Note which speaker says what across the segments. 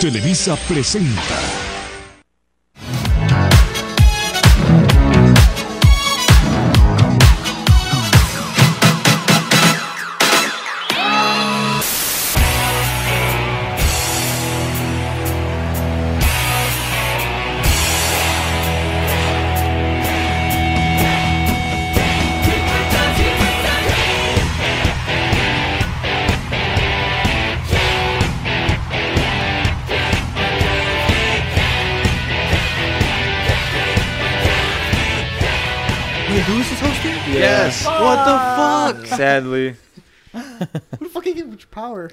Speaker 1: Televisa presenta.
Speaker 2: Wait, who is this hosting?
Speaker 3: Yes.
Speaker 2: Oh. What the fuck?
Speaker 3: Sadly.
Speaker 4: Who the fuck gave him power?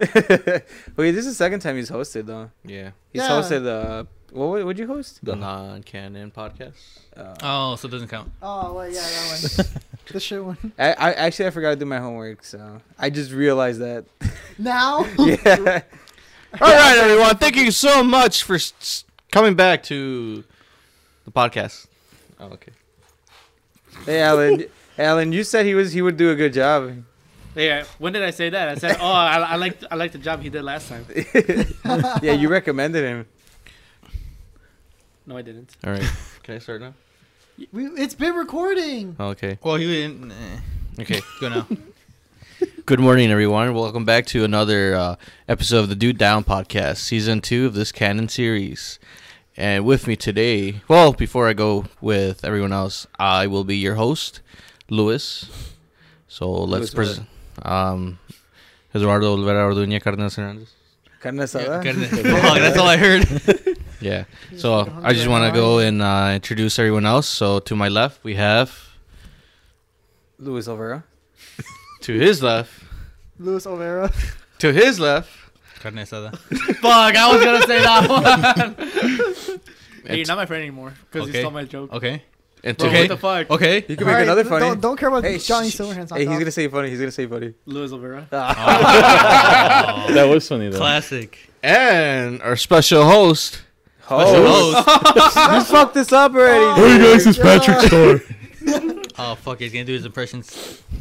Speaker 3: Wait, this is the second time he's hosted though.
Speaker 2: Yeah.
Speaker 3: He's
Speaker 4: Yeah.
Speaker 3: hosted uh what would would you host?
Speaker 2: The non canon podcast.
Speaker 5: Oh, so it doesn't count.
Speaker 4: Oh, well, yeah, that one. the shit one.
Speaker 3: I, I actually I forgot to do my homework, so I just realized that.
Speaker 4: Now?
Speaker 3: yeah.
Speaker 2: All right, everyone. Thank you so much for s- s- coming back to the podcast. Oh, okay.
Speaker 3: Hey Alan. Alan, you said he was he would do a good job.
Speaker 5: Yeah. When did I say that? I said, oh, I, I like I like the job he did last time.
Speaker 3: yeah, you recommended him.
Speaker 5: No, I didn't.
Speaker 2: All right. Can I start now?
Speaker 4: We, it's been recording.
Speaker 2: Oh, okay.
Speaker 6: Well, you didn't. eh,
Speaker 2: Okay.
Speaker 6: Go now.
Speaker 2: Good morning, everyone. Welcome back to another uh, episode of the Dude Down podcast, season two of this canon series. And with me today, well, before I go with everyone else, I will be your host, Luis. So let's
Speaker 3: Luis
Speaker 2: present um, Eduardo Olvera Orduña Cardenas Hernandez.
Speaker 3: Carne
Speaker 6: Yeah,
Speaker 3: asada?
Speaker 6: goodness. Fuck, that's all I heard.
Speaker 2: Yeah. So I just want to go and uh, introduce everyone else. So to my left, we have,
Speaker 3: Luis Olvera.
Speaker 2: to his left,
Speaker 4: Luis Olvera.
Speaker 2: to his left,
Speaker 6: Carne asada.
Speaker 5: Fuck, I was gonna say that one. hey, you're
Speaker 2: It's-
Speaker 5: not my friend anymore because
Speaker 6: Okay.
Speaker 5: you stole my joke.
Speaker 6: Okay.
Speaker 2: and to
Speaker 5: Bro,
Speaker 2: his,
Speaker 5: what the fuck,
Speaker 6: Okay.
Speaker 3: You can make another funny.
Speaker 4: Don't, don't care about
Speaker 3: Hey,
Speaker 4: Johnny
Speaker 3: shh, shh,
Speaker 4: Silverhand's hot
Speaker 3: Hey, he's
Speaker 4: dog.
Speaker 3: gonna say funny. He's gonna say funny.
Speaker 5: Luis Olvera.
Speaker 2: Uh,
Speaker 7: That was funny though.
Speaker 6: Classic.
Speaker 2: and our special host,
Speaker 3: Oh, you fucked this up already.
Speaker 7: Hey
Speaker 3: dude.
Speaker 7: guys, it's Patrick Starr.
Speaker 6: Oh fuck, he's gonna do his impressions.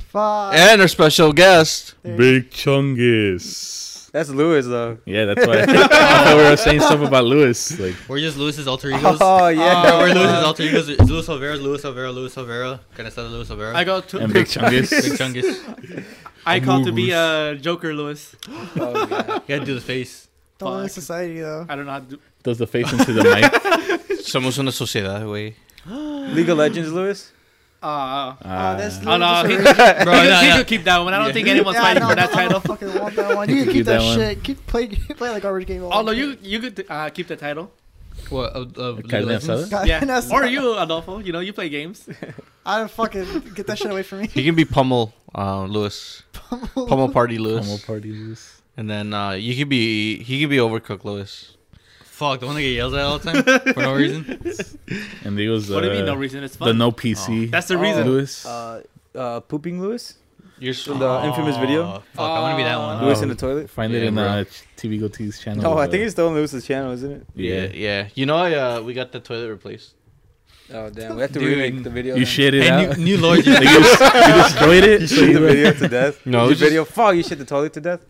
Speaker 4: Fuck.
Speaker 2: and our special guest.
Speaker 7: Big Chungus.
Speaker 3: That's Luis though.
Speaker 7: Yeah, that's why I thought we were saying stuff about Lewis. Like,
Speaker 6: We're just Lewis's alter egos.
Speaker 3: Oh yeah.
Speaker 6: We're Lewis's alter egos. It's Luis Olvera, Luis Olvera, Luis Olvera. Carne asada, Luis Olvera.
Speaker 5: I
Speaker 6: I,
Speaker 5: go
Speaker 7: and Big
Speaker 5: to.
Speaker 7: Chungus.
Speaker 6: Big chungus.
Speaker 5: I call to be a Joker, Luis.
Speaker 3: Oh, God.
Speaker 6: You gotta do the face.
Speaker 4: Don't live in
Speaker 5: fuck.
Speaker 4: society, though.
Speaker 5: I don't know how to do.
Speaker 7: Does the face into the mic?
Speaker 2: Somos una sociedad, güey.
Speaker 3: League of Legends, Luis.
Speaker 5: Uh,
Speaker 7: Ah,
Speaker 4: oh, that's
Speaker 5: oh no, he,
Speaker 4: Luis
Speaker 5: he,
Speaker 4: Olvera.
Speaker 6: Bro,
Speaker 5: could-
Speaker 6: no,
Speaker 5: he
Speaker 6: no.
Speaker 5: could keep that one. I don't think anyone's
Speaker 4: Yeah,
Speaker 5: fighting
Speaker 4: no,
Speaker 5: for that
Speaker 4: I don't
Speaker 5: title.
Speaker 4: fucking want that one. You can keep
Speaker 7: Keep
Speaker 4: that,
Speaker 7: that one.
Speaker 4: shit. Keep play, play like garbage game.
Speaker 5: Although you you could uh, keep the title,
Speaker 6: What? Of, of League
Speaker 7: Carne
Speaker 6: of Legends?
Speaker 7: asada?
Speaker 5: yeah.
Speaker 4: that's
Speaker 5: Or you, Adolfo. You know, you play games.
Speaker 4: I don't fucking get that shit away from me.
Speaker 2: He can be Pummel, uh, Lewis. Pummel Party Lewis.
Speaker 7: Normal party Lewis.
Speaker 2: And then uh, you could be he could be Overcooked Lewis.
Speaker 6: Fuck, the one that get yelled at all the time for no reason.
Speaker 7: And there was uh,
Speaker 5: what do you mean? No reason. It's fun.
Speaker 7: the no PC.
Speaker 5: That's the
Speaker 3: Oh.
Speaker 5: reason.
Speaker 7: Lewis.
Speaker 3: Uh, uh, pooping Luis.
Speaker 2: You're
Speaker 3: From the infamous video.
Speaker 6: Fuck, I want to be that one.
Speaker 7: Uh,
Speaker 3: Luis in
Speaker 7: Oh.
Speaker 3: the toilet.
Speaker 7: Find it
Speaker 2: yeah,
Speaker 7: in
Speaker 2: bro.
Speaker 7: uh, TV GoTee's channel.
Speaker 3: No, Oh, I
Speaker 7: uh,
Speaker 3: think it's still on Lewis's channel, isn't it?
Speaker 2: Yeah,
Speaker 7: Yeah.
Speaker 2: yeah. You know, I, uh, we got the toilet replaced.
Speaker 3: Oh damn, we have to
Speaker 6: Dude.
Speaker 3: remake the video.
Speaker 7: You
Speaker 3: then.
Speaker 7: shit it
Speaker 6: Hey,
Speaker 7: out.
Speaker 6: new, new lord,
Speaker 7: Like, you, just, you destroyed it. so
Speaker 3: Shit the
Speaker 7: you-
Speaker 3: video to death.
Speaker 2: No,
Speaker 3: No, you
Speaker 2: just-
Speaker 3: video. Fuck, you shit the toilet to death.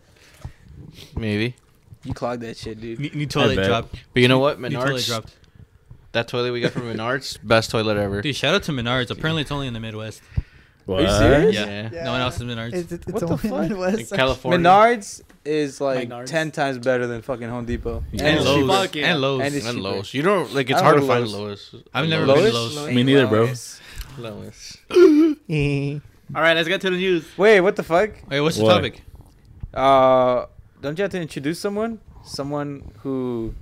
Speaker 2: Maybe.
Speaker 3: You clogged that shit, dude.
Speaker 6: new, new toilet
Speaker 7: bet.
Speaker 6: dropped.
Speaker 2: But you know what?
Speaker 6: New toilet
Speaker 2: Menards.
Speaker 6: dropped.
Speaker 2: That toilet we got from Menards, best toilet ever.
Speaker 6: Dude, shout out to Menards. Apparently, it's only in the Midwest.
Speaker 7: What?
Speaker 3: you serious?
Speaker 6: Yeah.
Speaker 2: Yeah.
Speaker 6: No one else is Menards.
Speaker 4: It's, it's
Speaker 3: What the
Speaker 4: only
Speaker 3: fuck?
Speaker 4: Midwest.
Speaker 2: Like California.
Speaker 3: Menards is like
Speaker 5: Menards.
Speaker 3: ten times better than fucking Home Depot.
Speaker 7: Yeah.
Speaker 6: and
Speaker 3: it's
Speaker 6: Lowe's.
Speaker 3: cheaper.
Speaker 5: Fuck yeah.
Speaker 6: And Lowe's.
Speaker 3: And it's
Speaker 2: And
Speaker 3: cheaper.
Speaker 2: Lowe's. You don't like. It's
Speaker 3: I
Speaker 2: hard
Speaker 3: don't
Speaker 2: to
Speaker 3: know
Speaker 2: find Lowe's.
Speaker 6: I've never
Speaker 2: Lowe's?
Speaker 6: been to
Speaker 3: Lowe's?
Speaker 6: Lowe's.
Speaker 7: Me neither, bro.
Speaker 3: Lowe's.
Speaker 2: Lowe's.
Speaker 5: All right, let's get to the news.
Speaker 3: Wait, what the fuck?
Speaker 6: Wait, what's
Speaker 7: Why?
Speaker 6: the topic?
Speaker 3: Uh, don't you have to introduce someone? Someone who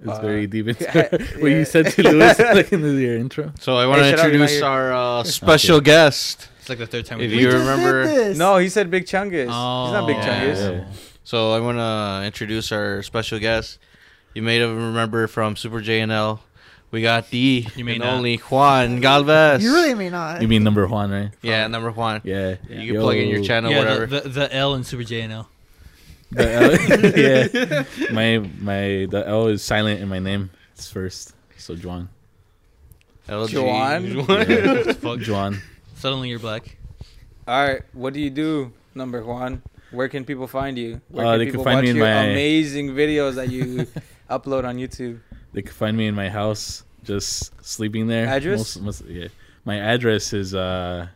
Speaker 7: It's
Speaker 3: Uh,
Speaker 7: very deep. Into what
Speaker 3: yeah.
Speaker 7: you said to Lewis like, in the- your intro.
Speaker 2: So I want to
Speaker 3: shut up, you're not
Speaker 2: introduce
Speaker 3: here.
Speaker 2: our uh, special guest.
Speaker 6: It's like the third time
Speaker 2: If
Speaker 6: we've
Speaker 2: you
Speaker 6: done it.
Speaker 2: remember-
Speaker 4: Just did this.
Speaker 3: No, he said Big Chungus. He's not Big
Speaker 6: Oh,
Speaker 3: Chungus.
Speaker 6: yeah.
Speaker 2: So I want to introduce our special guest. You may have remember from Super JNL. We got the
Speaker 6: You may
Speaker 2: and
Speaker 6: not.
Speaker 2: only Juan Galvez.
Speaker 4: You really may not.
Speaker 7: You mean number one, right?
Speaker 2: Yeah, number Juan.
Speaker 7: Yeah.
Speaker 2: You can plug in your
Speaker 7: Yo.
Speaker 2: channel,
Speaker 6: yeah,
Speaker 2: whatever.
Speaker 6: the, the, the L in Super JNL.
Speaker 7: The L, yeah. My my the L is silent in my name. It's first. So Juan.
Speaker 2: LG.
Speaker 3: Juan?
Speaker 7: Yeah.
Speaker 6: Fuck.
Speaker 7: Juan.
Speaker 6: Suddenly you're black.
Speaker 3: All right, what do you do, number Juan? Where can people find you? Where
Speaker 7: Uh, they can
Speaker 3: people
Speaker 7: find me in
Speaker 3: your
Speaker 7: my-
Speaker 3: amazing videos that you upload on YouTube?
Speaker 7: They could find me in my house, just sleeping there.
Speaker 3: Address?
Speaker 7: Most- most- yeah. My address is. uh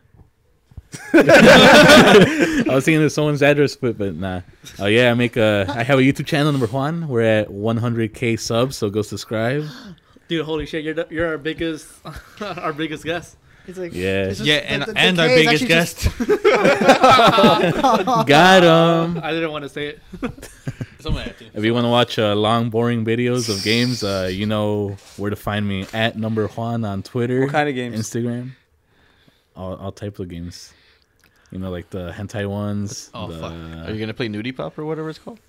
Speaker 7: I was thinking of someone's address, but but nah. Oh yeah, I make a. I have a YouTube channel number one. We're at 100k subs, so go subscribe.
Speaker 5: Dude, holy shit, you're the, you're our biggest our biggest guest.
Speaker 4: It's like,
Speaker 7: Yeah.
Speaker 4: it's just-
Speaker 8: Yeah,
Speaker 4: the-
Speaker 8: and,
Speaker 4: the- the
Speaker 8: and our
Speaker 4: K is
Speaker 8: biggest
Speaker 4: actually just- Oh,
Speaker 8: guest.
Speaker 7: Got 'em.
Speaker 5: I didn't want to say it.
Speaker 8: Someone had to.
Speaker 7: If you want to watch uh, long, boring videos of games, uh, you know where to find me at number Juan on Twitter,
Speaker 3: What kind of games?
Speaker 7: Instagram, all, all types of games. You know, like the hentai ones.
Speaker 8: Oh,
Speaker 7: the-
Speaker 2: Are you gonna play Nudie Pop or whatever it's called?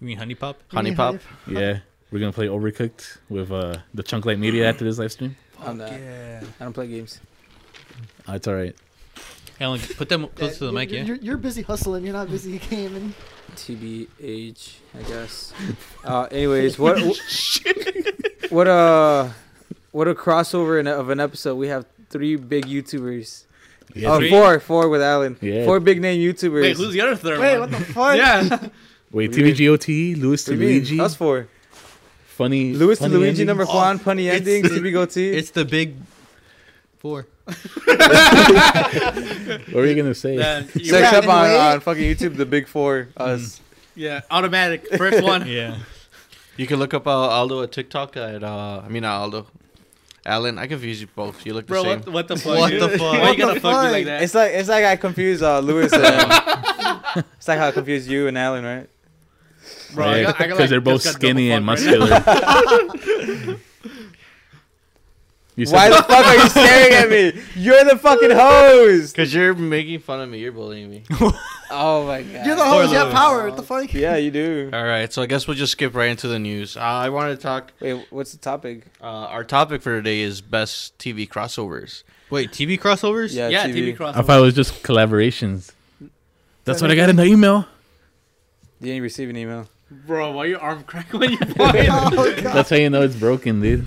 Speaker 8: You mean Honey Pop?
Speaker 4: Yeah,
Speaker 2: Honey Pop.
Speaker 7: Yeah, we're gonna play Overcooked with uh, the Chunk Light Media after this live stream.
Speaker 3: I'm not-
Speaker 8: Yeah.
Speaker 3: I don't play games.
Speaker 7: Oh,
Speaker 3: Ah,
Speaker 7: it's all right.
Speaker 8: Alan, put them close to the
Speaker 4: you're-
Speaker 8: mic, yeah?
Speaker 4: You're, you're busy hustling. You're not busy gaming.
Speaker 3: TBH, I guess. Uh, anyways, what wh- what uh what a crossover in, of an episode. We have three big YouTubers.
Speaker 7: Yeah,
Speaker 3: oh,
Speaker 8: three?
Speaker 3: four, four with Alan.
Speaker 7: Yeah.
Speaker 3: Four big name YouTubers.
Speaker 5: Wait, who's the other third
Speaker 4: Wait, what
Speaker 5: one?
Speaker 4: the fuck?
Speaker 5: yeah.
Speaker 7: Wait,
Speaker 3: What do you mean?
Speaker 7: TVGOT, Louis
Speaker 3: What do you
Speaker 7: Luigi,
Speaker 3: mean? Us four.
Speaker 7: funny.
Speaker 3: Louis to
Speaker 7: funny
Speaker 3: Luigi,
Speaker 7: ending.
Speaker 3: number
Speaker 8: Oh,
Speaker 3: Juan, punny
Speaker 8: it's-
Speaker 3: ending, Tibigo T.
Speaker 8: It's the big four.
Speaker 7: What were you gonna say?
Speaker 5: Then you
Speaker 3: Search
Speaker 4: Yeah,
Speaker 3: up on,
Speaker 4: anyway.
Speaker 3: on fucking YouTube the big four,
Speaker 5: Mm.
Speaker 3: us.
Speaker 5: yeah, automatic. First one.
Speaker 8: Yeah.
Speaker 2: You can look up uh, Aldo at TikTok at uh, I mean not Aldo, Alan. I confuse you both. You look the
Speaker 5: Bro,
Speaker 2: same.
Speaker 5: what, what the fuck?
Speaker 8: What
Speaker 5: dude?
Speaker 8: the fuck?
Speaker 5: Why
Speaker 8: What
Speaker 5: you gotta
Speaker 4: the
Speaker 5: fuck me like
Speaker 4: fuck?
Speaker 5: that?
Speaker 3: It's like it's like I confuse uh, Louis. And, um, it's like how I confuse you and Alan, right?
Speaker 5: Bro, I got- I got,
Speaker 7: because
Speaker 5: like,
Speaker 7: they're both
Speaker 5: just got
Speaker 7: skinny
Speaker 5: double
Speaker 7: and
Speaker 5: fucked right now.
Speaker 7: muscular. you said
Speaker 3: Why the fuck are you staring at me? You're the fucking host.
Speaker 2: Cause you're making fun of me. You're bullying me.
Speaker 3: Oh my god.
Speaker 4: You're the
Speaker 8: Poor
Speaker 4: host. You have
Speaker 8: Louis.
Speaker 4: power. What the fuck?
Speaker 3: Yeah, you do.
Speaker 2: All right, so I guess we'll just skip right into the news. Uh, I wanted to talk.
Speaker 3: Wait, what's the topic?
Speaker 2: Uh, our topic for today is best TV crossovers.
Speaker 8: Wait, TV crossovers?
Speaker 5: Yeah, TV crossover.
Speaker 7: I thought it was just collaborations. That's what I got in the email.
Speaker 3: You didn't receive an email.
Speaker 5: Bro, why your arm crack when you play?
Speaker 4: Oh, God.
Speaker 7: That's how you know it's broken, dude.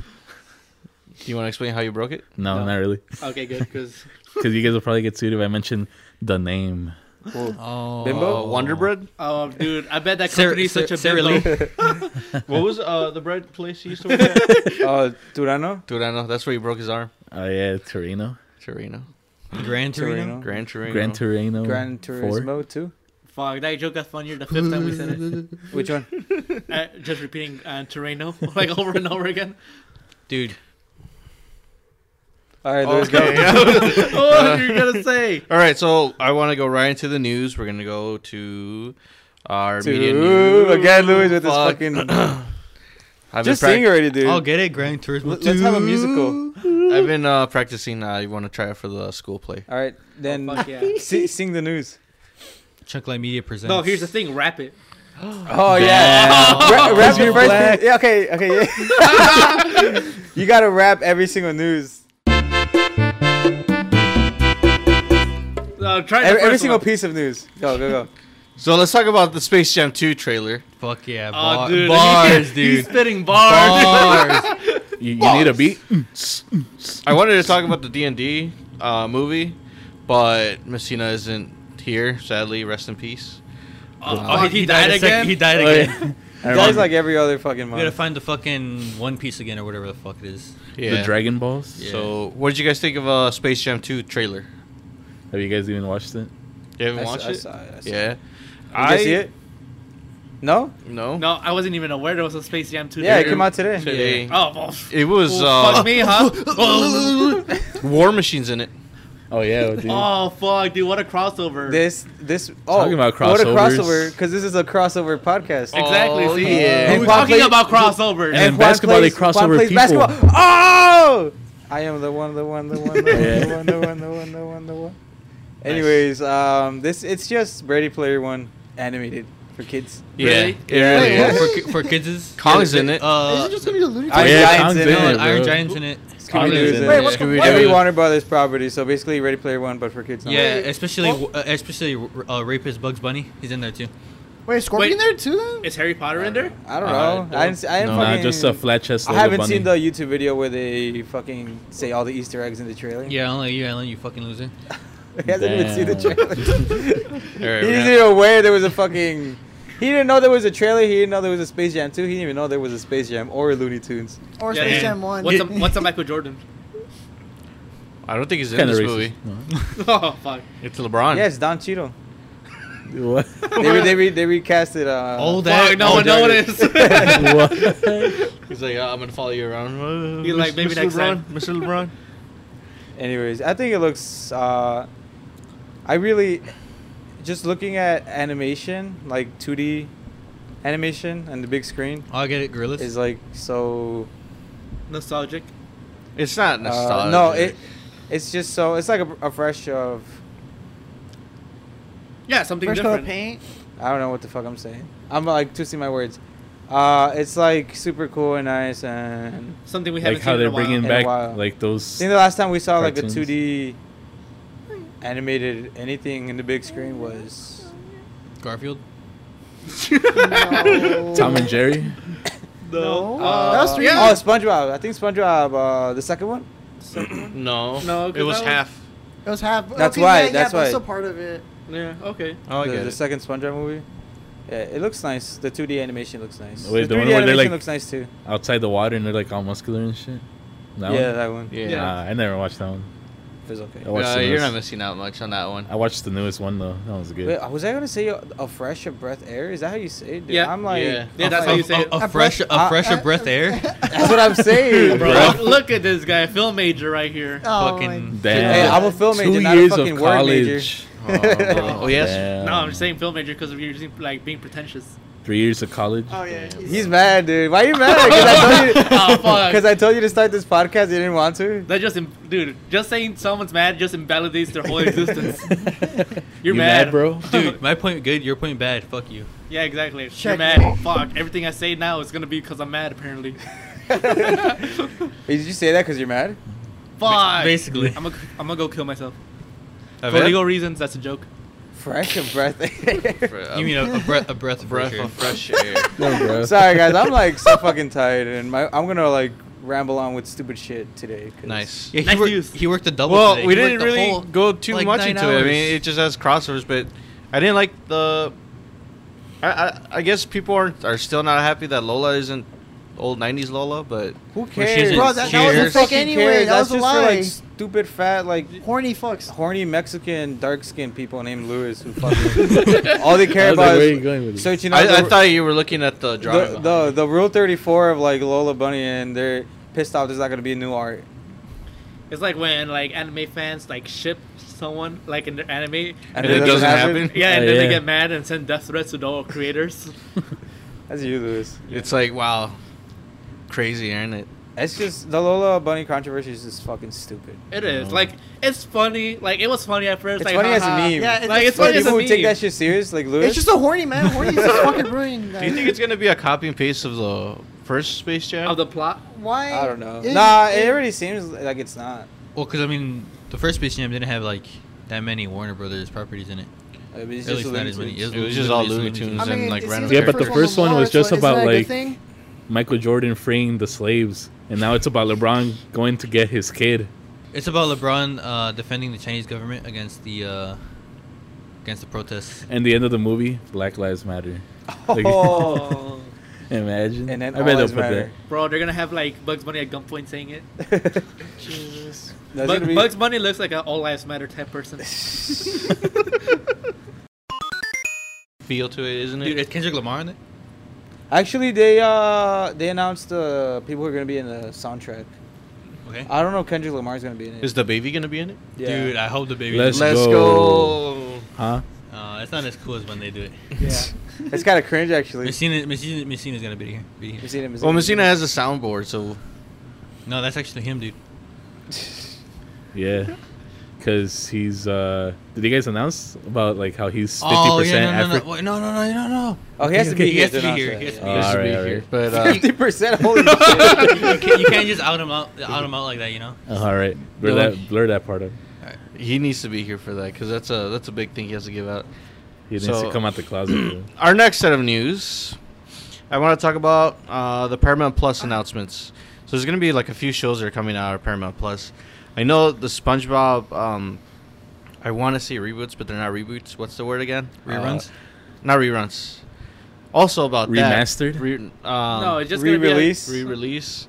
Speaker 2: Do you want to explain how you broke it?
Speaker 7: No,
Speaker 5: No.
Speaker 7: not really.
Speaker 5: okay, good, because
Speaker 7: Because you guys will probably get sued if I mention the name.
Speaker 3: Well,
Speaker 8: Oh.
Speaker 3: Bimbo?
Speaker 2: Uh, Wonder Bread.
Speaker 5: oh, dude, I bet that
Speaker 8: Sarah-
Speaker 5: company's such a
Speaker 8: Sarah
Speaker 5: big
Speaker 8: Lee.
Speaker 5: load.
Speaker 2: what was uh, the bread place you used to work at?
Speaker 3: uh, Durano?
Speaker 2: Dude, I know. That's where he broke his arm.
Speaker 7: Oh yeah, Torino,
Speaker 2: Torino.
Speaker 8: Gran Torino?
Speaker 3: Torino.
Speaker 2: Gran Torino.
Speaker 7: Gran Torino,
Speaker 3: Gran
Speaker 7: Oh. four.
Speaker 3: Turismo 2?
Speaker 5: Fuck, that joke got funnier the fifth time we said it.
Speaker 3: Which one?
Speaker 5: Uh, just repeating uh, Terreno like over and over again.
Speaker 8: Dude.
Speaker 3: All right, Louis, go.
Speaker 5: oh, you're gonna say
Speaker 2: All right, so I want to go right into the news. We're gonna go to our media
Speaker 3: Two.
Speaker 2: news
Speaker 3: Again, Louis with his
Speaker 2: Fuck.
Speaker 3: fucking.
Speaker 2: I've been,
Speaker 3: Just sing
Speaker 2: prac-
Speaker 3: already, dude.
Speaker 8: I'll get it, Gran Turismo.
Speaker 3: Let- Let's have a musical.
Speaker 2: I've been uh, practicing. Uh, you want to try it for the school play?
Speaker 3: All right, then
Speaker 5: Oh, fuck yeah.
Speaker 3: si- sing the news.
Speaker 8: Chunkline Media presents.
Speaker 5: no. Here's the thing, rap it.
Speaker 3: Oh yeah, Ra- rap your first. news- Yeah, okay, okay, yeah. you gotta rap every single news,
Speaker 5: No, Uh, try the
Speaker 3: every, every
Speaker 5: first
Speaker 3: single
Speaker 5: one.
Speaker 3: piece of news. Go, go, go.
Speaker 2: So let's talk about the Space Jam 2 trailer.
Speaker 8: Fuck yeah.
Speaker 5: Oh,
Speaker 8: bar-
Speaker 5: dude.
Speaker 8: Bars,
Speaker 5: He's
Speaker 8: dude.
Speaker 5: spitting bars.
Speaker 8: Bars.
Speaker 7: You, you need a beat.
Speaker 2: I wanted to talk about the D and D uh, movie, but Messina isn't here. Sadly, rest in peace.
Speaker 5: Oh, oh, he, died,
Speaker 8: a sec-
Speaker 5: again.
Speaker 8: He died
Speaker 7: Oh,
Speaker 8: again.
Speaker 7: yeah. I
Speaker 3: That was
Speaker 7: remember
Speaker 3: like every other fucking
Speaker 8: We gotta
Speaker 3: month.
Speaker 8: find the fucking One Piece again or whatever the fuck it is.
Speaker 2: Yeah.
Speaker 7: the Dragon Balls.
Speaker 8: Yeah.
Speaker 2: So, what did you guys think of uh, Space Jam 2 trailer?
Speaker 7: Have you guys even watched it?
Speaker 2: You haven't
Speaker 3: I s-
Speaker 2: watched
Speaker 3: I
Speaker 2: it?
Speaker 3: saw it, I saw
Speaker 2: yeah.
Speaker 3: You guys see it? No.
Speaker 2: No.
Speaker 5: No, I wasn't even aware there was a Space Jam 2.
Speaker 3: Yeah, it
Speaker 5: trailer.
Speaker 3: came out today.
Speaker 2: Today.
Speaker 5: Oh, well, f-
Speaker 2: It was
Speaker 5: well,
Speaker 2: uh,
Speaker 5: fuck me, huh?
Speaker 2: War Machines in it.
Speaker 7: Oh yeah, dude.
Speaker 5: oh, fuck, dude, what a crossover.
Speaker 3: This this oh
Speaker 7: Talking about
Speaker 3: what a
Speaker 7: crossovers.
Speaker 3: crossover because this is a crossover podcast.
Speaker 5: exactly.
Speaker 2: Oh,
Speaker 5: see?
Speaker 2: yeah.
Speaker 5: We're
Speaker 3: And
Speaker 5: talking
Speaker 3: Juan
Speaker 5: about
Speaker 3: plays-
Speaker 5: crossovers.
Speaker 7: And
Speaker 3: Juan
Speaker 7: basketball, they
Speaker 3: plays-
Speaker 7: cross
Speaker 3: Juan
Speaker 7: over
Speaker 3: plays
Speaker 7: people.
Speaker 3: Basketball. Oh, I am the one, the one, the one, the
Speaker 7: Yeah.
Speaker 3: one, the one, the one, the one, the one. Anyways, um, this it's just Ready Player One animated for kids.
Speaker 5: Really?
Speaker 2: Yeah. It really
Speaker 4: Wait,
Speaker 2: is.
Speaker 4: what?
Speaker 8: For, for kids is.
Speaker 2: Kong's in it.
Speaker 4: Is
Speaker 8: Uh,
Speaker 4: it just gonna be the Looney
Speaker 3: I-
Speaker 4: Tunes?
Speaker 3: yeah,
Speaker 7: Kong's
Speaker 3: in
Speaker 7: in
Speaker 3: it.
Speaker 7: it,
Speaker 8: no, Iron
Speaker 7: bro.
Speaker 8: Giant's in it.
Speaker 3: Scooby
Speaker 7: Kong's
Speaker 3: Doo's
Speaker 7: in it.
Speaker 3: in it.
Speaker 7: Wait, what
Speaker 4: the-
Speaker 2: Scooby-Doo.
Speaker 4: what?
Speaker 3: Every Warner Brothers property. So basically, Ready Player One, but for kids. now.
Speaker 8: Yeah,
Speaker 4: Wait.
Speaker 8: especially
Speaker 4: Oh.
Speaker 8: uh, especially uh, rapist Bugs Bunny. He's in there too.
Speaker 4: Wait, Scorpion
Speaker 5: Wait.
Speaker 4: there too? Then?
Speaker 5: Is Harry Potter in there?
Speaker 3: I don't
Speaker 2: Uh,
Speaker 3: know. I didn't. see- I didn't
Speaker 2: no,
Speaker 7: Nah,
Speaker 3: fucking,
Speaker 7: just a flat chest.
Speaker 3: I
Speaker 7: Lego
Speaker 3: haven't
Speaker 7: bunny.
Speaker 3: seen the YouTube video where they fucking say all the Easter eggs in the trailer.
Speaker 8: Yeah, only you, Alan, you fucking loser.
Speaker 3: He hasn't even seen the
Speaker 7: Damn.
Speaker 3: trailer.
Speaker 2: All right,
Speaker 3: He
Speaker 2: we're
Speaker 3: isn't
Speaker 2: gonna-
Speaker 3: even aware there was a fucking. He didn't know there was a trailer. He didn't know there was a Space Jam 2. He didn't even know there was a Space Jam or Looney Tunes.
Speaker 4: Or
Speaker 5: Yeah,
Speaker 4: Space
Speaker 5: yeah.
Speaker 4: Jam 1.
Speaker 5: What's a, what's a Michael Jordan?
Speaker 2: I don't think he's in
Speaker 7: Kind of
Speaker 2: this
Speaker 7: racist.
Speaker 2: movie.
Speaker 5: oh fuck.
Speaker 2: It's LeBron.
Speaker 3: Yes, Don Cheadle.
Speaker 7: No. What?
Speaker 3: They, re- they, re- they recast it. Uh,
Speaker 9: Oh, that.
Speaker 5: Fuck, no
Speaker 9: oh,
Speaker 5: one
Speaker 9: that-
Speaker 5: noticed.
Speaker 7: what?
Speaker 2: He's like, "Uh, I'm gonna follow you around. Uh,
Speaker 5: He's like, "Maybe
Speaker 2: Mr.
Speaker 5: next
Speaker 2: LeBron,
Speaker 5: time."
Speaker 2: Mr. LeBron.
Speaker 3: Anyways, I think it looks. Uh, I really, just looking at animation, like 2D animation and the big screen,
Speaker 9: Oh, I get it. Gorillas.
Speaker 3: is like so.
Speaker 5: Nostalgic.
Speaker 2: It's not
Speaker 3: Uh,
Speaker 2: nostalgic.
Speaker 3: no, it, it's just so. It's like a, a fresh of.
Speaker 5: Yeah, something
Speaker 4: First coat of
Speaker 5: different.
Speaker 4: paint.
Speaker 3: I don't know what the fuck I'm saying. I'm like twisting my words. Uh, it's like super cool and nice, and
Speaker 5: Something we haven't
Speaker 7: like how
Speaker 5: seen in
Speaker 7: they're
Speaker 5: a while.
Speaker 7: bringing
Speaker 3: In a
Speaker 7: back
Speaker 3: while.
Speaker 7: like
Speaker 3: I
Speaker 7: those.
Speaker 3: think the last time we saw like
Speaker 7: Cartoons.
Speaker 3: a 2D animated anything in the big screen was
Speaker 9: Garfield.
Speaker 4: No.
Speaker 7: Tom and Jerry.
Speaker 4: No.
Speaker 5: Uh,
Speaker 4: that was three.
Speaker 5: yeah.
Speaker 3: Oh, SpongeBob. I think SpongeB, uh, the second one.
Speaker 2: No,
Speaker 5: No, 'cause
Speaker 2: it was
Speaker 5: that was-
Speaker 2: half.
Speaker 4: It was half.
Speaker 3: That's
Speaker 4: okay,
Speaker 3: why-
Speaker 4: Yeah, yeah,
Speaker 3: that's
Speaker 4: but it's
Speaker 3: why.
Speaker 4: still part of it.
Speaker 5: Yeah. Okay.
Speaker 2: Oh, I
Speaker 3: the,
Speaker 2: get
Speaker 3: the
Speaker 2: it.
Speaker 3: second SpongeBob movie. Yeah, it looks nice. The 2D animation looks nice.
Speaker 7: Wait,
Speaker 3: the
Speaker 7: the one
Speaker 3: 3D
Speaker 7: where they're,
Speaker 3: animation
Speaker 7: like-
Speaker 3: looks nice too.
Speaker 7: Outside the water and they're like all muscular and shit. That
Speaker 3: yeah,
Speaker 7: one? Oh,
Speaker 3: that one.
Speaker 2: Yeah,
Speaker 5: Yeah.
Speaker 7: Nah, I never watched that one.
Speaker 3: It's okay.
Speaker 7: I watched
Speaker 2: Uh,
Speaker 7: the
Speaker 2: you're
Speaker 7: newest-
Speaker 2: not missing out much on that one.
Speaker 7: I watched the newest one though. That was good.
Speaker 3: Wait, was I gonna say a, a fresh of breath air? Is that how you say it? Dude,
Speaker 5: Yeah.
Speaker 3: I'm like,
Speaker 2: Yeah.
Speaker 5: Yeah, that's
Speaker 9: a,
Speaker 5: how you say it.
Speaker 9: A,
Speaker 4: A
Speaker 9: fresh,
Speaker 4: breath-
Speaker 9: a fresh
Speaker 4: uh,
Speaker 9: of breath
Speaker 4: uh,
Speaker 9: air.
Speaker 3: that's what I'm saying,
Speaker 7: Bro.
Speaker 3: bro.
Speaker 5: Look, look at this guy, film major right here.
Speaker 4: Oh,
Speaker 9: Fucking
Speaker 4: my-
Speaker 7: Damn.
Speaker 3: Hey, I'm a film major, not a fucking word major.
Speaker 2: oh, oh, yes.
Speaker 7: Damn.
Speaker 5: No, I'm just saying film major because you're just, like being pretentious.
Speaker 7: Three years of college.
Speaker 4: Oh yeah.
Speaker 3: He's mad, dude. Why are you mad? Because I told you.
Speaker 5: oh fuck.
Speaker 3: Because I told you to start this podcast, you didn't want to.
Speaker 5: That just, im- dude, just saying someone's mad just invalidates their whole existence. You're
Speaker 7: You
Speaker 5: mad.
Speaker 7: bro.
Speaker 9: Dude, my point good, your point bad. Fuck you.
Speaker 5: yeah, exactly. You're
Speaker 4: Check.
Speaker 5: mad. Fuck. Everything I say now is gonna be because I'm mad. Apparently.
Speaker 3: Did you say that because you're mad?
Speaker 5: Fuck.
Speaker 9: Basically.
Speaker 5: I'm gonna, I'm gonna go kill myself
Speaker 9: A
Speaker 5: for
Speaker 9: breath-
Speaker 5: legal reasons. That's a joke.
Speaker 3: Fresh of breath air.
Speaker 2: For,
Speaker 9: You
Speaker 2: um,
Speaker 9: mean a, a breath, a breath of
Speaker 2: breath
Speaker 9: fresh air.
Speaker 2: of fresh air?
Speaker 7: No, bro.
Speaker 3: Sorry, guys. I'm like so fucking tired, and my, I'm gonna like ramble on with stupid shit today. 'cause-
Speaker 2: nice.
Speaker 9: Yeah, he,
Speaker 5: Nice
Speaker 9: worked,
Speaker 5: use.
Speaker 9: he worked a double.
Speaker 2: Well,
Speaker 9: today.
Speaker 2: we
Speaker 9: He worked
Speaker 2: didn't
Speaker 9: the
Speaker 2: really
Speaker 9: whole-
Speaker 2: go too
Speaker 9: like,
Speaker 2: much
Speaker 9: nine
Speaker 2: into it. I mean,
Speaker 9: hours.
Speaker 2: it just has crossovers, but I didn't like the. I, I, I guess people aren't are still not happy that Lola isn't old '90s Lola, but
Speaker 3: Who
Speaker 9: she's
Speaker 3: cares?
Speaker 9: in-
Speaker 4: Bro, that-
Speaker 9: that was a
Speaker 3: Who
Speaker 9: fake
Speaker 3: fucking
Speaker 4: anyway, that
Speaker 3: That's
Speaker 4: was a
Speaker 3: just for
Speaker 4: lie.
Speaker 3: like stupid fat like.
Speaker 4: Horny fucks.
Speaker 3: Horny Mexican dark skinned people named Lewis who fucking all they care
Speaker 7: I was like,
Speaker 3: about
Speaker 7: where are you
Speaker 3: is
Speaker 7: going with this?
Speaker 3: searching out
Speaker 2: I, I
Speaker 3: the-
Speaker 2: thought you were looking at the drawing.
Speaker 3: the,
Speaker 2: behind
Speaker 3: the the rule 34 of like Lola Bunny and they're pissed off there's not gonna be new art.
Speaker 5: It's like when like anime fans like ship someone like in their anime.
Speaker 2: it.
Speaker 3: And
Speaker 2: and it doesn't happen.
Speaker 5: Yeah,
Speaker 7: Oh,
Speaker 5: and
Speaker 9: Uh,
Speaker 5: then they
Speaker 7: yeah.
Speaker 5: get mad and send death threats to the all creators.
Speaker 3: That's you, Lewis.
Speaker 2: It's like wow, crazy, ain't it?
Speaker 3: It's just the Lola Bunny controversy is just fucking stupid.
Speaker 5: It is
Speaker 7: Oh.
Speaker 5: like it's funny. Like it was funny at first.
Speaker 3: It's
Speaker 5: like,
Speaker 3: funny as a
Speaker 5: haha.
Speaker 3: meme.
Speaker 4: Yeah, it's,
Speaker 5: Like,
Speaker 4: it's,
Speaker 5: it's funny
Speaker 3: Like,
Speaker 5: as a
Speaker 3: people who take
Speaker 5: meme.
Speaker 3: that shit serious, like Lewis.
Speaker 4: it's just a horny man. Horny is just fucking brilliant.
Speaker 2: Do you think it's gonna be a copy and paste of the first Space Jam?
Speaker 5: of the plot.
Speaker 4: Why?
Speaker 3: I don't know.
Speaker 4: It-
Speaker 3: nah, it, already seems like it's not.
Speaker 9: Well, because I mean, the first Space Jam didn't have like that many Warner Brothers properties in it.
Speaker 3: I mean, it's
Speaker 9: At
Speaker 3: just
Speaker 9: least
Speaker 3: a
Speaker 9: not
Speaker 3: Looney
Speaker 9: as many.
Speaker 3: Tunes.
Speaker 2: It was just all
Speaker 9: literally
Speaker 2: Looney Tunes.
Speaker 4: I
Speaker 2: and,
Speaker 4: mean,
Speaker 2: like,
Speaker 4: it
Speaker 2: random
Speaker 4: seems
Speaker 7: Yeah, but the first one
Speaker 4: Lola,
Speaker 7: was
Speaker 4: so
Speaker 7: just
Speaker 4: isn't
Speaker 7: about,
Speaker 4: that a good
Speaker 7: like-
Speaker 4: thing?
Speaker 7: Michael Jordan freeing the slaves, and now it's about LeBron going to get his kid.
Speaker 9: It's about LeBron uh, defending the Chinese government against the uh, against the protests.
Speaker 7: And the end of the movie, Black Lives Matter. Like,
Speaker 3: Oh.
Speaker 5: Oh,
Speaker 7: imagine.
Speaker 3: and then
Speaker 7: I bet
Speaker 3: all
Speaker 7: they'll
Speaker 3: lives
Speaker 7: put
Speaker 3: matter.
Speaker 5: bro, they're gonna have like Bugs Bunny at gunpoint saying it.
Speaker 4: Jesus.
Speaker 3: That's
Speaker 5: Bug-
Speaker 3: gonna be-
Speaker 5: Bugs Bunny looks like an all lives matter type person.
Speaker 2: feel to it, isn't it?
Speaker 9: Dude, is Kendrick Lamar in it?
Speaker 3: Actually, they uh they announced the people who are gonna be in the soundtrack.
Speaker 9: Okay.
Speaker 3: I don't know if Kendrick Lamar's gonna be in it.
Speaker 2: Is the baby gonna be in it?
Speaker 3: Uh, yeah.
Speaker 9: Dude, I hope the baby.
Speaker 7: Let's-
Speaker 2: Let's
Speaker 7: go.
Speaker 2: go.
Speaker 7: that. Huh?
Speaker 9: uh, it's not as cool as when they do it.
Speaker 3: it's kind of cringe actually.
Speaker 9: Messina, Messina, Messina's gonna be here. Be here.
Speaker 3: Messina, Messina.
Speaker 2: Well, Messina has a soundboard, so
Speaker 9: No, that's actually him, dude.
Speaker 7: Yeah. Because he's. uh Did you guys announce about like how he's 50%
Speaker 9: Oh yeah, no, no, no,
Speaker 7: Afri-
Speaker 9: Wait, no, no, no, no, no.
Speaker 3: Oh, he has to be
Speaker 7: He
Speaker 3: here.
Speaker 9: has to be here, he has to be
Speaker 7: Oh, all
Speaker 2: should
Speaker 7: right,
Speaker 2: be
Speaker 7: all right.
Speaker 2: But uh,
Speaker 3: Fifty percent. Holy shit!
Speaker 9: you, can't, you can't just out him out, out him out like that, you know.
Speaker 7: Oh, all right. Blur,
Speaker 2: No.
Speaker 7: that, blur that part up.
Speaker 2: uh, he needs to be here for that because that's a that's a big thing he has to give out.
Speaker 7: He needs
Speaker 2: So-
Speaker 7: to come out the closet. dude.
Speaker 2: Our next set of news, I want to talk about uh, the Paramount Plus announcements. So there's gonna be like a few shows that are coming out of Paramount Plus. I know the SpongeBob um, I want to say reboots, but they're not reboots. What's the word again? Uh,
Speaker 9: Reruns.
Speaker 2: not reruns. Also about
Speaker 7: Remastered?
Speaker 2: That, re, um, no,
Speaker 5: no, it's just gonna be like-
Speaker 10: re-release?
Speaker 2: re-release.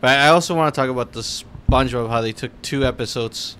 Speaker 2: But I also want to talk about the SpongeBob. How they took two episodes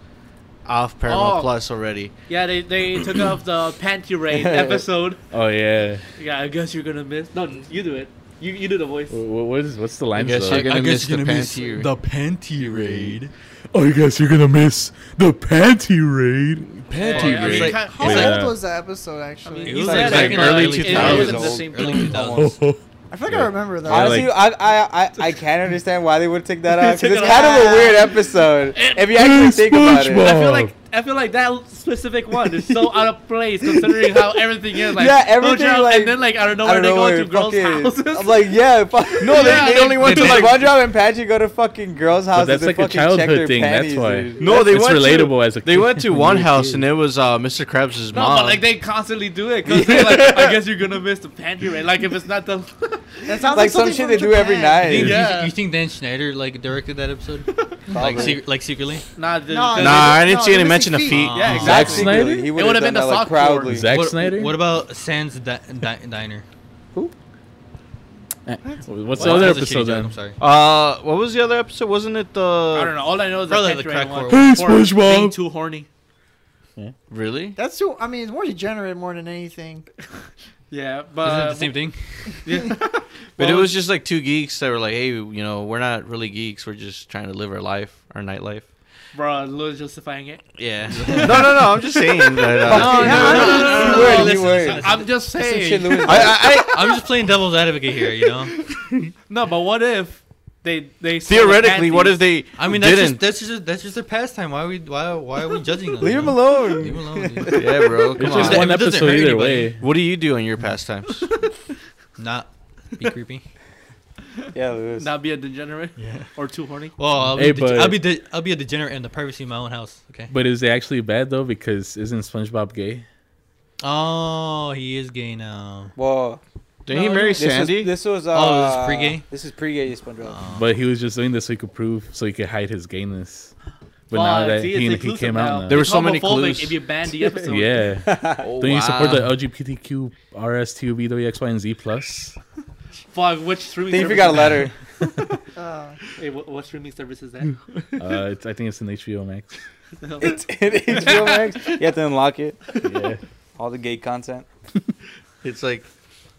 Speaker 2: off Paramount
Speaker 5: Oh.
Speaker 2: Plus already.
Speaker 5: yeah, they, they took off the panty raid episode.
Speaker 7: Oh yeah.
Speaker 5: Yeah, I guess you're gonna miss. No, you do it. You you do the voice.
Speaker 7: Wh- wh- what is what's the line?
Speaker 2: guess
Speaker 7: though?
Speaker 2: you're gonna miss the panty raid.
Speaker 9: panty raid.
Speaker 7: Oh, I guess you're gonna miss the panty raid.
Speaker 5: Panty
Speaker 2: Yeah, it's
Speaker 5: raid.
Speaker 2: like-
Speaker 5: It's
Speaker 4: How
Speaker 7: like-
Speaker 4: old was that episode actually?
Speaker 5: I mean,
Speaker 9: It
Speaker 5: You
Speaker 9: was
Speaker 5: said
Speaker 9: like
Speaker 5: it
Speaker 9: back
Speaker 5: in
Speaker 9: in
Speaker 5: the
Speaker 9: the
Speaker 5: early
Speaker 9: early
Speaker 5: 2000s.
Speaker 9: 2000s.
Speaker 5: Early
Speaker 9: Early
Speaker 5: 2000s.
Speaker 9: 2000s.
Speaker 4: I feel like
Speaker 7: Yeah.
Speaker 4: I remember that.
Speaker 7: I
Speaker 4: I,
Speaker 7: like-
Speaker 10: Honestly, I, I, I, I can't understand why they would take that out. 'cause
Speaker 5: Took
Speaker 10: it's
Speaker 5: it
Speaker 10: kind of
Speaker 4: out.
Speaker 10: a weird episode if you
Speaker 7: Hey,
Speaker 10: actually think about it.
Speaker 7: SpongeBob.
Speaker 5: I feel like I feel like that specific one is so out of place considering how everything is like
Speaker 10: Yeah,
Speaker 5: no
Speaker 10: everything,
Speaker 5: job,
Speaker 10: like-
Speaker 5: and then like I don't know
Speaker 10: I
Speaker 5: where
Speaker 10: don't know
Speaker 5: they
Speaker 10: where
Speaker 5: go to girls'
Speaker 10: fucking-
Speaker 5: houses.
Speaker 10: I'm like, yeah, fuck. No,
Speaker 5: Yeah,
Speaker 10: they,
Speaker 5: they-
Speaker 10: they only went
Speaker 7: they
Speaker 10: to like
Speaker 7: did.
Speaker 10: SpongeBob and Patrick go to fucking girls' houses.
Speaker 7: that's
Speaker 10: to
Speaker 7: like a
Speaker 10: fucking check
Speaker 7: childhood
Speaker 10: their
Speaker 7: thing, that's
Speaker 10: panties,
Speaker 7: why.
Speaker 10: dude.
Speaker 2: No, they
Speaker 7: it's
Speaker 2: went
Speaker 7: relatable
Speaker 2: To,
Speaker 7: as a
Speaker 2: they
Speaker 7: kid.
Speaker 2: went to one house and it was uh, Mr. Krabs'
Speaker 5: No,
Speaker 2: mom.
Speaker 5: but like they constantly do it. Cause they're like, I guess you're gonna miss the pantry raid. Like if it's not done,
Speaker 4: that sounds
Speaker 10: Like some
Speaker 4: something
Speaker 10: shit
Speaker 4: from
Speaker 10: they do every
Speaker 4: Japan.
Speaker 9: You,
Speaker 10: night.
Speaker 5: Yeah.
Speaker 9: you, you think Dan Schneider like directed that episode? like,
Speaker 10: Probably.
Speaker 9: sec- like secretly?
Speaker 5: nah, dude,
Speaker 4: No,
Speaker 5: because
Speaker 2: Nah, I didn't
Speaker 4: no,
Speaker 2: see any
Speaker 4: they're
Speaker 2: mention of
Speaker 4: missing
Speaker 2: feet.
Speaker 5: they- yeah,
Speaker 9: Zack
Speaker 5: exactly.
Speaker 10: Zack
Speaker 7: Snyder?
Speaker 10: Snyder? He
Speaker 5: It would've
Speaker 10: would've done
Speaker 5: been the
Speaker 10: that like
Speaker 5: sock drawer.
Speaker 10: proudly.
Speaker 7: Zack
Speaker 9: what,
Speaker 7: Snyder.
Speaker 9: What about Sans di- di- Diner?
Speaker 7: Eh, What's the
Speaker 9: Well,
Speaker 7: other
Speaker 9: that was a shitty
Speaker 7: episode
Speaker 9: joke, I'm
Speaker 7: then?
Speaker 9: sorry.
Speaker 2: uh, what was the other episode? Wasn't it the?
Speaker 5: I don't know. All I know is
Speaker 9: Probably
Speaker 5: the
Speaker 9: the
Speaker 5: pantry raid
Speaker 9: crack
Speaker 5: one.
Speaker 9: whore.
Speaker 7: Hey,
Speaker 5: Horn-
Speaker 7: SpongeBob.
Speaker 5: being too horny.
Speaker 2: Really?
Speaker 4: That's too. I mean, it's more degenerate more than anything.
Speaker 2: Uh,
Speaker 5: Yeah,
Speaker 9: Isn't it
Speaker 5: but
Speaker 9: the same thing?
Speaker 2: But it
Speaker 5: Well-
Speaker 2: was just like two geeks that were like, "Hey, you know, we're not really geeks. We're just trying to live our life, our nightlife."
Speaker 5: bro, Louis justifying it.
Speaker 2: Yeah. no, no, no. I'm just saying. That, uh,
Speaker 4: No, no, no, no, no, no,
Speaker 10: no,
Speaker 9: listen,
Speaker 10: listen,
Speaker 9: listen,
Speaker 10: listen.
Speaker 5: I'm just
Speaker 10: Some shit
Speaker 5: saying.
Speaker 10: Louis-
Speaker 2: I, I,
Speaker 9: I'm just playing devil's advocate here, you know.
Speaker 5: No, but what if they they sold the
Speaker 2: theoretically, what if
Speaker 5: panties?
Speaker 2: they?
Speaker 9: I mean, that's
Speaker 2: didn't.
Speaker 9: just that's just that's just their pastime. Why are we why why are we judging them?
Speaker 10: Leave
Speaker 9: you
Speaker 10: him
Speaker 9: know?
Speaker 10: alone.
Speaker 9: Leave 'em alone. dude.
Speaker 2: yeah, bro. Come
Speaker 7: It's
Speaker 2: on.
Speaker 7: just
Speaker 9: If
Speaker 7: one
Speaker 9: it doesn't
Speaker 7: episode
Speaker 9: hurt
Speaker 7: either
Speaker 9: anybody.
Speaker 7: way.
Speaker 2: what do you do in your pastimes?
Speaker 9: Not be creepy.
Speaker 10: Yeah, Louis.
Speaker 5: not be a degenerate or too horny?
Speaker 9: Well, I'll be,
Speaker 7: Hey,
Speaker 9: a dege-
Speaker 7: but-
Speaker 9: I'll be de- I'll be a degenerate in the privacy of my own house. Okay.
Speaker 7: But is it actually bad though? Because isn't SpongeBob gay?
Speaker 9: Oh, he is gay now.
Speaker 10: Whoa.
Speaker 2: Didn't he marry
Speaker 10: This was-
Speaker 2: Sandy?
Speaker 10: This was, uh,
Speaker 9: Oh, this is pre-gay?
Speaker 10: This is pre-gay, SpongeBob.
Speaker 7: But he was just doing this so he could prove, so he could hide his gayness. But now
Speaker 5: Fuck,
Speaker 7: that
Speaker 5: see, it's
Speaker 7: he, he
Speaker 5: inclusive
Speaker 7: came
Speaker 5: now.
Speaker 7: out
Speaker 2: There
Speaker 7: now,
Speaker 2: were
Speaker 5: It's
Speaker 2: so many
Speaker 5: homophobic
Speaker 2: clues.
Speaker 5: If you ban the episode,
Speaker 7: yeah.
Speaker 2: Oh,
Speaker 7: Don't you support
Speaker 2: wow.
Speaker 7: the LGBTQ RSTUVWXYZ plus?
Speaker 5: Fuck, which streaming?
Speaker 10: Think if you
Speaker 5: service
Speaker 10: got a
Speaker 5: is that?
Speaker 10: letter.
Speaker 4: Uh,
Speaker 5: Hey, what, what streaming service is that?
Speaker 7: Uh, it's, I think it's in HBO Max.
Speaker 3: Uh,
Speaker 10: it's in HBO Max. You have to unlock it.
Speaker 7: Yeah.
Speaker 10: All the gay content.
Speaker 2: It's like,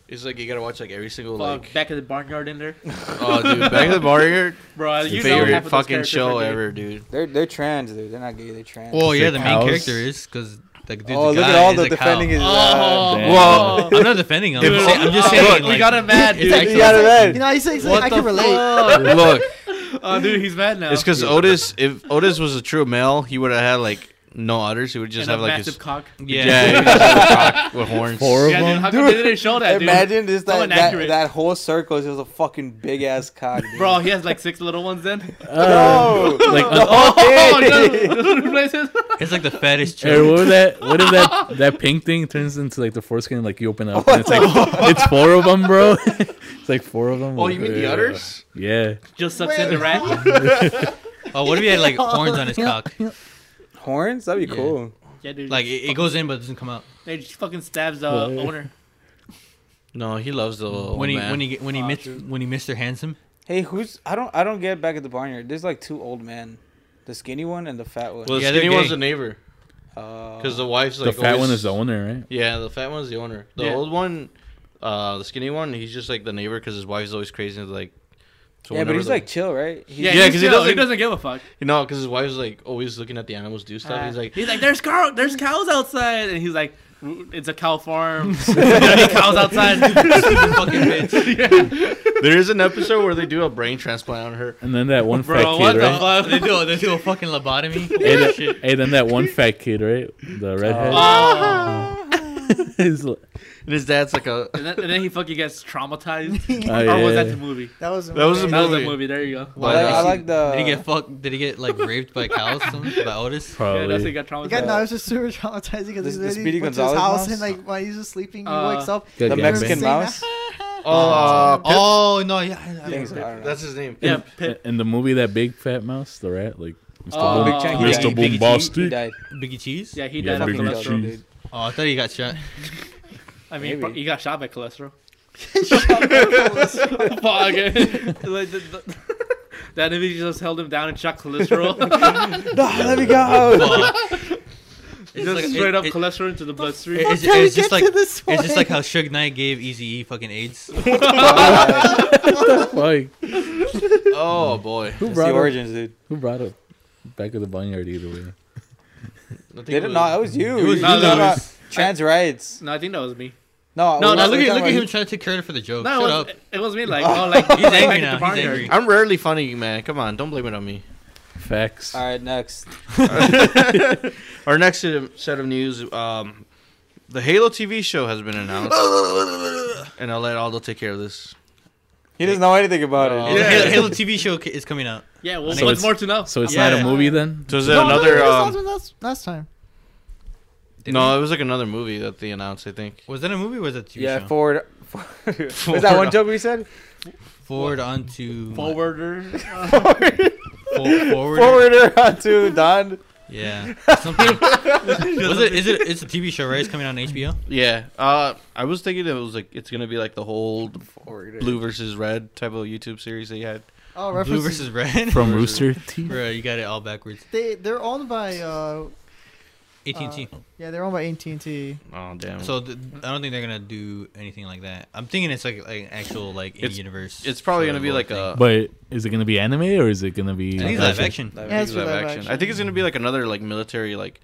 Speaker 2: it's like you gotta watch like every single
Speaker 5: Fuck, back at the barnyard in there,
Speaker 2: Oh, dude, Back to the Barrier,
Speaker 5: bro. You know half
Speaker 2: favorite
Speaker 5: of those
Speaker 2: fucking
Speaker 5: characters
Speaker 2: show
Speaker 5: are gay.
Speaker 2: ever, dude.
Speaker 10: They're they're trans, dude. They're not gay. They're trans.
Speaker 9: Well, yeah,
Speaker 7: Sick
Speaker 9: the main
Speaker 7: house.
Speaker 9: character is because like dude,
Speaker 10: oh,
Speaker 9: the
Speaker 10: look
Speaker 9: guy
Speaker 10: at all
Speaker 9: is
Speaker 10: the
Speaker 9: a
Speaker 10: defending
Speaker 9: cow.
Speaker 10: his. uh,
Speaker 5: Oh,
Speaker 7: Damn.
Speaker 5: well,
Speaker 9: I'm not defending him. I'm,
Speaker 5: Dude,
Speaker 9: just saying, I'm just
Speaker 5: oh,
Speaker 9: saying.
Speaker 5: look, we
Speaker 9: like,
Speaker 5: got him mad,
Speaker 9: it's
Speaker 5: dude.
Speaker 9: actually-
Speaker 10: you got it
Speaker 4: you know, he's like, he's like,
Speaker 9: What
Speaker 4: I can
Speaker 9: the
Speaker 4: relate.
Speaker 2: Look,
Speaker 5: oh, dude, he's mad now.
Speaker 2: it's because
Speaker 5: Dude,
Speaker 2: Otis. If Otis was a true male, he would have had like no udders. He would
Speaker 5: and
Speaker 2: just
Speaker 5: a
Speaker 2: have like
Speaker 5: massive
Speaker 2: his
Speaker 5: cock.
Speaker 9: Yeah.
Speaker 2: Yeah, he just has a cock with horns.
Speaker 7: Horrible.
Speaker 5: Yeah, dude, how come
Speaker 10: Dude,
Speaker 5: they didn't show that, dude?
Speaker 10: Imagine this
Speaker 5: How
Speaker 10: that, that,
Speaker 5: inaccurate.
Speaker 10: that whole circle is just a fucking big ass cock, dude.
Speaker 5: Bro, he has like six little ones then.
Speaker 10: No.
Speaker 7: like,
Speaker 10: No.
Speaker 5: Oh,
Speaker 10: Hey.
Speaker 5: no, those are the places.
Speaker 9: It's like the fattest
Speaker 7: Hey,
Speaker 9: joke.
Speaker 7: what if that? What if that that pink thing turns into like the foreskin? Like you open it up, and it's
Speaker 10: What
Speaker 7: like it's four of them, bro. it's like four of them.
Speaker 2: Oh, you mean the
Speaker 7: Yeah.
Speaker 2: udders?
Speaker 7: Yeah.
Speaker 5: Just sucks in the
Speaker 4: Wait,
Speaker 5: rat.
Speaker 9: Oh, what if he had like horns on his cock?
Speaker 10: Horns? That'd be
Speaker 9: Yeah.
Speaker 10: cool.
Speaker 5: Yeah, dude.
Speaker 9: Like it, it goes in but doesn't come out.
Speaker 5: they just fucking stabs the
Speaker 7: Yeah.
Speaker 5: owner.
Speaker 2: No, he loves the old
Speaker 9: when he
Speaker 2: Oh, man.
Speaker 9: when he get- when he
Speaker 5: Ah,
Speaker 9: missed
Speaker 5: true.
Speaker 9: when he Mister Handsome.
Speaker 10: Hey, who's? I don't. I don't get back at the barnyard. There's like two old men, the skinny one and the fat one.
Speaker 2: well, the
Speaker 9: Yeah, they're
Speaker 2: skinny one's
Speaker 9: gay.
Speaker 2: the neighbor
Speaker 10: Uh,
Speaker 2: because the wife's
Speaker 7: The
Speaker 2: like
Speaker 7: fat one
Speaker 2: always-
Speaker 7: is the owner, right?
Speaker 2: Yeah, the fat one's the owner. The
Speaker 5: Yeah.
Speaker 2: old one, uh, the skinny one, he's just like the neighbor because his wife's always crazy. Like, so
Speaker 10: yeah, but
Speaker 2: whenever
Speaker 10: he's
Speaker 2: the-
Speaker 10: like chill, right? He's,
Speaker 5: Yeah,
Speaker 2: Yeah,
Speaker 5: he's
Speaker 2: 'cause he
Speaker 5: chill, he
Speaker 2: doesn't-
Speaker 5: doesn't give a fuck.
Speaker 2: you know, because his wife's like always looking at the animals do stuff.
Speaker 5: Uh,
Speaker 2: he's like,
Speaker 5: he's like, there's cow, there's cows outside, and he's like, it's a cow farm. There's gonna be cows outside. Stupid fucking bitch.
Speaker 2: there is an episode where they do a brain transplant on her.
Speaker 7: And then that one fat
Speaker 5: Bro,
Speaker 7: kid,
Speaker 5: what the
Speaker 7: right?
Speaker 5: fuck?
Speaker 9: They do they do a fucking lobotomy.
Speaker 7: Hey, th- hey, then that one fat kid, right? The redhead.
Speaker 5: Oh.
Speaker 7: He's like-
Speaker 2: And his dad's like a.
Speaker 5: And, then, and then he fucking gets traumatized.
Speaker 7: oh,
Speaker 5: or was that
Speaker 7: yeah.
Speaker 5: the movie?
Speaker 4: That was
Speaker 2: That was a
Speaker 5: That was the
Speaker 2: Movie.
Speaker 5: movie. There you go.
Speaker 10: I,
Speaker 2: But,
Speaker 10: like- I
Speaker 2: uh,
Speaker 10: like the.
Speaker 9: Did he get fucked? Did he get like raped by cows? or something? By Otis?
Speaker 5: Yeah, that's how he
Speaker 7: Probably.
Speaker 5: got
Speaker 4: The
Speaker 5: traumatized.
Speaker 4: guy no, it was just super
Speaker 10: This-
Speaker 4: traumatizing because he
Speaker 10: the
Speaker 4: literally
Speaker 10: Speedy
Speaker 4: went to his
Speaker 10: Gonzalez
Speaker 4: house and
Speaker 10: mouse?
Speaker 4: like while he's just sleeping, he
Speaker 5: Uh,
Speaker 4: wakes up.
Speaker 7: Good
Speaker 10: the
Speaker 7: guy,
Speaker 10: Mexican
Speaker 7: man.
Speaker 10: mouse.
Speaker 2: Oh, uh, Pip-
Speaker 9: Oh no! Yeah, yeah, yeah.
Speaker 10: Things, I don't know.
Speaker 2: that's his name.
Speaker 5: yeah,
Speaker 2: Pip.
Speaker 5: Pip.
Speaker 7: And the movie, that big fat mouse, the rat, like Mr.
Speaker 10: Oh,
Speaker 7: Boom-
Speaker 10: Big Chunky
Speaker 7: Mr.
Speaker 5: Daddy, Biggie
Speaker 10: He
Speaker 7: Bombastic.
Speaker 10: died.
Speaker 9: Biggie Cheese?
Speaker 5: Yeah, he
Speaker 7: Yeah,
Speaker 5: died from
Speaker 7: Biggie
Speaker 5: cholesterol.
Speaker 7: Cheese.
Speaker 5: Dude.
Speaker 9: Oh, I thought he got shot.
Speaker 5: I mean,
Speaker 10: Maybe.
Speaker 5: he got shot by cholesterol.
Speaker 4: Cholesterol.
Speaker 5: Fuck. Like, the, the, the enemy just held him down and shot cholesterol.
Speaker 10: Ah, let me go.
Speaker 9: It's
Speaker 5: just
Speaker 9: uh, like-
Speaker 5: straight
Speaker 9: it-
Speaker 5: up
Speaker 9: it-
Speaker 5: cholesterol into the bloodstream.
Speaker 9: it- It's,
Speaker 4: How did
Speaker 9: it's
Speaker 4: we get
Speaker 9: just like
Speaker 4: to this
Speaker 9: it's just like
Speaker 4: point?
Speaker 9: how Suge Knight gave Eazy-E fucking AIDS.
Speaker 7: Like,
Speaker 2: Oh boy.
Speaker 7: who
Speaker 10: That's the
Speaker 7: brought up?
Speaker 10: origins, dude.
Speaker 7: Who brought up? Back of the barnyard either way.
Speaker 2: I think
Speaker 10: They
Speaker 2: it
Speaker 10: didn't
Speaker 2: was-
Speaker 10: know that was you.
Speaker 9: It was-
Speaker 10: you
Speaker 5: no,
Speaker 10: were talking
Speaker 5: that
Speaker 10: about trans rights.
Speaker 5: no, I think that was me.
Speaker 10: No,
Speaker 5: No,
Speaker 10: we're
Speaker 5: no,
Speaker 10: talking
Speaker 9: look at look
Speaker 10: about
Speaker 9: at him
Speaker 10: you-
Speaker 9: trying to take credit for the joke.
Speaker 5: No,
Speaker 9: Shut
Speaker 5: it
Speaker 9: up.
Speaker 5: was, it was me. Like, oh, like he's
Speaker 9: angry
Speaker 5: angry
Speaker 9: now,
Speaker 5: now.
Speaker 9: he's angry.
Speaker 2: I'm rarely funny, man. Come on, don't blame it on me.
Speaker 7: Facts.
Speaker 10: All right, next.
Speaker 2: Our next set of- set of news: um, the Halo TV show has been announced, and I'll let Aldo take care of this.
Speaker 10: He doesn't know anything about
Speaker 2: Oh.
Speaker 9: The
Speaker 10: it.
Speaker 2: Yeah.
Speaker 9: Halo, Halo TV show ca- is coming out.
Speaker 5: Yeah, well,
Speaker 7: So
Speaker 5: what's
Speaker 7: it's-
Speaker 5: more to know?
Speaker 7: So it's
Speaker 2: Yeah.
Speaker 7: not a movie then?
Speaker 2: So is
Speaker 4: No,
Speaker 2: that
Speaker 4: no,
Speaker 2: another?
Speaker 4: no,
Speaker 2: um,
Speaker 4: last, one, last, last time.
Speaker 2: no, it was like another movie that they announced. I think.
Speaker 9: Was that a movie? or Was it a TV
Speaker 10: Yeah,
Speaker 9: show?
Speaker 10: forward. Was that one joke we said?
Speaker 9: forward onto
Speaker 5: Forwarder.
Speaker 9: For, forward.
Speaker 10: Forwarder onto Don.
Speaker 9: Yeah. Something. was it? Is it? It's a TV show, right? It's coming out on HBO.
Speaker 2: Yeah. Uh, I was thinking it was like it's gonna be like the whole blue versus red type of YouTube series they had.
Speaker 4: Oh,
Speaker 9: Blue
Speaker 4: references.
Speaker 9: versus red.
Speaker 7: From Rooster Teeth?
Speaker 9: Bro, you got it all backwards.
Speaker 4: They they're owned by uh
Speaker 7: Uh,
Speaker 9: AT and T.
Speaker 4: yeah they're owned by AT and T.
Speaker 2: Oh damn. So
Speaker 9: So th- I don't think they're gonna do anything like that. I'm thinking it's like like an actual like in
Speaker 2: It's-
Speaker 9: universe.
Speaker 2: it's probably gonna be like a.
Speaker 7: But is it gonna be anime or is it gonna be?
Speaker 9: I think it's live action.
Speaker 2: I think
Speaker 4: Yeah,
Speaker 2: it's
Speaker 4: it's for
Speaker 2: live
Speaker 4: live
Speaker 2: action.
Speaker 4: action.
Speaker 2: I think it's gonna be like another like military like.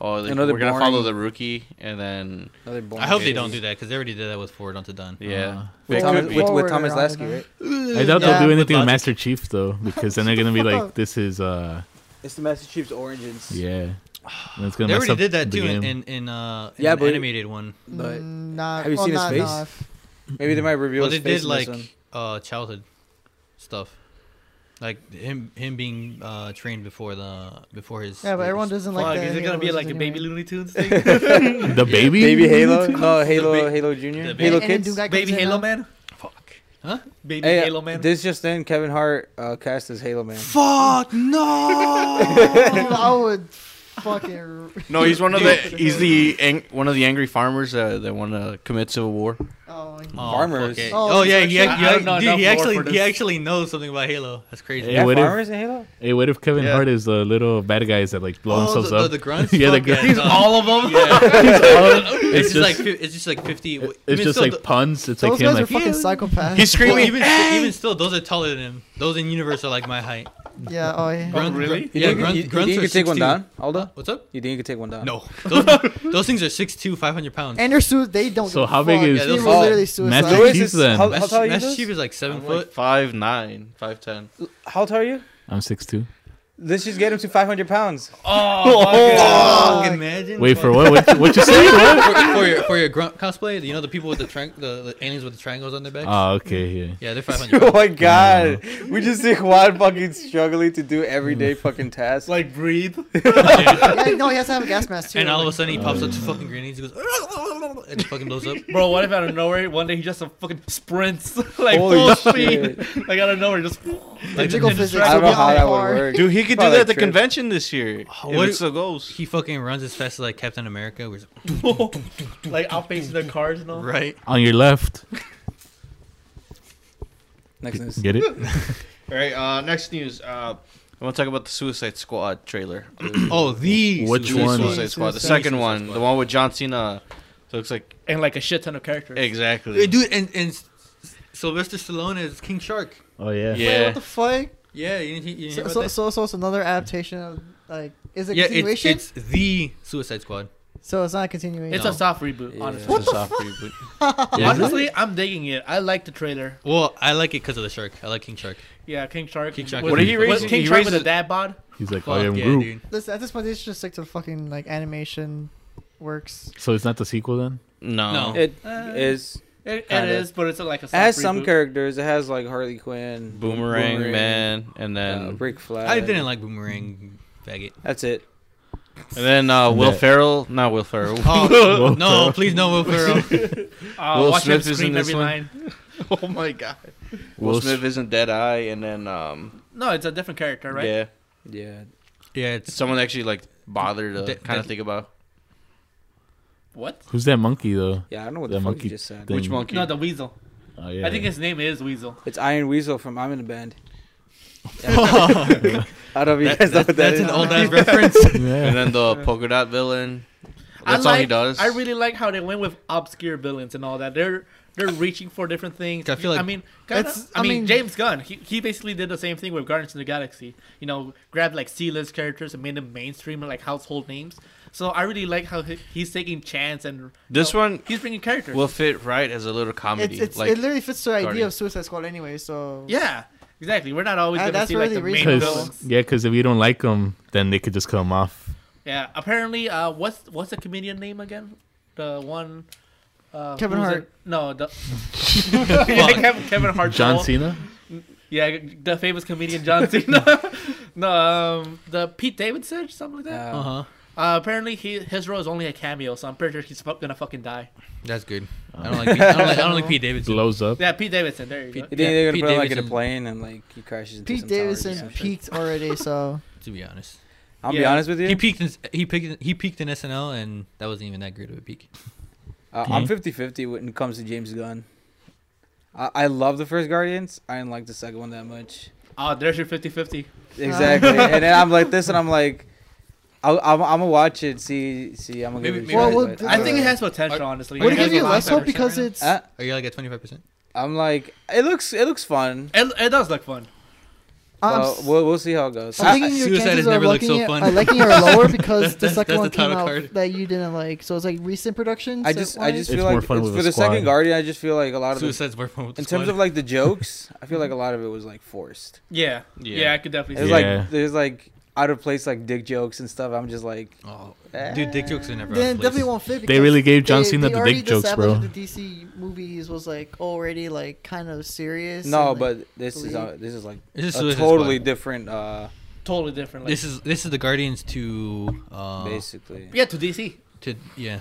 Speaker 2: Oh, like,
Speaker 10: Another
Speaker 2: we're gonna follow
Speaker 10: boring-
Speaker 2: the rookie and then
Speaker 9: I hope they don't do that because they already did that with Forward Onto Done.
Speaker 2: yeah.
Speaker 7: Uh,
Speaker 2: It
Speaker 10: With,
Speaker 2: could
Speaker 10: Thomas,
Speaker 2: be.
Speaker 10: with, with
Speaker 4: Forwarder
Speaker 10: Thomas
Speaker 4: onto
Speaker 10: Lasky,
Speaker 4: Don.
Speaker 10: right?
Speaker 7: I doubt
Speaker 4: Yeah.
Speaker 7: they'll do anything with
Speaker 9: Logic.
Speaker 7: Master Chief though, because then they're gonna be like, "This is uh,
Speaker 10: It's the Master Chief's origins.
Speaker 7: yeah." And it's gonna
Speaker 9: They
Speaker 7: mess
Speaker 9: already
Speaker 7: up
Speaker 9: did that
Speaker 7: the
Speaker 9: too in,
Speaker 7: game.
Speaker 9: in in uh in
Speaker 10: Yeah,
Speaker 9: an
Speaker 10: but-
Speaker 9: animated one.
Speaker 10: But
Speaker 4: Mm, nah,
Speaker 10: Have you
Speaker 4: well,
Speaker 10: seen his
Speaker 4: nah,
Speaker 10: face?
Speaker 4: nah, if-
Speaker 10: maybe they might reveal
Speaker 9: Well,
Speaker 10: his
Speaker 9: they
Speaker 10: face
Speaker 9: did
Speaker 10: in this
Speaker 9: like
Speaker 10: one.
Speaker 9: uh childhood stuff, like him him being uh trained before the before his.
Speaker 4: Yeah, but everyone doesn't like
Speaker 5: Fuck,
Speaker 4: that.
Speaker 5: is it
Speaker 4: Halo
Speaker 5: gonna be
Speaker 4: versus
Speaker 5: like a
Speaker 4: anyway.
Speaker 5: baby Looney Tunes thing?
Speaker 7: the baby.
Speaker 10: Baby Halo? No, Halo,
Speaker 9: ba-
Speaker 10: Halo Junior,
Speaker 9: the
Speaker 4: And-
Speaker 10: Halo
Speaker 4: and then
Speaker 10: Kids.
Speaker 4: Doom Guy
Speaker 5: Baby
Speaker 4: comes in
Speaker 5: Halo
Speaker 4: now.
Speaker 5: Man.
Speaker 9: Fuck. Huh?
Speaker 5: Baby
Speaker 10: Hey, uh,
Speaker 5: Halo Man.
Speaker 10: this just in: Kevin Hart uh, cast as Halo Man.
Speaker 9: Fuck no.
Speaker 4: Dude, Oh, I would fucking.
Speaker 2: No, he's one of the he's the ang- one of the angry farmers that that want to commit civil war.
Speaker 4: Oh,
Speaker 9: Oh,
Speaker 10: Farmers.
Speaker 9: fuck it.
Speaker 4: Oh,
Speaker 9: Oh, yeah, yeah,
Speaker 5: actually- I don't know
Speaker 9: yeah. Dude,
Speaker 5: enough
Speaker 9: he
Speaker 5: lore
Speaker 9: actually
Speaker 5: for this.
Speaker 9: he actually knows something about Halo. That's crazy.
Speaker 7: Yeah,
Speaker 10: Yeah,
Speaker 7: what if-
Speaker 10: farmers in Halo.
Speaker 7: Hey, what if Kevin
Speaker 2: Yeah.
Speaker 7: Hart is the little bad guys that like blow themselves
Speaker 9: Oh, the,
Speaker 7: up?
Speaker 9: The, the grunts.
Speaker 7: yeah, the
Speaker 9: Fuck yeah,
Speaker 7: grunts.
Speaker 9: no. all of them.
Speaker 7: It's
Speaker 9: it's, just like
Speaker 7: just,
Speaker 9: fi- it's just like fifty.
Speaker 7: it-
Speaker 9: even
Speaker 7: it's just
Speaker 9: still
Speaker 7: like
Speaker 9: th-
Speaker 7: puns. It's like
Speaker 4: those
Speaker 7: him,
Speaker 4: guys are
Speaker 7: like
Speaker 4: fucking psychopaths.
Speaker 2: He's
Speaker 9: well,
Speaker 2: screaming.
Speaker 9: even
Speaker 2: "Hey!"
Speaker 9: even still, those are taller than him. Those in universe are like my height.
Speaker 4: yeah. Oh yeah.
Speaker 9: Grunt,
Speaker 5: really?
Speaker 9: grunt-
Speaker 10: You
Speaker 9: yeah,
Speaker 10: think,
Speaker 9: grunt,
Speaker 10: you, you
Speaker 9: grunts
Speaker 10: think you
Speaker 9: are
Speaker 10: could take one
Speaker 9: 6'2".
Speaker 10: down, Aldo?
Speaker 9: What's up?
Speaker 10: You think you could take one down?
Speaker 9: No, those, those things are six two, five hundred pounds.
Speaker 4: And their suit, they don't.
Speaker 7: So
Speaker 4: give a
Speaker 7: how big
Speaker 4: fuck.
Speaker 7: is-
Speaker 9: Yeah,
Speaker 4: They
Speaker 9: those-
Speaker 4: were literally
Speaker 7: Master
Speaker 4: suicide.
Speaker 10: Matthew- Louis
Speaker 7: Chief
Speaker 10: is-
Speaker 7: then.
Speaker 10: how-
Speaker 9: Master,
Speaker 10: tall are you,
Speaker 9: Master
Speaker 10: Liz?
Speaker 9: Chief is like 7
Speaker 2: I'm
Speaker 9: foot.
Speaker 2: like five nine, five ten.
Speaker 10: How tall are you?
Speaker 7: I'm six two.
Speaker 10: Let's just get him to 500 pounds.
Speaker 5: oh,
Speaker 9: Fuck, imagine.
Speaker 7: Wait
Speaker 9: fuck.
Speaker 7: for what? What, what you say? What?
Speaker 9: for, for your for your grunt cosplay, you know the people with the tri- the, the aliens with the triangles on their backs.
Speaker 7: Oh, okay. Yeah.
Speaker 9: yeah, they're five hundred.
Speaker 10: oh my god. We just see Juan fucking struggling to do everyday fucking tasks.
Speaker 5: like breathe.
Speaker 4: yeah, no, he has to have a gas mask too.
Speaker 9: and all of a
Speaker 4: like-
Speaker 9: sudden he pops up to fucking grenades. He goes and fucking blows up.
Speaker 5: Bro, what if out of nowhere one day he just uh, fucking sprints like
Speaker 10: Holy
Speaker 5: full
Speaker 10: shit.
Speaker 5: speed, like out of nowhere just like
Speaker 4: jiggle
Speaker 5: just-
Speaker 4: physics.
Speaker 10: I don't know
Speaker 4: It'll be
Speaker 10: how
Speaker 4: on
Speaker 10: that
Speaker 4: par.
Speaker 10: would work.
Speaker 2: Dude, he could do
Speaker 10: Probably
Speaker 2: that at the
Speaker 10: trip.
Speaker 2: convention this year.
Speaker 9: Oh,
Speaker 2: If
Speaker 9: what-
Speaker 2: it still goes.
Speaker 9: He fucking runs as fast as like Captain America. Where's
Speaker 5: like outpacing the cars and all.
Speaker 9: right?
Speaker 7: On your left.
Speaker 10: Next news.
Speaker 7: Get it?
Speaker 2: All right. Uh, next news. Uh, I want to talk about the Suicide Squad trailer.
Speaker 9: Oh, the
Speaker 7: Which
Speaker 9: Suicide
Speaker 7: one?
Speaker 9: Squad.
Speaker 2: Suicide Squad. The
Speaker 4: Suicide
Speaker 2: second one, the one with John Cena. So looks like
Speaker 5: And like a shit ton of characters.
Speaker 2: exactly.
Speaker 9: Hey, Dude, and and S- Sylvester Stallone is King Shark.
Speaker 7: Oh yeah.
Speaker 2: Yeah.
Speaker 4: Wait, what the fuck?
Speaker 9: Yeah, you didn't, he- you didn't hear
Speaker 4: So,
Speaker 9: about
Speaker 4: so,
Speaker 9: that?
Speaker 4: so, so it's another adaptation of like, is it
Speaker 9: yeah, it's,
Speaker 4: continuation?
Speaker 9: it's the Suicide Squad.
Speaker 4: so it's not a continuation.
Speaker 5: It's
Speaker 9: No.
Speaker 5: a soft reboot,
Speaker 10: Yeah.
Speaker 5: honestly.
Speaker 4: What the
Speaker 5: Honestly, I'm digging it. I like the trailer.
Speaker 9: Well, I like it because of the shark. I like King Shark.
Speaker 5: Yeah, King Shark.
Speaker 9: King Shark.
Speaker 5: Was-
Speaker 9: What did he
Speaker 5: was
Speaker 2: raise-
Speaker 5: King
Speaker 2: he
Speaker 5: Shark
Speaker 2: raises-
Speaker 5: with a dad bod.
Speaker 7: He's like, I
Speaker 9: Fuck
Speaker 7: am
Speaker 9: yeah,
Speaker 7: Groot.
Speaker 9: dude.
Speaker 4: Listen, at this point, they should just stick to the fucking like animation works.
Speaker 7: So it's not the sequel then?
Speaker 2: no.
Speaker 9: No.
Speaker 10: It
Speaker 5: Uh,
Speaker 10: is.
Speaker 5: It, it
Speaker 10: Kinda.
Speaker 5: is, but it's like a
Speaker 10: It
Speaker 5: soft
Speaker 10: has some
Speaker 5: reboot.
Speaker 10: characters. It has like Harley Quinn,
Speaker 2: Boomerang,
Speaker 10: Boomerang,
Speaker 2: Man, and then
Speaker 10: uh, Rick Flag.
Speaker 9: I didn't like Boomerang, faggot.
Speaker 10: That's it.
Speaker 2: and then uh, Will
Speaker 7: Yeah.
Speaker 2: Ferrell. Not Will Ferrell.
Speaker 9: Oh no, please no Will Ferrell.
Speaker 5: Uh,
Speaker 2: Will
Speaker 5: watch him
Speaker 2: Smith is in
Speaker 5: scream
Speaker 2: this
Speaker 5: every
Speaker 2: one?
Speaker 5: line.
Speaker 2: oh my God. Will
Speaker 7: Will
Speaker 2: Smith isn't Dead Eye, and then um,
Speaker 5: No, it's a different character, right?
Speaker 2: yeah,
Speaker 10: Yeah.
Speaker 9: Yeah, it's
Speaker 2: Someone actually like bothered to
Speaker 9: Th-
Speaker 2: kind of
Speaker 9: th-
Speaker 2: think about
Speaker 5: What?
Speaker 7: Who's that monkey though?
Speaker 3: Yeah, I don't know what
Speaker 7: The
Speaker 3: the, fuck
Speaker 7: monkey
Speaker 3: you just said.
Speaker 7: thing.
Speaker 2: which monkey.
Speaker 5: No, the weasel.
Speaker 7: Oh yeah.
Speaker 5: I think his name is Weasel.
Speaker 3: It's Iron Weasel from I'm in a Band. I don't know if you
Speaker 9: that-
Speaker 3: guys know
Speaker 9: that-
Speaker 3: what that
Speaker 9: that's
Speaker 3: is.
Speaker 9: an old ass reference.
Speaker 7: yeah.
Speaker 2: and then the polka dot villain.
Speaker 5: I
Speaker 2: That's all he
Speaker 5: like-
Speaker 2: does.
Speaker 5: I really like how they went with obscure villains and all that. They're they're reaching for different things.
Speaker 9: I feel like
Speaker 5: I mean, kinda,
Speaker 4: that's-
Speaker 5: I,
Speaker 4: I
Speaker 5: mean,
Speaker 4: mean-
Speaker 5: James Gunn. He, he basically did the same thing with Guardians of the Galaxy. You know, grabbed like C-list characters and made them mainstream and like household names. So I really like how he, he's taking chance and
Speaker 2: This
Speaker 5: you know,
Speaker 2: one
Speaker 5: he's bringing characters.
Speaker 2: will fit right as a little comedy.
Speaker 4: It's, it's,
Speaker 2: like
Speaker 4: it literally fits the idea
Speaker 2: Guardian.
Speaker 4: of Suicide Squad anyway, so.
Speaker 5: yeah, exactly. We're not always
Speaker 4: Uh,
Speaker 5: going to
Speaker 4: that's
Speaker 5: see
Speaker 4: where
Speaker 5: like the
Speaker 4: they
Speaker 5: main
Speaker 4: reach
Speaker 7: Cause,
Speaker 5: villains.
Speaker 7: yeah, 'cause if you don't like them, then they could just come off.
Speaker 5: Yeah. Apparently, uh, what's what's the comedian name again? The one. Uh,
Speaker 4: Kevin
Speaker 5: who's
Speaker 4: Hart.
Speaker 5: in- no, the yeah, Kevin, Kevin Hart.
Speaker 7: John
Speaker 5: role.
Speaker 7: Cena.
Speaker 5: Yeah, the famous comedian John Cena. no, um, the Pete Davidson, something like that.
Speaker 3: Uh,
Speaker 7: Uh-huh.
Speaker 9: huh.
Speaker 5: Uh, apparently, he his role is only a cameo, so I'm pretty sure he's fu- gonna fucking die.
Speaker 9: That's good. I don't like. Pete, I don't like, I don't like Pete Davidson.
Speaker 7: Blows up.
Speaker 5: Yeah, Pete Davidson. There you
Speaker 9: Pete-
Speaker 3: you
Speaker 5: go.
Speaker 3: think they're gonna
Speaker 9: Pete
Speaker 3: put him like in a
Speaker 9: Davidson.
Speaker 3: plane and like he crashes into
Speaker 4: Pete
Speaker 3: some towers or
Speaker 4: Davidson
Speaker 3: some shit?
Speaker 4: peaked already, so.
Speaker 9: To be honest,
Speaker 3: I'll be
Speaker 5: Yeah.
Speaker 3: honest with you.
Speaker 9: he peaked. In, he peaked. He peaked in SNL, and that wasn't even that great of a peak.
Speaker 3: Uh, I'm
Speaker 9: Hmm?
Speaker 7: Mhm.
Speaker 3: 50 50 when it comes to James Gunn. I, I love the first Guardians. I didn't like the second one that much.
Speaker 5: Oh, there's your 50-50.
Speaker 3: Exactly. and then I'm like this, and I'm like, I'll, I'm, I'm gonna watch it. See, see, I'm gonna
Speaker 9: Maybe-
Speaker 3: give it.
Speaker 9: maybe
Speaker 3: a
Speaker 4: Well,
Speaker 3: shot,
Speaker 4: well,
Speaker 3: but-
Speaker 5: I think it has potential, honestly.
Speaker 4: Would it
Speaker 5: It has
Speaker 4: give you
Speaker 5: a lot of
Speaker 4: less hope
Speaker 5: potential.
Speaker 4: because it's.
Speaker 3: Uh,
Speaker 9: Are you like at twenty five percent?
Speaker 3: I'm like, it looks, it looks fun.
Speaker 5: It, it does look fun.
Speaker 4: I'm
Speaker 3: Well,
Speaker 4: s-
Speaker 3: we'll, we'll see how it goes.
Speaker 9: I-
Speaker 4: um, I'm thinking your
Speaker 9: Suicide
Speaker 4: chances
Speaker 9: has
Speaker 4: are
Speaker 9: never looked
Speaker 4: liking
Speaker 9: so
Speaker 4: it,
Speaker 9: fun.
Speaker 4: are liking it are lower because the
Speaker 9: That's-
Speaker 4: second
Speaker 9: that's
Speaker 4: one
Speaker 9: the
Speaker 4: came
Speaker 9: title
Speaker 4: out
Speaker 9: card.
Speaker 4: that you didn't like. So it's like recent productions.
Speaker 3: I
Speaker 4: that
Speaker 3: just, I
Speaker 4: wanted-
Speaker 3: just
Speaker 7: It's
Speaker 3: feel
Speaker 7: more
Speaker 3: like
Speaker 7: fun
Speaker 3: it's,
Speaker 7: with
Speaker 3: for
Speaker 7: a
Speaker 3: the
Speaker 7: squad.
Speaker 3: second Guardian, I just feel like a lot of the,
Speaker 9: Suicide's more fun with the
Speaker 3: in terms
Speaker 9: squad.
Speaker 3: of like the jokes, I feel like a lot of it was like forced.
Speaker 5: Yeah.
Speaker 2: Yeah.
Speaker 5: Yeah, I could definitely
Speaker 3: It's
Speaker 5: see.
Speaker 7: Yeah.
Speaker 5: it.
Speaker 3: like there's like out of place like dick jokes and stuff. I'm just like,
Speaker 9: Oh,
Speaker 3: Eh.
Speaker 9: dude, dick jokes are never.
Speaker 4: Then
Speaker 9: out of place.
Speaker 4: definitely won't fit.
Speaker 7: They
Speaker 4: because
Speaker 7: really gave John
Speaker 4: they-
Speaker 7: Cena
Speaker 4: they
Speaker 7: the
Speaker 4: already
Speaker 7: dick jokes,
Speaker 4: established
Speaker 7: bro.
Speaker 4: that The DC movies was like already like kind of serious.
Speaker 3: no,
Speaker 4: and, like,
Speaker 3: but this is
Speaker 4: believe-
Speaker 3: uh, this is like
Speaker 9: This is
Speaker 3: a
Speaker 9: Suicide
Speaker 3: totally
Speaker 9: Squad.
Speaker 3: different, uh,
Speaker 5: Totally different. Like,
Speaker 9: This is this is the Guardians to uh,
Speaker 3: basically.
Speaker 5: yeah, to DC.
Speaker 9: to yeah.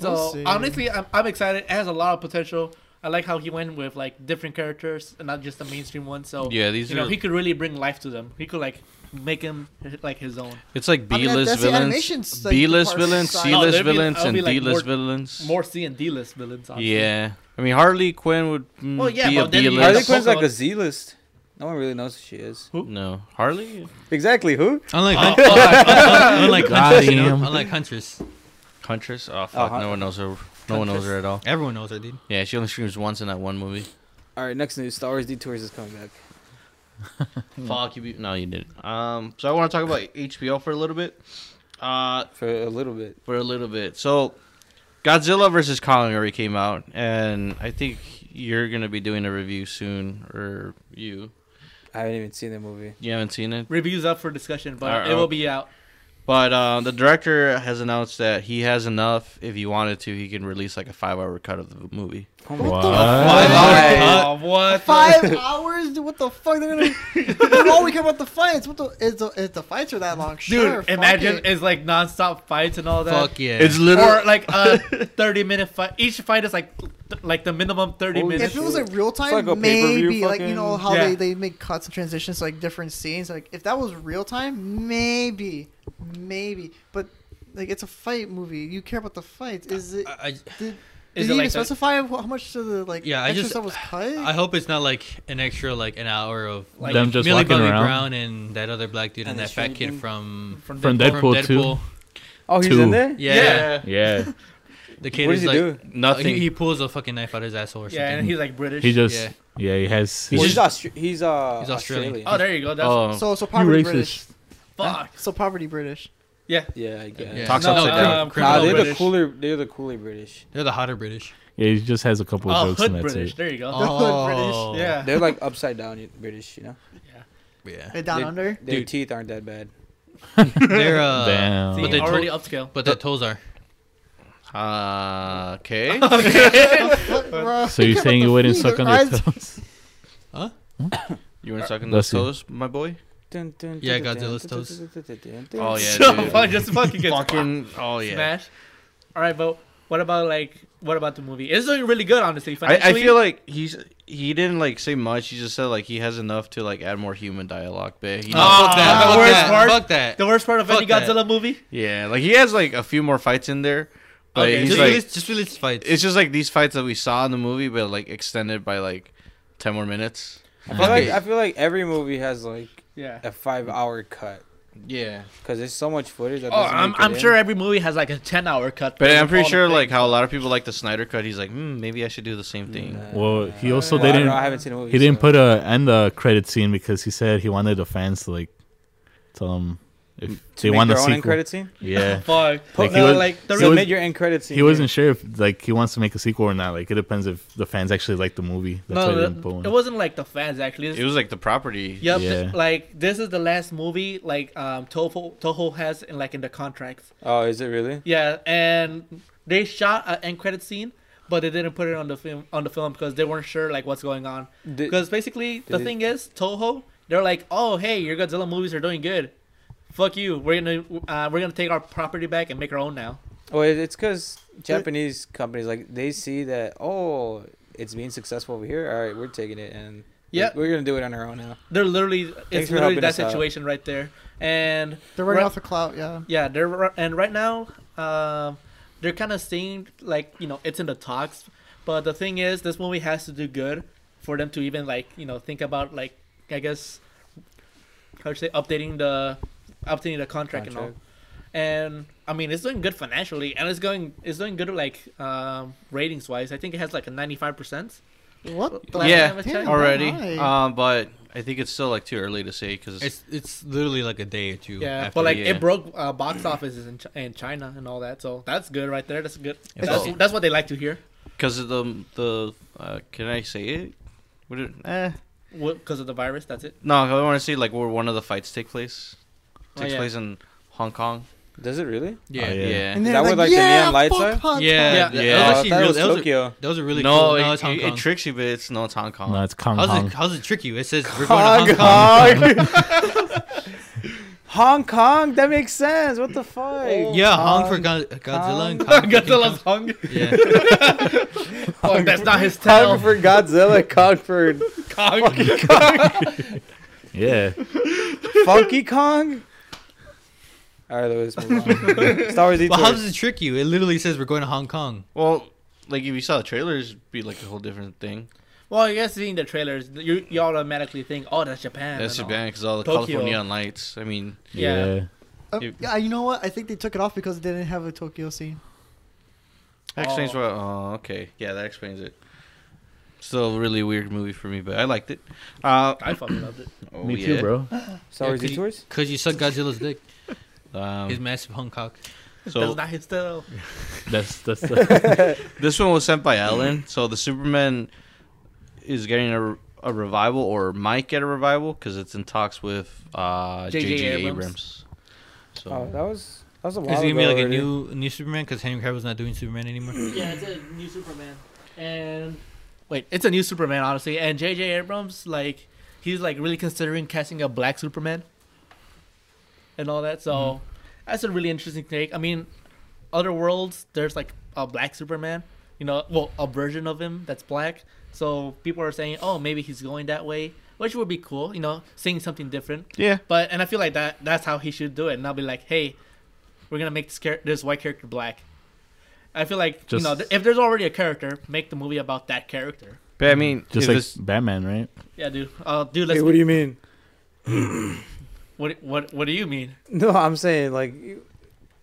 Speaker 5: So
Speaker 4: We'll see.
Speaker 5: honestly, I'm, I'm excited. It has a lot of potential. I like how he went with like different characters and not just the mainstream ones. So
Speaker 2: yeah, these
Speaker 5: you
Speaker 2: are.
Speaker 5: know, he could really bring life to them. He could like make him like his own.
Speaker 2: it's like
Speaker 4: I mean, that-
Speaker 2: B-list
Speaker 4: that's the
Speaker 2: villains,
Speaker 4: animation's, like,
Speaker 2: B-list
Speaker 4: part
Speaker 2: villains,
Speaker 4: side.
Speaker 5: No,
Speaker 2: C-list
Speaker 5: there'll be-
Speaker 2: villains,
Speaker 5: I'll
Speaker 2: and
Speaker 5: be, like,
Speaker 2: D-list
Speaker 5: more-
Speaker 2: villains.
Speaker 5: More C and D list villains. Obviously.
Speaker 2: yeah, I mean Harley Quinn would mm,
Speaker 5: Well, yeah,
Speaker 2: be a
Speaker 5: but then you-
Speaker 2: B-list.
Speaker 3: Harley
Speaker 5: Harley
Speaker 3: Quinn's
Speaker 5: Quinn-
Speaker 3: like a Z list. No one really knows who she is.
Speaker 2: No, Harley.
Speaker 3: Exactly who?
Speaker 9: Unlike
Speaker 5: Oh,
Speaker 9: Huntress, unlike Huntress, you know?
Speaker 7: Goddamn.
Speaker 9: unlike Huntress,
Speaker 2: Huntress. Oh fuck,
Speaker 4: Uh-huh.
Speaker 3: Hun-
Speaker 2: no one knows her. No one knows her at all.
Speaker 9: everyone knows her, dude.
Speaker 2: Yeah, she only screams once in that one movie.
Speaker 3: All right, next news: Star Wars Detours is coming back.
Speaker 2: Fuck you. be- No, you didn't. Um, so I want to talk about HBO for a little bit. Uh,
Speaker 3: for a little bit.
Speaker 2: for a little bit. So, Godzilla versus Kong already came out, and I think you're gonna be doing a review soon, or you
Speaker 3: I haven't even seen the movie.
Speaker 2: you haven't seen it.
Speaker 5: Reviews up for discussion, but
Speaker 2: Alright,
Speaker 5: it will
Speaker 2: okay.
Speaker 5: be out.
Speaker 2: But uh, the director has announced that he has enough. If he wanted to, he can release like a five-hour cut of the movie.
Speaker 3: Oh my
Speaker 7: What?
Speaker 3: Five
Speaker 5: Oh, what?
Speaker 4: Five hours? Dude, What the fuck? They're gonna. They only care about the fights. What the? Is the, is the fights are that long?
Speaker 5: Dude,
Speaker 4: sure, fuck
Speaker 5: imagine
Speaker 4: it.
Speaker 5: it's like non-stop fights and all that.
Speaker 9: Fuck yeah.
Speaker 2: It's
Speaker 5: Or
Speaker 2: literally
Speaker 5: like a 30 minute fight. Each fight is like th- like the minimum 30
Speaker 3: Holy
Speaker 5: minutes.
Speaker 4: If it was like real time,
Speaker 3: like a pay-per-view
Speaker 4: maybe like you know
Speaker 3: fucking-
Speaker 4: how
Speaker 5: Yeah.
Speaker 4: they, they make cuts and transitions like different scenes. Like if that was real time, maybe, maybe. But like it's a fight movie. You care about the fights. Is it?
Speaker 9: I,
Speaker 4: Did,
Speaker 5: Is
Speaker 4: did
Speaker 5: it
Speaker 4: you even
Speaker 5: like the-
Speaker 4: specify wh- how much of the like
Speaker 9: Yeah, I
Speaker 4: extra
Speaker 9: just-
Speaker 4: stuff was cut?
Speaker 9: I hope it's not like an extra like an hour of like
Speaker 7: Them just
Speaker 9: Millie
Speaker 7: walking
Speaker 9: Bobby
Speaker 7: around.
Speaker 9: Brown and that other black dude and,
Speaker 3: And the
Speaker 9: that fat
Speaker 3: Stranger
Speaker 9: kid
Speaker 3: Things.
Speaker 9: from
Speaker 5: from
Speaker 7: From
Speaker 5: the-
Speaker 9: from
Speaker 7: Deadpool,
Speaker 9: Deadpool.
Speaker 3: Oh, he's
Speaker 7: Two.
Speaker 3: in there.
Speaker 9: Yeah,
Speaker 7: Yeah,
Speaker 9: the kid
Speaker 3: what
Speaker 9: is
Speaker 3: does he
Speaker 9: like uh,
Speaker 3: do?
Speaker 2: nothing.
Speaker 9: He, he pulls a fucking knife out of his asshole or something.
Speaker 5: yeah, and he's like British.
Speaker 7: he just
Speaker 9: Yeah.
Speaker 7: yeah. he has.
Speaker 3: Well,
Speaker 7: his-
Speaker 3: he's Austra- he's uh
Speaker 9: He's Australian.
Speaker 5: oh, there you go. That's
Speaker 2: oh,
Speaker 4: so so
Speaker 7: you
Speaker 4: poverty British.
Speaker 5: fuck.
Speaker 4: So poverty British.
Speaker 3: Yeah, I guess.
Speaker 9: Yeah.
Speaker 2: Talks
Speaker 5: No,
Speaker 2: upside down.
Speaker 5: um,
Speaker 3: Nah,
Speaker 5: criminal
Speaker 3: they're the
Speaker 5: British.
Speaker 3: cooler. They're the cooler British.
Speaker 9: They're the hotter British.
Speaker 7: Yeah, he just has a couple of
Speaker 5: Oh,
Speaker 7: jokes and
Speaker 5: hood
Speaker 7: that's
Speaker 5: British.
Speaker 7: it.
Speaker 5: There you go.
Speaker 9: Oh,
Speaker 5: yeah.
Speaker 3: They're like upside down British. You know,
Speaker 9: yeah.
Speaker 4: They're down
Speaker 3: They-
Speaker 4: under.
Speaker 3: their
Speaker 9: Dude.
Speaker 3: teeth aren't that bad.
Speaker 9: They're uh,
Speaker 7: Damn.
Speaker 5: See,
Speaker 9: But they
Speaker 5: already upscale.
Speaker 9: but their toes are.
Speaker 2: uh, okay.
Speaker 7: So you're saying you wouldn't suck on their toes?
Speaker 2: You want to suck in those
Speaker 7: Bless you.
Speaker 2: toes, my boy?
Speaker 3: Dun, dun,
Speaker 9: Yeah,
Speaker 3: dun, dun,
Speaker 9: Godzilla's
Speaker 3: dun,
Speaker 9: toes.
Speaker 3: dun, dun, dun, dun, dun.
Speaker 2: Oh yeah,
Speaker 5: so
Speaker 2: dude.
Speaker 5: fuck, just fucking get
Speaker 2: fucking. Oh yeah.
Speaker 5: smashed. All right, but what about like What about the movie? It's doing really good, honestly.
Speaker 2: I, I
Speaker 5: financially.
Speaker 2: feel like he's he didn't like say much. He just said like he has enough to like add more human dialogue. But he,
Speaker 5: Ah.
Speaker 9: fuck Oh, that.
Speaker 5: the
Speaker 9: Fuck
Speaker 5: worst
Speaker 9: that.
Speaker 5: part-
Speaker 9: Fuck that.
Speaker 5: the worst part of any
Speaker 9: Fuck that.
Speaker 5: Godzilla movie.
Speaker 2: yeah, like he has like a few more fights in there. But
Speaker 5: Okay,
Speaker 2: he's
Speaker 9: Just
Speaker 2: like
Speaker 9: release, just release fights.
Speaker 2: it's just like these fights that we saw in the movie, but like extended by like ten more minutes.
Speaker 10: I feel, like,
Speaker 9: it.
Speaker 10: I feel like every movie has like
Speaker 5: Yeah.
Speaker 10: a five-hour cut
Speaker 2: Yeah,
Speaker 10: because there's so much footage. That
Speaker 5: Oh,
Speaker 10: doesn't
Speaker 5: I'm,
Speaker 10: make it
Speaker 5: I'm
Speaker 10: in.
Speaker 5: sure every movie has like a 10 hour cut.
Speaker 2: but
Speaker 5: because
Speaker 2: I'm
Speaker 5: of
Speaker 2: pretty
Speaker 5: all the
Speaker 2: sure
Speaker 5: things.
Speaker 2: like how a lot of people like the Snyder cut. He's like, hmm, maybe I should do the same thing.
Speaker 7: Well, he also
Speaker 10: Well, I don't know, I
Speaker 7: didn't.
Speaker 10: haven't seen a movie.
Speaker 7: He didn't
Speaker 10: so-
Speaker 7: put a end the credit scene because he said he wanted the fans to like tell him if
Speaker 10: to
Speaker 7: they
Speaker 10: make
Speaker 7: want the
Speaker 10: their own
Speaker 7: sequel.
Speaker 10: end credit scene.
Speaker 7: Yeah,
Speaker 5: Fuck.
Speaker 7: Like, he
Speaker 5: no,
Speaker 7: was-
Speaker 5: like the
Speaker 7: he was-
Speaker 5: reason
Speaker 10: Submit your end credit scene.
Speaker 7: he wasn't sure if like he wants to make a sequel or not. Like it depends if the fans actually like the movie. That's why
Speaker 5: no,
Speaker 7: they didn't put
Speaker 5: it
Speaker 7: one.
Speaker 5: wasn't like the fans actually. It's-
Speaker 2: It was like the property.
Speaker 5: Yep.
Speaker 7: Yeah.
Speaker 5: th- like this is the last movie like um Toho Toho has in like in the contracts.
Speaker 10: Oh, is it really?
Speaker 5: Yeah, and they shot an end credit scene, but they didn't put it on the film on the film because they weren't sure like what's going on.
Speaker 10: Did-
Speaker 5: Because basically the
Speaker 10: Did it-
Speaker 5: thing is Toho, they're like, oh hey, your Godzilla movies are doing good. Fuck you. We're gonna uh, we're gonna take our property back and make our own now.
Speaker 10: Well, oh, it- it's because Japanese companies like they see that oh, it's being successful over here. All right, we're taking it and
Speaker 5: Yeah.
Speaker 10: we're gonna do it on our own now.
Speaker 5: They're literally
Speaker 10: Thanks
Speaker 5: it's
Speaker 10: for
Speaker 5: literally
Speaker 10: helping us
Speaker 5: that
Speaker 10: out.
Speaker 5: situation right there. And
Speaker 4: They're running
Speaker 5: Right.
Speaker 4: off the clout, yeah.
Speaker 5: Yeah, they're ri- and right now, um, they're kind of saying like you know it's in the talks, but the thing is, this movie has to do good for them to even like you know think about like I guess how to say updating the updating the contract, and all.
Speaker 10: Contract.
Speaker 5: And I mean, it's doing good financially, and it's going it's doing good like um, ratings wise. I think it has like a ninety five percent.
Speaker 4: What? The
Speaker 2: Yeah,
Speaker 5: time I
Speaker 4: damn,
Speaker 5: checked.
Speaker 4: all
Speaker 2: already.
Speaker 4: Why?
Speaker 2: Um, but I think it's still like too early to say because
Speaker 9: It's it's literally like a day or two.
Speaker 5: Yeah,
Speaker 9: after
Speaker 5: but like
Speaker 9: the-
Speaker 2: yeah.
Speaker 5: it broke uh, box offices in, Ch- in China and all that, so that's good right there. That's good.
Speaker 9: It's
Speaker 5: That's,
Speaker 9: all-
Speaker 5: that's what they like to hear
Speaker 2: because of the the uh, can I say it? Would it? Eh.
Speaker 5: because of the virus. That's it.
Speaker 2: No, I want to see like where one of the fights take place.
Speaker 5: Oh,
Speaker 2: Takes
Speaker 5: yeah.
Speaker 2: place in Hong Kong.
Speaker 10: Does it really?
Speaker 9: yeah,
Speaker 7: Oh,
Speaker 9: yeah.
Speaker 7: yeah.
Speaker 2: Yeah.
Speaker 4: And then
Speaker 10: That
Speaker 4: like,
Speaker 10: would, like, the
Speaker 4: yeah,
Speaker 10: neon lights
Speaker 4: fuck
Speaker 10: are?
Speaker 4: Hong Kong."
Speaker 9: Yeah,
Speaker 5: Yeah,
Speaker 9: that was
Speaker 2: yeah.
Speaker 10: Oh, I
Speaker 9: actually
Speaker 10: thought it
Speaker 9: really-
Speaker 10: was
Speaker 9: that was a-
Speaker 10: Tokyo.
Speaker 9: That was a really
Speaker 2: no,
Speaker 9: cool.
Speaker 2: it,
Speaker 9: No, it's Hong
Speaker 2: it- it
Speaker 9: Kong.
Speaker 2: tricks you, but it's no, it's Hong Kong.
Speaker 7: No, it's Kong
Speaker 9: how's
Speaker 7: Kong.
Speaker 9: it how's it trick you? It says we're
Speaker 10: Hong
Speaker 9: going to Hong Kong.
Speaker 10: Kong. Hong Kong. That makes sense. What the fuck?
Speaker 9: Oh. Yeah, Hong for God, Godzilla and Kong. for King
Speaker 5: Godzilla's
Speaker 9: Kong.
Speaker 5: hung.
Speaker 9: Yeah,
Speaker 5: Fuck, that's not his
Speaker 10: Kong
Speaker 5: tail.
Speaker 10: for Godzilla. Kong for
Speaker 5: Kong.
Speaker 7: Yeah,
Speaker 10: Funky Kong. All right, let's move on. Star Wars
Speaker 9: but how does
Speaker 10: Detours.
Speaker 9: it trick you? It literally says we're going to Hong Kong.
Speaker 2: Well, like if you saw the trailers, it'd be like a whole different thing.
Speaker 5: Well, I guess seeing the trailers, you you automatically think, oh, that's Japan.
Speaker 2: That's
Speaker 5: and all.
Speaker 2: Japan because all the
Speaker 5: Tokyo.
Speaker 2: colorful neon lights. I mean,
Speaker 5: Yeah.
Speaker 7: yeah.
Speaker 4: Uh,
Speaker 2: You-
Speaker 4: yeah, you know what? I think they took it off because they didn't have a Tokyo scene.
Speaker 2: that
Speaker 5: Oh.
Speaker 2: explains why. Oh, okay, yeah, that explains it. Still a really weird movie for me, but I liked it. Uh,
Speaker 5: I fucking loved it.
Speaker 2: oh,
Speaker 7: Me
Speaker 2: yeah.
Speaker 7: too, bro.
Speaker 10: Star Wars
Speaker 9: Yeah, 'cause you-
Speaker 10: Detours.
Speaker 9: Cause you suck Godzilla's dick. His
Speaker 2: Um,
Speaker 9: massive Hong Kong.
Speaker 2: so
Speaker 5: that's not his tail.
Speaker 7: That's that's the,
Speaker 2: This one was sent by
Speaker 10: Mm-hmm.
Speaker 2: Ellen. So the Superman is getting a, a revival, or might get a revival, because it's in talks with uh,
Speaker 5: J.J.
Speaker 2: J.J. Abrams.
Speaker 5: Abrams.
Speaker 2: So
Speaker 10: Oh, that was that was a while
Speaker 9: Is it
Speaker 10: ago.
Speaker 9: gonna be like a
Speaker 10: already.
Speaker 9: new new Superman? Cause Henry Cavill's not doing Superman anymore.
Speaker 5: Yeah, it's a new Superman. And Mm-hmm. wait, it's a new Superman, honestly. And J.J. Abrams, like, he's like really considering casting a black Superman and all that. So that's a really interesting take. I mean, other worlds, there's like a black Superman, you know, well, a version of him that's black. So people are saying, oh, maybe he's going that way, which would be cool, you know, seeing something different.
Speaker 2: yeah,
Speaker 5: But and I feel like that that's how he should do it. And I'll be like, hey, we're gonna make this char- this white character black. I feel like
Speaker 7: Just-
Speaker 5: you know th- if there's already a character, make the movie about that character.
Speaker 2: but I mean,
Speaker 7: just
Speaker 2: if
Speaker 7: like
Speaker 2: it's-
Speaker 7: Batman, right?
Speaker 5: Yeah, dude. Uh, dude, let's.
Speaker 10: Hey, what do you mean?
Speaker 5: what, what what do you mean?
Speaker 10: No, I'm saying like, you-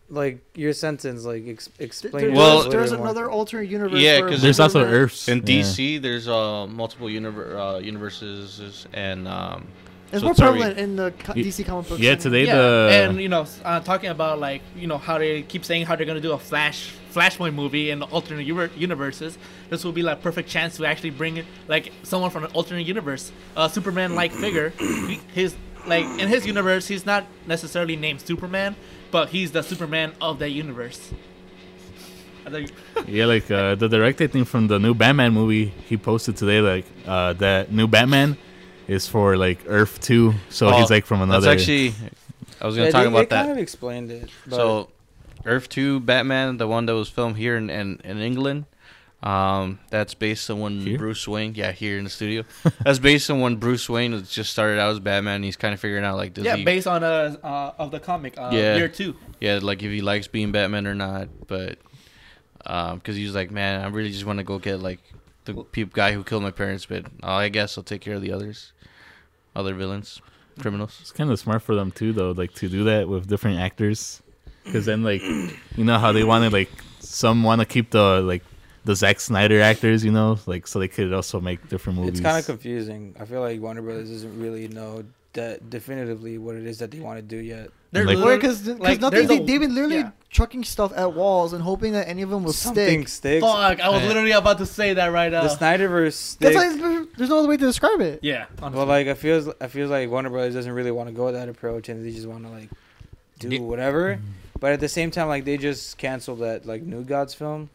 Speaker 10: like your sentence, like ex-
Speaker 4: Th-
Speaker 10: explain.
Speaker 4: There,
Speaker 10: it
Speaker 2: Well-
Speaker 10: a
Speaker 4: there's,
Speaker 10: little
Speaker 4: there's
Speaker 10: bit more.
Speaker 4: another alternate universe.
Speaker 2: Yeah,
Speaker 4: where
Speaker 2: 'cause
Speaker 7: There's also
Speaker 4: Superman-
Speaker 7: Earths.
Speaker 2: in
Speaker 7: Yeah.
Speaker 2: DC, there's uh, multiple univer- uh, universes, and um,
Speaker 4: It's
Speaker 2: so
Speaker 4: more
Speaker 2: it's already-
Speaker 4: prevalent in the co-
Speaker 7: Y-
Speaker 4: DC comic books.
Speaker 7: Yeah,
Speaker 4: than-
Speaker 7: today
Speaker 5: yeah,
Speaker 7: the
Speaker 5: and you know, s- uh, talking about like you know how they keep saying how they're gonna do a Flash Flashpoint movie in alternate uni- universes. This will be like perfect chance to actually bring like someone from an alternate universe, a Superman-like figure. He- His like in his universe, he's not necessarily named Superman, but he's the Superman of that universe. I think
Speaker 7: Yeah, like uh, the director, I think from the new Batman movie, he posted today like uh, that new Batman is for like Earth Two, so
Speaker 2: Oh,
Speaker 7: he's like from another.
Speaker 2: That's actually, I was gonna
Speaker 10: Yeah,
Speaker 2: talk
Speaker 10: they,
Speaker 2: about
Speaker 10: they
Speaker 2: that.
Speaker 10: kind of explained it. But
Speaker 2: so, Earth Two Batman, the one that was filmed here in in, in England, Um, that's based on when
Speaker 7: Here?
Speaker 2: Bruce Wayne, yeah, here in the studio. that's based on when Bruce Wayne was- just started out as Batman. And he's kind of figuring out like does
Speaker 5: yeah,
Speaker 2: he,
Speaker 5: based on uh, uh of the comic uh,
Speaker 2: Yeah.
Speaker 5: year two.
Speaker 2: yeah, like if he likes being Batman or not. But um, because he was like, man, I really just want to go get like the peop guy who killed my parents, but uh, I guess I'll take care of the others, other villains, criminals.
Speaker 7: It's kind of smart for them too, though, like to do that with different actors, because then like, you know how they want to like some want to keep the like the Zack Snyder actors, you know, like so they could also make different movies.
Speaker 3: It's kind of confusing. I feel like Warner Brothers doesn't really know that definitively what it is that they want to do yet.
Speaker 5: They're
Speaker 7: Like-
Speaker 5: literally-
Speaker 4: because
Speaker 5: like,
Speaker 4: nothing.
Speaker 5: there's
Speaker 4: They,
Speaker 5: a-
Speaker 4: they've been literally
Speaker 5: yeah.
Speaker 4: chucking stuff at walls and hoping that any of them will
Speaker 3: Something
Speaker 4: stick.
Speaker 3: sticks.
Speaker 5: Fuck, I was
Speaker 9: Yeah.
Speaker 5: literally about to say that right now.
Speaker 3: The Snyderverse sticks.
Speaker 4: That's why it's- there's no other way to describe it.
Speaker 5: yeah.
Speaker 3: well, like I feels I feels like Warner Brothers doesn't really want to go that approach, and they just want to like do
Speaker 9: Did-
Speaker 3: whatever. But at the same time, like they just canceled that like New Gods film.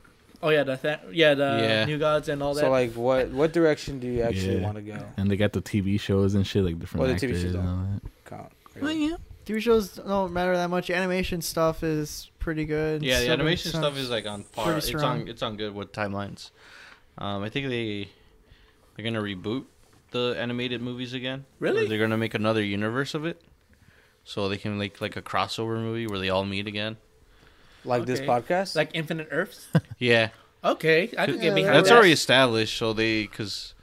Speaker 5: Oh yeah, the th- yeah the
Speaker 2: Yeah.
Speaker 5: New Gods and all that.
Speaker 3: So like, what what direction do you actually
Speaker 7: Yeah.
Speaker 3: want to go?
Speaker 7: And they got the TV shows and shit, like different
Speaker 2: Oh,
Speaker 3: Well, the
Speaker 7: actors
Speaker 3: TV shows
Speaker 7: and all that.
Speaker 3: Count,
Speaker 7: Well,
Speaker 3: really.
Speaker 7: yeah.
Speaker 4: TV shows don't matter that much. Animation stuff is pretty good.
Speaker 2: Yeah, the
Speaker 4: Stuff-
Speaker 2: animation
Speaker 4: stuff-
Speaker 2: stuff is like on par.
Speaker 4: pretty
Speaker 2: It's
Speaker 4: strong.
Speaker 2: on it's on good with timelines. Um, I think they they're gonna reboot the animated movies again. Or
Speaker 5: Really?
Speaker 2: They're gonna make another universe of it, so they can make like a crossover movie where they all meet again.
Speaker 3: Like this
Speaker 5: Okay.
Speaker 3: podcast.
Speaker 5: like Infinite Earths.
Speaker 2: Yeah,
Speaker 5: Okay, I could
Speaker 4: Yeah,
Speaker 5: get behind
Speaker 2: that's
Speaker 5: that.
Speaker 2: already established. So they because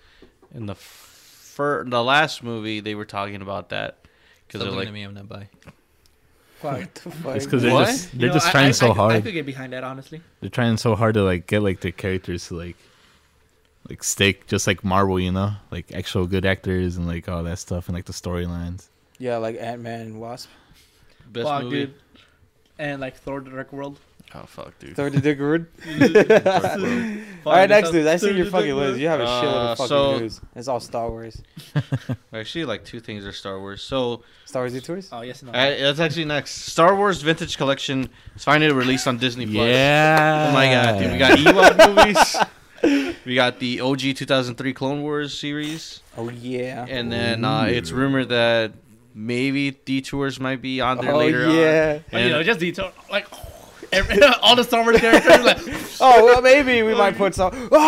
Speaker 2: in the fir- the last movie they were talking about that because they're
Speaker 9: Stop looking
Speaker 2: like
Speaker 9: at me, I'm not bi.
Speaker 5: Fuck.
Speaker 3: what the fuck?
Speaker 7: It's because they're
Speaker 2: What?
Speaker 7: just
Speaker 5: You
Speaker 7: they're
Speaker 5: know,
Speaker 7: just
Speaker 5: I-
Speaker 7: trying
Speaker 5: I-
Speaker 7: so
Speaker 5: I could-
Speaker 7: hard.
Speaker 5: I could get behind that honestly.
Speaker 7: They're trying so hard to like get like their characters to like like stick, just like Marvel, you know, like actual good actors and like all that stuff and like the storylines.
Speaker 3: yeah, like Ant Man and Wasp.
Speaker 2: best
Speaker 5: Fuck,
Speaker 2: movie.
Speaker 5: dude. And like Thor: The Dark World.
Speaker 2: Oh fuck, dude.
Speaker 3: Third the Dick Rude.
Speaker 5: Fuck,
Speaker 3: All right,
Speaker 5: this
Speaker 3: next
Speaker 5: up-
Speaker 3: news. I see
Speaker 5: Thor
Speaker 3: your
Speaker 5: the
Speaker 3: fucking
Speaker 5: Dark
Speaker 3: list.
Speaker 5: World.
Speaker 3: You have a shitload
Speaker 2: Uh,
Speaker 3: of fucking
Speaker 2: so-
Speaker 3: news. It's all Star Wars.
Speaker 2: Actually, like two things are Star Wars. So.
Speaker 3: Star Wars detours.
Speaker 5: Oh yes, no.
Speaker 2: Uh, that's actually next. Star Wars Vintage Collection is finally released on Disney Plus.
Speaker 7: Yeah.
Speaker 2: Oh my god, dude. We got Ewok movies. We got the OG 2003 Clone Wars series.
Speaker 3: Oh yeah.
Speaker 2: And then uh, it's rumored that maybe Detours might be on there
Speaker 3: Oh
Speaker 2: later on.
Speaker 3: yeah.
Speaker 5: But, you
Speaker 2: And-
Speaker 5: know, just detail like every, all the Star Wars characters like
Speaker 3: Oh well, maybe we might put some.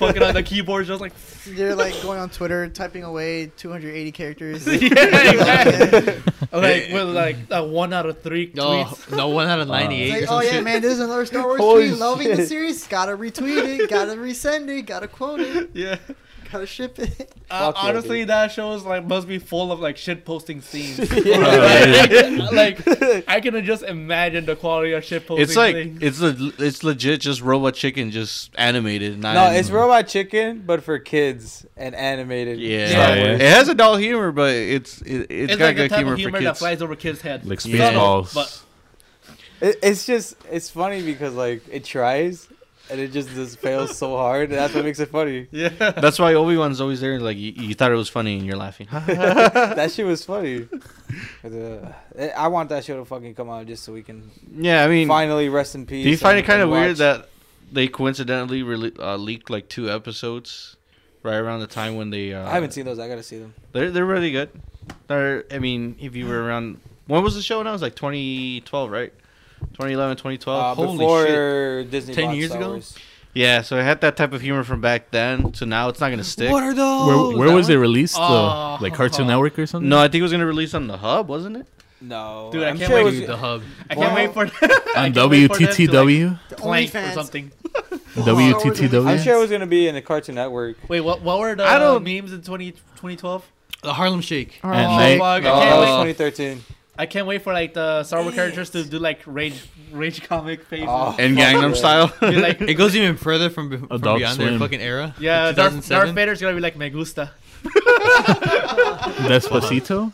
Speaker 3: Oh!
Speaker 5: fucking on the keyboard, just like
Speaker 4: They're like going on Twitter, typing away 280 characters.
Speaker 5: yeah, exactly. like with like a one out of three
Speaker 9: No,
Speaker 5: tweets.
Speaker 9: no one out of
Speaker 4: It's
Speaker 9: 98
Speaker 4: like,
Speaker 9: or
Speaker 4: oh
Speaker 9: some
Speaker 4: yeah,
Speaker 9: shit.
Speaker 4: man, this is another Star Wars
Speaker 3: Holy
Speaker 4: tweet. Loving the
Speaker 3: shit.
Speaker 4: series. Gotta retweet it. Gotta resend it. Gotta quote it.
Speaker 5: Yeah.
Speaker 4: Gotta ship it.
Speaker 5: Uh,
Speaker 3: Fuck yeah,
Speaker 5: honestly,
Speaker 3: dude.
Speaker 5: that shows like must be full of like shit posting scenes.
Speaker 7: Yeah.
Speaker 5: like, like, I can just imagine the quality of shit posting.
Speaker 2: It's like
Speaker 5: things.
Speaker 2: it's le- it's legit just Robot Chicken just animated. Not
Speaker 3: No,
Speaker 2: in-
Speaker 3: it's Robot Chicken, but for kids and animated.
Speaker 2: yeah.
Speaker 5: Yeah.
Speaker 2: It has adult humor, but it's it, it's,
Speaker 5: it's
Speaker 2: got
Speaker 5: like the
Speaker 2: good
Speaker 5: type
Speaker 2: humor,
Speaker 5: of humor
Speaker 2: for
Speaker 5: that
Speaker 2: kids.
Speaker 5: flies over kids' heads.
Speaker 7: like
Speaker 2: Yeah.
Speaker 7: Spaceballs.
Speaker 5: But-
Speaker 3: It, it's just it's funny because like it tries, and it just just fails so hard, and that's what makes it funny.
Speaker 5: yeah.
Speaker 2: That's why Obi Wan's always there. Like you, you thought it was funny and you're laughing.
Speaker 3: that shit was funny. But, uh, I- I want that show to fucking come out just so we can
Speaker 2: yeah, I mean,
Speaker 3: finally rest in peace.
Speaker 2: Do you find it
Speaker 3: and-
Speaker 2: kind of
Speaker 3: and
Speaker 2: weird
Speaker 3: watch-
Speaker 2: that they coincidentally rele uh, leaked like two episodes right around the time when they? Uh,
Speaker 3: I haven't seen those. I gotta see them.
Speaker 2: They're they're really good. They're, I mean, if you were around, when was the show? Now it was like 2012, right? 2011, 2012.
Speaker 3: Uh,
Speaker 9: holy
Speaker 3: before Disney,
Speaker 9: 10
Speaker 3: bought
Speaker 9: years
Speaker 3: Star
Speaker 9: ago?
Speaker 3: Wars.
Speaker 2: Yeah, so it had that type of humor from back then. So now it's not gonna stick.
Speaker 9: What are those?
Speaker 7: where where
Speaker 9: That
Speaker 7: was
Speaker 9: one?
Speaker 7: it released
Speaker 5: Oh.
Speaker 7: though? Like Cartoon Network or something?
Speaker 2: no, I think it was gonna release on the hub, wasn't it?
Speaker 3: No,
Speaker 5: Dude, I
Speaker 3: I'm
Speaker 5: can't
Speaker 3: sure
Speaker 5: wait
Speaker 3: it
Speaker 5: to
Speaker 3: was-
Speaker 5: do
Speaker 9: The hub.
Speaker 5: I
Speaker 3: Well,
Speaker 5: can't wait for
Speaker 7: on
Speaker 5: I can't wait for them to, like, Oh,
Speaker 7: WTTW.
Speaker 5: plank or
Speaker 4: OnlyFans.
Speaker 5: something.
Speaker 7: WTTW.
Speaker 3: I'm sure it was gonna be in the Cartoon Network.
Speaker 5: Wait, what? What were the
Speaker 2: I don't-
Speaker 5: memes in 20, 2012?
Speaker 9: The Harlem Shake.
Speaker 4: All
Speaker 7: And
Speaker 5: Oh,
Speaker 7: like-
Speaker 5: fuck,
Speaker 3: No,
Speaker 5: I
Speaker 3: that
Speaker 5: can't
Speaker 3: was
Speaker 5: wait.
Speaker 3: 2013.
Speaker 5: I can't wait for like the Star Wars characters to do like rage, rage comic faces.
Speaker 3: Oh.
Speaker 2: And
Speaker 3: Fuck
Speaker 2: Gangnam
Speaker 3: yeah.
Speaker 2: Style.
Speaker 5: Be like,
Speaker 9: It goes even further from, be- from
Speaker 7: Adult
Speaker 9: beyond their
Speaker 7: Swim.
Speaker 9: fucking era.
Speaker 5: yeah, Darth, Darth
Speaker 9: 2007.
Speaker 5: Vader's gonna be like Megusta.
Speaker 7: Despacito.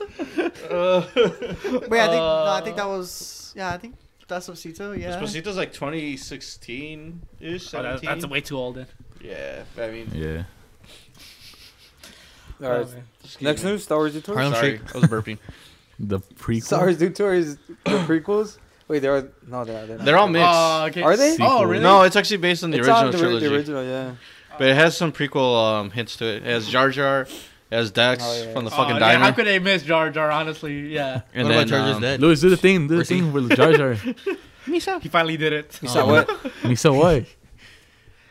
Speaker 4: Wait, I think no,
Speaker 5: Uh,
Speaker 4: I think that was yeah, I think that's Despacito. Yeah.
Speaker 2: Despacito's like 2016 ish,
Speaker 5: Oh, that, that's way too old. Then.
Speaker 2: Yeah, I mean,
Speaker 7: Yeah.
Speaker 3: All
Speaker 5: Oh,
Speaker 3: right, next news: Star Wars Detours.
Speaker 9: Harlem
Speaker 2: Sorry,
Speaker 9: Shake.
Speaker 2: I was burping.
Speaker 7: The prequel.
Speaker 3: Star Wars Detours, the prequels. Wait, there are no, there are. They're, not.
Speaker 2: They're all mixed.
Speaker 5: Oh, okay.
Speaker 3: Are they?
Speaker 5: Oh, really?
Speaker 2: No, it's actually based on the
Speaker 3: It's
Speaker 2: original
Speaker 3: on the, ri-
Speaker 2: trilogy. Oh.
Speaker 3: the original, yeah.
Speaker 2: But it has some prequel um, hints to it. It has Jar Jar, it has Dax
Speaker 3: Oh, yeah.
Speaker 2: from the
Speaker 5: Oh,
Speaker 2: fucking
Speaker 5: yeah,
Speaker 2: diner.
Speaker 5: how could they miss Jar Jar? Honestly, yeah.
Speaker 2: and
Speaker 9: what
Speaker 2: then,
Speaker 9: about Jar Jar's
Speaker 2: um,
Speaker 9: Dead?
Speaker 7: Louis, do the thing. Do the
Speaker 9: Where's he?
Speaker 7: thing with Jar Jar.
Speaker 5: He finally did it.
Speaker 3: You said what?
Speaker 7: And he said, "What?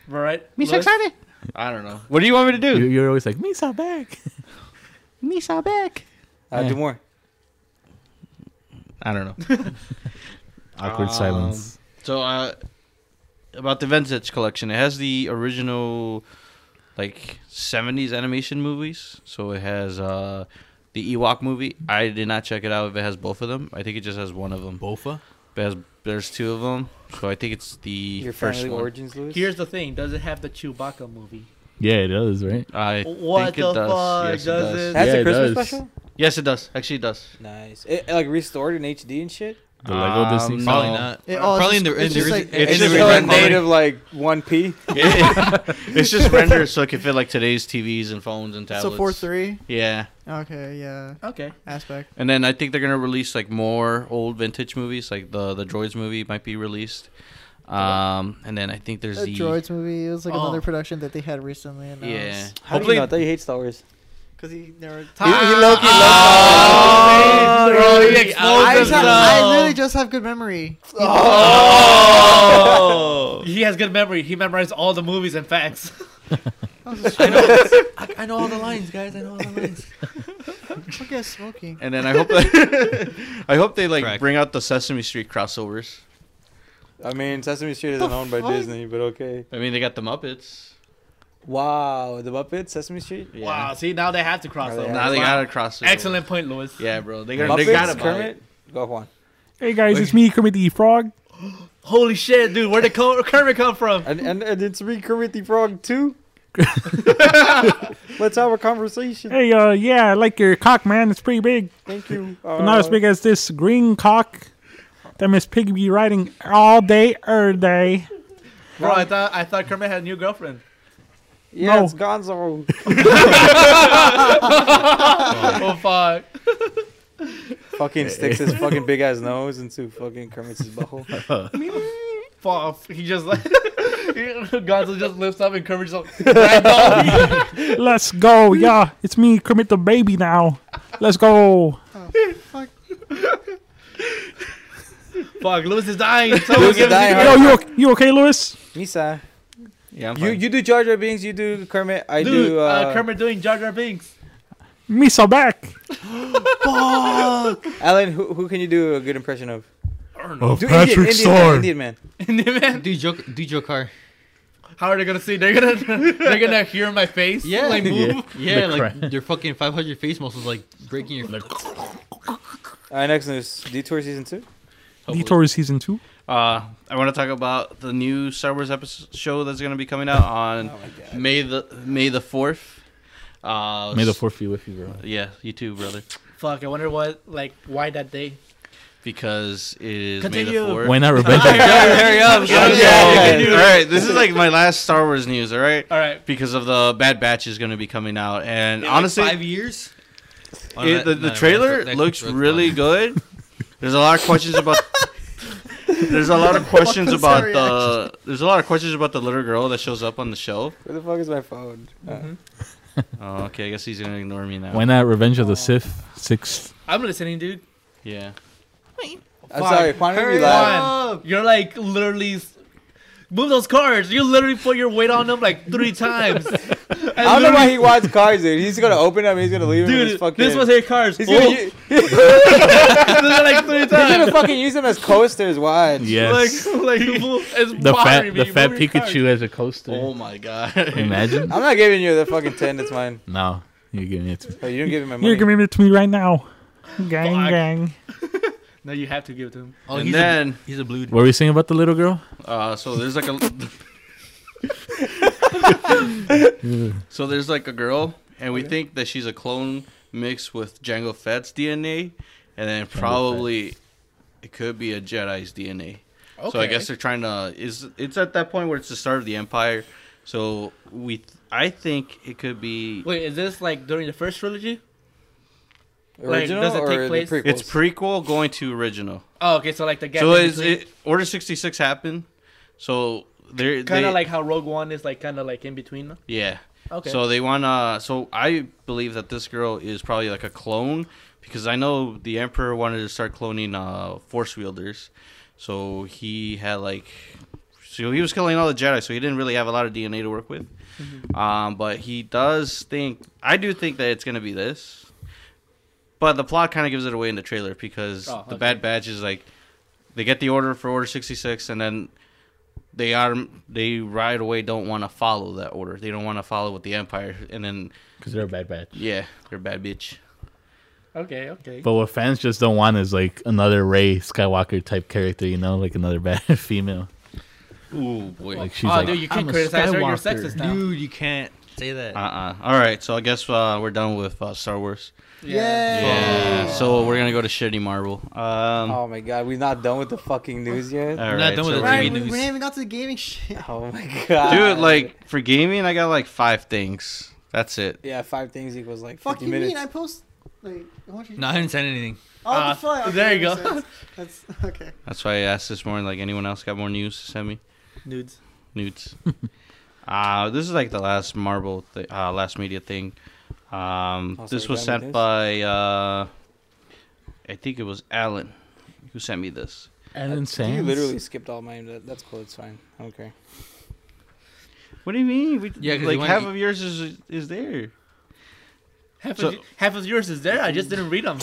Speaker 5: Right?
Speaker 11: Misa
Speaker 5: Louis?
Speaker 11: excited.
Speaker 2: I don't know. What do you want me to
Speaker 7: You-
Speaker 2: do?
Speaker 7: You're always like Misa back.
Speaker 11: Misa back.
Speaker 3: I'll
Speaker 7: Yeah.
Speaker 3: Uh, do more.
Speaker 2: I don't know.
Speaker 7: Awkward
Speaker 2: Um,
Speaker 7: silence.
Speaker 2: So uh, about the Vantage collection, it has the original like '70s animation movies. So it has uh, the Ewok movie. I did not check it out if it has both of them. I think it just has one of them.
Speaker 9: Bofa.
Speaker 2: It has, there's two of them. So I think it's the
Speaker 3: Your
Speaker 2: first
Speaker 3: family
Speaker 2: one.
Speaker 3: origins, Louis.
Speaker 5: Here's the thing. Does it have the Chewbacca movie?
Speaker 7: Yeah, it does, right?
Speaker 2: I
Speaker 5: What
Speaker 2: think it
Speaker 5: the
Speaker 2: does.
Speaker 5: fuck
Speaker 2: yes,
Speaker 5: does
Speaker 2: it does.
Speaker 5: it-
Speaker 3: that's
Speaker 7: Yeah,
Speaker 3: a
Speaker 7: it
Speaker 3: Christmas
Speaker 7: does.
Speaker 3: special.
Speaker 2: Yes, it does. Actually, it does.
Speaker 3: Nice. It, like restored in HD and shit.
Speaker 7: The Lego
Speaker 2: Um,
Speaker 7: Disney.
Speaker 2: no.
Speaker 7: stuff.
Speaker 9: Probably not.
Speaker 4: It- oh, it's
Speaker 9: Probably in
Speaker 4: just-
Speaker 9: the in
Speaker 4: it's
Speaker 9: the
Speaker 4: just
Speaker 9: ori-
Speaker 4: like-
Speaker 9: in
Speaker 4: it's
Speaker 9: the
Speaker 4: just
Speaker 3: still
Speaker 9: original
Speaker 3: in
Speaker 4: like-
Speaker 9: quality.
Speaker 3: native like 1P.
Speaker 2: it's just rendered so it can fit like today's TVs and phones and tablets.
Speaker 4: So four three.
Speaker 2: Yeah,
Speaker 4: Okay, yeah.
Speaker 5: Okay.
Speaker 4: Aspect.
Speaker 2: and then I think they're gonna release like more old vintage movies, like the the Droids movie might be released. Um, and then I think there's
Speaker 4: The
Speaker 2: the
Speaker 4: droids movie. It was like
Speaker 5: Oh.
Speaker 4: another production that they had recently.
Speaker 2: yeah.
Speaker 4: Announced.
Speaker 3: How do
Speaker 2: Hopefully,
Speaker 3: you know? I thought you hate Star Wars.
Speaker 4: Because he never.
Speaker 3: He, he low key
Speaker 2: Ah,
Speaker 4: Oh,
Speaker 2: bro,
Speaker 4: man.
Speaker 2: you exposed
Speaker 4: I, just have, I
Speaker 2: himself.
Speaker 4: literally just have good memory.
Speaker 2: Oh.
Speaker 5: He has good memory. He memorized all the movies and facts.
Speaker 4: I was just I know.
Speaker 9: I, I know all the lines, guys. I know all the lines.
Speaker 4: Okay, smoking.
Speaker 2: And then I hope that, I hope they like
Speaker 9: Correct.
Speaker 2: bring out the Sesame Street crossovers.
Speaker 3: I mean, Sesame Street isn't
Speaker 4: The
Speaker 3: owned by
Speaker 4: fuck?
Speaker 3: Disney, but okay.
Speaker 2: I mean, they got the Muppets.
Speaker 3: Wow, the Muppets, Sesame Street.
Speaker 2: Yeah.
Speaker 5: Wow. See, now they have to cross
Speaker 3: Now they
Speaker 5: over.
Speaker 3: have
Speaker 2: Now they
Speaker 5: Wow.
Speaker 2: gotta cross. it over.
Speaker 5: Excellent point, Lewis.
Speaker 2: Yeah, bro. They got.
Speaker 3: Muppets,
Speaker 2: They gotta buy it.
Speaker 3: Kermit. Go on.
Speaker 7: Hey guys, it's me, Kermit the Frog.
Speaker 5: Holy shit, dude. Where did Co- Kermit come from?
Speaker 3: And and, and it's me, Kermit the Frog too. Let's have a conversation.
Speaker 7: Hey, uh, yeah, I like your cock, man. It's pretty big.
Speaker 3: Thank you.
Speaker 7: But not as
Speaker 3: Uh,
Speaker 7: big as this green cock that Miss Piggy be riding all day, er day.
Speaker 5: Bro, I thought I thought Kermit had a new girlfriend.
Speaker 3: Yeah,
Speaker 7: No.
Speaker 3: it's Gonzo.
Speaker 5: oh fuck.
Speaker 3: fucking sticks his fucking big ass nose into fucking Kermit's butthole.
Speaker 5: Fuck. He just like Gonzo just lifts up and Kermit's like ragdoll.
Speaker 7: Let's go, yeah. It's me, Kermit the baby now. Let's go.
Speaker 5: Fuck, Lewis is dying. Someone
Speaker 3: Lewis is
Speaker 5: give us-
Speaker 3: dying.
Speaker 7: Yo, you okay, you okay, Lewis?
Speaker 3: Misa,
Speaker 2: Yeah, I'm
Speaker 3: you
Speaker 2: fine.
Speaker 3: you do Jar Jar Binks, you do Kermit, I
Speaker 5: Dude,
Speaker 3: do.
Speaker 5: uh,
Speaker 3: Uh,
Speaker 5: Kermit doing Jar Jar Binks.
Speaker 7: Misa back.
Speaker 3: Alan, who, who can you do a good impression of?
Speaker 7: Of
Speaker 3: Do Indian, Indian man, Indian man.
Speaker 5: Indian man.
Speaker 9: Do Joker, do Joker.
Speaker 5: How are they gonna see? They're gonna they're gonna hear my face.
Speaker 9: Yeah,
Speaker 5: like move.
Speaker 9: Yeah,
Speaker 7: The
Speaker 9: like
Speaker 7: crack.
Speaker 9: your fucking 500 face muscles like breaking your.
Speaker 3: All right, next news. Detour season two.
Speaker 7: Detour is season two.
Speaker 2: Uh, I want to talk about the new Star Wars episode show that's gonna be coming out on May the May the fourth. Uh,
Speaker 7: May the fourth be with you, bro.
Speaker 2: Yeah, you too, brother.
Speaker 5: Fuck, I wonder what like why that day.
Speaker 2: Because it is May
Speaker 5: Continue.
Speaker 2: the fourth.
Speaker 7: Why not revenge?
Speaker 2: Hurry up!
Speaker 5: Yeah,
Speaker 2: son.
Speaker 3: yeah, yeah.
Speaker 2: All right, this is like my last Star Wars news. All right,
Speaker 5: All right.
Speaker 2: because of the Bad Batch is gonna be coming out, and honestly,
Speaker 9: five years. Oh,
Speaker 2: it-
Speaker 9: that-
Speaker 2: the,
Speaker 9: no,
Speaker 2: the
Speaker 9: no,
Speaker 2: trailer
Speaker 9: that- that-
Speaker 2: looks
Speaker 9: that's
Speaker 2: really
Speaker 9: fine.
Speaker 2: good. There's a lot of questions about. There's a lot of questions
Speaker 4: was
Speaker 2: about
Speaker 4: that
Speaker 2: the. There's a lot of questions about the little girl that shows up on the show.
Speaker 3: Where the fuck is my phone? Uh,
Speaker 2: Oh, okay. I guess he's gonna ignore me now.
Speaker 7: Why not revenge of the Sith? Sixth.
Speaker 5: I'm listening, dude.
Speaker 2: Yeah.
Speaker 3: I'm
Speaker 5: Fuck.
Speaker 3: sorry, why don't you
Speaker 5: Hurry
Speaker 3: laugh?
Speaker 5: on. You're like literally s- move those cards. You literally put your weight on them like three times.
Speaker 3: I don't know why he wants cars, dude. He's gonna open them. He's gonna leave them. in his
Speaker 5: Dude,
Speaker 3: fucking,
Speaker 5: this was his cards.
Speaker 3: He's
Speaker 5: Oh,
Speaker 3: gonna, u-
Speaker 5: like three
Speaker 3: he's gonna
Speaker 5: times.
Speaker 3: fucking use them as coasters. Watch.
Speaker 7: Yes.
Speaker 5: Like, like it's
Speaker 7: the
Speaker 5: bothering
Speaker 7: fat,
Speaker 5: me.
Speaker 7: the fat
Speaker 5: Move your cards.
Speaker 7: Pikachu as a coaster.
Speaker 2: Oh my god.
Speaker 7: Imagine.
Speaker 3: I'm not giving you the fucking ten. That's mine.
Speaker 7: no, you're giving it. To me.
Speaker 3: Oh, you didn't give me my money.
Speaker 7: You're giving it to me right now. Gang,
Speaker 5: Fuck.
Speaker 7: gang.
Speaker 5: No, you have to give it to him.
Speaker 9: Oh,
Speaker 2: and
Speaker 9: he's a,
Speaker 2: then,
Speaker 9: he's a blue.
Speaker 7: What were you saying about the little girl?
Speaker 2: uh, so there's like a. so there's like a girl, and we think that she's a clone mixed with Jango Fett's DNA, and then probably it could be a Jedi's DNA. So I guess they're trying to is it's at that point where it's the start of the Empire. So we, th- I think it could be.
Speaker 5: Wait, is this like during the first trilogy? Like,
Speaker 3: Original
Speaker 5: does it
Speaker 3: or
Speaker 5: take
Speaker 3: the
Speaker 5: place-
Speaker 3: prequels?
Speaker 2: It's prequel going to original.
Speaker 5: Oh, okay. So like the gap.
Speaker 2: so
Speaker 5: in
Speaker 2: is
Speaker 5: between.
Speaker 2: it Order sixty six happened? So they're
Speaker 5: kind
Speaker 2: they-
Speaker 5: of like how Rogue One is like kind of like in between.
Speaker 2: yeah.
Speaker 5: Okay.
Speaker 2: So they wanna. So I believe that this girl is probably like a clone because I know the Emperor wanted to start cloning uh, Force wielders. So he had like So he was killing all the Jedi, so he didn't really have a lot of DNA to work with. Um, but he does think I do think that it's gonna be this. But the plot kind of gives it away in the trailer because
Speaker 5: Oh,
Speaker 2: the
Speaker 5: okay.
Speaker 2: Bad Batch is like they get the order for Order sixty six, and then they are they right away don't want to follow that order. They don't want to follow with the Empire, and then
Speaker 7: because they're a bad batch.
Speaker 2: yeah, they're a bad bitch.
Speaker 5: Okay, okay.
Speaker 7: But what fans just don't want is like another Ray Skywalker type character, you know, like another bad female.
Speaker 2: Ooh boy.
Speaker 7: Like she's
Speaker 5: oh,
Speaker 7: like,
Speaker 5: dude, you
Speaker 1: I'm
Speaker 5: can't
Speaker 1: a
Speaker 5: criticize her. You're
Speaker 1: Skywalker.
Speaker 5: sexist now.
Speaker 9: Dude, you can't say that.
Speaker 2: Uh uh All right, so I guess uh, we're done with uh, Star Wars.
Speaker 4: Yeah.
Speaker 2: Yeah. So we're gonna go to shitty Marvel. Um.
Speaker 10: Oh my god, we're not done with the fucking news yet.
Speaker 2: all
Speaker 9: not
Speaker 2: right,
Speaker 9: done with
Speaker 2: so we're-
Speaker 9: the TV
Speaker 4: Right, we, we
Speaker 9: news.
Speaker 4: haven't even got to the gaming shit.
Speaker 10: Oh my god.
Speaker 2: Dude, like for gaming, I got like five things. That's it.
Speaker 10: Yeah, five things equals like
Speaker 4: Fuck
Speaker 10: 50
Speaker 4: you
Speaker 10: minutes.
Speaker 4: mean? I post like. I want you to-
Speaker 9: No, I didn't send anything.
Speaker 4: Oh,
Speaker 5: Uh,
Speaker 4: the
Speaker 9: Ah,
Speaker 4: fuck. Okay,
Speaker 5: there you
Speaker 4: that
Speaker 5: go.
Speaker 4: makes sense. That's okay.
Speaker 2: That's why I asked this morning. Like, anyone else got more news to send me?
Speaker 5: Nudes.
Speaker 2: Nudes. uh, this is like the last Marvel, thi- uh, last media thing. Um,
Speaker 10: Oh, so
Speaker 2: this
Speaker 10: we're
Speaker 2: was
Speaker 10: done
Speaker 2: sent
Speaker 10: with
Speaker 2: by, uh, I think it was Alan, who sent me this.
Speaker 7: Alan Sands.
Speaker 10: You literally skipped all mine. That, that's cool. It's fine. I don't care.
Speaker 2: What do you mean? We,
Speaker 9: Yeah, 'cause you
Speaker 2: like
Speaker 9: wanna
Speaker 2: half
Speaker 9: eat-
Speaker 2: of yours is is there.
Speaker 5: Half,
Speaker 2: So-
Speaker 5: of, y- half of yours is there. I just didn't read them.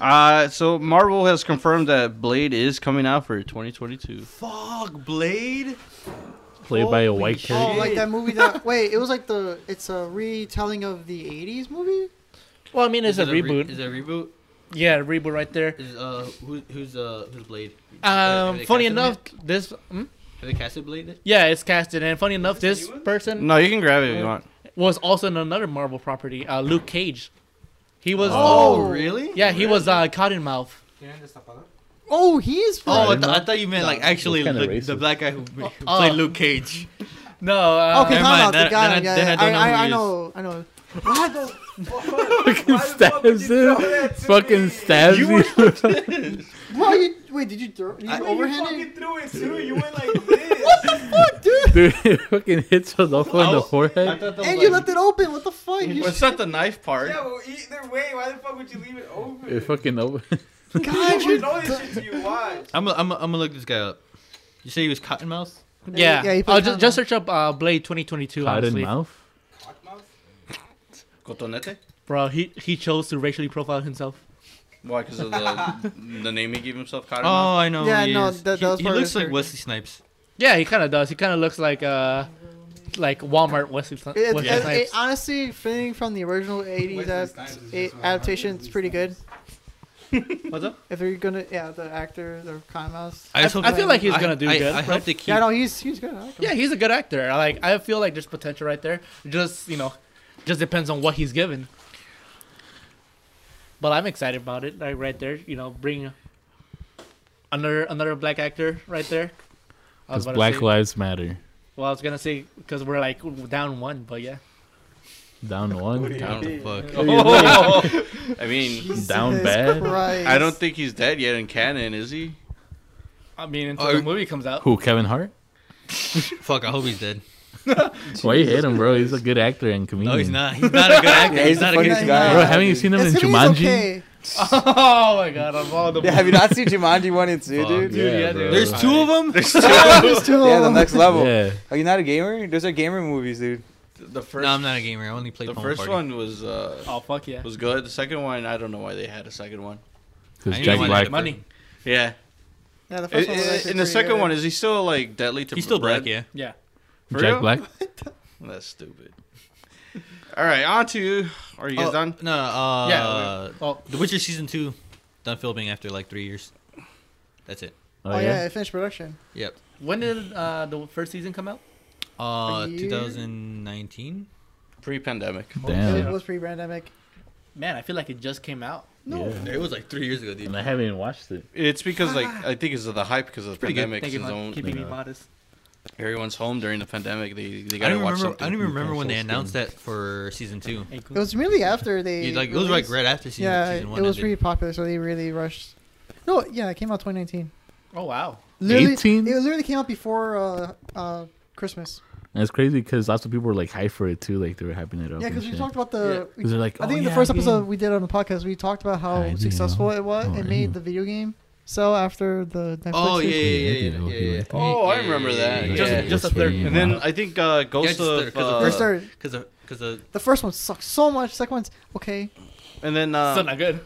Speaker 2: Uh, so Marvel has confirmed that Blade is coming out for 2022.
Speaker 9: Fuck, Blade.
Speaker 7: played by a
Speaker 9: Holy
Speaker 7: white
Speaker 9: shit.
Speaker 7: character.
Speaker 4: Oh, like that movie that. Wait, it was like the. It's a retelling of the 80s movie?
Speaker 5: well, I mean, it's a
Speaker 9: Is it re-
Speaker 5: reboot.
Speaker 9: Is it a reboot?
Speaker 5: yeah, reboot right there.
Speaker 9: Is uh, who, who's uh, who's Blade? uh, Have
Speaker 5: Um,
Speaker 9: they
Speaker 5: funny
Speaker 9: casted him
Speaker 5: enough,
Speaker 9: yet?
Speaker 5: this. Hmm?
Speaker 9: have they casted Blade? yet?
Speaker 5: Yeah, it's casted, and funny enough, this person
Speaker 2: No, you can grab it if you want.
Speaker 5: was also in another Marvel property. Uh, Luke Cage. He was.
Speaker 4: Oh.
Speaker 9: really?
Speaker 5: Yeah, he was uh, Cottonmouth.
Speaker 4: Oh, he is.
Speaker 9: Oh, I,
Speaker 4: from-
Speaker 9: th- I thought you meant like actually
Speaker 7: kinda
Speaker 9: the, the
Speaker 7: racist.
Speaker 9: black guy who, who
Speaker 5: Oh.
Speaker 9: played Luke Cage.
Speaker 5: No. Uh,
Speaker 4: okay, time
Speaker 9: never mind,
Speaker 4: out.
Speaker 9: then-
Speaker 4: The guy.
Speaker 9: then I-
Speaker 4: yeah,
Speaker 9: then I
Speaker 4: yeah,
Speaker 9: don't know
Speaker 4: I,
Speaker 9: who
Speaker 4: I,
Speaker 9: he
Speaker 4: I
Speaker 9: is.
Speaker 4: know. I know. Why the
Speaker 7: fucking stabs him. Fucking stabs you.
Speaker 4: Why you, wait, did you throw? You overhanded?
Speaker 9: threw it too. You went like this.
Speaker 7: Dude, it fucking hits Rodolfo in the forehead.
Speaker 4: And you left it open. What the fuck? You
Speaker 2: Well, it's
Speaker 4: sh-
Speaker 2: not the knife part.
Speaker 3: well, either way, why the fuck would you leave it open?
Speaker 7: It fucking over.
Speaker 4: God, you.
Speaker 3: All this shit do you watch?
Speaker 9: I'm gonna I'm gonna- I'm gonna look this guy up. You say he was Cottonmouth?
Speaker 5: Yeah.
Speaker 4: Yeah, he
Speaker 5: oh,
Speaker 4: played
Speaker 5: just, just search up uh, Blade 2022.
Speaker 7: Cotton
Speaker 5: honestly.
Speaker 7: mouth.
Speaker 2: Cotonete?
Speaker 5: Bro, he he chose to racially profile himself.
Speaker 2: Why? Because of the, the name he gave himself, Cotton
Speaker 9: Oh, I know.
Speaker 4: Yeah,
Speaker 9: who he
Speaker 4: no,
Speaker 9: is.
Speaker 4: that-
Speaker 9: He-
Speaker 4: that was
Speaker 9: he,
Speaker 4: part of
Speaker 9: looks
Speaker 4: the
Speaker 9: like
Speaker 4: third.
Speaker 9: Wesley Snipes.
Speaker 5: Yeah, he kind of does. He kind of looks like uh, like Walmart Wesley, Sni-
Speaker 4: It,
Speaker 5: Wesley
Speaker 4: it- it-
Speaker 5: Snipes.
Speaker 4: honestly, fitting from the original '80s ad- a- adaptation, it's pretty good.
Speaker 5: What's up?
Speaker 4: If you're gonna, yeah, the actor, the con mouse.
Speaker 9: I, just
Speaker 5: I
Speaker 9: hope
Speaker 5: feel like he's gonna do
Speaker 9: I,
Speaker 5: good,
Speaker 9: I, I
Speaker 5: right?
Speaker 9: hope they keep.
Speaker 4: Yeah, no, he's he's good. I like him.
Speaker 5: Yeah, he's a good actor. I Like I feel like there's potential right there. Just you know, just depends on what he's given. But I'm excited about it. Like right there, you know, bring another another black actor right there. I
Speaker 7: Because
Speaker 5: was about to
Speaker 7: Black
Speaker 5: say-
Speaker 7: Lives Matter.
Speaker 5: Well, I was gonna say because we're like down one, but yeah.
Speaker 7: Down one.
Speaker 2: I don't know,
Speaker 9: Oh.
Speaker 2: fuck. I mean,
Speaker 7: Down
Speaker 4: Jesus
Speaker 7: bad.
Speaker 4: Christ.
Speaker 2: I don't think he's dead yet in canon, is he?
Speaker 5: I mean, until
Speaker 9: Oh,
Speaker 5: the movie comes out.
Speaker 7: Who? Kevin Hart?
Speaker 9: Fuck, I hope he's dead.
Speaker 7: Why you hate him, bro? He's a good actor and comedian.
Speaker 9: No, he's not. He's not a good actor.
Speaker 10: Yeah,
Speaker 9: he's,
Speaker 10: he's the
Speaker 9: not a good
Speaker 10: funniest
Speaker 9: actor.
Speaker 10: guy.
Speaker 7: Bro, haven't you seen him in
Speaker 4: It's gonna be- he's
Speaker 7: Jumanji?
Speaker 4: okay.
Speaker 5: Oh my god, I'm all the
Speaker 10: Yeah, have you not seen Jumanji 1 and 2,
Speaker 9: Fuck.
Speaker 10: dude?
Speaker 5: Dude, yeah,
Speaker 7: bro.
Speaker 5: dude.
Speaker 9: There's two of them.
Speaker 4: There's two of
Speaker 10: Yeah, the
Speaker 4: them.
Speaker 10: next level.
Speaker 7: Yeah.
Speaker 10: Are you not a gamer? Those are gamer movies, dude.
Speaker 2: The first,
Speaker 9: No, I'm not a gamer. I only play.
Speaker 2: the
Speaker 9: Pong
Speaker 2: first
Speaker 9: Party.
Speaker 2: one was uh,
Speaker 5: Oh fuck yeah.
Speaker 2: was good. The second one, I don't know why they had a second one.
Speaker 9: I
Speaker 7: Because
Speaker 9: need
Speaker 7: Jack
Speaker 9: one.
Speaker 7: Black.
Speaker 5: Money.
Speaker 2: Yeah,
Speaker 4: Yeah, the first one. was actually
Speaker 2: and the
Speaker 4: pretty
Speaker 2: second
Speaker 4: good.
Speaker 2: one is he still like deadly to
Speaker 9: He's still
Speaker 2: Brad?
Speaker 9: black, yeah.
Speaker 5: Yeah.
Speaker 2: For
Speaker 7: Jack
Speaker 2: real?
Speaker 7: Black.
Speaker 4: Oh,
Speaker 2: That's stupid. All right, on to are you guys
Speaker 9: Oh,
Speaker 2: done?
Speaker 9: No, uh,
Speaker 5: Yeah. oh,
Speaker 9: The Witcher season two, done filming after like three years. That's it.
Speaker 4: Oh yeah, it finished production.
Speaker 9: Yep.
Speaker 5: when did uh, the first season come out?
Speaker 9: Uh,
Speaker 4: A year?
Speaker 9: 2019.
Speaker 2: Pre-pandemic.
Speaker 7: Damn.
Speaker 4: It was pre-pandemic.
Speaker 5: Man, I feel like it just came out.
Speaker 4: No.
Speaker 7: Yeah.
Speaker 9: It was like three years ago,
Speaker 7: And
Speaker 9: dude.
Speaker 7: I haven't even watched it.
Speaker 2: It's because like I think it's of the hype because of the
Speaker 9: pretty good.
Speaker 2: pandemic.
Speaker 5: Thank you,
Speaker 2: since
Speaker 5: Mike,
Speaker 2: no one-
Speaker 5: keeping me
Speaker 7: Yeah.
Speaker 5: modest.
Speaker 2: everyone's home during the pandemic. They they
Speaker 9: I
Speaker 2: gotta
Speaker 9: don't
Speaker 2: watch
Speaker 9: remember. I
Speaker 2: something.
Speaker 9: don't even remember when they
Speaker 7: Console
Speaker 9: announced that for season two.
Speaker 5: Hey,
Speaker 4: It
Speaker 5: cool.
Speaker 4: was really after they.
Speaker 9: You, like it was like
Speaker 4: released-
Speaker 9: right after season,
Speaker 4: Yeah,
Speaker 9: season
Speaker 4: it
Speaker 9: one.
Speaker 4: was
Speaker 9: ended.
Speaker 4: pretty popular, so they really rushed. No, yeah, it came out 2019.
Speaker 5: Oh wow.
Speaker 4: Literally,
Speaker 7: 18?
Speaker 4: It literally came out before uh, uh, Christmas.
Speaker 7: And it's crazy because lots of people were like hyped for it too. Like they were hyping it up.
Speaker 4: Yeah,
Speaker 7: and
Speaker 4: because we
Speaker 7: shit.
Speaker 4: talked about the. we-
Speaker 7: Because they're like,
Speaker 4: I
Speaker 7: oh,
Speaker 4: think in
Speaker 7: yeah,
Speaker 4: the first
Speaker 7: game.
Speaker 4: episode we did on the podcast, we talked about how
Speaker 7: I do.
Speaker 4: successful it was.
Speaker 7: Oh,
Speaker 4: it
Speaker 7: I
Speaker 4: made
Speaker 7: do.
Speaker 4: the video game, Cell after the Netflix?
Speaker 9: Oh yeah,
Speaker 4: series?
Speaker 9: yeah, yeah, yeah, yeah, yeah.
Speaker 2: Oh, I remember that.
Speaker 5: Just-
Speaker 2: Yeah.
Speaker 5: just a third-
Speaker 2: And then I think uh, Ghost
Speaker 9: just the-
Speaker 2: of
Speaker 9: 'cause the
Speaker 2: uh,
Speaker 4: First third-
Speaker 9: because because
Speaker 4: the first one sucks so much. Second one's okay.
Speaker 2: and then uh,
Speaker 5: Still not good.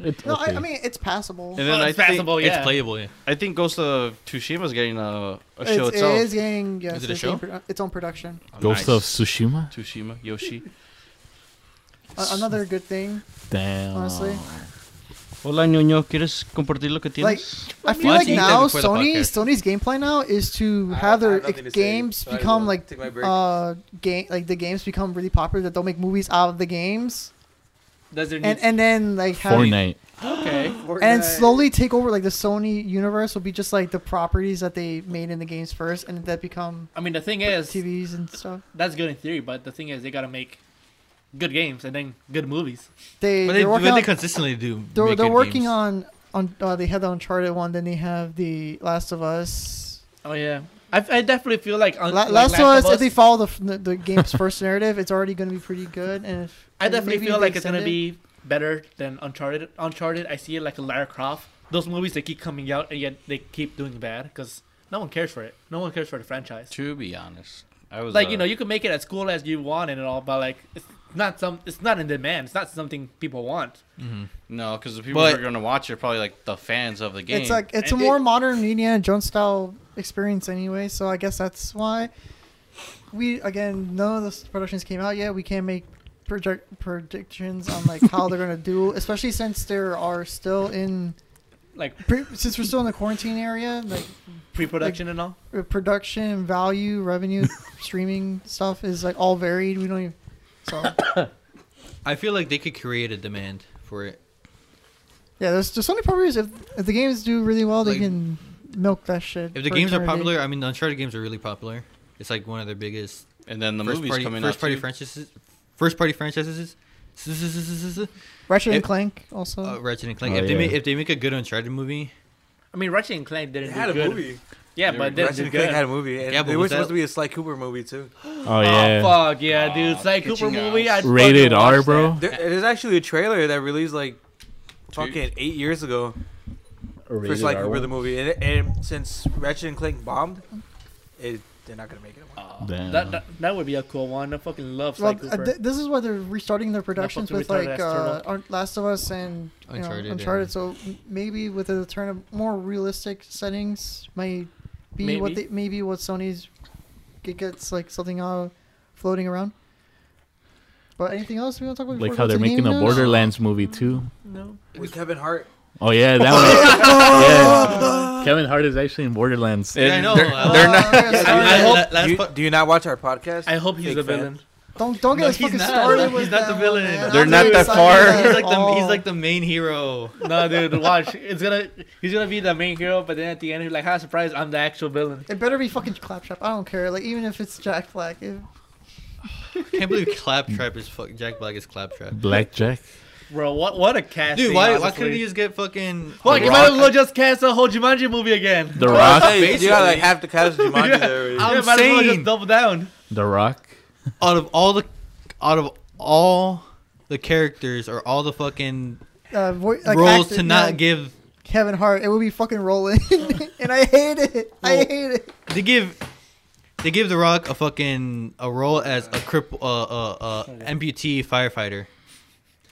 Speaker 7: It's
Speaker 4: No,
Speaker 7: okay.
Speaker 4: I, I mean it's passable.
Speaker 2: and then
Speaker 5: Oh,
Speaker 2: I
Speaker 5: it's
Speaker 2: think
Speaker 5: passable, yeah.
Speaker 9: it's playable. Yeah.
Speaker 2: I think Ghost of Tsushima's getting a, a show
Speaker 4: it's, it
Speaker 2: itself.
Speaker 4: is getting yes,
Speaker 9: Is it a
Speaker 4: it's getting
Speaker 9: show?
Speaker 4: produ- its own production.
Speaker 7: Ghost of Tsushima.
Speaker 2: Tsushima Yoshi.
Speaker 4: A- another good thing.
Speaker 7: Damn.
Speaker 4: Honestly.
Speaker 2: Hola ñoño, ¿quieres compartir lo que
Speaker 4: Like, I feel
Speaker 9: Why
Speaker 4: like
Speaker 9: don't you eat that
Speaker 4: now
Speaker 9: before the
Speaker 4: Sony
Speaker 9: podcast?
Speaker 4: Sony's gameplay now is to
Speaker 3: I- I
Speaker 4: have their
Speaker 3: have nothing to say,
Speaker 4: games
Speaker 3: so I
Speaker 4: become
Speaker 3: will
Speaker 4: like
Speaker 3: take my break.
Speaker 4: uh game like the games become really popular that they'll make movies out of the games
Speaker 5: Does there
Speaker 4: and and then like have
Speaker 7: Fortnite.
Speaker 5: okay?
Speaker 4: and slowly take over like the Sony universe will be just like the properties that they made in the games first and that become
Speaker 5: I mean, the thing is,
Speaker 4: TVs and stuff.
Speaker 5: that's good in theory, but the thing is, they gotta make good games and then good movies.
Speaker 4: They
Speaker 9: But
Speaker 4: they're
Speaker 9: they, but
Speaker 4: working on,
Speaker 9: they consistently do.
Speaker 4: they're,
Speaker 9: make
Speaker 4: they're
Speaker 9: good
Speaker 4: working
Speaker 9: games.
Speaker 4: on on uh, they had the Uncharted one then they have the Last of Us
Speaker 5: Oh yeah, I, I definitely feel like,
Speaker 4: La-
Speaker 5: un- like
Speaker 4: Last of Us, if they
Speaker 5: Us,
Speaker 4: follow the, f- the, the game's first narrative, it's already going to be pretty good. And if,
Speaker 5: I
Speaker 4: and
Speaker 5: definitely
Speaker 4: maybe
Speaker 5: feel
Speaker 4: they
Speaker 5: like it's gonna
Speaker 4: extend
Speaker 5: be
Speaker 4: it.
Speaker 5: better than Uncharted. Uncharted, I see it like a Lara Croft. Those movies they keep coming out and yet they keep doing bad because no one cares for it. No one cares for the franchise.
Speaker 2: To be honest, I was
Speaker 5: Like
Speaker 2: uh,
Speaker 5: you know, you can make it as cool as you want and all, but like it's not some. It's not in demand. It's not something people want.
Speaker 2: no, because the people
Speaker 9: But-
Speaker 2: who are gonna watch are probably like the fans of the game.
Speaker 4: It's like it's a
Speaker 5: And
Speaker 4: more
Speaker 5: it-
Speaker 4: modern Indiana Jones style experience anyway. So I guess that's why we again none of the productions came out yet. We can't make project predictions on like how they're going to do, especially since there are still in
Speaker 5: Like
Speaker 4: pre, since we're still in the quarantine area. Like
Speaker 5: pre-production and all.
Speaker 4: uh, production value, revenue, streaming stuff is like all varied. We don't even. So.
Speaker 9: I feel like they could create a demand for it.
Speaker 4: Yeah, there's there's so many properties. If, if the games do really well, they
Speaker 9: Like-
Speaker 4: can milk that shit.
Speaker 9: If the
Speaker 4: for
Speaker 9: games are
Speaker 4: eternity.
Speaker 9: popular, I mean, the Uncharted games are really popular. It's like one of their biggest
Speaker 2: and then the
Speaker 9: first
Speaker 2: movies
Speaker 9: party,
Speaker 2: coming
Speaker 9: first
Speaker 2: out.
Speaker 9: party
Speaker 2: too.
Speaker 9: franchises. First party franchises. s- s- s- s- s- s-
Speaker 4: Ratchet and
Speaker 9: if-
Speaker 4: Clank also.
Speaker 9: Uh, Ratchet and Clank.
Speaker 7: Oh,
Speaker 9: if they
Speaker 7: yeah.
Speaker 9: make if they make a good Uncharted movie,
Speaker 5: I mean, Ratchet and Clank didn't
Speaker 3: They
Speaker 5: do
Speaker 3: had a
Speaker 5: good.
Speaker 3: movie.
Speaker 5: Yeah, but didn't
Speaker 3: Ratchet
Speaker 5: do
Speaker 3: and Clank
Speaker 5: good.
Speaker 3: had a movie. And
Speaker 9: Yeah,
Speaker 3: yeah,
Speaker 9: but
Speaker 3: it
Speaker 9: was
Speaker 3: was
Speaker 9: that-
Speaker 3: supposed to be a Sly Cooper movie too.
Speaker 7: Oh yeah.
Speaker 5: fuck yeah, dude! Sly
Speaker 2: itching
Speaker 5: Cooper
Speaker 2: eyes.
Speaker 5: movie. I
Speaker 7: Rated
Speaker 5: fucking
Speaker 7: R,
Speaker 5: watched
Speaker 7: bro.
Speaker 5: that.
Speaker 3: There, there's actually a trailer that released like fucking eight years ago for Sly Cooper the movie, and, and since Ratchet and Clank bombed, it, they're not gonna make it.
Speaker 5: Oh,
Speaker 7: Damn.
Speaker 5: that, that that would be a cool one. I fucking love Sly
Speaker 4: well, uh,
Speaker 5: Cooper.
Speaker 4: th- this is why they're restarting their productions
Speaker 5: fucking
Speaker 4: with
Speaker 5: retarded ass
Speaker 4: like uh,
Speaker 5: turtle.
Speaker 4: Ar- Last of Us and you
Speaker 9: Uncharted,
Speaker 4: know,
Speaker 9: yeah.
Speaker 4: Uncharted. So m- maybe with a return of more realistic settings, might be what
Speaker 5: Maybe.
Speaker 4: they, maybe what Sony's g- gets like something out floating around. But anything else we want to talk about?
Speaker 7: Like
Speaker 4: before
Speaker 7: how
Speaker 4: we
Speaker 7: they're
Speaker 4: go to
Speaker 7: making
Speaker 4: game
Speaker 7: a
Speaker 4: news?
Speaker 7: Borderlands movie too.
Speaker 5: no,
Speaker 3: One. With Kevin Hart,
Speaker 7: Oh yeah, that one. yeah. Kevin Hart is actually in Borderlands.
Speaker 9: yeah, I know.
Speaker 2: They're,
Speaker 9: uh,
Speaker 2: they're
Speaker 4: Oh,
Speaker 2: not.
Speaker 4: yeah, sorry.
Speaker 5: I hope-
Speaker 9: la- last
Speaker 3: do you,
Speaker 9: part-
Speaker 3: do you not watch our podcast?
Speaker 5: I hope he's
Speaker 3: Big
Speaker 5: the
Speaker 3: fan.
Speaker 5: villain.
Speaker 4: Don't don't get
Speaker 9: No,
Speaker 4: us
Speaker 9: he's
Speaker 4: fucking
Speaker 9: not.
Speaker 4: started
Speaker 9: He's
Speaker 4: with
Speaker 9: not the
Speaker 4: that
Speaker 9: villain.
Speaker 4: one, man.
Speaker 2: They're
Speaker 4: I'm
Speaker 2: not
Speaker 4: really
Speaker 2: that
Speaker 4: excited
Speaker 2: far.
Speaker 4: about
Speaker 9: he's
Speaker 4: that
Speaker 9: like the he's
Speaker 4: all.
Speaker 9: like the main hero.
Speaker 5: No, dude, watch. It's gonna he's gonna be the main hero, but then at the end, he's like, "How surprised! I'm the actual villain."
Speaker 4: It better be fucking claptrap. I don't care. Like even if it's Jack Black, if,
Speaker 9: Can't believe Claptrap is fuck Jack Black is Claptrap.
Speaker 7: Blackjack.
Speaker 5: Bro, what what a cast!
Speaker 9: Dude, why why couldn't he just get fucking?
Speaker 5: Fuck,
Speaker 7: The
Speaker 5: you might as
Speaker 7: Rock?
Speaker 5: well just cast a whole Jumanji movie again.
Speaker 7: The
Speaker 3: Hey,
Speaker 7: Rock.
Speaker 3: you got like half the cast of Jumanji there. already.
Speaker 5: Yeah,
Speaker 9: I'm
Speaker 5: might as well just
Speaker 9: saying
Speaker 5: double down.
Speaker 7: The Rock.
Speaker 9: out of all the out of all the characters or all the fucking
Speaker 4: uh, vo- like
Speaker 9: roles
Speaker 4: actor-
Speaker 9: to not
Speaker 4: yeah,
Speaker 9: give
Speaker 4: Kevin Hart, it would be fucking rolling, and I hate it. I
Speaker 9: Well-
Speaker 4: hate it.
Speaker 9: they give they give the Rock a fucking a role as a cripple uh, uh, uh, amputee firefighter.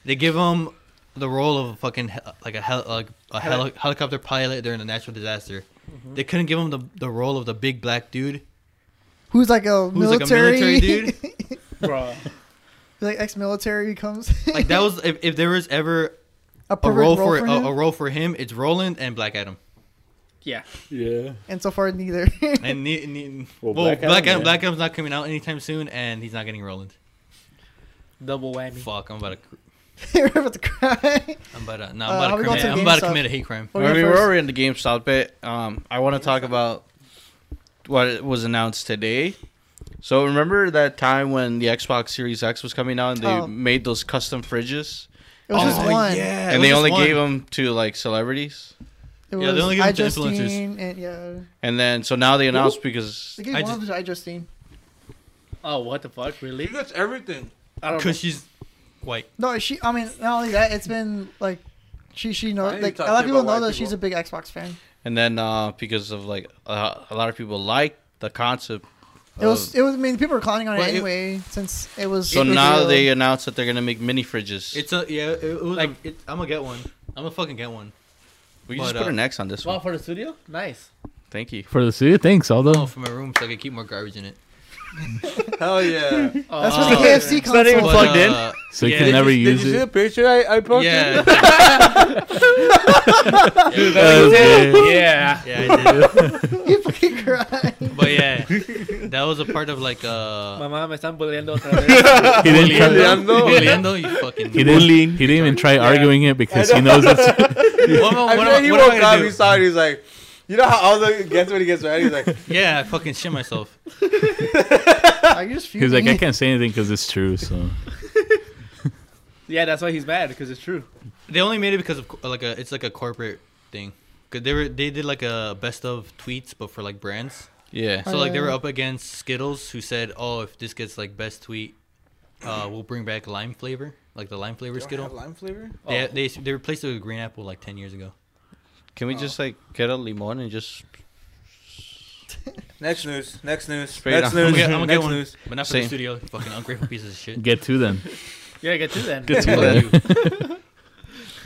Speaker 9: They give him the role of a fucking he- like a hel- like a heli- helicopter pilot during a natural disaster.
Speaker 4: Mm-hmm.
Speaker 9: They couldn't give him the, the role of the big black dude
Speaker 4: Who's like a
Speaker 9: who's like a
Speaker 4: military,
Speaker 9: military dude.
Speaker 5: Bro,
Speaker 4: like ex-military becomes
Speaker 9: like that was if, if there was ever
Speaker 4: a
Speaker 9: a
Speaker 4: perfect
Speaker 9: role for, Oh,
Speaker 4: for
Speaker 9: a,
Speaker 4: him,
Speaker 9: a role for him, it's Roland and Black Adam.
Speaker 5: yeah,
Speaker 7: Yeah.
Speaker 4: and so far neither.
Speaker 9: And ne- ne-
Speaker 7: Well,
Speaker 9: well,
Speaker 7: Black
Speaker 9: Black,
Speaker 7: Adam,
Speaker 9: Adam,
Speaker 7: yeah.
Speaker 9: Black Adam's not coming out anytime soon, and he's not getting Roland.
Speaker 5: double whammy.
Speaker 9: Fuck, I'm about to, cr-
Speaker 4: We're about to cry.
Speaker 9: I'm about to, no,
Speaker 4: Uh,
Speaker 9: I'm
Speaker 4: how
Speaker 9: about
Speaker 4: we
Speaker 9: to
Speaker 4: going
Speaker 9: commit,
Speaker 4: to the
Speaker 9: I'm
Speaker 4: game
Speaker 9: about to
Speaker 4: stuff?
Speaker 9: commit a hate crime.
Speaker 4: What
Speaker 2: I
Speaker 4: we
Speaker 2: mean,
Speaker 4: got
Speaker 2: we're
Speaker 4: first?
Speaker 2: already in the GameStop bit. Um, I want to talk about what was announced today. So remember that time when the Xbox Series X was coming out and they
Speaker 4: Oh.
Speaker 2: made those custom fridges,
Speaker 4: It was just
Speaker 9: Oh,
Speaker 4: one.
Speaker 9: yeah,
Speaker 2: and
Speaker 9: it was
Speaker 2: they
Speaker 9: just
Speaker 2: only
Speaker 9: one.
Speaker 2: gave them to like celebrities,
Speaker 4: It was
Speaker 9: Yeah, they only give
Speaker 4: I
Speaker 9: it to influencers.
Speaker 4: Justine and yeah,
Speaker 2: and then so now they announced because
Speaker 4: they gave
Speaker 9: I
Speaker 4: one
Speaker 9: just-
Speaker 4: of them to I Justine.
Speaker 5: Oh, what the fuck,
Speaker 3: He
Speaker 5: really?
Speaker 3: gets everything.
Speaker 5: I don't know.
Speaker 9: Because she's white.
Speaker 4: No, she. I mean, not only that, it's been like She she knows
Speaker 3: I need
Speaker 4: like
Speaker 3: to
Speaker 4: a
Speaker 3: talk
Speaker 4: lot
Speaker 3: shit
Speaker 4: of people
Speaker 3: about
Speaker 4: know
Speaker 3: white
Speaker 4: that she's a big Xbox fan.
Speaker 2: And then uh, because of like uh, a lot of people like the concept.
Speaker 4: It was
Speaker 2: of-
Speaker 4: it was I mean people were clowning on it
Speaker 2: Well, it-
Speaker 4: anyway since it was
Speaker 2: so now
Speaker 4: revealed.
Speaker 2: they announced that they're gonna make mini fridges.
Speaker 9: It's a yeah. It, it was like
Speaker 5: Like-
Speaker 9: it, I'm gonna get one. I'm gonna fucking get one.
Speaker 2: we just
Speaker 9: but,
Speaker 2: put
Speaker 9: uh,
Speaker 2: an X on this
Speaker 5: Wow,
Speaker 2: one.
Speaker 5: for the studio? Nice.
Speaker 2: Thank you.
Speaker 7: For the studio, thanks, Aldo.
Speaker 9: Oh, for my room so I can keep more garbage in it.
Speaker 3: Hell yeah.
Speaker 4: That's
Speaker 5: Uh,
Speaker 4: what the KFC console.
Speaker 9: But,
Speaker 7: plugged in?
Speaker 9: uh,
Speaker 7: so you
Speaker 9: yeah,
Speaker 7: can
Speaker 9: did
Speaker 7: never
Speaker 3: Did you
Speaker 7: use
Speaker 3: see the
Speaker 7: it.
Speaker 3: picture I, I posted?
Speaker 9: Yeah.
Speaker 5: Dude,
Speaker 7: Uh, yeah.
Speaker 5: yeah.
Speaker 9: yeah, I did.
Speaker 4: you fucking cry.
Speaker 9: But yeah, that was a part of like uh.
Speaker 5: Mamá, me están bulleando otra vez.
Speaker 7: He didn't try,
Speaker 9: Orlando, you fucking.
Speaker 7: he didn't, he didn't even try arguing it because he knows it's
Speaker 9: What, am I-
Speaker 3: I feel
Speaker 9: what am I-
Speaker 3: like he
Speaker 9: what am I
Speaker 3: woke
Speaker 9: gonna
Speaker 3: up,
Speaker 9: do?
Speaker 3: he saw it, he's like, you know how all the gets when he gets ready? He's like,
Speaker 9: Yeah, I fucking shit myself.
Speaker 4: Are you just
Speaker 7: He was
Speaker 4: fuming?
Speaker 7: like, I can't say anything because it's true. So
Speaker 5: yeah, that's why he's mad, because it's true.
Speaker 9: They only made it because of co- like a it's like a corporate thing. Cause they were they did like a best of tweets, but for like brands.
Speaker 2: Yeah.
Speaker 9: So like they
Speaker 4: yeah.
Speaker 9: were up against Skittles, who said, "Oh, if this gets like best tweet, uh, we'll bring back lime flavor, like the lime flavor
Speaker 3: "Don't have
Speaker 9: Skittle."
Speaker 3: lime flavor?
Speaker 9: They, they they replaced it with green apple like ten years ago.
Speaker 2: Can
Speaker 9: uh,
Speaker 2: we just like get a limon and just
Speaker 3: Next news. Next news.
Speaker 2: Straight
Speaker 3: next
Speaker 2: on.
Speaker 3: news.
Speaker 9: I'm gonna, I'm gonna get
Speaker 3: next
Speaker 9: one,
Speaker 3: news.
Speaker 9: but not for
Speaker 2: Same.
Speaker 9: the studio. Fucking ungrateful pieces of shit.
Speaker 7: get to them,
Speaker 5: Yeah, get to then.
Speaker 7: get to
Speaker 9: Fuck
Speaker 7: them,
Speaker 9: you.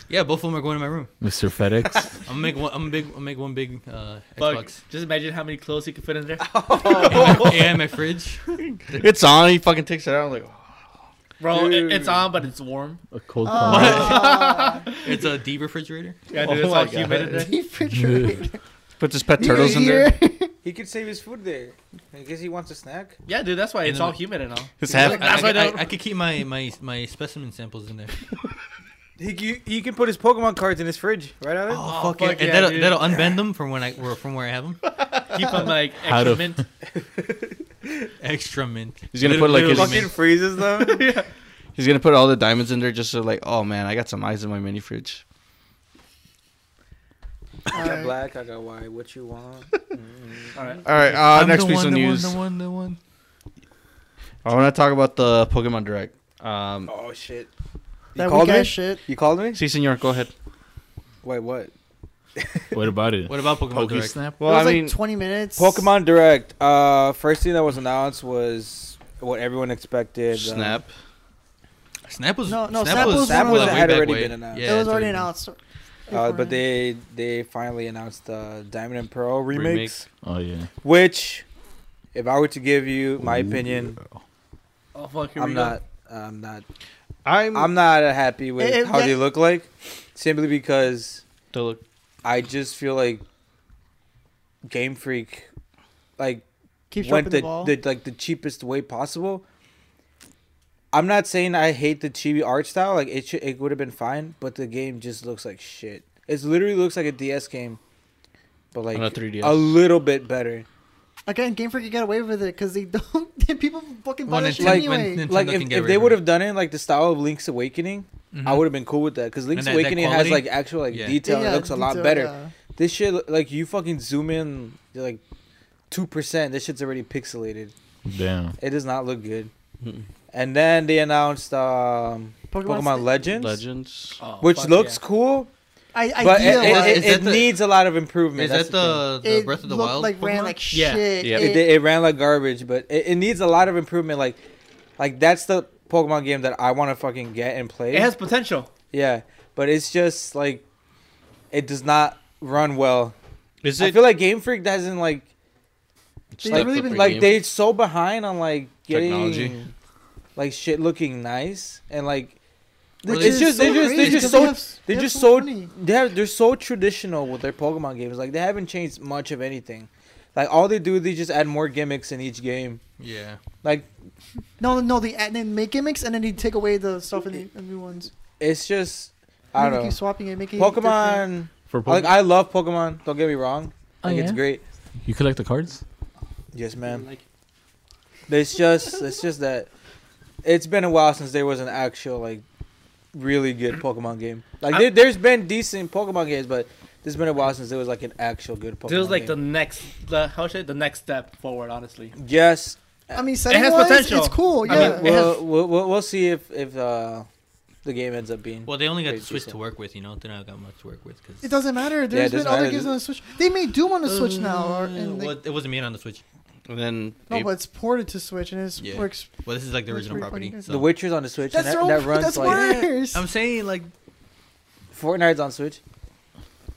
Speaker 9: yeah, both of them are going in my room.
Speaker 7: Mr. FedEx.
Speaker 9: I'm gonna make one. I'm gonna big. I'll make one big uh,
Speaker 5: Fuck.
Speaker 9: Xbox.
Speaker 5: Just imagine how many clothes he could fit in there.
Speaker 9: and, my, and my fridge.
Speaker 2: It's on. He fucking takes it out. I'm like, oh,
Speaker 5: Bro, it,
Speaker 3: Dude.
Speaker 5: it's on, but it's warm.
Speaker 7: A cold call.
Speaker 4: Ah,
Speaker 9: It's a deep refrigerator.
Speaker 5: Yeah,
Speaker 2: Oh
Speaker 5: dude, it's
Speaker 2: my
Speaker 5: all humid in there.
Speaker 4: refrigerator.
Speaker 2: put his pet
Speaker 4: You
Speaker 2: turtles in there.
Speaker 4: hear?
Speaker 3: He could save his food there. I guess he wants a snack.
Speaker 5: Yeah, dude, that's why
Speaker 9: And
Speaker 5: it's
Speaker 9: then-
Speaker 5: all humid and all.
Speaker 2: His
Speaker 9: I,
Speaker 2: half.
Speaker 5: That's
Speaker 9: I,
Speaker 5: why they-
Speaker 9: I, I could keep my, my my specimen samples in there.
Speaker 3: He, c- he can put his Pokemon cards in his fridge, right out
Speaker 9: Oh,
Speaker 5: fuck
Speaker 9: fuck, yeah.
Speaker 5: yeah,
Speaker 9: and that'll,
Speaker 5: dude.
Speaker 9: that'll unbend them from when I where- from where I have them.
Speaker 5: Keep them like
Speaker 7: How
Speaker 5: extra
Speaker 7: to-
Speaker 5: mint.
Speaker 9: Extra mint.
Speaker 2: He's gonna put like
Speaker 3: He
Speaker 2: his.
Speaker 9: Literally
Speaker 3: fucking freezes them.
Speaker 2: He's gonna put all the diamonds in there just so like, oh man, I got some eyes in my mini fridge.
Speaker 3: I got
Speaker 4: Alright.
Speaker 3: black, I got white. What you want?
Speaker 5: All right.
Speaker 2: All right, uh,
Speaker 9: I'm
Speaker 2: next
Speaker 9: the
Speaker 2: piece
Speaker 9: one,
Speaker 2: of
Speaker 9: the
Speaker 2: news.
Speaker 9: One, the one, the one.
Speaker 2: I want to talk about the Pokemon Direct. Um,
Speaker 3: Oh shit. You
Speaker 4: That
Speaker 3: called
Speaker 4: weak
Speaker 3: me?
Speaker 4: ass shit.
Speaker 3: You called me?
Speaker 2: see, Senor, go ahead.
Speaker 3: Wait, what?
Speaker 7: What about it?
Speaker 9: What about Pokemon
Speaker 7: Pokey
Speaker 9: Direct?
Speaker 7: snap.
Speaker 4: it
Speaker 2: Well,
Speaker 4: was
Speaker 2: I
Speaker 4: like
Speaker 2: mean,
Speaker 4: 20 minutes.
Speaker 3: Pokemon Direct. Uh, first thing that was announced was what everyone expected. uh,
Speaker 2: Snap.
Speaker 9: Snap was
Speaker 4: No, no,
Speaker 9: Snap
Speaker 4: Snap
Speaker 9: was
Speaker 4: was one of
Speaker 9: like
Speaker 4: the-
Speaker 9: way
Speaker 3: had
Speaker 9: back
Speaker 3: already
Speaker 9: way.
Speaker 3: been announced.
Speaker 9: Yeah,
Speaker 4: It was
Speaker 9: it's
Speaker 4: already
Speaker 9: been-
Speaker 4: announced.
Speaker 3: Uh,
Speaker 4: beforehand.
Speaker 3: but they they finally announced uh, Diamond and Pearl remakes,
Speaker 7: Oh yeah.
Speaker 3: which, if I were to give you my opinion,
Speaker 5: Oh, fuck, here
Speaker 3: I'm
Speaker 5: we go.
Speaker 3: not I'm not
Speaker 9: uh,
Speaker 2: I'm.
Speaker 3: I'm not happy with
Speaker 4: It- it-
Speaker 3: how they
Speaker 4: that-
Speaker 3: look like, simply because
Speaker 2: to look.
Speaker 3: I just feel like Game Freak, like
Speaker 4: keep
Speaker 3: went the,
Speaker 4: dropping the ball.
Speaker 3: the- like the cheapest way possible. I'm not saying I hate the chibi art style. Like it, should, it would have been fine, but the game just looks like shit. It literally looks like a DS game, but like
Speaker 2: a 3DS.
Speaker 3: a little bit better.
Speaker 4: Again, Game Freak can get away with it because they don't. people fucking buy
Speaker 9: Well,
Speaker 4: that
Speaker 9: Nintendo-
Speaker 4: shit
Speaker 9: like,
Speaker 4: anyway.
Speaker 9: Nintendo
Speaker 3: like
Speaker 9: can
Speaker 3: if,
Speaker 9: get
Speaker 3: if
Speaker 9: rid
Speaker 3: they
Speaker 9: of
Speaker 3: would
Speaker 9: it.
Speaker 3: have done it like the style of Link's Awakening, I
Speaker 9: Mhm.
Speaker 3: would have been cool with that because Link's
Speaker 9: that- that
Speaker 3: Awakening has
Speaker 9: quality?
Speaker 3: like actual like
Speaker 9: Yeah.
Speaker 3: detail.
Speaker 4: Yeah,
Speaker 3: it looks a lot
Speaker 4: detail,
Speaker 3: better.
Speaker 4: yeah.
Speaker 3: This shit, like you fucking zoom in, you're like two percent. This shit's already pixelated.
Speaker 7: Damn.
Speaker 3: It does not look good.
Speaker 2: Mm-mm.
Speaker 3: And then they announced um, Pokemon,
Speaker 4: Snap-
Speaker 3: Legends,
Speaker 2: Legends.
Speaker 5: Oh,
Speaker 3: which
Speaker 5: fuck
Speaker 3: looks
Speaker 5: yeah.
Speaker 3: cool,
Speaker 4: I,
Speaker 3: but it,
Speaker 4: idea
Speaker 3: it,
Speaker 4: wise,
Speaker 3: it,
Speaker 9: Is that
Speaker 3: it
Speaker 9: the-
Speaker 3: is a lot of improvement.
Speaker 9: Is
Speaker 3: That's
Speaker 9: that the, the Breath of the
Speaker 4: looked
Speaker 9: Wild?
Speaker 4: like
Speaker 9: Pokemon?
Speaker 4: ran like
Speaker 5: Yeah.
Speaker 4: shit.
Speaker 2: Yeah.
Speaker 3: thing. it, it ran like garbage, but it, it needs a lot of improvement. Like, like that's the Pokemon game that I want to fucking get and play.
Speaker 5: It has potential.
Speaker 3: yeah, but it's just like it does not run well.
Speaker 2: Is
Speaker 3: I
Speaker 2: it
Speaker 3: feel like Game Freak doesn't like
Speaker 2: it's
Speaker 4: They
Speaker 2: not
Speaker 4: really been-
Speaker 2: appropriate
Speaker 3: like
Speaker 2: game.
Speaker 3: they're so behind on like getting
Speaker 2: Technology.
Speaker 3: like shit looking nice and like
Speaker 9: Well,
Speaker 3: it's
Speaker 9: they-
Speaker 3: just they're just they're
Speaker 4: crazy
Speaker 3: just
Speaker 4: 'cause they
Speaker 3: so
Speaker 4: have s-
Speaker 3: they're
Speaker 4: they have
Speaker 3: just
Speaker 4: so
Speaker 3: so
Speaker 4: many.
Speaker 3: they have, they're so traditional with their Pokemon games. Like they haven't changed much of anything. Like all they do, they just add more gimmicks in each game.
Speaker 9: Yeah.
Speaker 3: Like
Speaker 4: No, no, they add, they make gimmicks and then they take away the stuff and the new ones.
Speaker 3: it's just
Speaker 4: And
Speaker 3: I
Speaker 4: then they
Speaker 3: don't know.
Speaker 4: Keep swapping it, making it different.
Speaker 3: Pokemon.
Speaker 7: For Pokemon,
Speaker 3: Like I love Pokemon. Don't get me wrong.
Speaker 7: Oh,
Speaker 3: Like it's
Speaker 7: yeah?
Speaker 3: great.
Speaker 7: you collect the cards.
Speaker 3: Yes, ma'am.
Speaker 5: Like,
Speaker 3: It's just it's just that it's been a while since there was an actual like really good Pokemon game. Like there, there's been decent Pokemon games, but there's been a while since there was like an actual good Pokemon.
Speaker 5: This was like the
Speaker 3: game.
Speaker 5: next, the, how should I, the next step forward, honestly.
Speaker 3: yes.
Speaker 4: I mean, setting
Speaker 5: has
Speaker 4: wise,
Speaker 5: potential.
Speaker 4: it's cool.
Speaker 5: I
Speaker 4: Yeah,
Speaker 5: mean,
Speaker 3: We'll, we'll, we'll, we'll see if if uh, the game ends up being.
Speaker 9: Well, they only got the
Speaker 3: Pretty
Speaker 9: Switch to
Speaker 3: decent.
Speaker 9: work with, you know. They don't got much to work with
Speaker 4: It
Speaker 9: because
Speaker 4: doesn't matter. There's
Speaker 3: doesn't
Speaker 4: been other
Speaker 3: matter.
Speaker 4: games on the Switch. They may do on the Switch now,
Speaker 9: Uh,
Speaker 4: or, and they,
Speaker 9: well, it wasn't made on the Switch.
Speaker 2: And then
Speaker 4: no,
Speaker 2: Ape-
Speaker 4: but it's ported to Switch and it
Speaker 9: Yeah.
Speaker 4: works.
Speaker 9: Well, this is like the
Speaker 4: That's
Speaker 9: original
Speaker 4: pretty funny,
Speaker 9: property.
Speaker 4: isn't
Speaker 3: The
Speaker 9: So.
Speaker 3: Witcher's on the Switch,
Speaker 4: That's
Speaker 3: and
Speaker 4: their
Speaker 3: that,
Speaker 4: own.
Speaker 3: that runs
Speaker 4: that's
Speaker 3: like
Speaker 4: worse.
Speaker 9: I'm saying like
Speaker 3: Fortnite's on Switch.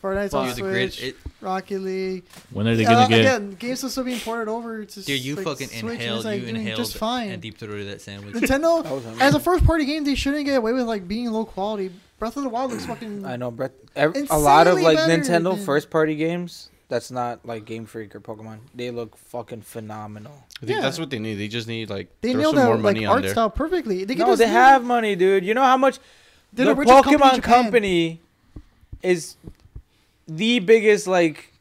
Speaker 4: Fortnite's on
Speaker 9: dude, the grid.
Speaker 4: Switch.
Speaker 9: It,
Speaker 4: Rocket League.
Speaker 7: When are they
Speaker 4: Yeah,
Speaker 7: gonna get?
Speaker 4: again? Games will still being ported over to.
Speaker 9: dude, you
Speaker 4: like,
Speaker 9: fucking
Speaker 4: Switch, and it's,
Speaker 9: inhaled,
Speaker 4: like,
Speaker 9: you
Speaker 4: doing
Speaker 9: inhaled,
Speaker 4: just fine.
Speaker 9: and deep throated that sandwich.
Speaker 3: I
Speaker 4: Nintendo,
Speaker 3: was hungry.
Speaker 4: as a first party game, they shouldn't get away with like being low quality. Breath of the Wild looks fucking.
Speaker 3: I know, Brett. ev- A lot of
Speaker 4: Insanely
Speaker 3: like
Speaker 4: better
Speaker 3: Nintendo
Speaker 4: than-
Speaker 3: first party games. That's not like Game Freak or Pokemon. They look fucking phenomenal.
Speaker 2: I think
Speaker 4: Yeah.
Speaker 2: that's what they need. They just need like
Speaker 4: They
Speaker 2: throw
Speaker 4: nailed
Speaker 2: some more
Speaker 4: out like
Speaker 2: money on
Speaker 4: art
Speaker 2: there.
Speaker 4: style perfectly. They could
Speaker 3: No,
Speaker 4: just
Speaker 3: they
Speaker 4: do-
Speaker 3: have money, dude. You know how much
Speaker 4: They're
Speaker 3: the,
Speaker 4: the richest company in
Speaker 3: Pokemon
Speaker 4: Japan.
Speaker 3: company is the biggest like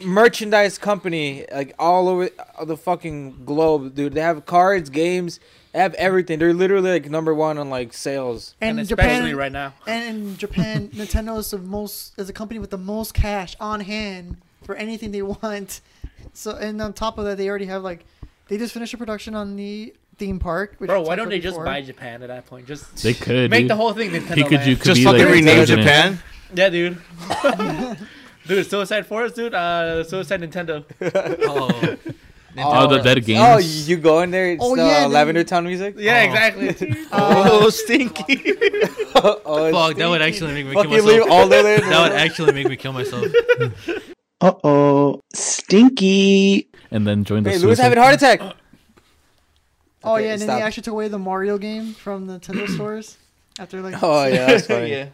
Speaker 3: merchandise company like all over uh, the fucking globe, dude. They have cards, games, they have everything. They're literally like number one on like sales.
Speaker 5: and,
Speaker 4: And, in
Speaker 5: especially
Speaker 4: Japan,
Speaker 5: right now.
Speaker 4: and in Japan, Nintendo is the most is a company with the most cash on hand for anything they want. So, and on top of that, they already have like, they just finished a production on the theme park. Which
Speaker 5: Bro,
Speaker 4: I
Speaker 5: why
Speaker 4: talked
Speaker 5: don't
Speaker 4: about
Speaker 5: they just
Speaker 4: before.
Speaker 5: buy Japan at that point? Just
Speaker 7: They could
Speaker 5: make
Speaker 7: dude.
Speaker 5: the whole thing Nintendo.
Speaker 7: Pikachu
Speaker 5: land.
Speaker 7: could
Speaker 2: Just
Speaker 7: be
Speaker 2: fucking
Speaker 7: like
Speaker 2: rename
Speaker 7: president.
Speaker 2: Japan.
Speaker 5: Yeah, dude. dude, Suicide Forest, dude. Uh, Suicide Nintendo.
Speaker 9: oh,
Speaker 7: All the dead
Speaker 3: Oh,
Speaker 7: games.
Speaker 3: you go in there? It's
Speaker 4: Oh,
Speaker 3: the
Speaker 4: yeah,
Speaker 3: uh,
Speaker 4: they-
Speaker 3: Lavender Town music.
Speaker 5: Yeah,
Speaker 9: Oh.
Speaker 5: exactly.
Speaker 2: oh, stinky.
Speaker 3: oh, it's-
Speaker 9: fuck, that would actually make me kill
Speaker 3: fucking leave
Speaker 9: myself.
Speaker 3: all the way.
Speaker 9: That would actually make me kill myself.
Speaker 1: Uh oh, stinky.
Speaker 7: and then join the.
Speaker 3: Wait, Louis
Speaker 7: suicide-
Speaker 3: having a heart attack.
Speaker 4: Oh
Speaker 3: Okay,
Speaker 4: yeah, and then
Speaker 3: stop.
Speaker 4: they actually took away the Mario game from the Nintendo stores after like.
Speaker 3: Oh yeah, that's funny.
Speaker 2: yeah.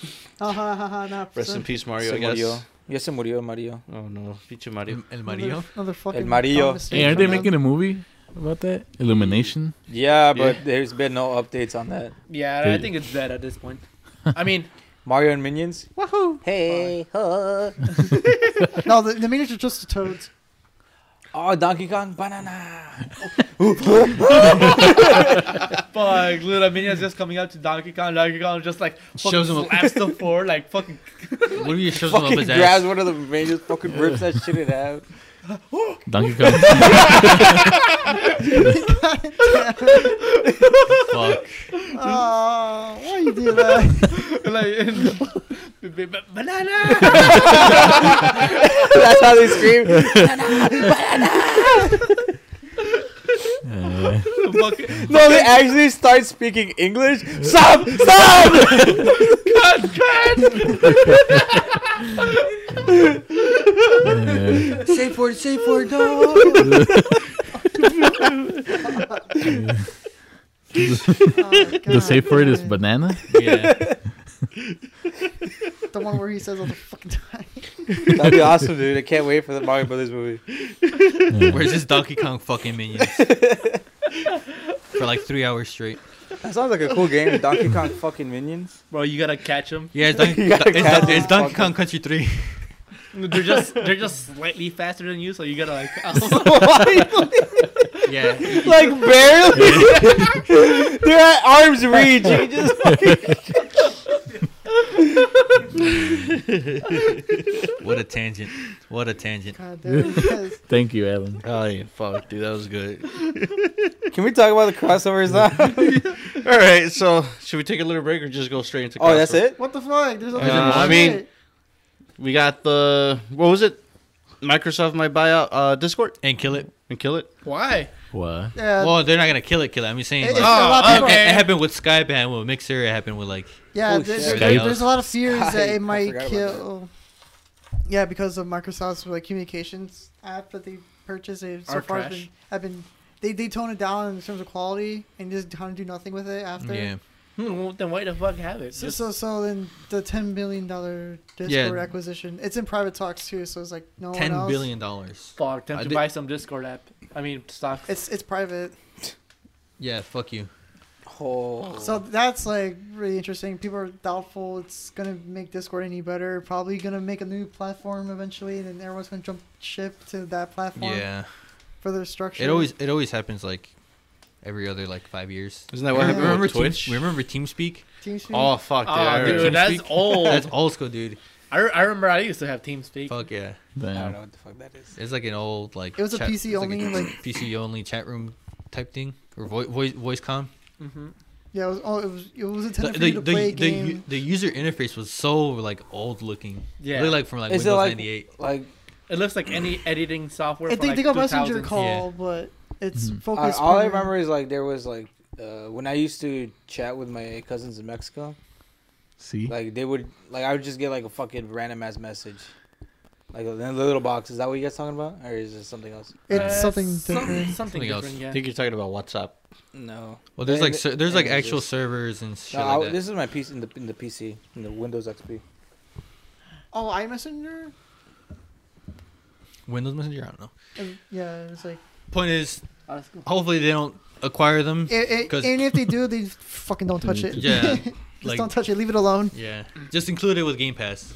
Speaker 4: Ha ha ha ha. nah,
Speaker 2: Rest in
Speaker 4: son.
Speaker 2: peace, Mario.
Speaker 3: Se
Speaker 2: I guess.
Speaker 3: murió. Ya se murió Mario.
Speaker 2: Oh no, Pichu Mario.
Speaker 9: El Mario.
Speaker 4: Another, another fucking.
Speaker 3: El Mario.
Speaker 4: dumb mistake
Speaker 7: Hey, aren't they
Speaker 4: from them.
Speaker 7: making a movie about that? Illumination.
Speaker 3: Yeah, but
Speaker 2: Yeah.
Speaker 3: there's been no updates on that.
Speaker 5: yeah, I
Speaker 7: Dude.
Speaker 5: think it's dead at this point. I mean,
Speaker 3: Mario and Minions.
Speaker 4: Woohoo!
Speaker 3: Hey, ho.
Speaker 4: No, the, the minions are just the toads.
Speaker 3: oh Donkey Kong banana.
Speaker 5: fuck, little minions just coming up to Donkey Kong. Donkey Kong just like fucking
Speaker 9: Shoves him up.
Speaker 5: slaps the floor, like fucking.
Speaker 9: What if you shove him up
Speaker 3: fucking
Speaker 9: his ass?
Speaker 3: grabs one of the rangers, fucking rips that shit in half.
Speaker 7: Donkey Kong.
Speaker 9: Fuck.
Speaker 4: Oh, why you do that?
Speaker 5: like, and- banana.
Speaker 3: That's how they scream.
Speaker 7: Yeah.
Speaker 5: Fucking-
Speaker 3: No, they actually start speaking English. Stop! Stop!
Speaker 7: Yeah.
Speaker 3: safe word, safe word,
Speaker 4: Oh,
Speaker 3: no.
Speaker 7: the safe word is banana.
Speaker 9: Yeah.
Speaker 4: The one where he says all the fucking time.
Speaker 3: That'd be awesome, dude. I can't wait for the Mario Brothers movie.
Speaker 9: Where's this Donkey Kong fucking minions? For like three hours straight.
Speaker 3: That sounds like a cool game. Donkey Kong fucking minions.
Speaker 5: Bro, you gotta catch them.
Speaker 9: Yeah, it's Donkey,
Speaker 3: You gotta
Speaker 9: it's,
Speaker 3: catch
Speaker 9: Don-
Speaker 3: these
Speaker 9: it's Donkey
Speaker 3: fuckers.
Speaker 9: Kong Country 3.
Speaker 5: They're just they're just slightly faster than you, so you gotta like. oh.
Speaker 9: Yeah.
Speaker 3: like barely. They're at arm's reach. You just
Speaker 9: What a tangent. What a tangent.
Speaker 4: God damn it. yes.
Speaker 7: Thank you, Alan.
Speaker 2: Oh yeah, fuck, dude, that was good.
Speaker 3: Can we talk about the crossovers now?
Speaker 2: All right, so should we take a little break or just go straight into?
Speaker 3: oh, that's
Speaker 2: crossover?
Speaker 3: it?
Speaker 4: What the fuck? There's other
Speaker 2: Uh, I
Speaker 4: shit.
Speaker 2: mean- We got the what was it? Microsoft might buy out uh, Discord
Speaker 9: And kill it.
Speaker 2: and kill it.
Speaker 5: Why?
Speaker 7: What?
Speaker 4: yeah,
Speaker 9: Well, uh, they're not gonna kill it, kill it. I'm just saying.
Speaker 4: It-
Speaker 9: like,
Speaker 4: it's a lot
Speaker 5: oh,
Speaker 4: of people-
Speaker 5: okay.
Speaker 9: It happened with Skype, it happened with Mixer, it happened with like.
Speaker 4: yeah.
Speaker 3: Oh,
Speaker 4: there-
Speaker 3: shit.
Speaker 4: there-
Speaker 7: Skype.
Speaker 4: there's a lot of fears that
Speaker 3: Skype. I
Speaker 4: it might
Speaker 3: forgot about
Speaker 4: kill. Yeah, because of Microsoft's like communications app that they purchased, they've so
Speaker 5: Are
Speaker 4: far
Speaker 5: trash.
Speaker 4: been, have been they they tone it down in terms of quality and just kind of do nothing with it after.
Speaker 9: Yeah.
Speaker 5: Hmm, well, then why the fuck have it?
Speaker 4: So,
Speaker 5: Just-
Speaker 4: so so then the ten billion dollar Discord
Speaker 9: Yeah.
Speaker 4: acquisition. It's in private talks too, so it's like no one
Speaker 9: $10
Speaker 4: else.
Speaker 9: billion. dollars.
Speaker 5: Fuck, time
Speaker 9: I
Speaker 5: to
Speaker 9: did-
Speaker 5: buy some Discord app. I mean, stocks.
Speaker 4: It's it's private.
Speaker 9: Yeah, fuck you.
Speaker 3: Oh.
Speaker 4: So that's like really interesting. People are doubtful it's gonna make Discord any better. Probably gonna make a new platform eventually, and then everyone's gonna jump ship to that platform
Speaker 9: Yeah.
Speaker 4: for their structure.
Speaker 9: It always it always happens like every other like five years.
Speaker 2: Isn't that what
Speaker 4: Yeah.
Speaker 2: happened
Speaker 9: remember
Speaker 2: with Twitch?
Speaker 9: Team, remember TeamSpeak?
Speaker 4: TeamSpeak.
Speaker 2: Oh fuck, dude, I
Speaker 5: oh,
Speaker 2: remember.
Speaker 5: dude, that's
Speaker 9: TeamSpeak?
Speaker 5: old.
Speaker 9: That's old school, dude.
Speaker 5: I, re- I remember I used to have TeamSpeak.
Speaker 9: Fuck yeah.
Speaker 3: I don't
Speaker 7: Damn.
Speaker 3: know what the fuck that is.
Speaker 9: It's like an old like.
Speaker 4: It was a PC
Speaker 9: it's
Speaker 4: only, like-
Speaker 9: PC only chat room type thing or voice voice voice com.
Speaker 5: Mm-hmm.
Speaker 4: Yeah, it was. Oh, it was. It was
Speaker 9: The,
Speaker 4: intended for
Speaker 9: the,
Speaker 4: you to
Speaker 9: the,
Speaker 4: play a
Speaker 9: the,
Speaker 4: game.
Speaker 9: u- the user interface was so like old looking.
Speaker 5: Yeah.
Speaker 9: It looked like from like
Speaker 3: Is it
Speaker 9: Windows
Speaker 3: like-
Speaker 9: 98.
Speaker 3: like
Speaker 5: It looks like any editing software.
Speaker 4: I
Speaker 5: for,
Speaker 4: think
Speaker 5: like,
Speaker 4: they got messenger
Speaker 5: 2000s.
Speaker 4: call, but it's
Speaker 9: Mm-hmm.
Speaker 7: Mhm.
Speaker 3: I,
Speaker 4: focused.
Speaker 3: all I
Speaker 4: primarily-
Speaker 3: remember is like there was like uh, when I used to chat with my cousins in Mexico,
Speaker 7: See,
Speaker 3: like they would like I would just get like a fucking random ass message, like in the little box. Is that what you guys talking about, or is it something else?
Speaker 4: It's
Speaker 5: Uh,
Speaker 4: something
Speaker 5: some-
Speaker 4: different.
Speaker 5: Something
Speaker 9: Something else.
Speaker 5: different,
Speaker 2: I
Speaker 5: yeah.
Speaker 2: think you're talking about WhatsApp.
Speaker 3: No.
Speaker 9: Well, there's
Speaker 3: They-
Speaker 9: like ser- there's like
Speaker 3: they- they
Speaker 9: actual
Speaker 3: exist.
Speaker 9: servers and shit
Speaker 3: No,
Speaker 9: like
Speaker 3: I,
Speaker 9: that.
Speaker 3: this is my piece in the in the PC in the Windows XP.
Speaker 4: Oh, iMessenger.
Speaker 9: Windows Messenger, I don't know.
Speaker 4: Uh, Yeah, it's like.
Speaker 9: Point is, hopefully they don't acquire them.
Speaker 4: It, it-
Speaker 9: 'Cause-
Speaker 4: and if they do, they fucking don't touch it.
Speaker 9: Yeah,
Speaker 4: just
Speaker 9: like-
Speaker 4: don't touch it. Leave it alone.
Speaker 9: Yeah, just include it with Game Pass.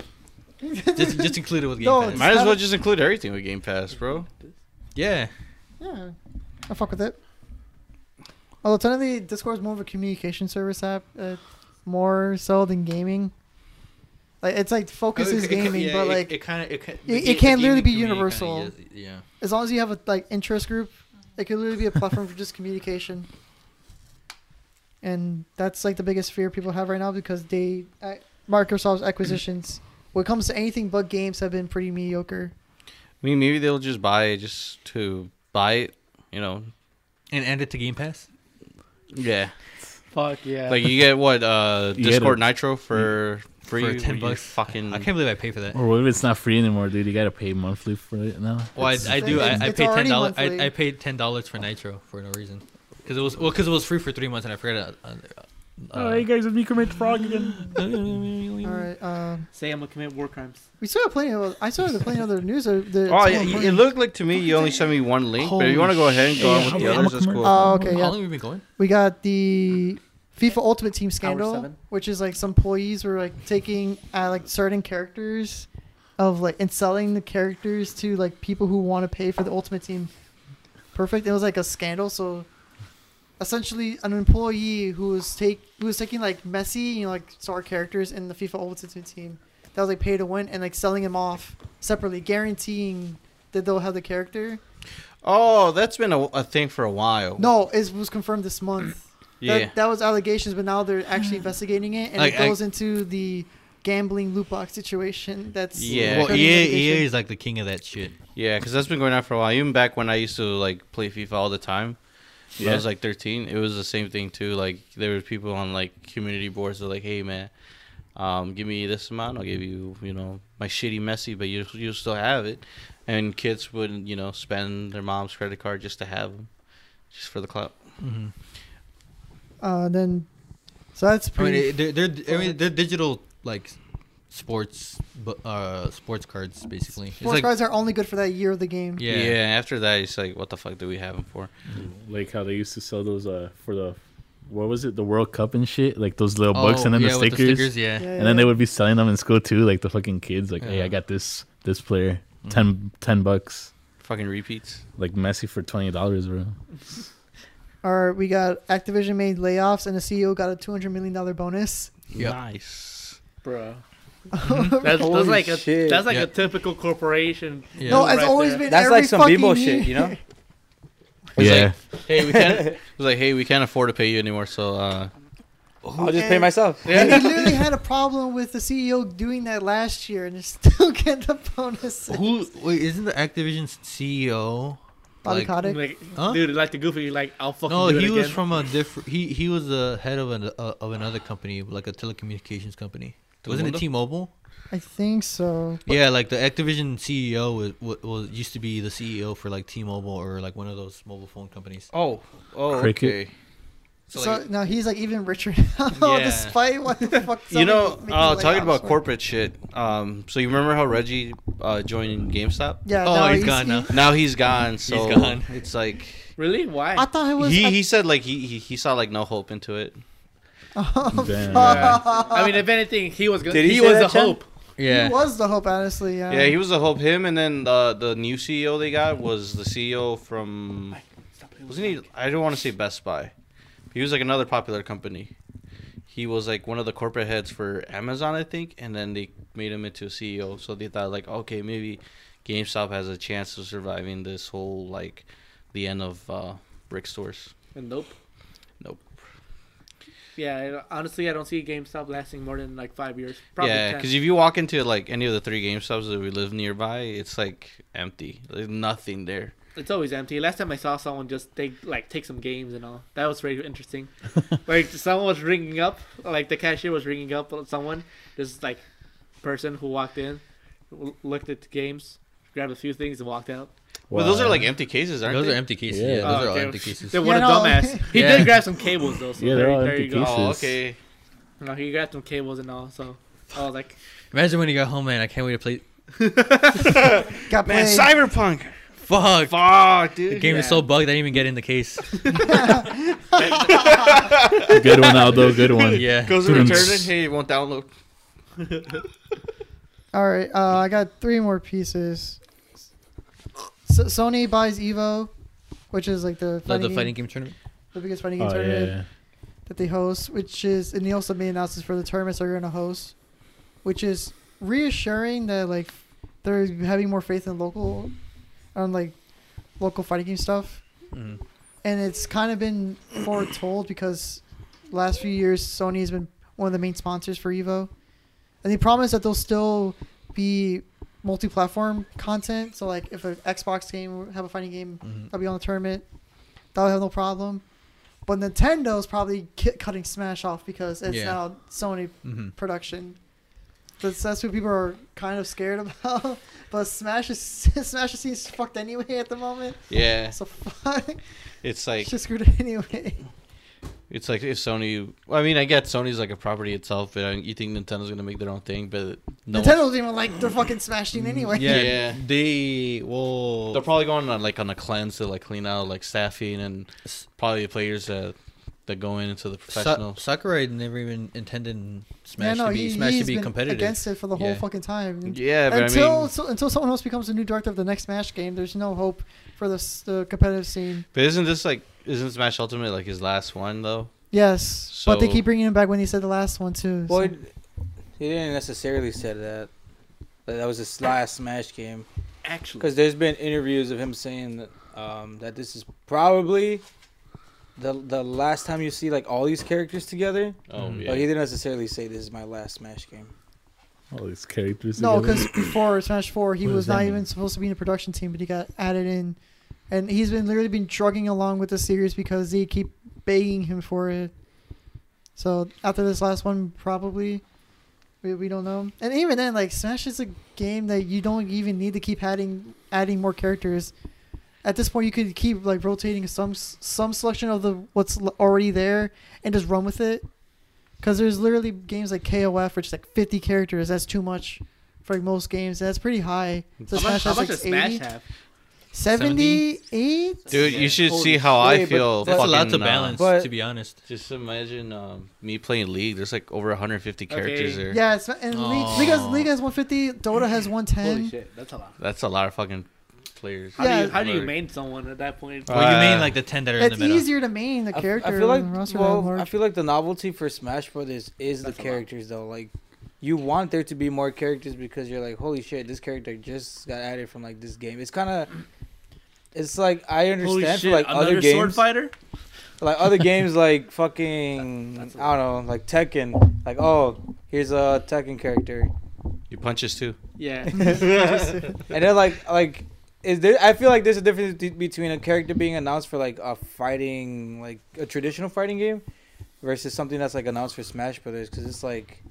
Speaker 9: Just just include it with Game
Speaker 4: No,
Speaker 9: Pass.
Speaker 4: it's-
Speaker 2: Might as
Speaker 4: not
Speaker 2: well
Speaker 4: a-
Speaker 2: just include everything with Game Pass, bro.
Speaker 9: Yeah,
Speaker 4: Yeah, I fuck with it. Although technically, Discord is more of a communication service app, uh, more so than gaming. Like it's like focuses gaming, but like
Speaker 9: Oh, it, kind of it, ca-
Speaker 4: it- it
Speaker 9: the
Speaker 4: can't
Speaker 9: the
Speaker 4: literally be
Speaker 9: gaming community kinda
Speaker 4: universal.
Speaker 9: is- yeah,
Speaker 4: as long as you have a like interest group, it could literally be a platform for just communication. And that's like the biggest fear people have right now because they uh, Microsoft's acquisitions, when it comes to anything but games, have been pretty mediocre.
Speaker 2: I mean, maybe they'll just buy it just to buy it. You know,
Speaker 9: and add it to Game Pass.
Speaker 2: yeah.
Speaker 5: Fuck yeah.
Speaker 2: Like you get what uh
Speaker 7: You get
Speaker 2: Discord
Speaker 7: it.
Speaker 2: Nitro for free
Speaker 9: For 10
Speaker 2: You
Speaker 9: bucks.
Speaker 2: Fucking
Speaker 9: I can't believe I pay for that.
Speaker 7: or what if it's not free anymore, dude? You gotta pay monthly for it now.
Speaker 9: Well, I,
Speaker 7: It's-
Speaker 9: I do.
Speaker 4: It's-
Speaker 9: I, I
Speaker 4: it's
Speaker 9: paid ten
Speaker 4: already
Speaker 9: dollars.
Speaker 4: monthly.
Speaker 9: I, I paid ten dollars for Nitro for no reason, because it was well, because it was free for three months, and I forgot. Uh, uh,
Speaker 7: Oh, hey guys, let me commit frog again.
Speaker 4: All right, um,
Speaker 5: Say I'm gonna commit war crimes.
Speaker 4: we still have plenty of. I still have plenty of other news. uh, That, that
Speaker 2: Oh,
Speaker 4: someone
Speaker 2: it,
Speaker 4: pointed-
Speaker 2: it looked like to me you only sent me one link, but if
Speaker 7: Holy
Speaker 2: you want to go ahead and go on
Speaker 7: shit.
Speaker 2: with the
Speaker 7: I'm a
Speaker 2: others, that's
Speaker 7: commercial.
Speaker 2: cool.
Speaker 4: Oh, okay,
Speaker 9: How
Speaker 4: yeah.
Speaker 9: long have we been going?
Speaker 4: We got the FIFA Ultimate Team scandal,
Speaker 5: seven.
Speaker 4: which is like some employees were like taking uh, like certain characters of like and selling the characters to like people who want to pay for the Ultimate Team. Perfect. It was like a scandal. So essentially, an employee who was take who was taking like Messi, you know, like star characters in the FIFA Ultimate Team that was like pay to win and like selling them off separately, guaranteeing that they'll have the character.
Speaker 2: Oh, that's been a, a thing for a while.
Speaker 4: No, it was confirmed this month.
Speaker 2: yeah.
Speaker 4: That, that was allegations, but now they're actually investigating it, and it
Speaker 9: Like, I-
Speaker 4: goes into the gambling loot box situation. That's
Speaker 2: Yeah.
Speaker 9: Well,
Speaker 4: currently
Speaker 9: EA,
Speaker 4: in
Speaker 9: EA
Speaker 4: litigation.
Speaker 9: E is like the king of that shit.
Speaker 2: Yeah, because that's been going on for a while. Even back when I used to like play FIFA all the time, when I
Speaker 7: Yeah.
Speaker 2: was like 13. It was the same thing too. Like there was people on like community boards that were like, "Hey man, um, give me this amount. I'll give you, you know, my shitty Messi, but you you still have it." And kids would, you know, spend their mom's credit card just to have them, just for the clout.
Speaker 4: Uh, then, so that's
Speaker 9: I mean,
Speaker 4: pretty.
Speaker 9: it- they're, they're I mean they're digital like sports, bu- uh, sports cards basically. It's
Speaker 4: sports
Speaker 9: like
Speaker 4: cards are only good for that year of the game.
Speaker 9: yeah,
Speaker 2: yeah. After that, it's like, what the fuck do we have them for?
Speaker 7: like how they used to sell those uh for the what was it the World Cup and shit like those little books and then
Speaker 9: Oh, yeah,
Speaker 7: the
Speaker 9: with
Speaker 7: stickers,
Speaker 9: yeah.
Speaker 4: Yeah,
Speaker 7: and then
Speaker 4: yeah.
Speaker 7: they would be selling them in school too like the fucking kids like hey
Speaker 9: Yeah.
Speaker 7: I got this this player 10, 10 bucks
Speaker 2: Fucking repeats.
Speaker 7: like Messi for twenty dollars bro
Speaker 4: All right, we got Activision made layoffs, and the CEO got a two hundred million dollar bonus.
Speaker 9: Yep.
Speaker 2: Nice.
Speaker 5: Bro. That's, that's
Speaker 3: Holy
Speaker 5: like a
Speaker 3: shit.
Speaker 5: that's like
Speaker 9: Mm-hmm. Yeah.
Speaker 5: a typical corporation.
Speaker 9: Yeah.
Speaker 4: No,
Speaker 5: Right
Speaker 4: it's always
Speaker 5: there.
Speaker 4: been
Speaker 3: That's
Speaker 4: every
Speaker 3: like some Bebo
Speaker 4: fucking
Speaker 3: shit,
Speaker 4: year.
Speaker 3: you know?
Speaker 2: It's
Speaker 7: yeah
Speaker 2: like, hey, we can't. It was like, hey, we can't afford to pay you anymore. So, uh,
Speaker 3: I'll just pay
Speaker 4: And-
Speaker 3: myself.
Speaker 4: And he literally had a problem with the CEO doing that last year, and still get the bonus.
Speaker 9: Who wait, isn't the Activision E CEO?
Speaker 4: Bobby
Speaker 9: like-
Speaker 4: Kotick.
Speaker 5: Like,
Speaker 9: Huh?
Speaker 5: dude, like the goofy, like I'll fucking
Speaker 9: No,
Speaker 5: do it
Speaker 9: he
Speaker 5: again.
Speaker 9: was from a different. He he was the head of an uh, of another company, like a telecommunications company. Wasn't
Speaker 2: Telemundo?
Speaker 9: it T-Mobile?
Speaker 4: I think so.
Speaker 9: Yeah, like the Activision E CEO was, was, was used to be the CEO for like T-Mobile or like one of those mobile phone companies.
Speaker 2: oh, oh,
Speaker 7: Cricket.
Speaker 2: okay.
Speaker 9: So,
Speaker 4: So,
Speaker 9: like-
Speaker 4: now he's like even richer now,
Speaker 9: Yeah.
Speaker 4: despite what the fuck.
Speaker 2: you know,
Speaker 4: somebody making
Speaker 2: uh, talking
Speaker 4: layoffs
Speaker 2: about
Speaker 4: for.
Speaker 2: corporate shit. Um, so you remember how Reggie uh, joined GameStop?
Speaker 4: Yeah.
Speaker 9: Oh,
Speaker 4: no,
Speaker 9: he's gone now.
Speaker 2: Now he's gone. So
Speaker 9: gone.
Speaker 2: It's like
Speaker 5: really why?
Speaker 4: I thought it was.
Speaker 2: he,
Speaker 4: I-
Speaker 2: he said like he, he he saw like no hope into it.
Speaker 4: oh,
Speaker 7: Damn.
Speaker 5: Yeah. I mean, if anything, he was gonna,
Speaker 3: Did
Speaker 5: he,
Speaker 3: he say
Speaker 5: was
Speaker 3: that,
Speaker 5: the
Speaker 3: Chen?
Speaker 5: hope.
Speaker 4: he was the hope, honestly. Yeah.
Speaker 2: Yeah, he was a hope. Him and then the the new CEO they got was the CEO from wasn't he? I don't want to say Best Buy. He was like another popular company. He was like one of the corporate heads for Amazon, I think, and then they made him into a CEO. E So they thought like, okay, maybe GameStop has a chance of surviving this whole like the end of uh, brick stores.
Speaker 5: And nope.
Speaker 2: Nope.
Speaker 5: Yeah, I don't- honestly, I don't see GameStop lasting more than like five years. Probably
Speaker 2: yeah,
Speaker 5: 10.
Speaker 2: because if you walk into like any of the three GameStops that we live nearby, it's like empty. There's nothing there.
Speaker 5: it's always empty. Last time I saw someone just take like take some games and all. That was very interesting. like someone was ringing up, like the cashier was ringing up someone. This like person who walked in, l- looked at the games, grabbed a few things, and walked out.
Speaker 2: But those are like empty cases, aren't
Speaker 12: Those
Speaker 2: they?
Speaker 12: are empty cases.
Speaker 7: Yeah.
Speaker 12: Yeah, those
Speaker 5: Oh,
Speaker 12: are all
Speaker 5: okay.
Speaker 12: empty cases.
Speaker 5: Then what
Speaker 4: Yeah,
Speaker 5: a
Speaker 4: no.
Speaker 5: dumbass! He
Speaker 12: Yeah.
Speaker 5: did grab some cables though. So
Speaker 7: Yeah, they're
Speaker 5: there,
Speaker 7: all
Speaker 5: there
Speaker 7: empty
Speaker 5: you go.
Speaker 7: cases.
Speaker 2: Oh, okay.
Speaker 5: No, he grabbed some cables and all. So I was like,
Speaker 12: Imagine when you got home, man. I can't wait to play.
Speaker 4: Got
Speaker 2: Man,
Speaker 4: played.
Speaker 2: Cyberpunk.
Speaker 12: Fuck.
Speaker 2: Fuck,
Speaker 12: The
Speaker 2: dude.
Speaker 12: game is
Speaker 5: Yeah.
Speaker 12: so bugged I didn't even get in the case.
Speaker 7: good one, Aldo. Good one.
Speaker 12: Um, yeah.
Speaker 2: Goes to return it. Hey, it won't download.
Speaker 4: All right, uh, I got three more pieces. So Sony buys Evo, which is like the
Speaker 12: Love
Speaker 4: fighting,
Speaker 12: the
Speaker 4: game-
Speaker 12: fighting game tournament.
Speaker 4: the biggest fighting game
Speaker 7: Oh yeah,
Speaker 4: tournament
Speaker 7: yeah.
Speaker 4: that they host, which is and they also made announcements for the tournaments they're going to host, which is reassuring that like they're having more faith in local, on like local fighting game stuff,
Speaker 12: Mhm.
Speaker 4: and it's kind of been foretold because last few years Sony has been one of the main sponsors for Evo, and they promised that they'll still be multi-platform content. So like if an Xbox game have a fighting game, that'll be on the tournament. That'll have no problem. But Nintendo's probably ki- cutting Smash off because it's
Speaker 12: Yeah.
Speaker 4: now Sony
Speaker 12: Mhm.
Speaker 4: production. That's that's what people are kind of scared about. but Smash is Smash is seems fucked anyway at the moment.
Speaker 2: Yeah,
Speaker 4: So fuck,
Speaker 2: it's like
Speaker 4: it's just screwed anyway.
Speaker 2: It's like if Sony. Well, I mean, I get Sony's like a property itself, but I, you think Nintendo's gonna make their own thing, but no.
Speaker 4: Nintendo doesn't even like their fucking Smash
Speaker 12: Mm,
Speaker 4: team anyway.
Speaker 9: Yeah,
Speaker 2: Yeah.
Speaker 9: they
Speaker 2: They're
Speaker 9: well.
Speaker 2: probably going on like on a cleanse to like clean out like staffing and probably the players that that go in into the
Speaker 12: Sa-
Speaker 2: professional.
Speaker 12: Sakurai never even intended
Speaker 4: Yeah,
Speaker 12: Smash
Speaker 4: no,
Speaker 12: to be
Speaker 4: he,
Speaker 12: Smash to
Speaker 4: has
Speaker 12: be
Speaker 4: been
Speaker 12: competitive.
Speaker 4: against it for the whole
Speaker 12: Yeah.
Speaker 4: fucking time.
Speaker 2: yeah, but
Speaker 4: until
Speaker 2: I mean,
Speaker 4: so, until someone else becomes the new director of the next Smash game, there's no hope for this, the competitive scene.
Speaker 2: but isn't this like isn't Smash Ultimate like his last one though?
Speaker 4: Yes, but they
Speaker 2: So-
Speaker 4: keep bringing him back when he said the last one too. so-
Speaker 3: Well, it- he didn't necessarily say that. That that was his last Smash game.
Speaker 5: actually,
Speaker 3: Because there's been interviews of him saying that, um, that this is probably the the last time you see like all these characters together.
Speaker 2: Oh yeah.
Speaker 3: But he didn't necessarily say this is my last Smash game.
Speaker 7: All these characters.
Speaker 4: no,
Speaker 7: together.
Speaker 4: because before Smash Four, he
Speaker 7: What
Speaker 4: was
Speaker 7: does that
Speaker 4: not
Speaker 7: mean?
Speaker 4: even supposed to be in the production team, but he got added in, and he's been literally been drugging along with the series because they keep begging him for it. So after this last one, probably. We, we don't know, and even then, like Smash is a game that you don't even need to keep adding adding more characters. At this point, you could keep like rotating some s- some selection of the what's l- already there and just run with it. Because there's literally games like KOF, which is like 50 characters. That's too much for like, most games. That's pretty high. So
Speaker 5: how much,
Speaker 4: Smash
Speaker 5: how
Speaker 4: has
Speaker 5: much
Speaker 4: like
Speaker 5: does Smash
Speaker 4: 80,
Speaker 5: have?
Speaker 4: 78?
Speaker 2: Dude, you should see how
Speaker 3: Wait,
Speaker 2: I
Speaker 3: but
Speaker 2: feel.
Speaker 12: That's a lot
Speaker 2: fucking,
Speaker 12: to
Speaker 2: uh,
Speaker 12: balance,
Speaker 3: but-
Speaker 12: to be honest.
Speaker 2: just imagine um, me playing League. There's like over 150 characters
Speaker 5: Okay.
Speaker 2: there.
Speaker 4: Yeah, it's, and League, League, has, League has 150. Dota has 110.
Speaker 5: Holy shit, that's a lot.
Speaker 2: That's a lot of fucking players.
Speaker 5: How
Speaker 4: Yeah.
Speaker 5: do you how do you
Speaker 2: Or-
Speaker 5: main someone at that point?
Speaker 12: Well, you mean
Speaker 2: Uh,
Speaker 12: like the ten that are
Speaker 4: It's
Speaker 12: in the middle.
Speaker 4: easier to main the
Speaker 3: I f-
Speaker 4: character.
Speaker 3: I, feel
Speaker 4: than the
Speaker 3: like
Speaker 4: roster
Speaker 3: well,
Speaker 4: than large.
Speaker 3: I feel like the novelty for Smash Brothers is
Speaker 5: That's a
Speaker 3: the
Speaker 5: lot.
Speaker 3: characters though. Like, you want there to be more characters because you're like, holy shit, this character just got added from like this game. It's kind of, it's like I
Speaker 5: Holy
Speaker 3: understand
Speaker 5: shit,
Speaker 3: for like
Speaker 5: another
Speaker 3: other
Speaker 5: sword
Speaker 3: games,
Speaker 5: fighter.
Speaker 3: like other games like fucking
Speaker 5: That- that's a
Speaker 3: I don't know, like Tekken. Like, oh, here's a Tekken character,
Speaker 2: You punches too.
Speaker 5: Yeah.
Speaker 3: and then like like. Is there, I feel like there's a difference be- between a character being announced for like a fighting, like a traditional fighting game, versus something that's like announced for Smash Brothers because it's like,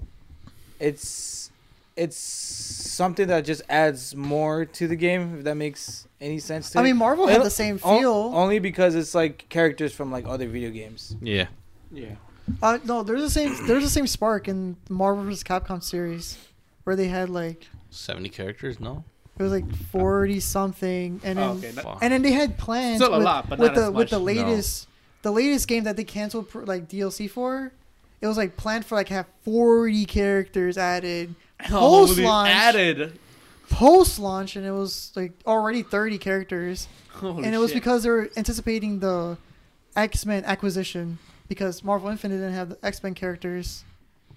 Speaker 3: it's it's something that just adds more to the game if that makes any sense. To
Speaker 4: I
Speaker 3: it.
Speaker 4: mean, Marvel had
Speaker 3: Well,
Speaker 4: the same
Speaker 3: O-
Speaker 4: feel.
Speaker 3: only because it's like characters from like other video games.
Speaker 2: Yeah.
Speaker 5: yeah.
Speaker 4: Uh, no, there's the same. There's the same spark in Marvel vs. Capcom series, where they had like
Speaker 2: 70 characters? No.
Speaker 4: it was like 40 something, and then
Speaker 5: Oh, okay. that-
Speaker 2: Fuck.
Speaker 4: And then they had plans
Speaker 5: Still a
Speaker 4: with,
Speaker 5: lot, but
Speaker 4: with
Speaker 5: not
Speaker 4: the
Speaker 5: as
Speaker 4: with the
Speaker 5: much.
Speaker 4: latest the latest game that they canceled pr- like DLC for. It was like planned for like have forty characters added
Speaker 5: Oh,
Speaker 4: post
Speaker 5: we
Speaker 4: launch.
Speaker 5: added.
Speaker 4: Post launch, and it was like already thirty characters,
Speaker 5: Holy
Speaker 4: and it was
Speaker 5: shit.
Speaker 4: because they were anticipating the X Men acquisition because Marvel Infinite didn't have the X Men characters.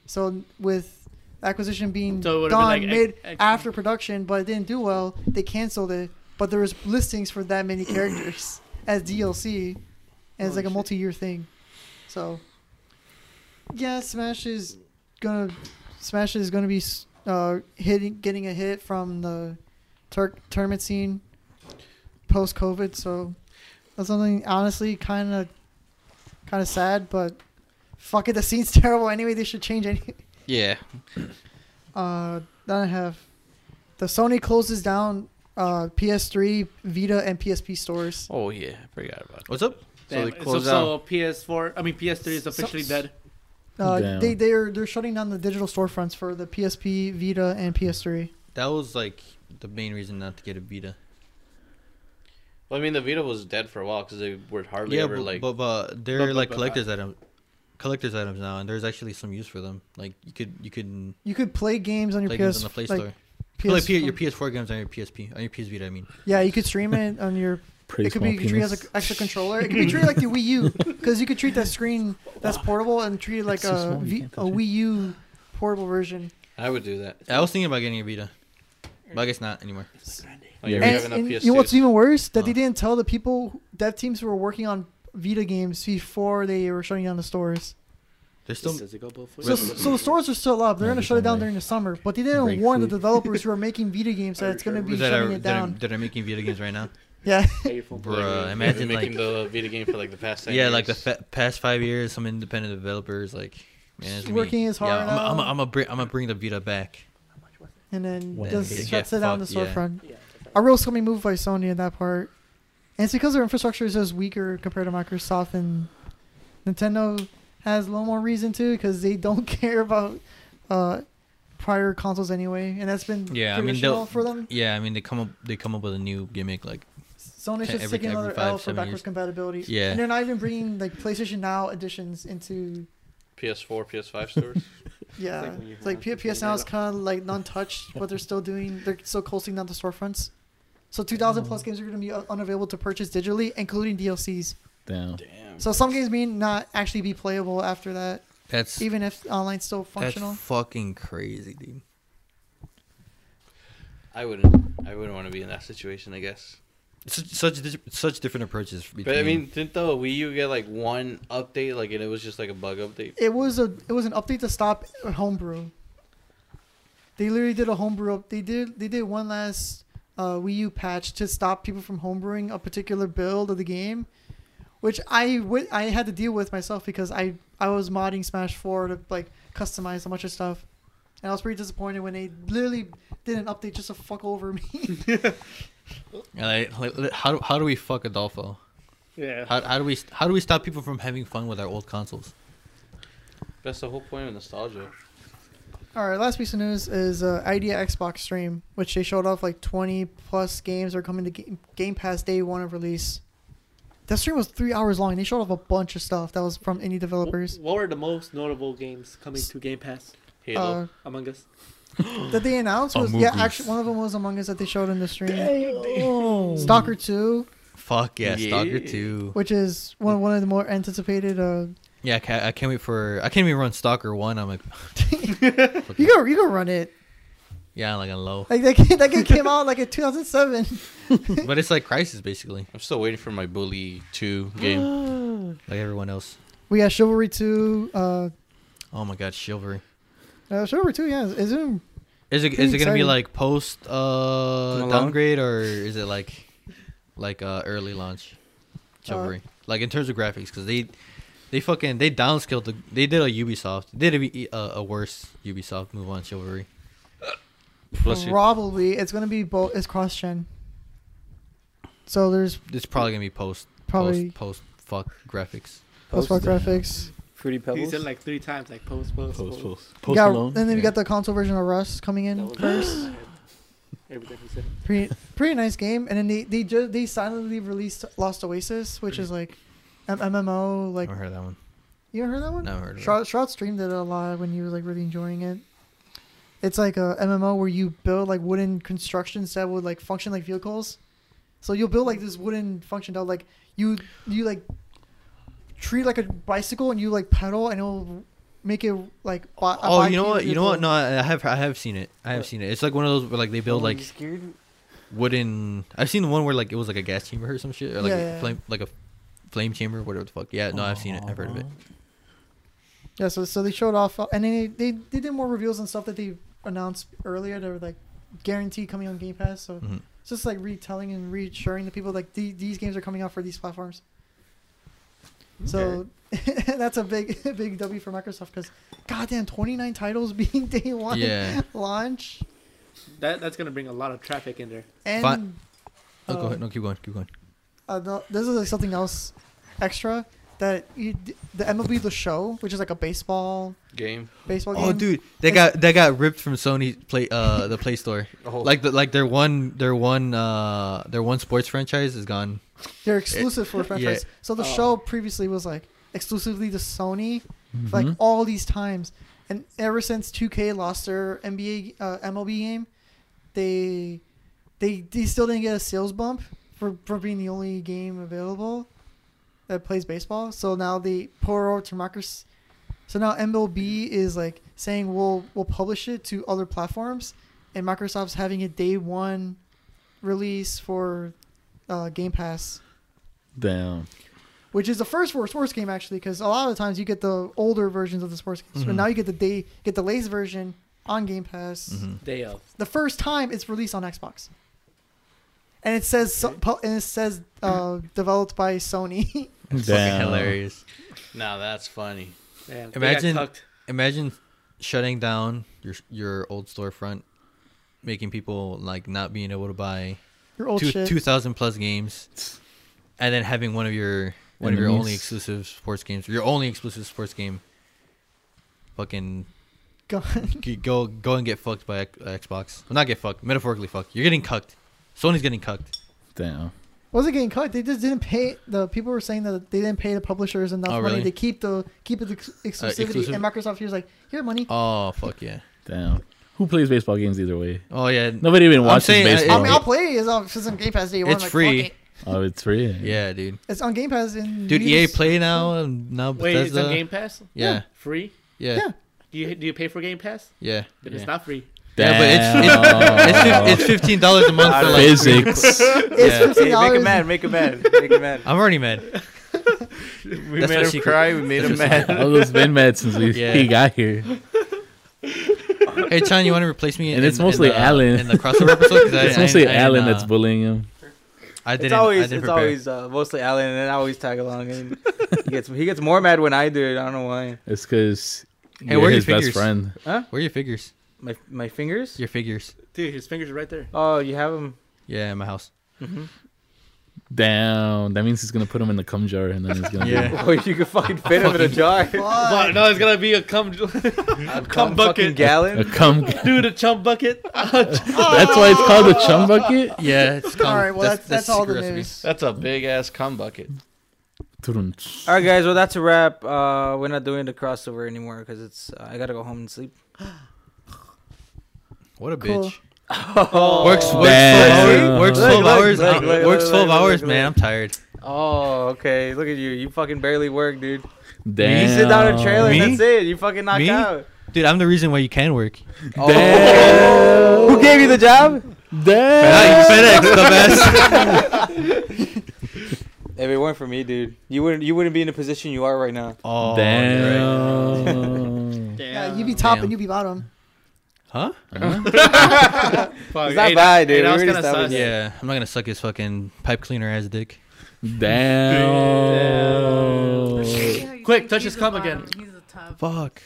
Speaker 4: So with acquisition being
Speaker 5: So it would've
Speaker 4: done
Speaker 5: been like X-
Speaker 4: mid
Speaker 5: X-
Speaker 4: after production, but it didn't do well, they canceled it. But there was listings for that many characters as DLC, and it's
Speaker 5: Holy
Speaker 4: like a
Speaker 5: shit.
Speaker 4: multi-year thing. So yeah, Smash is gonna Smash is gonna be s- uh, hitting getting a hit from the tur- tournament scene post COVID. So that's something honestly kind of kind of sad, but fuck it, the scene's terrible anyway. They should change any.
Speaker 2: Yeah.
Speaker 4: Uh, then I have the Sony closes down uh, PS3, Vita, and PSP stores.
Speaker 2: Oh yeah, I forgot about.
Speaker 13: What's up?
Speaker 2: So they
Speaker 5: Damn,
Speaker 2: close
Speaker 5: so, so PS4, I mean PS3 is officially
Speaker 4: So-
Speaker 5: dead.
Speaker 4: Uh,
Speaker 7: Damn.
Speaker 4: they they're they're shutting down the digital storefronts for the PSP, Vita, and PS3.
Speaker 9: That was like the main reason not to get a Vita.
Speaker 2: Well, I mean, the Vita was dead for a while because they were hardly
Speaker 9: yeah,
Speaker 2: ever
Speaker 9: but,
Speaker 2: like.
Speaker 9: but but they're
Speaker 5: but-
Speaker 9: like
Speaker 5: but-
Speaker 9: collectors item, collectors items now, and there's actually some use for them. Like you could you could
Speaker 4: You could play games on your
Speaker 9: play
Speaker 4: PS
Speaker 9: games on the Play
Speaker 4: like,
Speaker 9: Store.
Speaker 4: PS,
Speaker 9: Play P- your PS4 games on your PSP on your PS Vita. I mean,
Speaker 4: yeah, you could stream it on your.
Speaker 7: Pretty
Speaker 4: it could
Speaker 7: small
Speaker 4: be treated
Speaker 7: penis.
Speaker 4: as an extra controller. It could be treated like the Wii U because you could treat that screen that's portable and treat it like
Speaker 7: It's so
Speaker 4: a,
Speaker 7: small, you
Speaker 4: v,
Speaker 7: can't
Speaker 4: a
Speaker 7: touch it.
Speaker 4: Wii U portable version.
Speaker 2: I would do that.
Speaker 9: I was thinking about getting a Vita, but I guess not anymore.
Speaker 2: Like, if you have
Speaker 4: And,
Speaker 2: enough
Speaker 4: and you
Speaker 2: PS2s.
Speaker 4: know what's even worse? That they
Speaker 9: Huh.
Speaker 4: didn't tell the people dev teams who were working on Vita games before they were shutting down the stores.
Speaker 9: There's still
Speaker 4: So, so the stores are still up. They're gonna shut it down during the summer, but they didn't
Speaker 7: Break
Speaker 4: warn the
Speaker 7: food.
Speaker 4: developers who are making Vita games that it's gonna be
Speaker 9: is that
Speaker 4: shutting
Speaker 9: are,
Speaker 4: it
Speaker 9: that, are,
Speaker 4: down.
Speaker 9: that are making Vita games right now.
Speaker 4: Yeah,
Speaker 2: Like,
Speaker 9: Bruh,
Speaker 4: uh,
Speaker 2: they've
Speaker 9: imagine,
Speaker 2: been making the
Speaker 9: like-
Speaker 2: Vita game for like the past. 10
Speaker 9: yeah, like the
Speaker 2: years.
Speaker 9: fa- past five years, some independent developers like man, it's gonna be-
Speaker 4: working as hard
Speaker 9: Yeah, I'm gonna
Speaker 4: now.
Speaker 9: I'm gonna bring, I'm gonna bring the Vita back.
Speaker 4: and then
Speaker 7: Well,
Speaker 4: just
Speaker 7: they
Speaker 9: get
Speaker 4: shuts it down the
Speaker 9: fucked, yeah.
Speaker 4: storefront. A real scummy move by Sony in that part, and it's because their infrastructure is just weaker compared to Microsoft and Nintendo has a little more reason to because they don't care about uh, prior consoles anyway, and that's been
Speaker 9: Yeah, I mean,
Speaker 4: traditional
Speaker 9: they'll-
Speaker 4: for them.
Speaker 9: Yeah, I mean they come up they come up with a new gimmick like
Speaker 4: Sony's
Speaker 9: Ten-
Speaker 4: just
Speaker 9: every-
Speaker 4: taking
Speaker 9: every
Speaker 4: another
Speaker 9: five,
Speaker 4: L for
Speaker 9: seven
Speaker 4: backwards
Speaker 9: years.
Speaker 4: compatibility.
Speaker 9: Yeah.
Speaker 4: And they're not even bringing like PlayStation Now editions into.
Speaker 2: PS4, PS5 stores.
Speaker 4: Yeah.
Speaker 3: like when you
Speaker 4: It's like,
Speaker 3: have
Speaker 4: P- PS Now is kind of like non touched, but they're still doing, they're still closing down the storefronts. So 2,000
Speaker 3: Mm.
Speaker 4: plus games are going to be un- unavailable to purchase digitally, including DLCs.
Speaker 7: Damn.
Speaker 4: So some games may not actually be playable after that,
Speaker 9: that's
Speaker 4: even if online's still functional.
Speaker 9: that's fucking crazy, dude.
Speaker 2: I wouldn't. I wouldn't want to be in that situation. I guess.
Speaker 9: Such such, dis- such different approaches. Between,
Speaker 2: But I mean, didn't the Wii U get like one update? Like, and it was just like a bug update.
Speaker 4: It was a it was an update to stop homebrew. They literally did a homebrew up. They did they did one last uh, Wii U patch to stop people from homebrewing a particular build of the game, which I would I had to deal with myself because I I was modding Smash Four to like customize a bunch of stuff, and I was pretty disappointed when they literally did an update just to fuck over me.
Speaker 9: like, like, li- how do, how do we fuck Adolfo?
Speaker 5: Yeah.
Speaker 9: How, how do we how do we stop people from having fun with our old consoles?
Speaker 2: That's the whole point of nostalgia.
Speaker 4: All right, last piece of news is uh, Idea Xbox Stream, which they showed off like 20 plus games are coming to Game, game Pass day one of release. That stream was three hours long. and They showed off a bunch of stuff that was from indie developers.
Speaker 5: What were the most notable games coming to Game Pass?
Speaker 2: Halo.
Speaker 4: Uh,
Speaker 5: Among Us.
Speaker 4: that they announced
Speaker 9: A
Speaker 4: was yeah,
Speaker 9: movie.
Speaker 4: actually one of them was Among Us that they showed in the stream. Stalker 2,
Speaker 9: Fuck yeah, Stalker
Speaker 2: Yeah.
Speaker 9: Two.
Speaker 4: which is one one of the more anticipated. Uh,
Speaker 9: Yeah, I can't, I can't wait for I can't even run Stalker One. I'm like,
Speaker 4: you go, you go run it.
Speaker 9: yeah, like a low.
Speaker 4: Like that game, that game came out like in 2007.
Speaker 9: but it's like Crisis basically,
Speaker 2: I'm still waiting for my Bully 2 game.
Speaker 9: like everyone else.
Speaker 4: We got Chivalry 2. Uh,
Speaker 9: Oh my god, Chivalry.
Speaker 4: uh, Chivalry 2, yeah, is in
Speaker 9: Is it is
Speaker 4: Pretty
Speaker 9: it gonna be
Speaker 4: exciting.
Speaker 9: like post uh
Speaker 3: Malone?
Speaker 9: downgrade or is it like like uh early launch?
Speaker 2: Uh,
Speaker 9: Chivalry. like in terms of graphics, because they they fucking they downscaled the they did a Ubisoft they did a, a, a worse Ubisoft move on Chivalry.
Speaker 2: Bless you.
Speaker 4: Probably it's gonna be both. It's cross gen. So there's
Speaker 9: It's probably gonna be post
Speaker 4: Probably-
Speaker 9: post, post fuck graphics.
Speaker 4: post
Speaker 3: Post-
Speaker 4: graphics.
Speaker 3: Fruity
Speaker 5: He
Speaker 3: Pebbles.
Speaker 5: said like three times, like post, post,
Speaker 7: Post
Speaker 5: post.
Speaker 7: post.
Speaker 4: We
Speaker 7: Post
Speaker 4: got-
Speaker 7: Malone.
Speaker 4: and then we
Speaker 9: Yeah.
Speaker 4: got the console version of Rust coming
Speaker 5: That
Speaker 4: in
Speaker 5: was-
Speaker 4: first.
Speaker 5: Everything he said.
Speaker 4: pretty pretty nice game. And then they they ju- they silently released Lost Oasis, which is like M- MMO. Like
Speaker 9: Never heard of that one.
Speaker 4: you ever heard that one?
Speaker 9: Never heard of it.
Speaker 4: Shroud, Shroud streamed it a lot when he was like really enjoying it. It's like a MMO where you build like wooden constructions that would like function like vehicles. So you'll build like this wooden function that like you you like treat like a bicycle and you like pedal and it'll make it like. Uh, Bi- a
Speaker 9: Oh, you know
Speaker 4: bipedal
Speaker 9: what? You know what?
Speaker 4: vehicle.
Speaker 9: No, I I have I have seen it. I have seen it. It's like one of those where like they build like
Speaker 3: scared.
Speaker 9: wooden. I've seen the one where like it was like a gas chamber or some shit, or like
Speaker 4: Yeah,
Speaker 9: a
Speaker 4: yeah, yeah. Oh,
Speaker 9: flame, like a flame chamber, whatever the fuck. Yeah, no, I've seen it. I've heard of it.
Speaker 4: Yeah, so so they showed off, uh, and then they, they they did more reveals and stuff that they announced earlier. They were like guaranteed coming on Game Pass, so
Speaker 9: Mm-hmm.
Speaker 14: Mhm.
Speaker 4: it's just like retelling and reassuring the people like the, these games are coming out for these platforms. So that's a big big W for Microsoft because goddamn, twenty nine titles being day one
Speaker 9: Yeah.
Speaker 4: launch
Speaker 5: That that's gonna bring a lot of traffic in there.
Speaker 4: and.
Speaker 9: Fi- Oh,
Speaker 4: uh,
Speaker 9: go ahead. No, keep going. Keep going.
Speaker 4: uh, no, this is like something else extra that you, d- the MLB the show, which is like a baseball
Speaker 2: Game.
Speaker 4: baseball game.
Speaker 9: Oh, dude, they got they got ripped from Sony play uh the Play Store.
Speaker 2: Oh.
Speaker 9: Like the, like their one their one uh their one sports franchise is gone.
Speaker 4: They're exclusive for franchise.
Speaker 9: yeah.
Speaker 4: So the show previously was like exclusively to Sony, like all these times, and ever since 2K lost their NBA uh, MLB game, they they they still didn't get a sales bump for for being the only game available that plays baseball. So now they pour over to Microsoft. So now MLB is like saying we'll we'll publish it to other platforms, and Microsoft's having a day one release for uh, Game Pass,
Speaker 7: Damn.
Speaker 4: which is the first for a sports game actually, because a lot of the times you get the older versions of the sports games,
Speaker 9: Mm-hmm.
Speaker 4: but now you get the day get the latest version on Game Pass.
Speaker 9: Mm-hmm.
Speaker 5: Day of.
Speaker 4: The first time it's released on Xbox, and it says so, pu- and it says uh, developed by Sony.
Speaker 7: Damn.
Speaker 9: Fucking hilarious.
Speaker 2: Now that's funny.
Speaker 5: Man,
Speaker 9: Imagine-
Speaker 5: They got cucked.
Speaker 9: Imagine shutting down your your old storefront, making people like not being able to buy
Speaker 4: Your old
Speaker 9: two
Speaker 4: shit.
Speaker 9: two thousand plus games, and then having one of your one of your
Speaker 7: Enemies.
Speaker 9: only exclusive sports games, your only exclusive sports game, fucking
Speaker 4: Gone.
Speaker 9: g- go go and get fucked by X- uh, Xbox. Well, not get fucked, metaphorically fucked. You're getting cucked. Sony's getting cucked.
Speaker 7: Damn.
Speaker 4: wasn't getting cut. They just didn't pay. The people were saying that they didn't pay the publishers enough
Speaker 9: Oh,
Speaker 4: money
Speaker 9: really?
Speaker 4: to keep the keep it ex- exclusivity.
Speaker 9: exclusive?
Speaker 4: And Microsoft here's like, here money.
Speaker 9: Oh fuck yeah.
Speaker 7: Damn. Who plays baseball games either way?
Speaker 9: Oh yeah.
Speaker 7: Nobody even
Speaker 9: I'm
Speaker 7: watches
Speaker 9: saying, uh,
Speaker 7: baseball.
Speaker 4: I mean,
Speaker 9: it-
Speaker 4: I'll play it on since on Game Pass day one.
Speaker 9: It's
Speaker 4: like, fuck
Speaker 9: free.
Speaker 4: it.
Speaker 7: oh, it's free.
Speaker 9: Yeah, dude.
Speaker 4: It's on Game Pass. And
Speaker 9: Dude,
Speaker 4: you
Speaker 9: EA
Speaker 4: just-
Speaker 9: Play now and now
Speaker 5: Wait,
Speaker 9: Bethesda.
Speaker 5: it's on Game Pass?
Speaker 9: Yeah,
Speaker 5: Free?
Speaker 9: yeah,
Speaker 4: Yeah.
Speaker 9: yeah.
Speaker 5: Do you do you pay for Game Pass?
Speaker 9: yeah.
Speaker 5: Then it's not free.
Speaker 9: Yeah, but it's it's, it's fifteen dollars a month for like.
Speaker 7: physics.
Speaker 4: It's
Speaker 9: Yeah.
Speaker 4: fifteen
Speaker 3: make him
Speaker 4: dollars.
Speaker 3: mad. Make him mad. Make him mad.
Speaker 9: I'm already mad.
Speaker 2: We
Speaker 9: That's
Speaker 2: made
Speaker 9: our
Speaker 2: him
Speaker 9: secret.
Speaker 2: cry. We made him
Speaker 9: That's our
Speaker 2: mad.
Speaker 7: All those been mad since we,
Speaker 9: Yeah.
Speaker 7: he got here.
Speaker 9: Hey, Chan, you want to replace me?
Speaker 7: And
Speaker 9: in-
Speaker 7: it's
Speaker 9: in
Speaker 7: mostly
Speaker 9: the- uh,
Speaker 7: Alan.
Speaker 9: in the crossover episode. 'Cause I-
Speaker 7: It's
Speaker 9: I-
Speaker 7: mostly
Speaker 9: I didn't,
Speaker 7: Alan
Speaker 9: uh,
Speaker 7: that's bullying him.
Speaker 9: I didn't.
Speaker 3: It's always
Speaker 9: I didn't
Speaker 3: it's
Speaker 9: prepare.
Speaker 3: always uh, mostly Alan, and then I always tag along, and he gets he gets more mad when I do it. I don't know why.
Speaker 7: It's because
Speaker 9: Hey,
Speaker 7: you're
Speaker 9: where are your
Speaker 7: his best
Speaker 9: fingers?
Speaker 7: friend.
Speaker 9: Where are your figures?
Speaker 3: My my fingers.
Speaker 9: Your figures.
Speaker 5: Dude, his fingers are right there.
Speaker 3: Oh, you have them.
Speaker 9: Yeah, in my house.
Speaker 7: Damn. That means he's gonna put him in the cum jar and then he's gonna.
Speaker 9: Yeah.
Speaker 3: Oh, you can fucking fit them in a jar.
Speaker 5: But no, it's gonna be a cum, a
Speaker 3: Fucking
Speaker 5: cum bucket.
Speaker 7: Be a
Speaker 3: gallon.
Speaker 7: cum.
Speaker 5: Dude, a chum bucket.
Speaker 7: That's why it's called a chum bucket.
Speaker 9: Yeah, it's
Speaker 4: All right. Well, that's that's, all the
Speaker 9: secret recipe.
Speaker 4: news.
Speaker 2: That's a big ass cum bucket.
Speaker 7: Turunch.
Speaker 3: All right, guys. Well, that's a wrap. Uh, we're not doing the crossover anymore because it's uh, I gotta go home and sleep.
Speaker 9: What a bitch.
Speaker 4: Cool.
Speaker 9: Works works
Speaker 7: Oh. Damn.
Speaker 9: twelve hours. Works
Speaker 3: Look,
Speaker 9: twelve
Speaker 3: look,
Speaker 9: hours.
Speaker 3: look,
Speaker 9: uh,
Speaker 3: look,
Speaker 9: Works
Speaker 3: look,
Speaker 9: twelve
Speaker 3: look,
Speaker 9: hours,
Speaker 3: look,
Speaker 9: man. I'm
Speaker 3: look.
Speaker 9: tired.
Speaker 3: Oh, okay. Look at you. You fucking barely work, dude.
Speaker 7: Damn.
Speaker 3: You sit down a trailer.
Speaker 9: Me?
Speaker 3: and That's it. You fucking knock
Speaker 9: Me?
Speaker 3: out.
Speaker 9: Dude, I'm the reason why you can work.
Speaker 3: Oh. Who gave you the job?
Speaker 7: Damn.
Speaker 9: FedEx, dumbass.
Speaker 3: If it weren't for me, dude, you wouldn't you wouldn't be in the position you are right now.
Speaker 9: Oh, you're right. Oh,
Speaker 7: Damn.
Speaker 4: Yeah, you be top
Speaker 9: Damn.
Speaker 4: and you be bottom.
Speaker 9: Huh?
Speaker 5: Fuck,
Speaker 3: It's not
Speaker 5: eight-
Speaker 3: bad, dude.
Speaker 5: eight
Speaker 3: We
Speaker 5: ounce
Speaker 3: already
Speaker 5: kinda
Speaker 3: established
Speaker 5: sus.
Speaker 3: that.
Speaker 9: Yeah, I'm not gonna suck his fucking pipe cleaner ass dick.
Speaker 7: Damn.
Speaker 5: Quick, touch his cum again.
Speaker 15: He's a top.
Speaker 9: Fuck.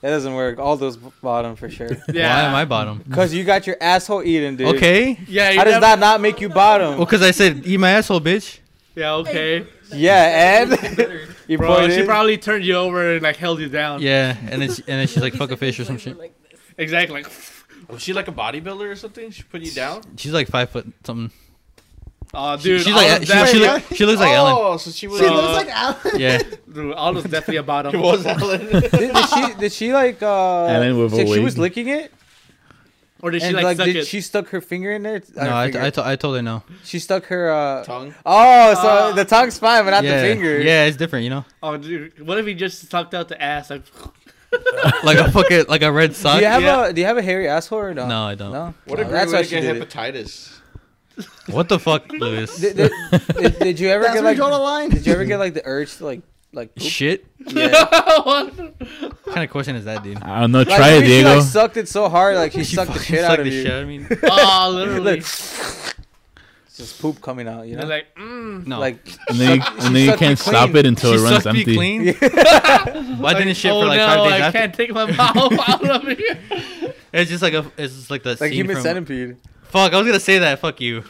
Speaker 3: That doesn't work. All those bottom for sure.
Speaker 5: Yeah.
Speaker 9: Why am I bottom?
Speaker 3: Cause you got your asshole eaten, dude.
Speaker 9: Okay.
Speaker 5: Yeah, you
Speaker 3: How does
Speaker 5: never-
Speaker 3: that not make you bottom?
Speaker 9: Well, cause I said eat my asshole, bitch.
Speaker 5: Yeah, okay.
Speaker 3: Yeah, and you
Speaker 5: Bro, she
Speaker 3: pointed.
Speaker 5: probably turned you over and like held you down.
Speaker 9: Yeah, and then she, and then she's like fuck a fish or some shit.
Speaker 5: Exactly. Like,
Speaker 2: Was she like a bodybuilder or something? She put you down?
Speaker 9: She's like five foot something.
Speaker 5: oh, dude. all
Speaker 9: she's like uh,
Speaker 5: of
Speaker 9: she, she,
Speaker 5: that-
Speaker 9: look, she looks like Ellen.
Speaker 2: Oh, so she was.
Speaker 4: She
Speaker 5: Uh,
Speaker 4: looks like Alan.
Speaker 9: Yeah.
Speaker 5: Dude, all of definitely a bottom.
Speaker 2: it was Ellen.
Speaker 3: did, did she? Did she like? Uh,
Speaker 7: Alan with a
Speaker 3: like she
Speaker 7: wig.
Speaker 3: was licking it,
Speaker 5: Or did she
Speaker 3: and
Speaker 5: like,
Speaker 3: like,
Speaker 5: suck
Speaker 3: did
Speaker 5: it?
Speaker 3: she stuck her finger in there?
Speaker 9: No, I, I, to- I told her no.
Speaker 3: she stuck her. Uh,
Speaker 2: Tongue.
Speaker 3: oh, so
Speaker 5: Ah.
Speaker 3: the tongue's fine, but not
Speaker 9: yeah.
Speaker 3: the finger.
Speaker 9: Yeah, it's different, you know.
Speaker 5: Oh, dude. What if he just sucked out the ass? Like,
Speaker 9: Like a fucking like a red
Speaker 3: Do
Speaker 9: sock.
Speaker 3: you have
Speaker 5: Yeah.
Speaker 3: a Do you have a hairy asshole or no?
Speaker 9: No, I don't.
Speaker 3: No.
Speaker 2: What
Speaker 3: No,
Speaker 2: a great
Speaker 3: that's
Speaker 2: way
Speaker 3: why
Speaker 2: to
Speaker 3: she
Speaker 2: get
Speaker 3: did it.
Speaker 2: hepatitis.
Speaker 9: What the fuck, Lewis?
Speaker 3: Did, did, did, did you ever
Speaker 4: That's
Speaker 3: get
Speaker 4: where you
Speaker 3: like?
Speaker 4: draw the line.
Speaker 3: Did you ever get like the urge to like like poop?
Speaker 9: Shit.
Speaker 3: Yeah.
Speaker 9: What kind of question is that, dude?
Speaker 7: I don't know.
Speaker 3: Like,
Speaker 7: Try it,
Speaker 3: maybe She
Speaker 7: Diego.
Speaker 3: like sucked it so hard, like she
Speaker 9: She
Speaker 3: sucked the
Speaker 9: fucking
Speaker 3: shit
Speaker 9: sucked
Speaker 3: out of
Speaker 9: the
Speaker 3: you.
Speaker 9: shit out of me.
Speaker 5: Oh, literally.
Speaker 3: It's just poop coming out, you know.
Speaker 5: They're
Speaker 3: Like,
Speaker 5: like, mm.
Speaker 9: No.
Speaker 7: and then you,
Speaker 3: sucked- she
Speaker 7: and then you
Speaker 3: sucked me
Speaker 7: can't stop
Speaker 3: clean.
Speaker 7: it until
Speaker 9: she
Speaker 7: it runs
Speaker 9: sucked
Speaker 7: empty.
Speaker 9: me clean. Why didn't it shit
Speaker 5: oh
Speaker 9: for like
Speaker 5: no,
Speaker 9: five days
Speaker 5: I
Speaker 9: after?
Speaker 5: can't take my mouth out of here.
Speaker 9: It's just like a. It's just like the
Speaker 3: like
Speaker 9: scene
Speaker 3: human
Speaker 9: from.
Speaker 3: centipede.
Speaker 9: Fuck, I was gonna say that. Fuck you.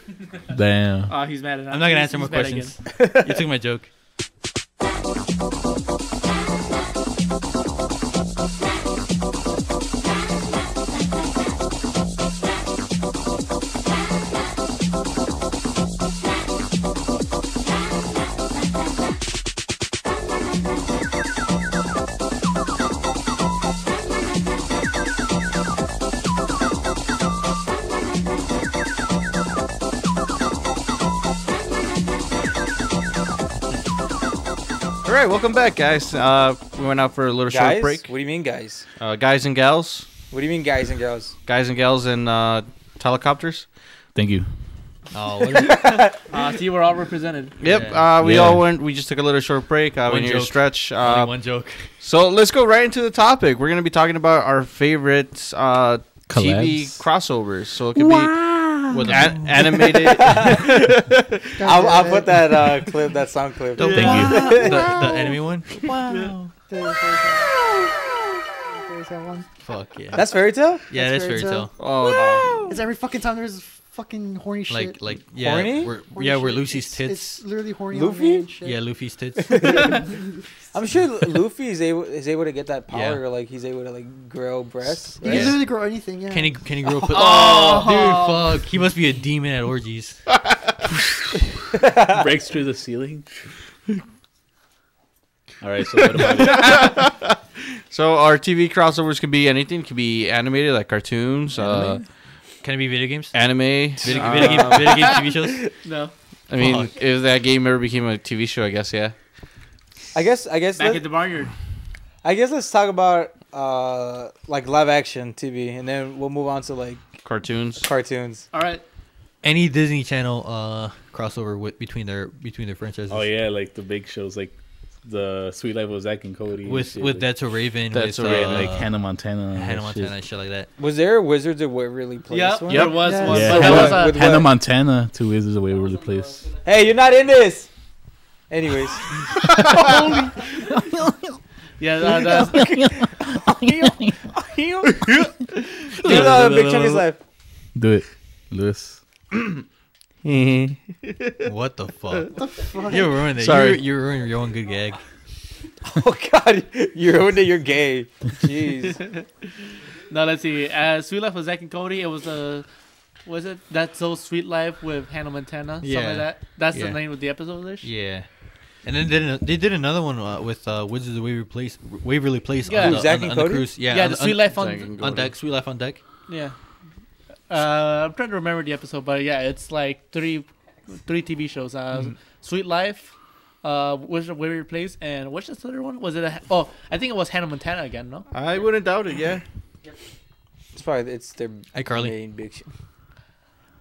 Speaker 7: Damn.
Speaker 5: Oh, he's mad at
Speaker 9: I'm not gonna answer more questions. you took my joke.
Speaker 2: All right, welcome back, guys. Uh, we went out for a little
Speaker 3: Guys,
Speaker 2: short break.
Speaker 3: what do you mean, guys?
Speaker 2: Uh, guys and gals,
Speaker 3: What do you mean, guys and girls?
Speaker 2: guys and gals, and uh, helicopters.
Speaker 7: Thank you.
Speaker 9: Oh, what is
Speaker 5: Uh, see, we're all represented.
Speaker 2: Yep.
Speaker 9: Yeah.
Speaker 2: Uh, we
Speaker 7: Yeah.
Speaker 2: all went. We just took a little short break. Uh, we
Speaker 9: One
Speaker 2: needed a
Speaker 9: joke.
Speaker 2: stretch.
Speaker 9: only
Speaker 2: Uh,
Speaker 9: one joke.
Speaker 2: so let's go right into the topic. We're gonna be talking about our favorite uh, TV
Speaker 7: Collabs.
Speaker 2: crossovers. So it could be with an- animated.
Speaker 4: God
Speaker 3: I'll, I'll
Speaker 4: damn
Speaker 3: put
Speaker 4: it.
Speaker 3: that uh, clip, that sound clip.
Speaker 9: The-
Speaker 7: Thank you.
Speaker 9: The, the enemy one.
Speaker 4: There, there's that. There's that one.
Speaker 9: Fuck yeah.
Speaker 3: That's fairy tale.
Speaker 9: yeah,
Speaker 4: that's
Speaker 9: that's fairy
Speaker 4: fairy
Speaker 9: tale.
Speaker 2: oh,
Speaker 4: It's every fucking time there's fucking horny shit.
Speaker 9: Like like yeah.
Speaker 3: Horny?
Speaker 9: We're,
Speaker 4: Horny
Speaker 9: yeah, we're
Speaker 4: shit.
Speaker 9: Lucy's
Speaker 4: It's-
Speaker 9: tits.
Speaker 4: It's literally horny.
Speaker 3: Luffy?
Speaker 4: Luffy. And shit.
Speaker 9: Yeah, Luffy's tits.
Speaker 3: I'm sure Luffy is able is able to get that power,
Speaker 9: Yeah.
Speaker 3: or like he's able to like grow breasts.
Speaker 4: You
Speaker 3: right?
Speaker 4: can literally grow anything. Yeah.
Speaker 9: Can he can he grow? Put-
Speaker 5: Oh.
Speaker 9: oh, dude, fuck. He must be a demon at orgies.
Speaker 7: Breaks through the ceiling. All right. So what about it?
Speaker 2: so our TV crossovers could be anything. It could be animated, like cartoons, uh,
Speaker 9: Can it be video games?
Speaker 2: anime.
Speaker 9: Video,
Speaker 2: uh,
Speaker 9: video, game, video game TV shows.
Speaker 5: No.
Speaker 2: I mean,
Speaker 9: Fuck.
Speaker 2: if that game ever became a TV show, I guess yeah.
Speaker 3: I guess I guess
Speaker 5: Back
Speaker 3: let,
Speaker 5: at the barnyard.
Speaker 3: I guess let's talk about uh like live action TV, and then we'll move on to like
Speaker 2: Cartoons.
Speaker 3: cartoons.
Speaker 5: All right.
Speaker 9: Any Disney Channel uh, crossover with between their between their franchises.
Speaker 7: Oh yeah, like the big shows, like the Sweet Life of Zack and Cody. and
Speaker 9: With
Speaker 7: shit,
Speaker 9: with
Speaker 7: like-
Speaker 9: That's a Raven.
Speaker 2: That's
Speaker 9: with,
Speaker 2: a Raven,
Speaker 9: uh,
Speaker 7: like Hannah Montana. and
Speaker 9: Hannah
Speaker 7: shit.
Speaker 9: Montana, shit like that.
Speaker 3: Was there a Wizards of Waverly Place?
Speaker 5: Yep.
Speaker 3: one?
Speaker 5: There was
Speaker 4: Yeah.
Speaker 5: one.
Speaker 7: Yeah.
Speaker 5: But that was uh,
Speaker 3: With
Speaker 5: a,
Speaker 7: Hannah
Speaker 3: what?
Speaker 7: Montana. Two Wizards away were the place.
Speaker 3: Hey, you're not in this. Anyways,
Speaker 5: yeah, that, that's,
Speaker 3: do the Big Chinese life.
Speaker 7: Do it, Lewis.
Speaker 9: What the fuck?
Speaker 4: Fuck.
Speaker 9: You ruined it.
Speaker 2: Sorry.
Speaker 9: You, you ruined your own good gag.
Speaker 3: Oh God, you ruined it. You're gay. Jeez.
Speaker 5: no, let's see. Uh, Sweet Life with Zack and Cody. It was a. Was it That's So Sweet Life with Hannah Montana? Something
Speaker 9: Yeah.
Speaker 5: like that. That's
Speaker 9: Yeah.
Speaker 5: the name of the episode ish?
Speaker 9: Yeah. And then they did, an- they did another one uh, with uh, Wizards of Waverly Place, Waverly Place
Speaker 5: Yeah.
Speaker 9: on,
Speaker 5: Who,
Speaker 9: the,
Speaker 3: Zack
Speaker 9: on, the-
Speaker 3: and
Speaker 9: on the
Speaker 3: Cody?
Speaker 9: cruise.
Speaker 5: Yeah,
Speaker 9: Yeah, on,
Speaker 5: the
Speaker 9: on-
Speaker 5: Sweet Life on.
Speaker 2: Zack and
Speaker 9: on
Speaker 2: Cody.
Speaker 9: deck. Sweet Life on deck.
Speaker 5: Yeah. Uh, I'm trying to remember the episode, but yeah, it's like three, three TV shows. Uh, Sweet Life, uh, Wizard of Waverly Place, and what's the other one? Was it a? Oh, I think it was Hannah Montana again. No.
Speaker 2: I wouldn't doubt it. Yeah.
Speaker 3: It's probably it's their
Speaker 9: iCarly.
Speaker 3: main big show.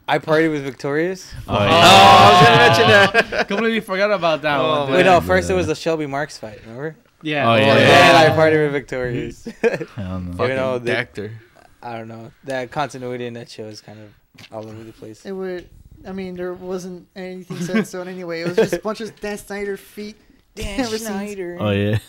Speaker 3: I partied with Victorious.
Speaker 7: Oh, yeah.
Speaker 5: Completely forgot about that one.
Speaker 2: Oh,
Speaker 5: dude.
Speaker 3: Wait, no.
Speaker 7: man.
Speaker 3: First it was the Shelby Marks fight. Remember?
Speaker 5: Yeah.
Speaker 7: Oh, yeah.
Speaker 3: And
Speaker 2: Yeah.
Speaker 3: I partied with Victorious.
Speaker 7: I don't know.
Speaker 3: Fucking know, the-
Speaker 2: actor.
Speaker 3: I don't know. That continuity in that show is kind of all over the place.
Speaker 4: It would. I mean, there wasn't anything said. So anyway, it was just a bunch of Dan Snyder feet. Dan Snyder.
Speaker 7: Oh yeah.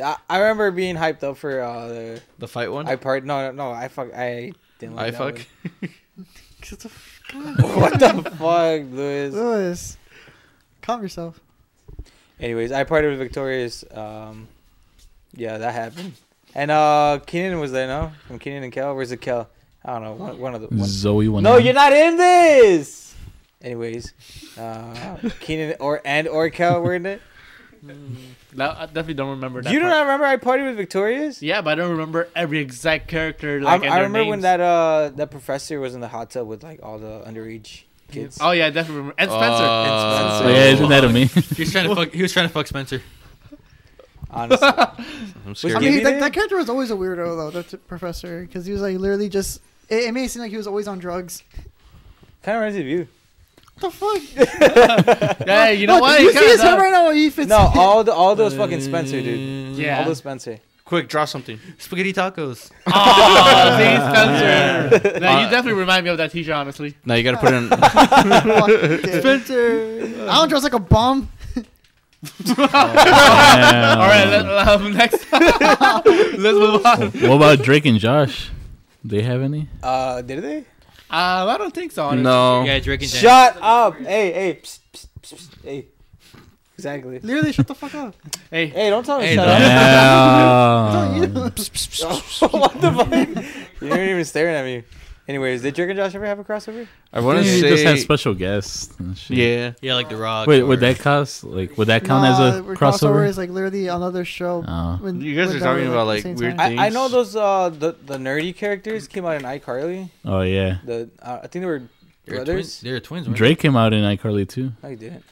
Speaker 3: I, I remember being hyped up for uh, the
Speaker 2: The fight one.
Speaker 3: I part. No, no, no. I fuck. I didn't like
Speaker 2: I
Speaker 3: that
Speaker 2: fuck.
Speaker 3: one. what the fuck, Louis?
Speaker 4: Lewis, calm yourself.
Speaker 3: Anyways, I parted with Victorious. Um, yeah, that happened. And uh, Keenan was there, no? From Keenan and Kel. Where's the Kel? I don't know. One, one of the. One.
Speaker 7: Zoe one.
Speaker 3: No, you're not in this. Anyways, uh, Keenan or and or Kel were in it.
Speaker 5: No, I definitely Mm. don't remember that.
Speaker 3: you don't
Speaker 5: part.
Speaker 3: remember I partied with Victorious?
Speaker 5: Yeah, but I don't remember every exact character.
Speaker 3: I,
Speaker 5: Like, and
Speaker 3: I
Speaker 5: their
Speaker 3: remember when
Speaker 5: names.
Speaker 3: that uh that professor was in the hot tub with like all the underage kids.
Speaker 5: Oh yeah, I definitely remember. And Spencer.
Speaker 2: Uh,
Speaker 7: Oh, yeah, isn't that amazing?
Speaker 9: He was trying to fuck. He was trying to fuck Spencer.
Speaker 3: Honestly,
Speaker 2: I'm
Speaker 3: Give
Speaker 4: I
Speaker 2: scared.
Speaker 3: me
Speaker 4: mean, that,
Speaker 3: that.
Speaker 4: that character was always a weirdo though. That t- professor, because he was like literally just. It, it made it seem like he was always on drugs.
Speaker 3: kind of reminds me of you.
Speaker 4: the fuck?
Speaker 5: Yeah,
Speaker 3: Oh,
Speaker 5: you know uh,
Speaker 4: Look,
Speaker 5: what?
Speaker 4: You
Speaker 5: It
Speaker 4: see
Speaker 5: kinda
Speaker 4: his head
Speaker 5: does.
Speaker 4: right now? He fits.
Speaker 3: No, all the all those fucking Spencer, dude.
Speaker 5: Yeah.
Speaker 3: All those Spencer.
Speaker 2: Quick, draw something.
Speaker 9: Spaghetti tacos.
Speaker 5: Oh, see, Spencer. Now, you definitely remind me of that teacher, honestly.
Speaker 2: Now you gotta put in.
Speaker 4: Spencer. I don't dress like a bum.
Speaker 7: Damn.
Speaker 5: All right, let, um, next. let's move on. Um,
Speaker 7: what about Drake and Josh? They have any?
Speaker 3: Uh, did they?
Speaker 5: I don't think so. honestly.
Speaker 2: no.
Speaker 9: Yeah, Drake and Jen.
Speaker 3: Shut up! Hey, hey, psst, psst, psst, psst, hey. Exactly.
Speaker 4: Literally, shut the fuck up.
Speaker 5: Hey,
Speaker 3: Hey, don't tell me
Speaker 9: Hey,
Speaker 3: shut up.
Speaker 4: Don't you?
Speaker 7: Damn.
Speaker 3: what the fuck? You weren't even staring at me. Anyways, did Drake and Josh ever have a crossover?
Speaker 2: I wanna
Speaker 7: They
Speaker 2: say.
Speaker 7: just had special guests. and shit.
Speaker 2: yeah.
Speaker 9: Yeah, like The Rock.
Speaker 7: Wait,
Speaker 9: or-
Speaker 7: would that cost like would that count as
Speaker 4: Nah,
Speaker 7: a
Speaker 4: we're-
Speaker 7: crossover?
Speaker 4: is like literally another show.
Speaker 7: Oh.
Speaker 4: when-
Speaker 2: You guys
Speaker 4: when
Speaker 2: are
Speaker 4: they're,
Speaker 2: talking about,
Speaker 4: at the
Speaker 2: like,
Speaker 4: same
Speaker 2: weird
Speaker 4: time.
Speaker 2: things.
Speaker 3: I, I know those uh the, the nerdy characters came out in iCarly.
Speaker 7: Oh yeah.
Speaker 3: The uh, I think they were
Speaker 9: They're
Speaker 3: brothers.
Speaker 9: twins. They're twins. Right?
Speaker 7: Drake came out in iCarly too.
Speaker 3: No, he didn't.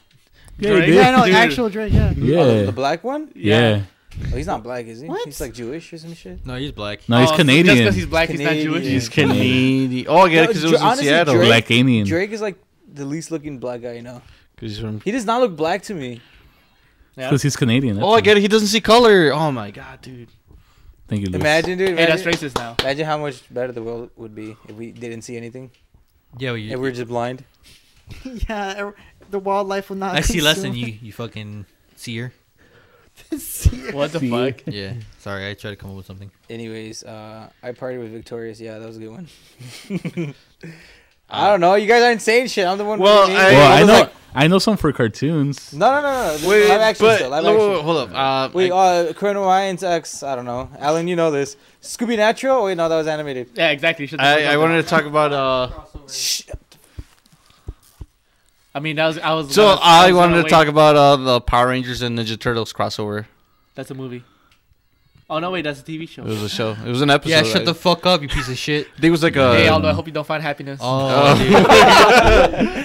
Speaker 7: Yeah,
Speaker 5: Drake?
Speaker 4: Yeah, I know,
Speaker 5: Dude.
Speaker 4: actual Drake. Yeah.
Speaker 7: Yeah.
Speaker 3: Oh, the, the black one?
Speaker 7: yeah.
Speaker 3: Oh, he's not black, is he?
Speaker 4: What?
Speaker 3: He's like Jewish or some shit.
Speaker 9: No, he's black.
Speaker 7: No, he's
Speaker 5: Oh, so Just
Speaker 7: Canadian.
Speaker 5: because he's black, he's not
Speaker 3: Canadian.
Speaker 5: Jewish.
Speaker 3: He's
Speaker 2: Canadian. Oh, I get it because it
Speaker 3: Dra-
Speaker 2: was in
Speaker 3: honestly,
Speaker 2: Seattle.
Speaker 3: Drake-
Speaker 7: Blackianian.
Speaker 3: Drake is like the least looking black guy you know.
Speaker 2: 'Cause he's from-
Speaker 3: He does not look black to me.
Speaker 7: Because he's Canadian. that's
Speaker 2: Oh, I
Speaker 7: why.
Speaker 2: get it. He doesn't see color. Oh my god, dude.
Speaker 7: Thank you. Luis.
Speaker 3: Imagine, dude.
Speaker 5: Hey, that's
Speaker 3: Imagine,
Speaker 5: racist now.
Speaker 3: imagine how much better the world would be if we didn't see anything.
Speaker 9: Yeah, well, you,
Speaker 3: If we were just blind.
Speaker 4: yeah, er- the wildlife will not.
Speaker 9: I see less than
Speaker 4: consume
Speaker 9: you. You fucking seer.
Speaker 4: this year.
Speaker 5: What the fuck?
Speaker 9: Yeah. Sorry, I tried to come up with something.
Speaker 3: Anyways, uh, I partied with Victorious. Yeah, that was a good one. I don't know. You guys aren't saying shit. I'm the one.
Speaker 2: Well,
Speaker 3: reading.
Speaker 2: I-
Speaker 7: Well,
Speaker 2: I
Speaker 7: I
Speaker 2: was
Speaker 7: know.
Speaker 2: like-
Speaker 7: I know some for cartoons.
Speaker 3: No, no, no, no. Wait,
Speaker 2: Wait,
Speaker 3: live action
Speaker 2: but,
Speaker 3: still. Live
Speaker 2: no,
Speaker 3: action.
Speaker 2: wait, wait, hold up. Uh,
Speaker 3: Wait,
Speaker 2: I-
Speaker 3: uh, Conan Ryan's ex. I don't know. Alan, you know this. Scooby Natural. Wait, no, that was animated.
Speaker 5: Yeah, exactly. Shut the fuck
Speaker 2: I, I
Speaker 5: up.
Speaker 2: wanted to talk about. Uh,
Speaker 3: Shh.
Speaker 5: I mean, that was I was.
Speaker 2: so
Speaker 5: was
Speaker 2: I
Speaker 5: gonna
Speaker 2: wanted to
Speaker 5: wait.
Speaker 2: talk about uh, the Power Rangers and Ninja Turtles crossover.
Speaker 5: That's a movie. Oh no, wait, that's a TV show.
Speaker 2: It was a show. It was an episode.
Speaker 9: Yeah, shut
Speaker 2: I
Speaker 9: the fuck up, you piece of shit.
Speaker 2: think it was like a.
Speaker 5: hey, Aldo, I hope you don't find happiness.
Speaker 9: Oh, dude.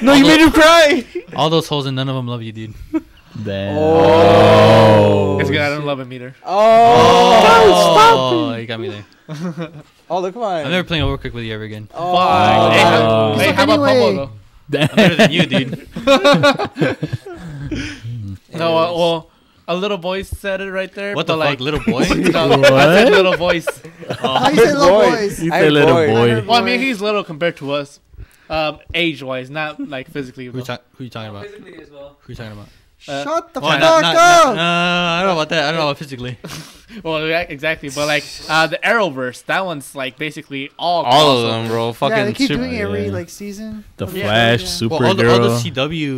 Speaker 2: no, you made him cry.
Speaker 9: Oh, all those holes and none of them love you, dude.
Speaker 7: Damn.
Speaker 3: Oh.
Speaker 5: it's good. I don't love a meter.
Speaker 3: Oh.
Speaker 9: Oh, you got me there.
Speaker 3: Oh, look, come on.
Speaker 9: I'm never playing Overcooked with you ever again.
Speaker 3: oh.
Speaker 5: Fuck. Hey, how,
Speaker 7: Oh.
Speaker 5: hey, how about
Speaker 4: Anyway.
Speaker 5: Bumble
Speaker 7: Damn.
Speaker 9: I'm better than you, dude.
Speaker 5: though? No, uh, well, a little voice said it right there.
Speaker 9: What the
Speaker 5: but, like,
Speaker 9: fuck, little boy?
Speaker 5: No, I said little voice.
Speaker 4: I said little
Speaker 3: Boy.
Speaker 4: boys.
Speaker 7: You
Speaker 3: I
Speaker 7: say little
Speaker 3: boy.
Speaker 7: boy.
Speaker 5: Well, I mean, he's little compared to us, um, age-wise, not like physically.
Speaker 9: Who you,
Speaker 5: though.
Speaker 9: ta- who you talking about? Who you talking about?
Speaker 5: uh,
Speaker 4: Shut the
Speaker 9: Oh,
Speaker 4: fuck
Speaker 9: not, not,
Speaker 4: up.
Speaker 9: not, uh, I don't know about that. I don't know about physically.
Speaker 5: Well, yeah, exactly. But like uh, the Arrowverse, that one's like basically all.
Speaker 2: All of
Speaker 5: crossover.
Speaker 2: them, bro. Fucking
Speaker 4: yeah, they keep
Speaker 2: super-
Speaker 4: doing it every
Speaker 7: yeah.
Speaker 4: like season.
Speaker 7: The
Speaker 4: of
Speaker 7: Flash,
Speaker 4: yeah.
Speaker 7: Supergirl.
Speaker 9: Well, all the, all the CW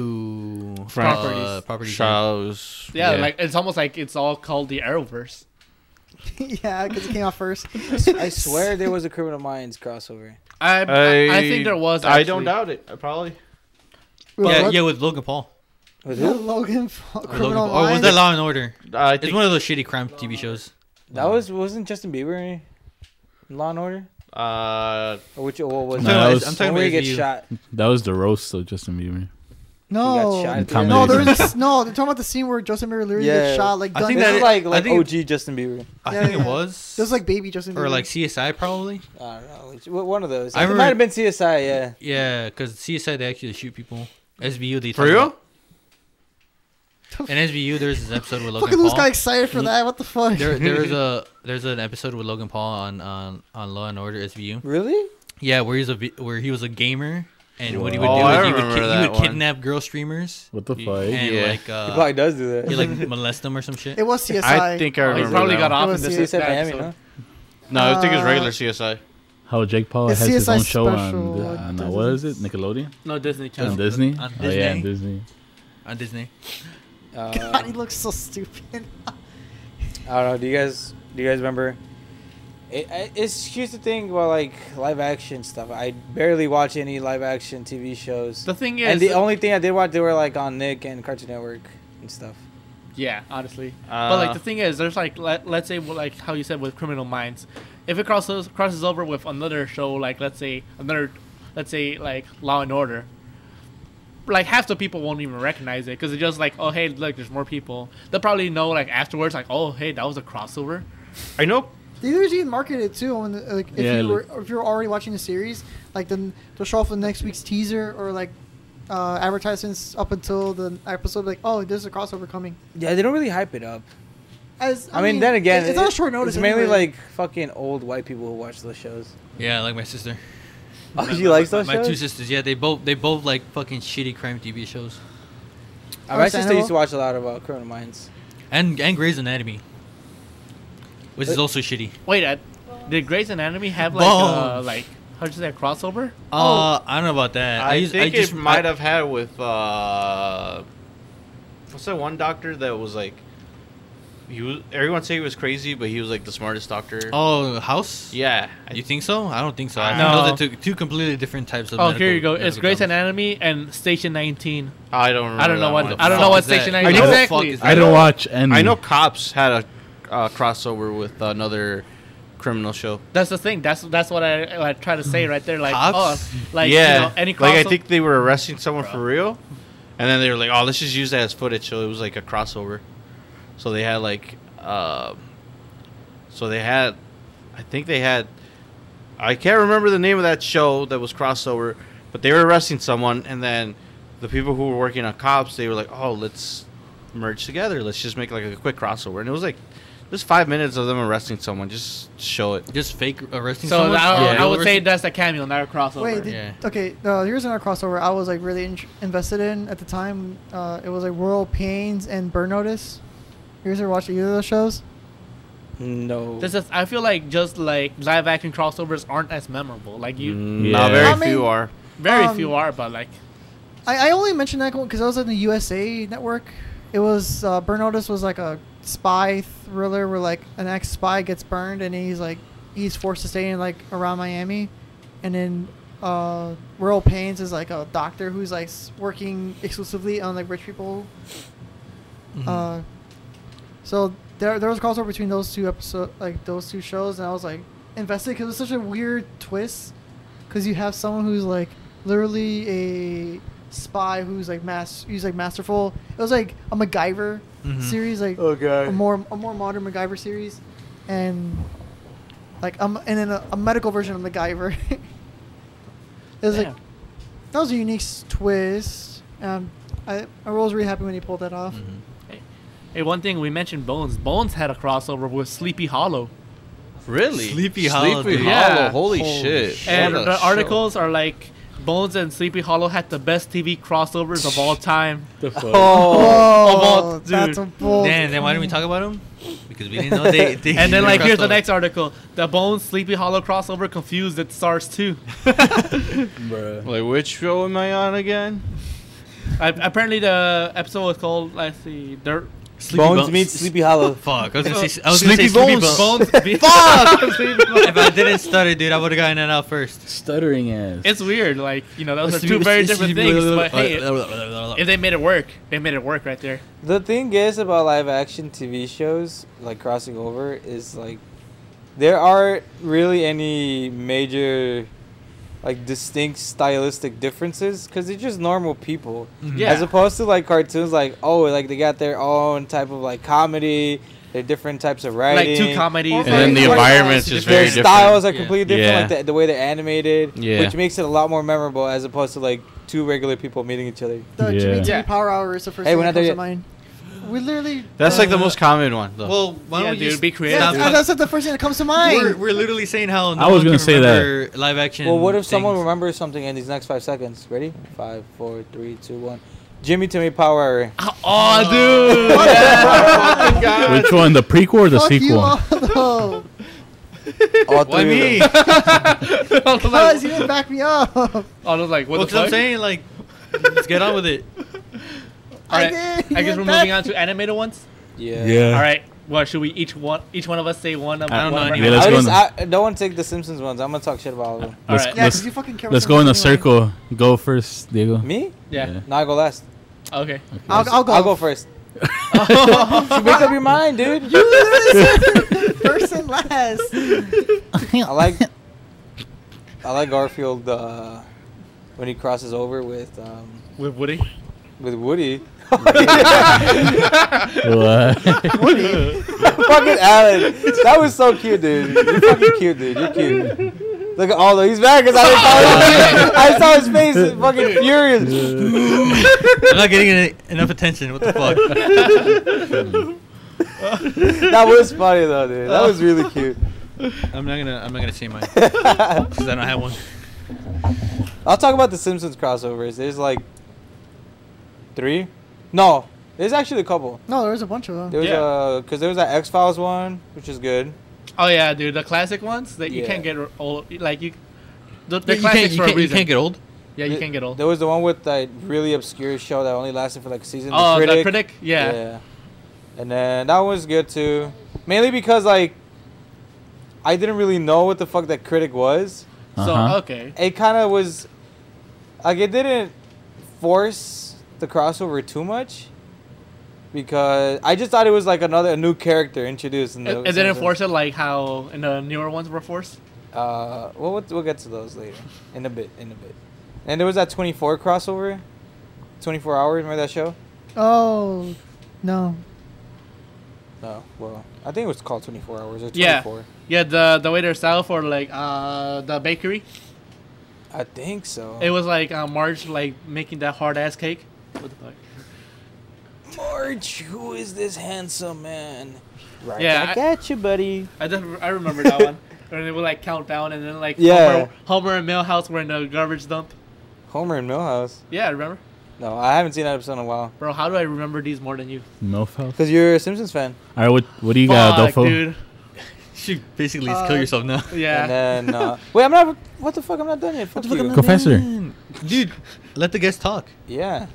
Speaker 9: uh,
Speaker 5: Properties.
Speaker 9: properties.
Speaker 2: shows.
Speaker 5: Yeah, like it's almost like it's all called the Arrowverse.
Speaker 4: yeah, because it came out first.
Speaker 3: I swear there was a Criminal Minds crossover.
Speaker 5: I I, I think there was. Actually.
Speaker 2: I don't doubt it. I probably.
Speaker 9: Yeah,
Speaker 4: What?
Speaker 9: yeah, with Logan Paul.
Speaker 3: With who?
Speaker 4: Logan Paul,
Speaker 9: With Logan
Speaker 4: Criminal
Speaker 9: Paul. Or was
Speaker 4: Minds.
Speaker 9: that Law and Order?
Speaker 2: I
Speaker 9: It's
Speaker 2: think.
Speaker 9: one of those shitty crime TV shows.
Speaker 3: That was wasn't Justin Bieber in Law and Order?
Speaker 2: Uh,
Speaker 3: Or which or what was
Speaker 7: No,
Speaker 3: it?
Speaker 7: that
Speaker 9: I'm talking
Speaker 7: was-
Speaker 3: When he
Speaker 9: about, I'm talking about
Speaker 3: gets
Speaker 9: SVU.
Speaker 3: shot.
Speaker 7: That was the roast of Justin Bieber.
Speaker 3: He got shot
Speaker 4: No,
Speaker 3: at the
Speaker 7: Comedy.
Speaker 3: end.
Speaker 4: no, there's no. They're talking about the scene where Justin Bieber literally
Speaker 3: Yeah.
Speaker 4: gets shot, like
Speaker 9: I
Speaker 4: done.
Speaker 9: think
Speaker 3: This
Speaker 9: that
Speaker 3: is
Speaker 9: it-
Speaker 3: like
Speaker 9: I
Speaker 3: like
Speaker 9: think-
Speaker 3: OG Justin Bieber.
Speaker 9: I
Speaker 4: Yeah,
Speaker 9: think
Speaker 4: yeah.
Speaker 9: it was.
Speaker 4: This is like baby Justin Bieber.
Speaker 9: or like CSI probably.
Speaker 3: I don't know. Which, wh- one of those.
Speaker 9: I
Speaker 3: it
Speaker 9: remember-
Speaker 3: might have been CSI. Yeah.
Speaker 9: Yeah, because CSI they actually shoot people. SBU they
Speaker 2: for
Speaker 9: talk
Speaker 2: real?
Speaker 9: about- In SBU there's this episode with Logan
Speaker 4: fucking Luis
Speaker 9: Paul.
Speaker 4: got excited for that. What the fuck?
Speaker 9: There, there's a there's an episode with Logan Paul on on, on Law and Order SVU.
Speaker 3: Really?
Speaker 9: Yeah, where he's a vi- where he was a gamer, and what he would
Speaker 2: Oh,
Speaker 9: do
Speaker 2: I
Speaker 9: is he would,
Speaker 2: remember
Speaker 9: ki- he
Speaker 2: that
Speaker 9: would
Speaker 2: one.
Speaker 9: kidnap girl streamers
Speaker 7: What the
Speaker 2: Yeah.
Speaker 7: fuck?
Speaker 9: and
Speaker 2: Yeah.
Speaker 9: like
Speaker 3: He
Speaker 9: uh,
Speaker 3: probably does do that.
Speaker 9: he like molest them or some shit.
Speaker 4: It was CSI.
Speaker 2: I think I
Speaker 5: Oh,
Speaker 2: remember.
Speaker 5: he probably
Speaker 2: that
Speaker 5: got
Speaker 2: one.
Speaker 5: off
Speaker 4: It
Speaker 5: in
Speaker 4: was
Speaker 5: this.
Speaker 3: CSI
Speaker 5: that
Speaker 3: Miami,
Speaker 5: episode.
Speaker 3: no?
Speaker 2: No, I think it was
Speaker 4: Uh,
Speaker 2: regular CSI.
Speaker 7: How Jake Paul
Speaker 4: It's
Speaker 7: has his own
Speaker 4: CSI
Speaker 7: show on, on
Speaker 4: special,
Speaker 7: uh,
Speaker 4: doesn't
Speaker 7: what
Speaker 4: it?
Speaker 7: is it? Nickelodeon?
Speaker 5: No Disney Channel.
Speaker 7: On Disney?
Speaker 9: on
Speaker 7: Oh yeah,
Speaker 9: Disney.
Speaker 7: Disney.
Speaker 9: on Disney.
Speaker 3: Uh,
Speaker 4: God, he looks so stupid.
Speaker 3: I don't know. Do you guys do you guys remember? It, I- it's here's the thing about like live action stuff. I barely watch any live action TV shows.
Speaker 5: The thing
Speaker 3: and
Speaker 5: is,
Speaker 3: the only thing I did watch they were like on Nick and Cartoon Network and stuff.
Speaker 5: yeah, honestly.
Speaker 2: Uh,
Speaker 5: but like the thing is, there's like let, let's say well, like how you said with Criminal Minds, if it crosses crosses over with another show, like let's say another, let's say like Law and Order. Like half the people won't even recognize it because it's just like, oh hey, look, there's more people. They'll probably know like afterwards, like, oh hey, that was a crossover.
Speaker 2: I know.
Speaker 4: They usually market it too. When the, like if
Speaker 7: Yeah,
Speaker 4: you were if you're already watching the series, like then they'll show off the next week's teaser or like uh, advertisements up until the episode. Like, oh, there's a crossover coming.
Speaker 3: Yeah, they don't really hype it up.
Speaker 4: As
Speaker 3: I, mean, then again,
Speaker 4: it's, it's not a short notice.
Speaker 3: It's mainly
Speaker 4: anyway.
Speaker 3: like fucking old white people who watch those shows.
Speaker 12: Yeah, like my sister.
Speaker 3: Oh,
Speaker 12: My-
Speaker 3: you like
Speaker 12: my,
Speaker 3: those
Speaker 12: my
Speaker 3: shows?
Speaker 12: two sisters. Yeah, they both they both like fucking shitty crime TV shows
Speaker 3: Uh, my sister
Speaker 4: Understandable.
Speaker 3: used to watch a lot of uh, Criminal Minds.
Speaker 12: and and Grey's Anatomy, which is
Speaker 3: But-
Speaker 12: also shitty.
Speaker 5: Wait, uh, did Grey's Anatomy have like uh,
Speaker 12: Bones.
Speaker 5: like how does that crossover?
Speaker 12: Uh, I don't know about that.
Speaker 2: I,
Speaker 12: used-
Speaker 2: think
Speaker 12: just-
Speaker 2: it might
Speaker 12: I-
Speaker 2: have had with uh, what's that one doctor that was like, he was everyone say he was crazy, but he was like the smartest doctor.
Speaker 12: Oh, House.
Speaker 2: yeah, I-
Speaker 12: You think so? I don't think so.
Speaker 2: I
Speaker 12: I think
Speaker 5: don't
Speaker 12: those are two, two completely different types of.
Speaker 5: Oh, here you
Speaker 12: medical-
Speaker 5: go. It's
Speaker 12: medical
Speaker 5: Grey's
Speaker 12: dramas.
Speaker 5: Anatomy and Station 19.
Speaker 2: I don't. Mm. Remember
Speaker 5: I don't know
Speaker 2: that
Speaker 5: what
Speaker 2: one.
Speaker 5: I don't know
Speaker 12: fuck
Speaker 5: what
Speaker 12: is that?
Speaker 5: Station
Speaker 12: I
Speaker 5: 19
Speaker 7: know-
Speaker 5: exactly.
Speaker 12: Fuck
Speaker 7: I don't watch any.
Speaker 2: I know cops had a uh, crossover with another criminal show.
Speaker 5: That's the thing. That's that's what I, I try to say right there. Like,
Speaker 12: Cops?
Speaker 5: oh, like
Speaker 2: Mm-hmm. yeah,
Speaker 5: you know, any crossover.
Speaker 2: like I think they were arresting someone for real, and then they were like, "Oh, let's just use that as footage." So it was like a crossover. So they had like, um so they had, I think they had, I can't remember the name of that show that was crossover, but they were arresting someone, and then the people who were working on cops, they were like, "Oh, let's merge together. Let's just make like a quick crossover." And it was like. Just five minutes of them arresting someone, just show it.
Speaker 12: Just fake arresting
Speaker 5: so.
Speaker 12: someone.
Speaker 5: I,
Speaker 2: Yeah.
Speaker 5: I would say that's a cameo, not a crossover.
Speaker 4: Wait, did,
Speaker 12: Yeah.
Speaker 4: okay. Uh, here's another crossover I was like really in- invested in at the time. Uh, it was like Royal Pains and Burn Notice. You guys ever watched either of those shows?
Speaker 3: No.
Speaker 5: This is. I feel like just like live action crossovers aren't as memorable. Like you,
Speaker 2: Mm,
Speaker 7: Yeah.
Speaker 2: Not very
Speaker 4: I mean-
Speaker 2: few are.
Speaker 5: very
Speaker 4: Um,
Speaker 5: few are, but like
Speaker 4: I, I only mentioned that because I was on the USA Network. It was uh, Burn Notice was like a spy thriller where like an ex spy gets burned and he's like he's forced to stay in like around Miami, and then uh, Royal Pains is like a doctor who's like s- working exclusively on like rich people. Uh, so there there was a crossover between those two episode like those two shows, and I was like invested because it was such a weird twist because you have someone who's like literally a spy who's like mass who's like masterful it was like a MacGyver series like a more a more modern MacGyver series and like um and then a, a medical version of MacGyver it was like
Speaker 5: Damn.
Speaker 4: that was a unique s- twist um I I was really happy when he pulled that off
Speaker 5: hey, one thing we mentioned Bones. Bones had a crossover with Sleepy Hollow,
Speaker 2: Really?
Speaker 12: Sleepy Hollow,
Speaker 2: Sleepy
Speaker 12: dude.
Speaker 5: Yeah.
Speaker 2: Hollow. Holy, shit.
Speaker 5: and
Speaker 2: What a
Speaker 5: the
Speaker 2: show.
Speaker 5: articles are like Bones and Sleepy Hollow had the best TV crossovers of all time.
Speaker 7: The fuck?
Speaker 4: oh,
Speaker 5: About-
Speaker 4: that's a
Speaker 5: dude.
Speaker 4: bull
Speaker 12: Damn, then why didn't we talk about him? Because we didn't know they. they
Speaker 5: And then
Speaker 12: they
Speaker 5: like here's the
Speaker 12: crossed
Speaker 5: next article: the Bones Sleepy Hollow crossover confused at SARS too.
Speaker 7: Bruh.
Speaker 2: Like, which show am I on again?
Speaker 5: I, apparently the episode was called let's see Dirt
Speaker 12: over. Sleepy oh,
Speaker 3: Bones, meets Sleepy Hollow.
Speaker 12: Fuck, I was gonna say. I was gonna
Speaker 2: Sleepy
Speaker 12: say Sleepy
Speaker 2: Bones.
Speaker 12: Bones.
Speaker 5: Bones. Fuck!
Speaker 12: if I didn't stutter, dude, I would have gotten that out first.
Speaker 7: Stuttering ass.
Speaker 5: it's weird, like you know, those are two very different things. But
Speaker 9: uh,
Speaker 5: hey, if they made it work, they made it work right there.
Speaker 3: The thing is about live action TV shows, like crossing over, is like there aren't really any major, like distinct stylistic differences because they're just normal people.
Speaker 5: Yeah.
Speaker 3: As opposed to like cartoons, like oh, like they got their own type of like comedy. They're different types of writing.
Speaker 5: like two comedies,
Speaker 2: And
Speaker 4: And
Speaker 2: then the
Speaker 3: Like,
Speaker 2: environment's just
Speaker 3: their
Speaker 2: very different.
Speaker 3: styles are
Speaker 5: Yeah.
Speaker 3: completely different,
Speaker 2: Yeah.
Speaker 3: like the, the way they're animated,
Speaker 2: Yeah.
Speaker 3: which makes it a lot more memorable as opposed to like two regular people meeting each other.
Speaker 4: the Jimmy
Speaker 7: Yeah.
Speaker 4: T
Speaker 5: Yeah.
Speaker 4: Power Hour is the first
Speaker 3: Hey,
Speaker 4: thing
Speaker 3: we're
Speaker 4: that
Speaker 3: not there
Speaker 4: comes to mind we literally
Speaker 2: That's like the
Speaker 4: uh,
Speaker 2: most common one, though.
Speaker 12: Well, why
Speaker 5: Yeah,
Speaker 12: don't we
Speaker 5: dude,
Speaker 12: just
Speaker 5: be creative.
Speaker 12: stop-
Speaker 4: That's, that's, the first thing that comes to mind.
Speaker 12: We're, we're literally saying how no
Speaker 7: I was
Speaker 12: one
Speaker 7: gonna
Speaker 12: can
Speaker 7: say that.
Speaker 12: remember Live action.
Speaker 3: Well, what if someone
Speaker 12: things.
Speaker 3: remembers something in these next five seconds? Ready? Five, four, three, two, one. Jimmy Timmy Power Hour.
Speaker 5: Oh, dude! Oh,
Speaker 7: Which one, the prequel or the
Speaker 4: Fuck you
Speaker 7: sequel?
Speaker 4: all, though.
Speaker 3: All
Speaker 12: Why me?
Speaker 3: three of them.
Speaker 12: Well,
Speaker 5: I was
Speaker 4: Cause
Speaker 5: like,
Speaker 4: you didn't back me up.
Speaker 5: I was like, what the
Speaker 12: 'cause I'm
Speaker 5: fuck?
Speaker 12: saying like, let's get on with it.
Speaker 5: All right,
Speaker 4: I did.
Speaker 5: I guess we're moving on to animated ones.
Speaker 3: Yeah.
Speaker 5: All right, well, should we each one, each one of us say one of?
Speaker 12: I don't
Speaker 5: one
Speaker 12: know
Speaker 5: of our-
Speaker 12: any-
Speaker 7: Let's
Speaker 3: I
Speaker 7: go
Speaker 3: just,
Speaker 7: in-
Speaker 3: I, don't want to take the Simpsons ones. I'm gonna talk shit about all of them.
Speaker 5: All
Speaker 7: Let's,
Speaker 5: right.
Speaker 4: Yeah,
Speaker 7: let's,
Speaker 4: because you fucking care. what
Speaker 7: let's go
Speaker 4: someone
Speaker 7: in a
Speaker 4: else anyway.
Speaker 7: circle. Go first, Diego.
Speaker 3: Me?
Speaker 5: Yeah.
Speaker 3: No, I go last.
Speaker 5: Okay.
Speaker 4: I'll, I'll go.
Speaker 3: I'll go first. Make up your mind, dude.
Speaker 4: You literally said first and last.
Speaker 3: I like. I like Garfield uh, when he crosses over with um,
Speaker 5: With Woody.
Speaker 3: with Woody.
Speaker 7: What?
Speaker 3: fucking Alan. That was so cute, dude. You're fucking cute, dude. You're cute. Look at all those. He's mad because I, didn't saw his- I saw his face. He's fucking furious.
Speaker 9: I'm not getting any, enough attention. What the fuck?
Speaker 3: That was funny though, dude. That was really cute.
Speaker 9: I'm not gonna. I'm not gonna say mine because I don't have one.
Speaker 3: I'll talk about the Simpsons crossovers. There's like three. No, there's actually a couple.
Speaker 4: No, there was a bunch of them.
Speaker 3: There was
Speaker 5: Yeah.
Speaker 3: a because there was that X Files one, which is good.
Speaker 5: Oh yeah, dude, the classic ones that you
Speaker 3: Yeah.
Speaker 5: can't get r- old. Like you, the,
Speaker 9: You
Speaker 5: they're
Speaker 9: can't,
Speaker 5: classics
Speaker 9: you,
Speaker 5: for a
Speaker 9: can't, you
Speaker 5: reason.
Speaker 9: can't get old.
Speaker 5: yeah, you
Speaker 3: Th-
Speaker 5: can't get old.
Speaker 3: There was the one with that really obscure show that only lasted for like a season.
Speaker 5: oh, the critic. Yeah.
Speaker 3: And then that was good too, mainly because like I didn't really know what the fuck that critic was.
Speaker 5: So
Speaker 7: Uh-huh.
Speaker 5: okay.
Speaker 3: It kind of was like it didn't force the crossover too much because I just thought it was like another a new character introduced. In
Speaker 5: It,
Speaker 3: the
Speaker 5: it didn't
Speaker 3: Simpsons.
Speaker 5: force it like how in the newer ones were forced.
Speaker 3: Uh, well, we'll we'll get to those later in a bit. In a bit. And there was that 24 crossover, 24 hours. Remember that show?
Speaker 4: Oh, no.
Speaker 3: No. Well, I think it was called 24 hours or 24.
Speaker 5: Yeah. Yeah, the the waiter south or like uh the bakery.
Speaker 3: I think so.
Speaker 5: It was like uh, Marge like making that hard ass cake. What the fuck?
Speaker 3: Marge, who is this handsome man? Right
Speaker 5: Yeah,
Speaker 3: back
Speaker 5: I-
Speaker 3: at you, buddy.
Speaker 5: I just I remember that one. And they would like count down, and then like
Speaker 3: Yeah.
Speaker 5: Homer, Homer and Milhouse were in the garbage dump.
Speaker 3: Homer and Millhouse.
Speaker 5: Yeah, I remember.
Speaker 3: No, I haven't seen that episode in a while.
Speaker 5: Bro, how do I remember these more than you?
Speaker 7: Milhouse.
Speaker 3: Cause you're a Simpsons fan.
Speaker 7: All right, what what do you got,
Speaker 5: Fuck,
Speaker 7: Adolfo?
Speaker 5: dude.
Speaker 9: You should basically just kill
Speaker 4: Uh,
Speaker 9: yourself now.
Speaker 5: Yeah.
Speaker 3: And then uh, wait, I'm not. What the fuck? I'm not done yet. Fuck you.
Speaker 7: Go faster.
Speaker 9: dude. Let the guests talk.
Speaker 3: Yeah.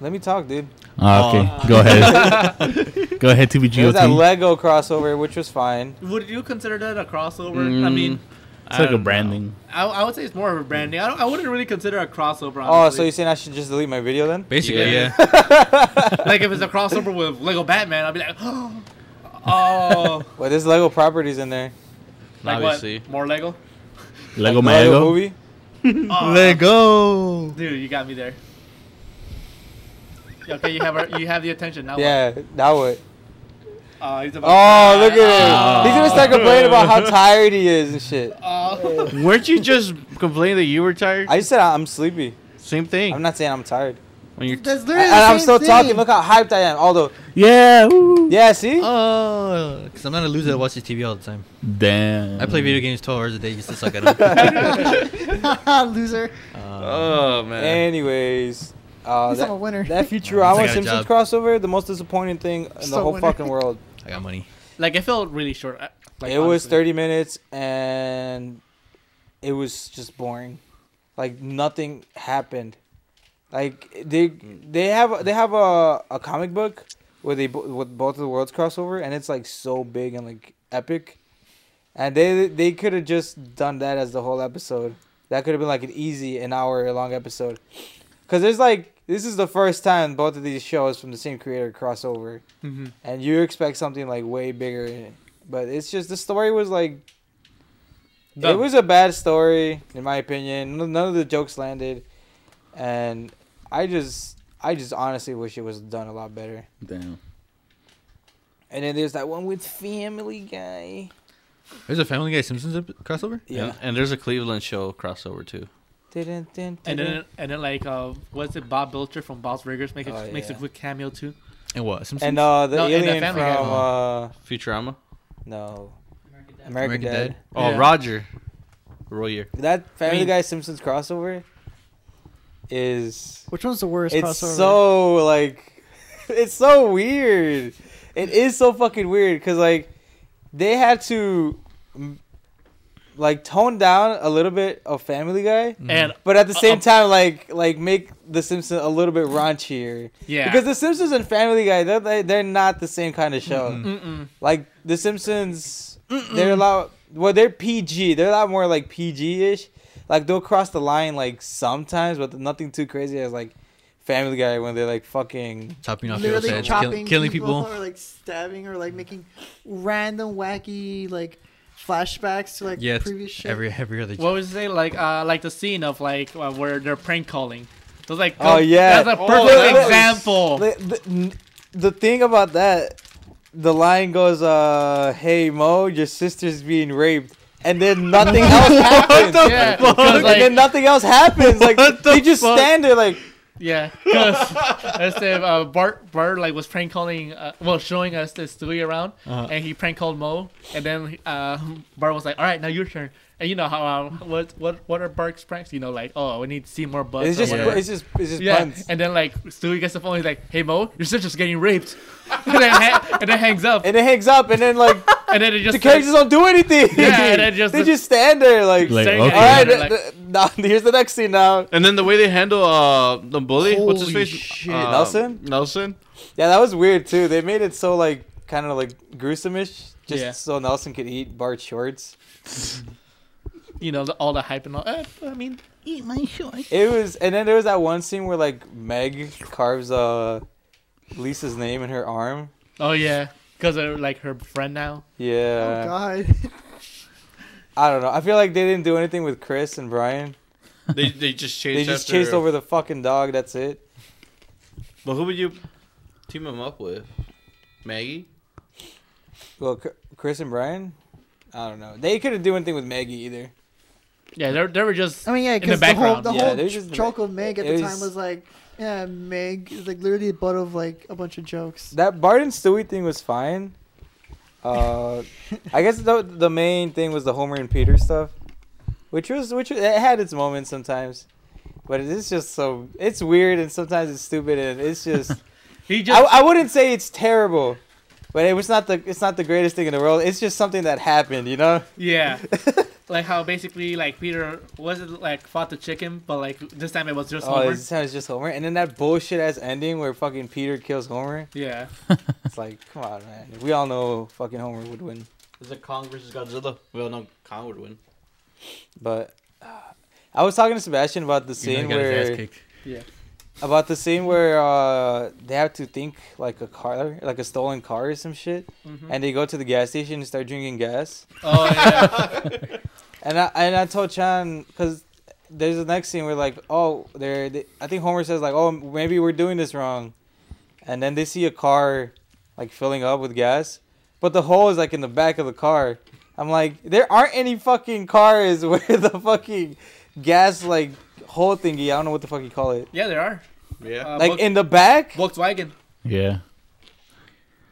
Speaker 3: Let me talk, dude.
Speaker 7: Ah, okay, go ahead. go ahead,
Speaker 3: There was that
Speaker 7: TBGOT.
Speaker 3: Lego crossover, which was fine.
Speaker 5: Would you consider that a crossover? I
Speaker 2: Mm.
Speaker 5: mean,
Speaker 7: It's like
Speaker 9: I
Speaker 7: a
Speaker 9: don't know.
Speaker 7: branding.
Speaker 5: I, I would say it's more of a branding. I, don't, I wouldn't really consider a crossover.
Speaker 3: Oh, so
Speaker 5: Honestly.
Speaker 3: you're saying I should just delete my video then?
Speaker 9: Basically,
Speaker 5: Yeah.
Speaker 9: yeah.
Speaker 5: like if it's a crossover with Lego Batman, I'd be like, oh, oh.
Speaker 3: Well, there's Lego properties in there.
Speaker 5: like
Speaker 2: Obviously.
Speaker 5: what? More Lego?
Speaker 7: Lego
Speaker 3: Like
Speaker 7: my ego.
Speaker 3: movie.
Speaker 5: Oh,
Speaker 9: Lego.
Speaker 5: dude, you got me there. Okay, you have our, you have the attention now.
Speaker 3: Yeah, that would.
Speaker 5: what? Oh, he's about
Speaker 3: Oh, look at him. He's gonna start complaining about how tired he is and shit.
Speaker 5: Oh.
Speaker 2: Weren't you just complaining that you were tired?
Speaker 3: I just said I- I'm sleepy.
Speaker 2: Same thing.
Speaker 3: I'm not saying I'm tired.
Speaker 2: when you're
Speaker 4: That's
Speaker 3: And
Speaker 4: literally the
Speaker 3: I'm
Speaker 4: same
Speaker 3: still
Speaker 4: thing.
Speaker 3: talking. Look how hyped I am. Although,
Speaker 7: Yeah. woo.
Speaker 3: yeah, see?
Speaker 9: Oh, because I'm not a loser that watches TV all the time.
Speaker 7: Damn.
Speaker 9: I play video games 12 hours a day just to suck at them.
Speaker 4: Loser.
Speaker 2: oh man.
Speaker 3: Anyways, uh,
Speaker 4: At least I'm a
Speaker 3: that,
Speaker 4: winner.
Speaker 3: that
Speaker 9: I
Speaker 3: Futurama
Speaker 9: got a
Speaker 3: Simpsons
Speaker 9: job.
Speaker 3: crossover, the most disappointing thing in the
Speaker 4: Still
Speaker 3: whole
Speaker 4: winner.
Speaker 3: fucking world.
Speaker 9: I got money.
Speaker 5: Like it felt really short. I- Like,
Speaker 3: it was
Speaker 5: honestly.
Speaker 3: 30 minutes and it was just boring. Like nothing happened. Like they they have they have a, a comic book where they bo- with both of the worlds crossover and it's like so big and like epic. And they they could have just done that as the whole episode. That could have been like an easy an hour long episode. Cuz there's like this is the first time both of these shows from the same creator crossover
Speaker 5: Mhm.
Speaker 3: and you expect something like way bigger but it's just the story was like it
Speaker 5: Dumb.
Speaker 3: was a bad story in my opinion N- none of the jokes landed and i just i just honestly wish it was done a lot better
Speaker 7: Damn.
Speaker 3: and then there's that one with family guy
Speaker 9: There's a Family Guy Simpsons ep- crossover?
Speaker 3: yeah
Speaker 2: And, and there's a Cleveland show crossover too.
Speaker 3: didn't didn't
Speaker 5: And then and then like uh, what's it? Bob Belcher from Bob's Burgers makes a,
Speaker 3: Oh,
Speaker 5: makes a
Speaker 3: yeah.
Speaker 5: quick cameo too.
Speaker 9: And what? Simpsons?
Speaker 3: and uh the
Speaker 5: No, and the
Speaker 3: alien
Speaker 5: Family Guy.
Speaker 3: from uh
Speaker 2: Futurama.
Speaker 3: no american dad,
Speaker 9: American Dad.
Speaker 2: Oh,
Speaker 5: Yeah.
Speaker 2: Roger. Royer.
Speaker 3: that family
Speaker 5: mean-
Speaker 3: guy simpsons crossover is
Speaker 4: Which one's the worst
Speaker 3: It's
Speaker 4: crossover?
Speaker 3: so like, it's so weird. It is so fucking weird because like, they had to, mm, like, tone down a little bit of Family Guy,
Speaker 5: And
Speaker 3: but at the
Speaker 5: Uh,
Speaker 3: same
Speaker 5: uh,
Speaker 3: time, like, like make The Simpsons a little bit raunchier.
Speaker 5: yeah,
Speaker 3: Because The Simpsons and Family Guy, they're- they they're not the same kind of show.
Speaker 5: Mm-mm.
Speaker 3: Like The Simpsons, they're a lot. Well, they're PG. They're a lot more like PG ish. Like they'll cross the line like sometimes, but nothing too crazy as like Family Guy when they're like fucking.
Speaker 9: Chopping off people's
Speaker 4: literally
Speaker 9: heads, kill-
Speaker 4: chopping
Speaker 9: killing people.
Speaker 4: or like stabbing or like making random wacky like flashbacks to like
Speaker 9: Yeah, it's
Speaker 4: previous shit.
Speaker 9: every every other.
Speaker 5: what was it like? Uh, like the scene of like uh, where they're prank calling. It was like
Speaker 3: Oh, yeah.
Speaker 5: that's a
Speaker 3: Oh,
Speaker 5: perfect
Speaker 3: that was-
Speaker 5: example.
Speaker 3: The, the, n- the thing about that, the line goes, uh, "Hey Mo, your sister's being raped." and then nothing else happens.
Speaker 5: yeah, 'cause,
Speaker 3: and then
Speaker 5: like,
Speaker 3: nothing else happens. Like they just
Speaker 5: fuck?
Speaker 3: stand there, like
Speaker 5: yeah, because let's say uh, Bart Bart like was prank calling, uh, well, showing us the Stewie around, and he prank called Mo, and then uh, Bart was like, "All right, now your turn." And you know how um, what what what are Bart's pranks? You know, like oh, we need to see more butts.
Speaker 3: it's
Speaker 5: or
Speaker 3: just,
Speaker 5: whatever.
Speaker 3: it's just, it's just
Speaker 5: Yeah,
Speaker 3: puns.
Speaker 5: and then like Stewie gets the phone. He's like, "Hey Mo, your sister's getting raped," and, then ha- and then hangs up.
Speaker 3: And it hangs up, and then like
Speaker 5: And then it just
Speaker 3: the characters don't do anything.
Speaker 5: Yeah, and then just-
Speaker 3: they just stand there, like,
Speaker 7: Like,
Speaker 5: Staring
Speaker 7: okay.
Speaker 5: at
Speaker 3: all right,
Speaker 5: each other,
Speaker 3: th-
Speaker 5: like,
Speaker 3: th- now here's the next scene. Now,
Speaker 2: And then the way they handle uh the bully, what's his
Speaker 12: Holy
Speaker 2: face?
Speaker 12: shit.
Speaker 2: Uh,
Speaker 3: Nelson?
Speaker 2: Nelson.
Speaker 3: yeah, that was weird too. They made it so like kind of like gruesomeish, just
Speaker 5: Yeah.
Speaker 3: so Nelson could eat Bart's shorts.
Speaker 5: you know the, all the hype and all. eh, I mean,
Speaker 3: It was, and then there was that one scene where like Meg carves uh Lisa's name in her arm.
Speaker 5: oh yeah, because like her friend now.
Speaker 4: Oh
Speaker 3: Yeah,
Speaker 4: God.
Speaker 3: I don't know. I feel like they didn't do anything with Chris and Brian.
Speaker 2: They they just chased.
Speaker 3: They just
Speaker 2: after-
Speaker 3: chased over the fucking dog. That's it.
Speaker 2: But who would you team him up with? Maggie.
Speaker 3: Well, Chr- Chris and Brian, I don't know. They couldn't do anything with Maggie either.
Speaker 5: Yeah, they they were just
Speaker 4: I mean, yeah,
Speaker 5: In the
Speaker 4: because the, whole
Speaker 5: background.
Speaker 4: the
Speaker 3: Yeah,
Speaker 4: whole
Speaker 3: they were just-
Speaker 4: joke of Meg at
Speaker 3: it
Speaker 4: the
Speaker 3: was-
Speaker 4: time was like, yeah, Meg is like literally the butt of like a bunch of jokes.
Speaker 3: That Bart and Stewie thing was fine. Uh, I guess the the main thing was the Homer and Peter stuff, which was which it had its moments sometimes, but it is just so it's weird and sometimes it's stupid and it's just
Speaker 5: he just
Speaker 3: I, I wouldn't say it's terrible, but it was not the it's not the greatest thing in the world. It's just something that happened, you know.
Speaker 5: yeah, like how basically like Peter wasn't like fought the chicken, but like this time it was just
Speaker 3: Oh,
Speaker 5: Homer.
Speaker 3: it sounds just Homer, and then that bullshit ass ending where fucking Peter kills Homer.
Speaker 5: Yeah,
Speaker 3: It's like, come on, man. We all know fucking Homer would win,
Speaker 2: Is it Kong versus Godzilla? Well, no, Kong would win.
Speaker 3: but uh, I was talking to Sebastian about the
Speaker 12: You know,
Speaker 3: scene
Speaker 12: he got his ass
Speaker 3: where
Speaker 12: kicked.
Speaker 3: about the scene where uh, they have to think like a car, like a stolen car or some shit,
Speaker 5: Mm-hmm.
Speaker 3: and they go to the gas station and start drinking gas.
Speaker 5: oh yeah,
Speaker 3: And I and I told Chan because there's the next scene where like oh they're they, I think Homer says like oh maybe we're doing this wrong, and then they see a car like filling up with gas, but the hole is like in the back of the car. I'm like there aren't any fucking cars where the fucking gas like hole thingy. I don't know what the fuck you call it.
Speaker 5: yeah, there are
Speaker 2: Yeah.
Speaker 5: uh,
Speaker 3: Like
Speaker 5: Volks-
Speaker 3: in the back.
Speaker 5: Volkswagen.
Speaker 7: Yeah.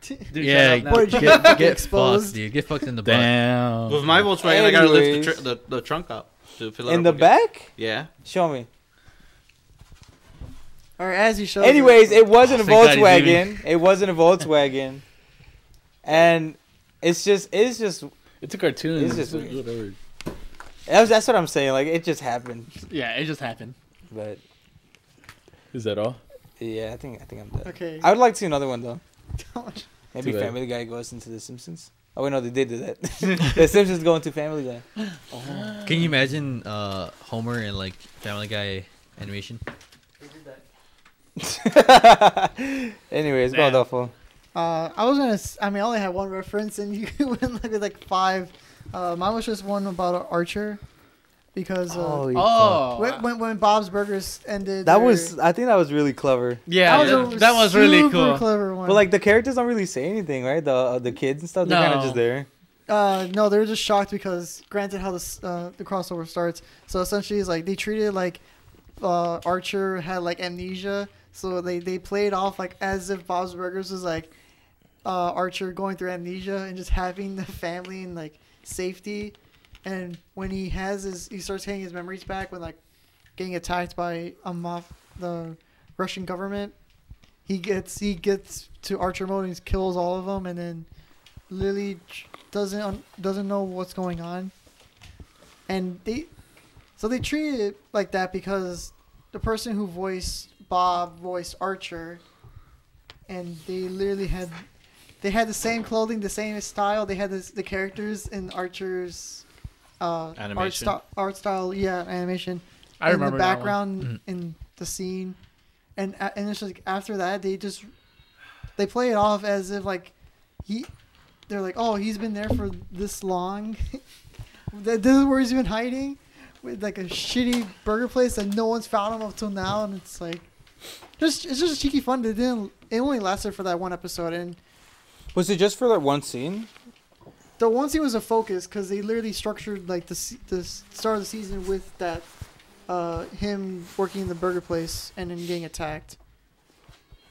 Speaker 5: Dude,
Speaker 12: Yeah,
Speaker 5: shut up now.
Speaker 4: Or
Speaker 12: Get,
Speaker 4: you get
Speaker 12: get
Speaker 4: fucking
Speaker 12: fucked,
Speaker 4: exposed.
Speaker 12: dude. Get fucked in the butt.
Speaker 7: Damn.
Speaker 2: With my Volkswagen, I gotta lift the, tr-
Speaker 3: Um, Anyways.
Speaker 2: the the trunk up to fill it
Speaker 3: In
Speaker 2: up
Speaker 3: the
Speaker 2: again.
Speaker 3: back?
Speaker 2: Yeah.
Speaker 3: Show me.
Speaker 4: Or as you showed. me.
Speaker 3: Anyways, it wasn't a
Speaker 12: Thank God he's
Speaker 3: Volkswagen. It wasn't a Volkswagen. And it's just it's just
Speaker 1: It's a cartoon.
Speaker 3: It's just weird. That's, that's what I'm saying. Like it just happened,
Speaker 5: Yeah, it just happened.
Speaker 3: but
Speaker 1: Is that all?
Speaker 3: yeah, I think I think I'm done.
Speaker 4: Okay.
Speaker 3: I would like to see another one though.
Speaker 4: Don't-
Speaker 3: Maybe
Speaker 1: Too bad.
Speaker 3: Family Guy goes into The Simpsons. Oh wait, no, they did do that. the Simpsons go into Family Guy.
Speaker 12: Can you imagine uh, Homer and like Family Guy animation?
Speaker 3: Anyways,
Speaker 5: Nah.
Speaker 3: go Duffel.
Speaker 4: Uh, I was gonna. s- I mean, I only had one reference, and you went like with like five. Uh, mine was just one about an Archer, because uh,
Speaker 5: Oh,
Speaker 4: when, when when Bob's Burgers ended.
Speaker 3: That
Speaker 4: their-
Speaker 3: was I think that was really clever.
Speaker 5: yeah, that was,
Speaker 4: a
Speaker 5: that was really
Speaker 4: super
Speaker 5: cool.
Speaker 4: Clever one.
Speaker 3: But like the characters don't really say anything, right? The uh, the kids and stuff. They're kind of
Speaker 5: No.
Speaker 3: just there.
Speaker 4: Uh, no, they were just shocked because, granted, how this uh, the crossover starts. So essentially, it's like they treated like uh, Archer had like amnesia, so they they played off like as if Bob's Burgers was like uh, Archer going through amnesia and just having the family and like safety. And when he has his, he starts getting his memories back when like getting attacked by a mob, the Russian government. He gets he gets to Archer mode and he kills all of them, and then Lily ch- doesn't un- doesn't know what's going on, and they so they treated it like that because the person who voiced Bob voiced Archer, and they literally had they had the same clothing, the same style. They had this, the characters in Archer's uh, art,
Speaker 2: Animation.
Speaker 4: sty- art style, yeah, animation
Speaker 5: I
Speaker 4: in
Speaker 5: remember
Speaker 4: the
Speaker 5: that one.
Speaker 4: background in the scene, and a- and it's just like after that they just they play it off as if like he they're like oh he's been there for this long, Th- this is where he's been hiding with like a shitty burger place that no one's found him up till now, and it's like just it's just cheeky fun. They didn't it only lasted for that one episode, and
Speaker 3: Was it just for that one scene?
Speaker 4: The one scene was a focus because they literally structured like the se- the s- start of the season with that uh, him working in the burger place and then getting attacked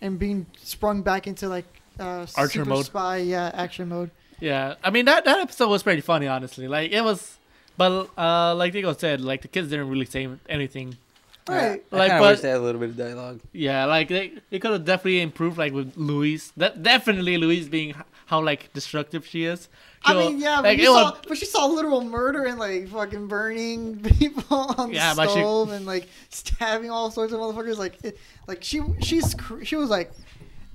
Speaker 4: and being sprung back into like uh,
Speaker 5: Archer
Speaker 4: super
Speaker 5: mode.
Speaker 4: spy yeah action mode.
Speaker 5: Yeah, I mean that that episode was pretty funny, honestly. Like it was, but uh, like Diego said, like the kids didn't really say anything.
Speaker 4: Right.
Speaker 3: I
Speaker 5: Like,
Speaker 3: kinda
Speaker 5: but-
Speaker 3: wish they had a little bit of dialogue.
Speaker 5: Yeah, like they, they could have definitely improved, like with Louise. That definitely Louise being h- how like destructive she is.
Speaker 4: I
Speaker 5: She'll-
Speaker 4: mean, yeah, but,
Speaker 5: like,
Speaker 4: you
Speaker 5: it
Speaker 4: saw,
Speaker 5: was-
Speaker 4: but she saw literal murder and like fucking burning people on
Speaker 5: Yeah,
Speaker 4: the
Speaker 5: but she-
Speaker 4: stove and like stabbing all sorts of motherfuckers. Like, it, like she she's cr- she was like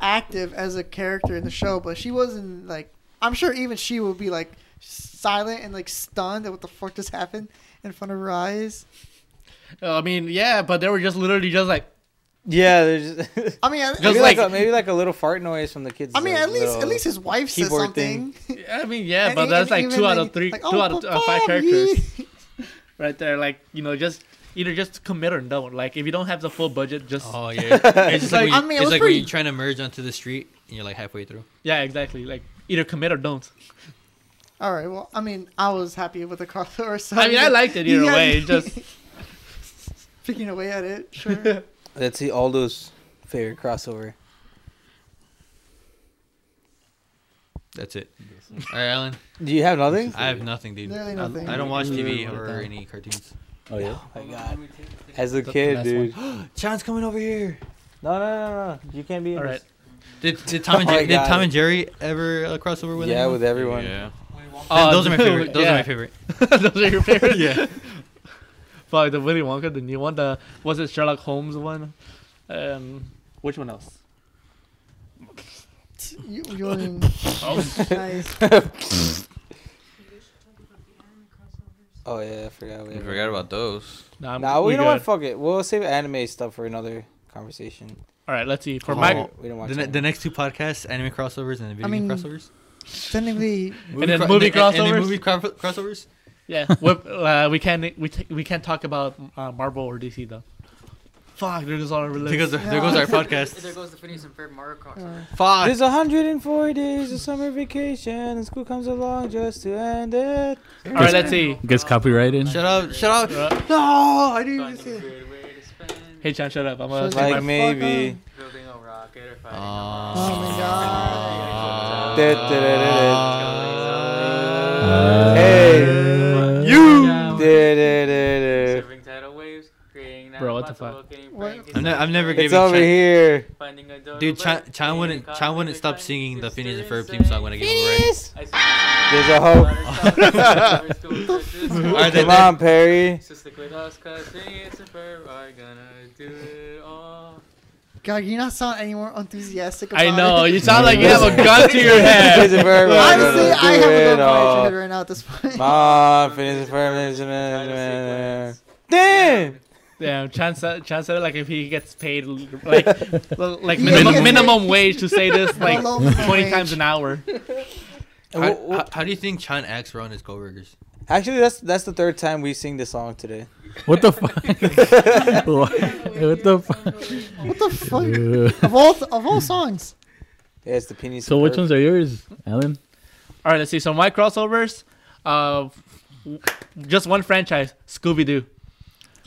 Speaker 4: active as a character in the show, but she wasn't like. I'm sure even she would be like silent and like stunned at what the fuck just happened in front of her eyes.
Speaker 5: I mean, yeah, but they were just literally just like
Speaker 3: Yeah, there's just
Speaker 4: I mean, I,
Speaker 3: maybe
Speaker 5: like-
Speaker 3: like, a, maybe like a little fart noise from the kids.
Speaker 4: I mean,
Speaker 3: like,
Speaker 4: at least
Speaker 3: little-
Speaker 4: at least his wife says
Speaker 3: keyboard
Speaker 4: something.
Speaker 5: I mean, yeah,
Speaker 4: And
Speaker 5: but
Speaker 4: e-
Speaker 5: that's
Speaker 4: and
Speaker 5: like
Speaker 4: even,
Speaker 5: two out
Speaker 4: like-
Speaker 5: of three,
Speaker 4: like,
Speaker 5: two
Speaker 4: "Oh,
Speaker 5: out of uh, five
Speaker 4: Papa,
Speaker 5: characters
Speaker 4: yeah."
Speaker 5: right there. Like you know, just either just commit or don't. Like if you don't have the full budget, just
Speaker 12: Oh yeah, it's just like,
Speaker 4: I
Speaker 12: when you-
Speaker 4: mean, it
Speaker 12: it's like
Speaker 4: was
Speaker 12: when
Speaker 4: pretty-
Speaker 12: you're trying to merge onto the street and you're like halfway through.
Speaker 5: yeah, exactly. Like either commit or don't.
Speaker 4: All right. Well, I mean, I was happy with the crossover. So
Speaker 5: I mean, I liked it
Speaker 4: You
Speaker 5: either
Speaker 4: got
Speaker 5: way.
Speaker 4: me.
Speaker 5: Just
Speaker 4: picking away at it. Sure.
Speaker 3: Let's see Aldo's favorite crossover.
Speaker 12: That's it. All right, Alan.
Speaker 3: Do you have nothing?
Speaker 12: I have nothing, dude.
Speaker 4: Literally
Speaker 12: I-
Speaker 4: nothing.
Speaker 12: I, don't watch TV
Speaker 3: Literally
Speaker 12: or
Speaker 3: nothing.
Speaker 12: any cartoons.
Speaker 1: Oh yeah.
Speaker 3: Oh my god. As a kid,
Speaker 12: last
Speaker 3: dude.
Speaker 12: John's coming over here.
Speaker 3: No, no, no, no. You can't be. in
Speaker 5: all
Speaker 3: this.
Speaker 5: right.
Speaker 12: Did, did Tom and
Speaker 3: Oh my
Speaker 12: Jerry, did
Speaker 3: God.
Speaker 12: Tom and Jerry ever uh, cross over with?
Speaker 3: Yeah,
Speaker 12: anyone?
Speaker 3: with everyone.
Speaker 5: Oh,
Speaker 12: those are my
Speaker 5: dude,
Speaker 12: favorite. Those
Speaker 5: yeah.
Speaker 12: are my favorite.
Speaker 5: Those are your favorites. yeah. Fuck the Willy Wonka, the new one, the was it Sherlock Holmes one? Um, which one else?
Speaker 4: You, you mean, nice.
Speaker 3: Oh yeah, I forgot. We
Speaker 2: I forgot about those.
Speaker 5: Nah,
Speaker 3: Nah, well,
Speaker 5: we
Speaker 3: you know what?
Speaker 5: good.
Speaker 3: Fuck it. We'll save anime stuff for another conversation.
Speaker 5: All right, let's see. For
Speaker 12: Oh.
Speaker 5: my
Speaker 3: we don't watch
Speaker 12: The, ne- the next two podcasts: anime crossovers and video
Speaker 4: I
Speaker 12: game
Speaker 4: mean,
Speaker 12: crossovers.
Speaker 4: Technically,
Speaker 5: and then
Speaker 12: and-
Speaker 5: movie
Speaker 12: and- and
Speaker 5: crossovers?
Speaker 12: then movie cro- crossovers.
Speaker 5: yeah, we, uh, we can't we, t- we can't talk about uh, Marvel or DC though. Fuck, there goes all our
Speaker 12: There
Speaker 5: religion.
Speaker 12: goes, there goes our podcast.
Speaker 15: There goes the Phineas and Ferb Mario crossover.
Speaker 12: Fuck.
Speaker 3: There's 104 days of summer vacation, and school comes along just to end it.
Speaker 5: All right, let's see.
Speaker 7: Gets copyrighted.
Speaker 12: Shut up! Shut up!
Speaker 5: Uh,
Speaker 3: No, I didn't
Speaker 15: Find a weird way to spend.
Speaker 5: hey, Chan, shut up. I'm gonna
Speaker 4: Shut
Speaker 5: say
Speaker 4: up.
Speaker 5: my-
Speaker 3: Like
Speaker 4: fuck
Speaker 3: maybe.
Speaker 15: Building a rocket or fighting
Speaker 4: oh
Speaker 12: Oh.
Speaker 4: my god.
Speaker 15: a
Speaker 3: Da-
Speaker 15: monster.
Speaker 3: da- da- da-
Speaker 15: Uh,
Speaker 3: Hey.
Speaker 15: You.
Speaker 3: da- da- da- da.
Speaker 15: Surfing tidal waves, creating
Speaker 5: Bro, what the fuck?
Speaker 4: What?
Speaker 12: I'm, ne- I'm never
Speaker 3: It's
Speaker 12: giving.
Speaker 3: over
Speaker 12: Chan-
Speaker 3: here.
Speaker 15: Finding a door
Speaker 12: Dude, Chan,
Speaker 15: open,
Speaker 12: Chan wouldn't
Speaker 15: creating
Speaker 12: Chan wouldn't
Speaker 15: cosmic
Speaker 12: stop
Speaker 15: defense,
Speaker 12: singing the Phineas and Ferb theme
Speaker 15: experience.
Speaker 12: song when I gave him a red.
Speaker 15: I see
Speaker 3: There's a hope.
Speaker 15: water stones, water stones,
Speaker 12: Alright,
Speaker 3: Come
Speaker 12: then-
Speaker 3: on, Perry.
Speaker 15: So stick with us, 'cause Phineas and Ferb are gonna do it all.
Speaker 4: God, you not sound any more enthusiastic about
Speaker 5: I know
Speaker 4: it.
Speaker 5: you sound like you have a gun to your
Speaker 3: Phineas
Speaker 5: head.
Speaker 3: and Ferb are gonna
Speaker 4: Honestly, I
Speaker 3: do
Speaker 4: have a
Speaker 3: it
Speaker 4: good
Speaker 3: all.
Speaker 4: head right now at this point.
Speaker 3: Come on, Phineas and Ferb. is gonna- Damn!
Speaker 5: Damn, Chan said, Chan said it like if he gets paid like l- like
Speaker 4: Yeah,
Speaker 5: minimum,
Speaker 4: yeah.
Speaker 5: minimum wage to say this like
Speaker 4: Below minimum
Speaker 5: twenty
Speaker 4: wage.
Speaker 5: times an hour.
Speaker 12: How, how, how do you think Chan acts around his coworkers?
Speaker 3: Actually, that's that's the third time we sing this song today.
Speaker 7: What the fuck? what the fuck?
Speaker 4: What the fuck? of all of all songs,
Speaker 3: Yeah, it's the Phineas.
Speaker 7: so
Speaker 3: and
Speaker 7: which
Speaker 3: Ferb.
Speaker 7: ones are yours, Alan?
Speaker 5: All right, let's see. So my crossovers, uh, just one franchise, Scooby Doo.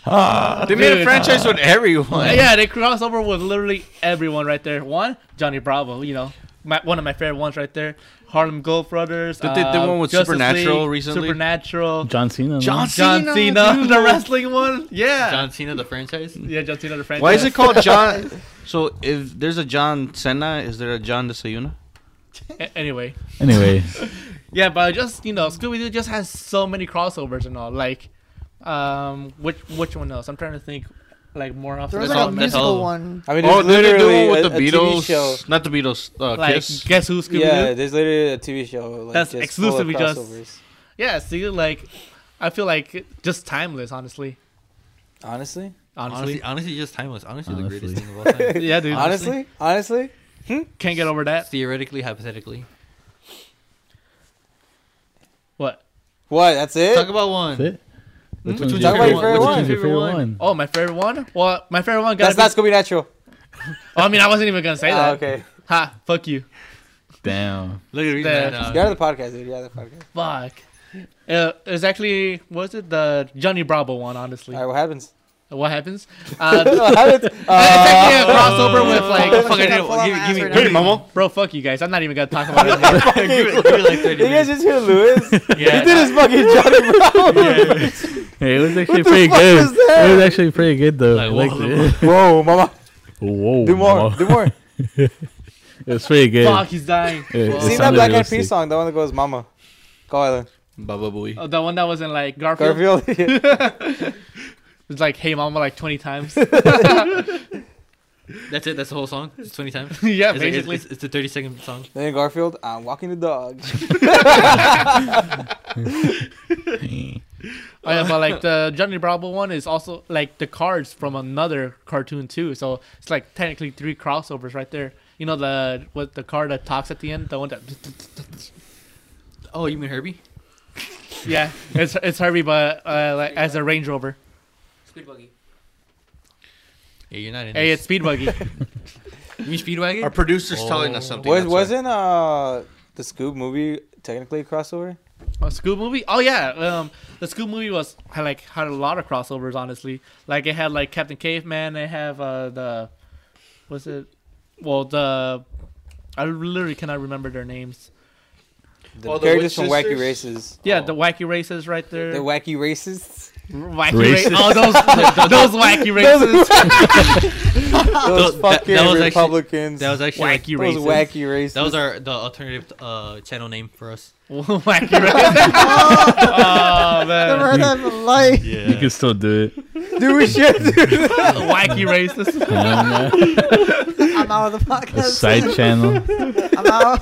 Speaker 2: They made
Speaker 5: Dude.
Speaker 2: a franchise with everyone.
Speaker 5: Yeah, they cross over with literally everyone right there. One, Johnny Bravo, you know, my, one of my favorite ones right there. Harlem Globetrotters.
Speaker 2: Did they do
Speaker 5: uh,
Speaker 2: one with
Speaker 5: Justice
Speaker 2: Supernatural
Speaker 5: League,
Speaker 2: recently?
Speaker 5: Supernatural.
Speaker 7: John Cena. no?
Speaker 2: John
Speaker 5: John
Speaker 2: Cena,
Speaker 5: Cena,
Speaker 2: dude.
Speaker 5: the wrestling one. Yeah.
Speaker 12: John Cena, the franchise.
Speaker 5: yeah, John Cena, the franchise.
Speaker 2: Why is it called John? So if there's a John Cena, is there a John DeSayuna?
Speaker 5: A- anyway.
Speaker 7: Anyway,
Speaker 5: Yeah, but just you know, Scooby Doo just has so many crossovers and all. Like, um, which which one else? I'm trying to think, like more off
Speaker 4: there was
Speaker 5: the
Speaker 4: like
Speaker 5: top
Speaker 4: a
Speaker 5: of my
Speaker 12: that's
Speaker 5: head.
Speaker 4: musical
Speaker 12: all.
Speaker 4: one.
Speaker 3: I mean,
Speaker 2: Oh,
Speaker 3: there's
Speaker 2: did they do
Speaker 3: literally
Speaker 2: one
Speaker 3: a,
Speaker 2: with
Speaker 3: a
Speaker 2: the
Speaker 3: TV show.
Speaker 2: Beatles? Not the Beatles. Uh,
Speaker 5: Like,
Speaker 2: Kiss.
Speaker 5: guess who Scooby Doo?
Speaker 3: Yeah, there's literally a TV show. Like,
Speaker 5: That's
Speaker 3: just
Speaker 5: exclusively
Speaker 3: full of
Speaker 5: just-
Speaker 3: crossovers.
Speaker 5: Yeah, see, like, I feel like it- just timeless, honestly.
Speaker 3: Honestly,
Speaker 5: Honestly,
Speaker 12: Honestly, honestly, just timeless. Honestly,
Speaker 7: Honestly.
Speaker 12: the greatest thing of all time.
Speaker 5: yeah, dude.
Speaker 3: honestly, honestly,
Speaker 5: can't get over that.
Speaker 12: Theoretically, hypothetically.
Speaker 5: What?
Speaker 3: what? That's it.
Speaker 12: Talk about one.
Speaker 7: that's it. Which one's
Speaker 3: one's
Speaker 7: your
Speaker 3: your favorite
Speaker 7: favorite
Speaker 3: one?
Speaker 7: one? Which
Speaker 3: Which
Speaker 7: one's your favorite one?
Speaker 5: Oh, my favorite one. Well, my favorite one. Gotta
Speaker 3: that's Ah,
Speaker 5: be-
Speaker 3: not Scooby Natural.
Speaker 5: oh, I mean, I wasn't even gonna say
Speaker 3: Ah,
Speaker 5: that.
Speaker 3: okay.
Speaker 5: Ha! Fuck you.
Speaker 7: Damn.
Speaker 12: Look at the
Speaker 5: That-
Speaker 12: reason that, uh,
Speaker 3: Get out of the podcast, dude. Get out of the podcast.
Speaker 5: Fuck. Uh, it was actually was it the Johnny Bravo one? Honestly,
Speaker 3: All right, Uh, what happens?
Speaker 5: what happens? Uh,
Speaker 3: What happens?
Speaker 5: it's actually a crossover with like
Speaker 4: Fuck, I didn't-
Speaker 12: give me- give me-
Speaker 4: Hey,
Speaker 5: Momo. Bro, fuck you guys. I'm not even gonna talk about it. anymore.
Speaker 12: give it- give it like 30
Speaker 3: You guys
Speaker 12: minutes.
Speaker 3: just hear Lewis?
Speaker 12: Yeah.
Speaker 3: He did his fucking Johnny Bravo.
Speaker 7: Hey, it was actually
Speaker 3: the
Speaker 7: pretty
Speaker 3: fuck
Speaker 7: good.
Speaker 3: was that?
Speaker 7: It was actually pretty good though.
Speaker 12: Like,
Speaker 7: I liked
Speaker 12: whoa.
Speaker 7: it.
Speaker 3: Whoa, mama.
Speaker 7: Whoa.
Speaker 3: Do more.
Speaker 7: mama.
Speaker 3: Do more.
Speaker 7: It was pretty good.
Speaker 5: Fuck, he's dying.
Speaker 7: It, it
Speaker 3: Sing that
Speaker 7: sounded
Speaker 3: Black Eyed
Speaker 7: realistic.
Speaker 3: Peas song. The one that goes, Mama. Go Island.
Speaker 2: Baba Booey.
Speaker 5: Oh, the one that was in like Garfield.
Speaker 3: Garfield. yeah.
Speaker 5: It's like, hey mama, like 20 times.
Speaker 12: That's it. That's the whole song. It's 20 times.
Speaker 5: yeah,
Speaker 12: It's, like- it's,
Speaker 5: basically.
Speaker 12: it's, it's a 30 second song.
Speaker 3: Then Garfield, I'm walking the dog.
Speaker 5: Oh, yeah, but like the Johnny Bravo one is also like the cards from another cartoon too. So it's like technically three crossovers right there. You know the what the card that talks at the end, the one that
Speaker 12: Oh, you mean Herbie?
Speaker 5: yeah, it's it's Herbie, but uh, like as a Range Rover.
Speaker 15: Speed buggy.
Speaker 12: Yeah, you're not in
Speaker 5: Hey,
Speaker 12: this.
Speaker 5: it's Speed Buggy.
Speaker 12: You mean Speedwagon?
Speaker 2: Our producer's
Speaker 12: Oh.
Speaker 2: telling us something.
Speaker 3: Was,
Speaker 2: that's why.
Speaker 3: wasn't uh, the Scoob movie technically a crossover?
Speaker 5: A Scoob movie? Oh yeah, um, the Scoob movie was had like had a lot of crossovers. Honestly, like it had like Captain Caveman. They have uh the, was it? Well, the I literally cannot remember their names.
Speaker 3: The
Speaker 2: Oh, the
Speaker 3: characters from
Speaker 2: Witch
Speaker 3: Wacky
Speaker 2: Sisters?
Speaker 3: Races.
Speaker 5: Yeah, the wacky races right there.
Speaker 3: The Wacky Racists.
Speaker 5: wacky ra- oh, those those wacky races.
Speaker 12: Tho-
Speaker 3: Those
Speaker 12: that-
Speaker 3: fucking
Speaker 12: that was actually-
Speaker 3: Republicans.
Speaker 12: that was actually like,
Speaker 5: wacky races.
Speaker 3: Those wacky racists.
Speaker 12: that was our the alternative uh, channel name for us.
Speaker 5: wacky races. oh
Speaker 4: Never
Speaker 5: man,
Speaker 4: heard that in my life.
Speaker 7: You can still do it.
Speaker 3: Dude, we should do that.
Speaker 5: wacky races.
Speaker 7: Um,
Speaker 4: I'm out of the
Speaker 7: a
Speaker 4: podcast.
Speaker 7: side channel.
Speaker 4: I'm out.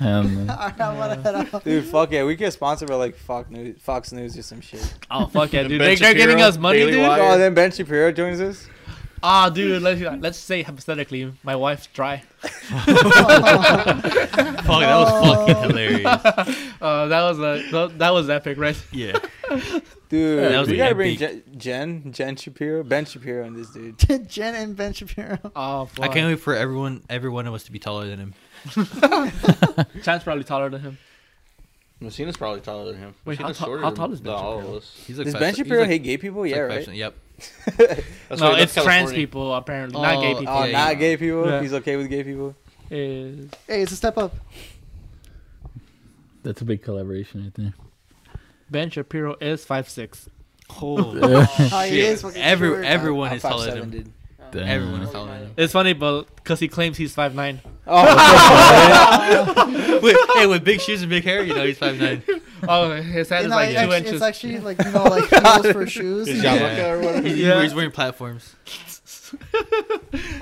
Speaker 7: Um,
Speaker 4: All right, I want to head out.
Speaker 3: Dude, fuck yeah. We get sponsored by like Fox News, Fox News or some shit.
Speaker 5: Oh fuck yeah,
Speaker 1: Ben
Speaker 5: dude! They, they're
Speaker 1: Shapiro,
Speaker 5: getting us money,
Speaker 1: Daily
Speaker 5: dude.
Speaker 1: Wire.
Speaker 3: Oh, then Ben Shapiro joins us.
Speaker 5: Ah, dude. Let's let's say hypothetically, my wife's dry.
Speaker 12: Fuck, that was fucking hilarious.
Speaker 5: Uh, that was a tho- that was epic, right?
Speaker 12: Yeah.
Speaker 3: Dude,
Speaker 12: That was
Speaker 3: we
Speaker 12: the
Speaker 3: gotta
Speaker 12: epic.
Speaker 3: bring Je- Jen, Jen Shapiro, Ben Shapiro, and this dude.
Speaker 4: Jen and Ben Shapiro.
Speaker 5: Oh,
Speaker 12: I
Speaker 5: fuck.
Speaker 12: can't wait for everyone, every one of us to be taller than him.
Speaker 5: Chan's probably taller than him.
Speaker 2: Messina's probably taller than him.
Speaker 5: Wait, how
Speaker 2: Messina's
Speaker 5: ta-
Speaker 2: shorter
Speaker 5: how
Speaker 2: than-
Speaker 5: tall is Ben
Speaker 2: than all
Speaker 5: Shapiro?
Speaker 2: of us.
Speaker 12: He's like
Speaker 3: Does
Speaker 12: five
Speaker 3: Ben
Speaker 12: se- he's
Speaker 3: Shapiro
Speaker 12: like-
Speaker 3: hate gay people?
Speaker 12: he's
Speaker 3: Yeah,
Speaker 12: like five
Speaker 3: right.
Speaker 12: se- Yep.
Speaker 2: That's
Speaker 5: no,
Speaker 2: why he
Speaker 5: it's
Speaker 2: left
Speaker 5: trans
Speaker 2: California.
Speaker 5: people apparently, not gay
Speaker 12: Oh,
Speaker 5: people.
Speaker 3: Oh,
Speaker 12: Yeah,
Speaker 3: not
Speaker 12: yeah.
Speaker 3: gay people.
Speaker 5: Yeah.
Speaker 3: He's okay with gay people.
Speaker 5: Is
Speaker 4: Hey, it's a step up.
Speaker 7: that's a big collaboration right there.
Speaker 5: Ben Shapiro is five six.
Speaker 12: Oh,
Speaker 4: Oh, he is fucking short.
Speaker 12: every, everyone
Speaker 3: I'm
Speaker 12: is taller than
Speaker 3: 5'7",,
Speaker 12: him.
Speaker 3: dude.
Speaker 7: Damn.
Speaker 12: Everyone is taller than him.
Speaker 5: It's funny, but because he claims he's five nine.
Speaker 3: Oh,
Speaker 12: Wait, hey, with big shoes and big hair, you know he's five nine.
Speaker 5: Oh, his head
Speaker 4: You
Speaker 5: is
Speaker 4: know,
Speaker 5: like
Speaker 4: it
Speaker 5: two
Speaker 4: actually-
Speaker 5: inches.
Speaker 4: It's actually like you know, like heels for shoes.
Speaker 12: yeah. He's wearing platforms.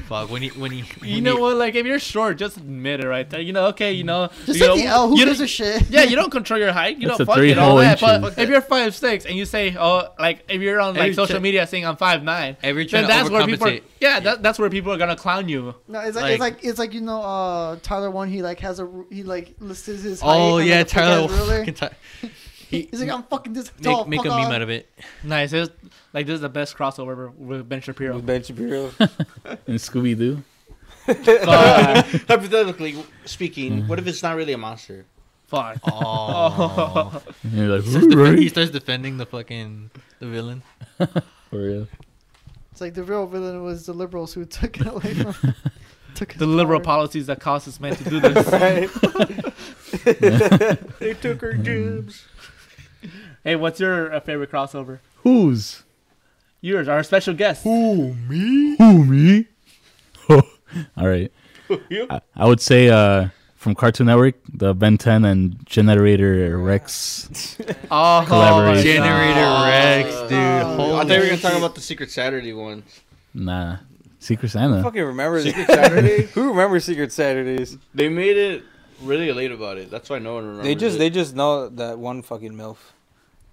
Speaker 12: Fuck, when he when he when
Speaker 5: you know
Speaker 12: he,
Speaker 5: what? Like, if you're short, just admit it right there. You know, okay, you know.
Speaker 4: Just
Speaker 5: you
Speaker 4: take
Speaker 5: know,
Speaker 4: the L. Who
Speaker 5: you
Speaker 4: gives
Speaker 5: don't-
Speaker 4: a shit?
Speaker 5: Yeah, you don't control your height. You
Speaker 7: That's
Speaker 5: don't
Speaker 7: a
Speaker 5: fuck
Speaker 7: three
Speaker 5: it all
Speaker 7: whole
Speaker 5: that.
Speaker 7: inches.
Speaker 5: But if you're five six and you say, oh, like if you're on
Speaker 12: Every
Speaker 5: like social
Speaker 12: ch-
Speaker 5: media saying I'm five nine,
Speaker 12: every trying
Speaker 5: then that's
Speaker 12: to
Speaker 5: where people. Are,
Speaker 12: overcompensate.
Speaker 5: yeah, that, that's where people are gonna clown you.
Speaker 4: No, it's like, it's like it's like you know, uh, Tyler one. He like has a ru- he like listed his. height
Speaker 12: Oh
Speaker 4: on, like,
Speaker 12: yeah,
Speaker 4: a
Speaker 12: Tyler.
Speaker 4: big-ass ruler.
Speaker 12: fucking Ty- he-
Speaker 4: He's like, I'm fucking this tall.
Speaker 12: make make
Speaker 4: fuck
Speaker 12: a
Speaker 4: off.
Speaker 12: meme out of it.
Speaker 5: Nice. It's, like this is the best crossover with Ben Shapiro.
Speaker 3: with Ben Shapiro.
Speaker 7: And Scooby Doo.
Speaker 5: Fuck.
Speaker 2: Hypothetically speaking, what if it's not really a monster?
Speaker 5: Fuck.
Speaker 12: Oh,
Speaker 7: And you're like,
Speaker 12: He starts defen- he
Speaker 7: right?
Speaker 12: starts defending the fucking the villain.
Speaker 7: For real.
Speaker 4: It's like the real villain was the liberals who took it away from. him. took his
Speaker 5: The liberal
Speaker 4: power.
Speaker 5: policies that caused this man to do this.
Speaker 3: right?
Speaker 2: They took her dibs.
Speaker 5: hey, what's your uh, favorite crossover?
Speaker 7: Who's?
Speaker 5: Yours, our special guest.
Speaker 7: Who me? Who me? All right. I, I would say uh, from Cartoon Network, the Ben 10 and Generator Rex.
Speaker 5: Oh,
Speaker 7: Collaboration.
Speaker 12: Generator Rex,
Speaker 2: Oh,
Speaker 12: dude.
Speaker 2: I thought
Speaker 12: holy
Speaker 2: we were gonna talk
Speaker 12: shit.
Speaker 2: about the Secret Saturday one.
Speaker 7: Nah. Secret Santa.
Speaker 3: fucking remember Secret Saturday? Who remembers Secret Saturdays?
Speaker 2: They made it really late about it. That's why no one remembers.
Speaker 3: They just
Speaker 2: it.
Speaker 3: they just know that one fucking milf.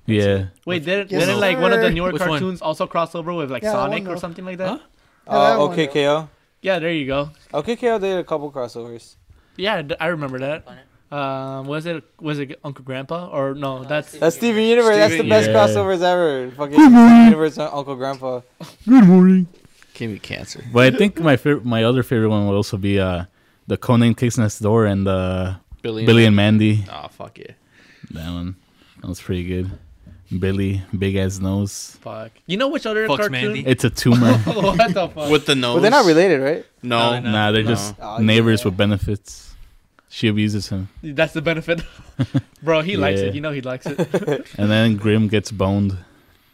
Speaker 7: Yeah.
Speaker 5: Wait, didn't,
Speaker 4: Yes,
Speaker 5: didn't like one of the
Speaker 4: sir.
Speaker 5: newer
Speaker 12: Which one?
Speaker 5: cartoons also cross over with like
Speaker 4: Yeah, that one,
Speaker 5: Sonic or
Speaker 4: though.
Speaker 5: something like that?
Speaker 4: that
Speaker 3: Oh,
Speaker 4: one.
Speaker 3: okay, KO.
Speaker 5: Yeah, there you go.
Speaker 3: Okay, KO did a couple crossovers.
Speaker 5: Yeah, d- I remember that. Um, was it was it Uncle Grandpa or no? That's
Speaker 3: That's Steven Universe. That's the
Speaker 2: Steven
Speaker 3: best
Speaker 7: Universe.
Speaker 3: crossovers ever. Fucking Steven Universe and Uncle Grandpa.
Speaker 7: Good morning.
Speaker 2: gave me cancer.
Speaker 7: But I think my favorite, my other favorite one would also be uh, the Conan kicks next door and uh,
Speaker 1: Billy.
Speaker 7: Billy and Mandy.
Speaker 12: Oh fuck yeah.
Speaker 7: That one. That was pretty good. Billy, big ass nose.
Speaker 5: Fuck. You know which other
Speaker 12: Fucks
Speaker 5: cartoon?
Speaker 12: Mandy.
Speaker 7: It's a tumor.
Speaker 5: what the fuck?
Speaker 2: With the nose.
Speaker 3: But they're not related, right?
Speaker 2: No.
Speaker 12: No,
Speaker 7: nah, they're
Speaker 2: No.
Speaker 7: just
Speaker 12: Uh,
Speaker 3: Oh,
Speaker 7: neighbors
Speaker 3: yeah.
Speaker 7: with benefits. She abuses him.
Speaker 5: That's the benefit. Bro, he likes
Speaker 7: Yeah.
Speaker 5: it. You know he likes it.
Speaker 7: And then Grim gets boned.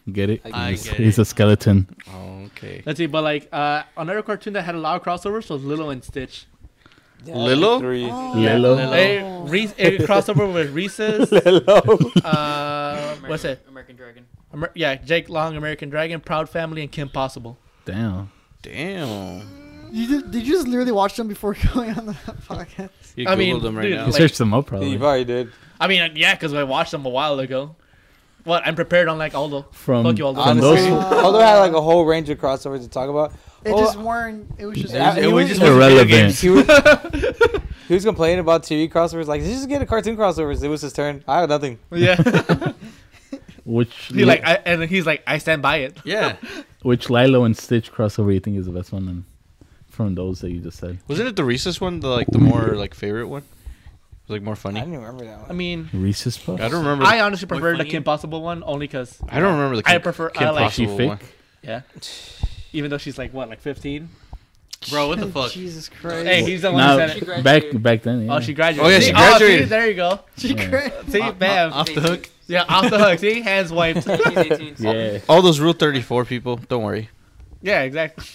Speaker 7: Get it?
Speaker 12: I
Speaker 7: he's,
Speaker 12: get
Speaker 7: he's
Speaker 12: it.
Speaker 7: a skeleton.
Speaker 2: Oh, okay.
Speaker 5: Let's see, but like uh, another cartoon that had a lot of crossovers was Lilo and Stitch.
Speaker 2: Lilo?
Speaker 3: Three.
Speaker 4: Oh.
Speaker 7: Lilo.
Speaker 4: Lilo.
Speaker 5: They re- it crossover with Reese's.
Speaker 3: Hello.
Speaker 5: Uh, what's it?
Speaker 15: American Dragon.
Speaker 5: Amer- yeah, Jake Long, American Dragon, Proud Family, and Kim Possible.
Speaker 7: Damn.
Speaker 2: Damn.
Speaker 4: You did, did you just literally watch them before going on the podcast?
Speaker 2: You
Speaker 5: I
Speaker 2: googled
Speaker 5: mean,
Speaker 2: them right
Speaker 5: dude,
Speaker 2: now.
Speaker 7: He
Speaker 5: like-
Speaker 7: searched them up probably.
Speaker 3: You probably did.
Speaker 5: I mean, uh, yeah, because I watched them a while ago. What? I'm prepared, unlike Aldo.
Speaker 7: From,
Speaker 5: Fuck you, Aldo.
Speaker 7: from
Speaker 3: Honestly,
Speaker 7: those.
Speaker 3: although I had like a whole range of crossovers to talk about.
Speaker 4: It
Speaker 3: Oh,
Speaker 4: just weren't. It was just.
Speaker 3: Yeah, it was just-
Speaker 7: Irrelevant.
Speaker 3: He was, he was complaining about TV crossovers. Like, just get a cartoon crossovers. It was his turn. I had nothing.
Speaker 5: Yeah.
Speaker 7: Which
Speaker 5: he like, I, and he's like, I stand by it.
Speaker 12: Yeah.
Speaker 7: which Lilo and Stitch crossover you think is the best one and from those that you just said?
Speaker 2: Wasn't it the Reese's one, the like the more like favorite one? It was like more
Speaker 3: I
Speaker 2: funny.
Speaker 3: didn't even remember that one.
Speaker 5: I mean,
Speaker 7: Reese's Puffs?
Speaker 2: I don't remember.
Speaker 5: I honestly
Speaker 12: Wait,
Speaker 5: prefer the
Speaker 12: funny?
Speaker 5: Kim Possible one only because
Speaker 2: I don't remember the.
Speaker 5: I prefer- I like-
Speaker 7: Is she
Speaker 2: Possible
Speaker 7: fake?
Speaker 2: one.
Speaker 5: yeah, even though she's like what, like 15.
Speaker 12: Bro, what the fuck?
Speaker 4: Oh, Jesus Christ.
Speaker 5: Hey, he's the one
Speaker 7: Nah,
Speaker 5: who said it.
Speaker 15: She
Speaker 7: back
Speaker 15: graduated.
Speaker 7: back then. Yeah.
Speaker 5: Oh, she graduated.
Speaker 2: Oh, yeah, she
Speaker 5: See?
Speaker 2: graduated.
Speaker 5: see, there you go.
Speaker 4: She
Speaker 7: Yeah.
Speaker 4: cra-
Speaker 5: See, bam.
Speaker 12: Off the hook.
Speaker 5: yeah, off the hook. See, hands wiped.
Speaker 15: He's 18. so-
Speaker 7: yeah.
Speaker 2: All those Rule Thirty Four people. Don't worry.
Speaker 5: Yeah, exactly.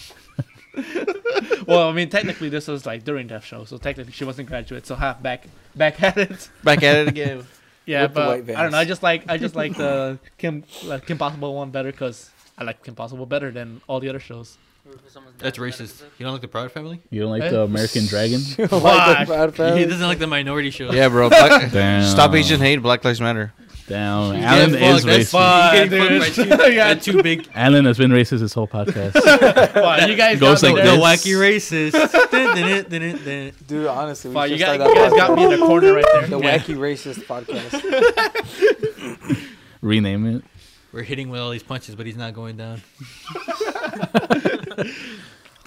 Speaker 5: well, I mean, technically, this was like during Death Show, so technically she wasn't graduate. So half back, back at it.
Speaker 2: Back at it again.
Speaker 5: Yeah,
Speaker 3: With the
Speaker 5: but
Speaker 3: white
Speaker 5: I don't
Speaker 3: vans.
Speaker 5: know. I just like I just like the Kim like, Kim Possible one better because I like Kim Possible better than all the other shows.
Speaker 12: That's racist. You don't like the Proud Family?
Speaker 7: You don't like
Speaker 5: Eh?
Speaker 7: the American Dragon?
Speaker 5: Fuck.
Speaker 3: Proud
Speaker 12: He
Speaker 3: Family.
Speaker 12: doesn't like the minority show.
Speaker 2: Yeah, bro. Black,
Speaker 7: Damn.
Speaker 2: stop Asian hate. Black Lives Matter.
Speaker 7: Down. Alan
Speaker 12: fucked,
Speaker 7: is
Speaker 12: that's
Speaker 7: racist.
Speaker 5: Fuck,
Speaker 12: He getting
Speaker 5: dude.
Speaker 12: fucked by
Speaker 5: You
Speaker 12: They're
Speaker 5: got-
Speaker 12: too big.
Speaker 7: Alan has been racist his whole podcast.
Speaker 5: fuck, you guys
Speaker 7: Goes
Speaker 5: got me
Speaker 7: like
Speaker 12: the
Speaker 5: there.
Speaker 7: this.
Speaker 12: wacky racist. Dun, dun, dun, dun, dun.
Speaker 3: Dude, honestly, we
Speaker 5: Fuck,
Speaker 3: should
Speaker 5: you, got,
Speaker 3: start
Speaker 5: you guys
Speaker 3: that
Speaker 5: got me in the corner right there.
Speaker 3: podcast. The
Speaker 5: Yeah.
Speaker 3: wacky racist podcast.
Speaker 7: Rename it.
Speaker 12: We're hitting with all these punches, but he's not going down.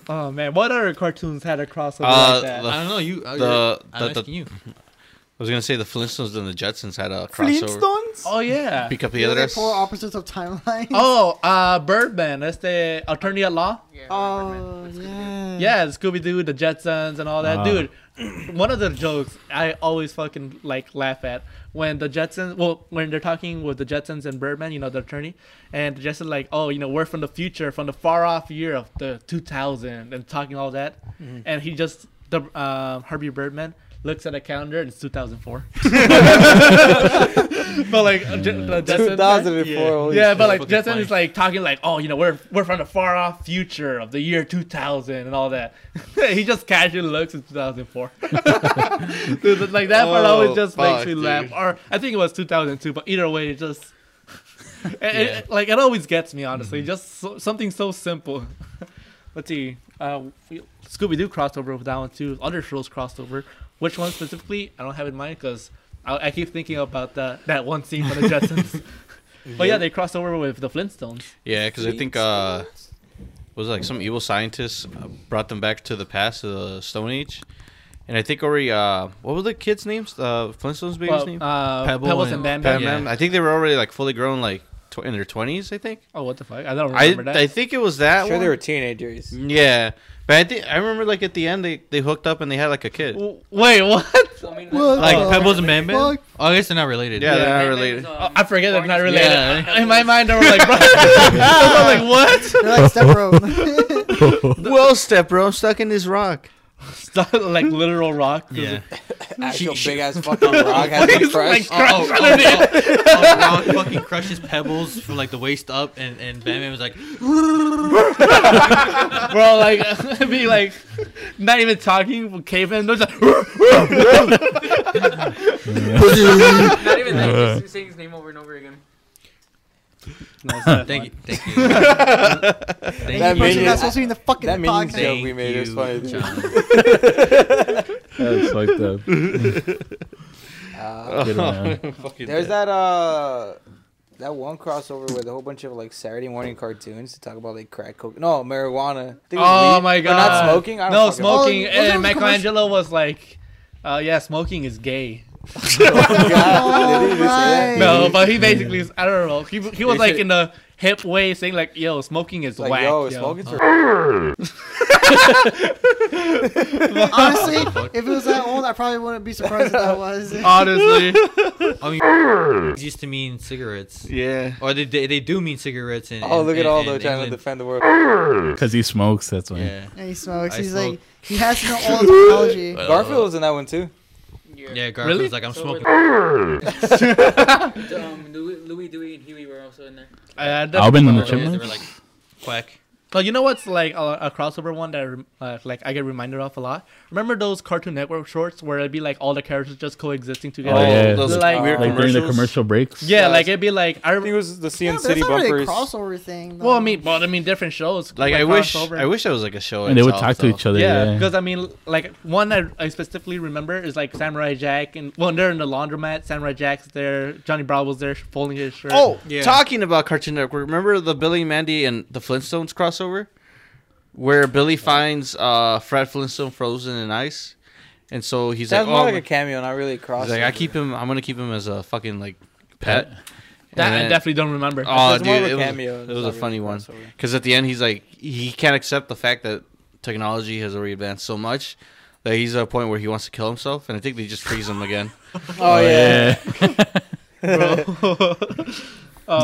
Speaker 5: Oh man, what other cartoons had a crossover
Speaker 2: Uh,
Speaker 5: like that?
Speaker 2: the-
Speaker 12: I don't know. You. The,
Speaker 2: the-
Speaker 12: I'm
Speaker 2: the-
Speaker 12: asking you.
Speaker 2: I was gonna say the Flintstones and the Jetsons had a crossover.
Speaker 3: Flintstones.
Speaker 5: oh yeah.
Speaker 2: Pick up the
Speaker 4: They're the
Speaker 2: others.
Speaker 4: polar opposites of timeline.
Speaker 5: Oh, uh, Birdman. That's the attorney at law.
Speaker 15: Yeah,
Speaker 4: Oh,
Speaker 15: Birdman.
Speaker 4: yeah.
Speaker 5: Yeah, Scooby Doo, the Jetsons, and all that.
Speaker 7: Ah.
Speaker 5: Dude, one of the jokes I always fucking like laugh at when the Jetsons, well, when they're talking with the Jetsons and Birdman, you know, the attorney, and the Jetsons like, oh, you know, we're from the future, from the far off year of the 2000, and talking all that, and he just the um, Herbie Birdman. Looks at a calendar and it's 2004. but like uh, Je- the Jetsons guy-
Speaker 3: 2004. holy
Speaker 5: yeah,
Speaker 3: shit.
Speaker 5: but like
Speaker 12: fucking
Speaker 5: Jetson
Speaker 12: funny.
Speaker 5: is like talking like, oh, you know, we're we're from the far off future of the year 2000 and all that. he just casually looks at 2004. Dude, but, like that part
Speaker 2: Oh,
Speaker 5: always just makes
Speaker 2: fuck,
Speaker 5: me
Speaker 2: dude.
Speaker 5: laugh. Or I think it was 2002, but either way, it just it- it-
Speaker 12: Yeah.
Speaker 5: like it always gets me honestly.
Speaker 2: Mm-hmm.
Speaker 5: Just so, something so simple. Let's see. Uh, Scooby Doo crossed over with that one too. Other shows crossed over. Which one specifically? I don't have in mind because I, I keep thinking about that that one scene from the Jetsons. But yeah, they crossed over with the Flintstones.
Speaker 2: Yeah, because I think uh, was it like some evil scientist uh, brought them back to the past, to the Stone Age, and I think already uh, what were the kids' names? Uh, Flintstones' baby's
Speaker 5: Well,
Speaker 2: name?
Speaker 5: uh,
Speaker 12: Pebble
Speaker 5: Pebbles
Speaker 12: and-
Speaker 5: and Bam Bam.
Speaker 2: Pam, Pam. I think they were already like fully grown, like tw- in their twenties. I think.
Speaker 5: Oh, what the fuck! I don't
Speaker 2: I
Speaker 5: remember that.
Speaker 2: I think it was that
Speaker 3: I'm sure
Speaker 2: one.
Speaker 3: they were teenagers.
Speaker 2: yeah, but I think I remember like at the end they they hooked up and they had like a kid.
Speaker 5: W- Wait, what?
Speaker 15: So, I mean,
Speaker 4: What?
Speaker 12: Like
Speaker 4: Oh,
Speaker 12: Pebbles and Man Man.
Speaker 4: fuck.
Speaker 12: Oh, I guess they're not related.
Speaker 2: Yeah, they're not
Speaker 15: Birdman
Speaker 2: related.
Speaker 15: was, um,
Speaker 5: Oh, I forget they're
Speaker 15: born
Speaker 5: not
Speaker 15: in-
Speaker 5: related.
Speaker 12: Yeah.
Speaker 5: In my mind, they were like, bro. I was like, what?
Speaker 4: They're like step road.
Speaker 2: Well, step bro, I'm stuck in this rock.
Speaker 5: Stop, like literal rock. 'cause
Speaker 12: Yeah.
Speaker 3: Actual big ass fucking rock has been
Speaker 5: It's
Speaker 3: crushed.
Speaker 5: like
Speaker 12: Oh, oh,
Speaker 5: crushed
Speaker 12: oh,
Speaker 5: underneath.
Speaker 12: oh, oh, Rock fucking crushes pebbles from like the waist up, and, and Batman was like, oh.
Speaker 5: bro. Like be like, not even talking with cavemen. They're just like,
Speaker 15: Not even that. Just saying his name over and over again.
Speaker 12: "Thank you, thank you, thank you."
Speaker 3: That
Speaker 4: That
Speaker 3: minion-
Speaker 4: person that's supposed to be in the fucking
Speaker 3: that minion
Speaker 4: podcast.
Speaker 3: joke we made was funny. dude.
Speaker 7: That's like the
Speaker 3: Uh,
Speaker 7: good one.
Speaker 3: there's that uh, that one crossover with a whole bunch of like Saturday morning cartoons to talk about like crack coke. No, marijuana. I think it was
Speaker 5: oh
Speaker 3: weed.
Speaker 5: my
Speaker 3: Or
Speaker 5: god.
Speaker 3: not smoking. I don't
Speaker 5: no
Speaker 3: fucking-
Speaker 5: smoking.
Speaker 4: Oh, wasn't
Speaker 5: and
Speaker 4: it a commercial?
Speaker 5: Michelangelo was like, Uh, yeah, smoking is gay.
Speaker 3: Oh,
Speaker 4: All right.
Speaker 5: No, but he basically, is- I don't know. He, he was like in a hip way saying like, "Yo, smoking is
Speaker 3: Like,
Speaker 5: whack."
Speaker 3: yo,
Speaker 5: yo.
Speaker 3: smoking's for
Speaker 4: Honestly, if it was that old, I probably wouldn't be surprised if that was.
Speaker 5: Honestly,
Speaker 9: It used to mean cigarettes,
Speaker 5: yeah.
Speaker 9: or they they, they do mean cigarettes in.
Speaker 3: Oh,
Speaker 9: in-
Speaker 3: look at
Speaker 9: in-
Speaker 3: Aldo
Speaker 9: in
Speaker 3: trying to
Speaker 9: England.
Speaker 3: defend the world.
Speaker 7: Because he smokes, that's why.
Speaker 9: Yeah,
Speaker 4: Yeah, he smokes.
Speaker 9: I
Speaker 4: He's
Speaker 9: smoke.
Speaker 4: like, he has to know all the technology.
Speaker 3: Garfield was in that one too.
Speaker 9: yeah. Garfield's
Speaker 5: Really?
Speaker 9: like I'm
Speaker 15: So were
Speaker 9: smoking.
Speaker 15: the- um, Louis, Louis, Dewey, and Huey were also in there.
Speaker 5: Uh,
Speaker 7: Alvin and the
Speaker 5: definitely-
Speaker 9: They
Speaker 7: Chipmunks?
Speaker 9: were like quack.
Speaker 5: But you know what's like a, a crossover one that I rem- uh, like I get reminded of a lot. Remember those Cartoon Network shorts where it'd be like all the characters just coexisting together?
Speaker 7: Oh, yeah.
Speaker 2: Those
Speaker 5: Like-
Speaker 2: weird
Speaker 7: Like during
Speaker 2: commercials.
Speaker 7: the commercial breaks.
Speaker 5: Yeah, like it'd be like I.
Speaker 3: I think it
Speaker 5: Rem-
Speaker 3: was the
Speaker 4: Yeah,
Speaker 3: CN
Speaker 4: but
Speaker 3: City
Speaker 4: that's not really
Speaker 3: bumpers.
Speaker 4: a crossover thing. Though.
Speaker 5: well, I mean, but I mean, different shows.
Speaker 2: Like I wish,
Speaker 5: crossover.
Speaker 2: I wish that was like a show.
Speaker 7: And they would
Speaker 2: itself,
Speaker 7: talk to
Speaker 2: though.
Speaker 7: each other.
Speaker 5: Yeah,
Speaker 7: Yeah.
Speaker 5: because I mean, like one I, I specifically remember is like Samurai Jack, and when they're in the laundromat, Samurai Jack's there, Johnny Bravo's there folding his shirt.
Speaker 2: Oh,
Speaker 9: Yeah.
Speaker 2: talking about Cartoon Network, remember the Billy Mandy and the Flintstones crossover, where Billy finds uh, Fred Flintstone frozen in ice, and so he's
Speaker 3: That's
Speaker 2: like,
Speaker 3: more
Speaker 2: "Oh,
Speaker 3: like
Speaker 2: my-"
Speaker 3: a cameo, not really a crossover.
Speaker 2: he's like, I keep him. I'm gonna keep him as a fucking like pet."
Speaker 5: that
Speaker 2: And
Speaker 5: I
Speaker 2: then-
Speaker 5: definitely don't remember.
Speaker 2: Oh,
Speaker 3: It's more of
Speaker 2: dude,
Speaker 3: a
Speaker 2: it was,
Speaker 3: cameo.
Speaker 2: it
Speaker 3: It's
Speaker 2: was
Speaker 3: not
Speaker 2: a
Speaker 3: really
Speaker 2: funny one.
Speaker 3: crossover.
Speaker 2: Because at the end, he's like, he can't accept the fact that technology has already advanced so much that he's at a point where he wants to kill himself, and I think they just freeze him again.
Speaker 3: oh yeah.
Speaker 5: oh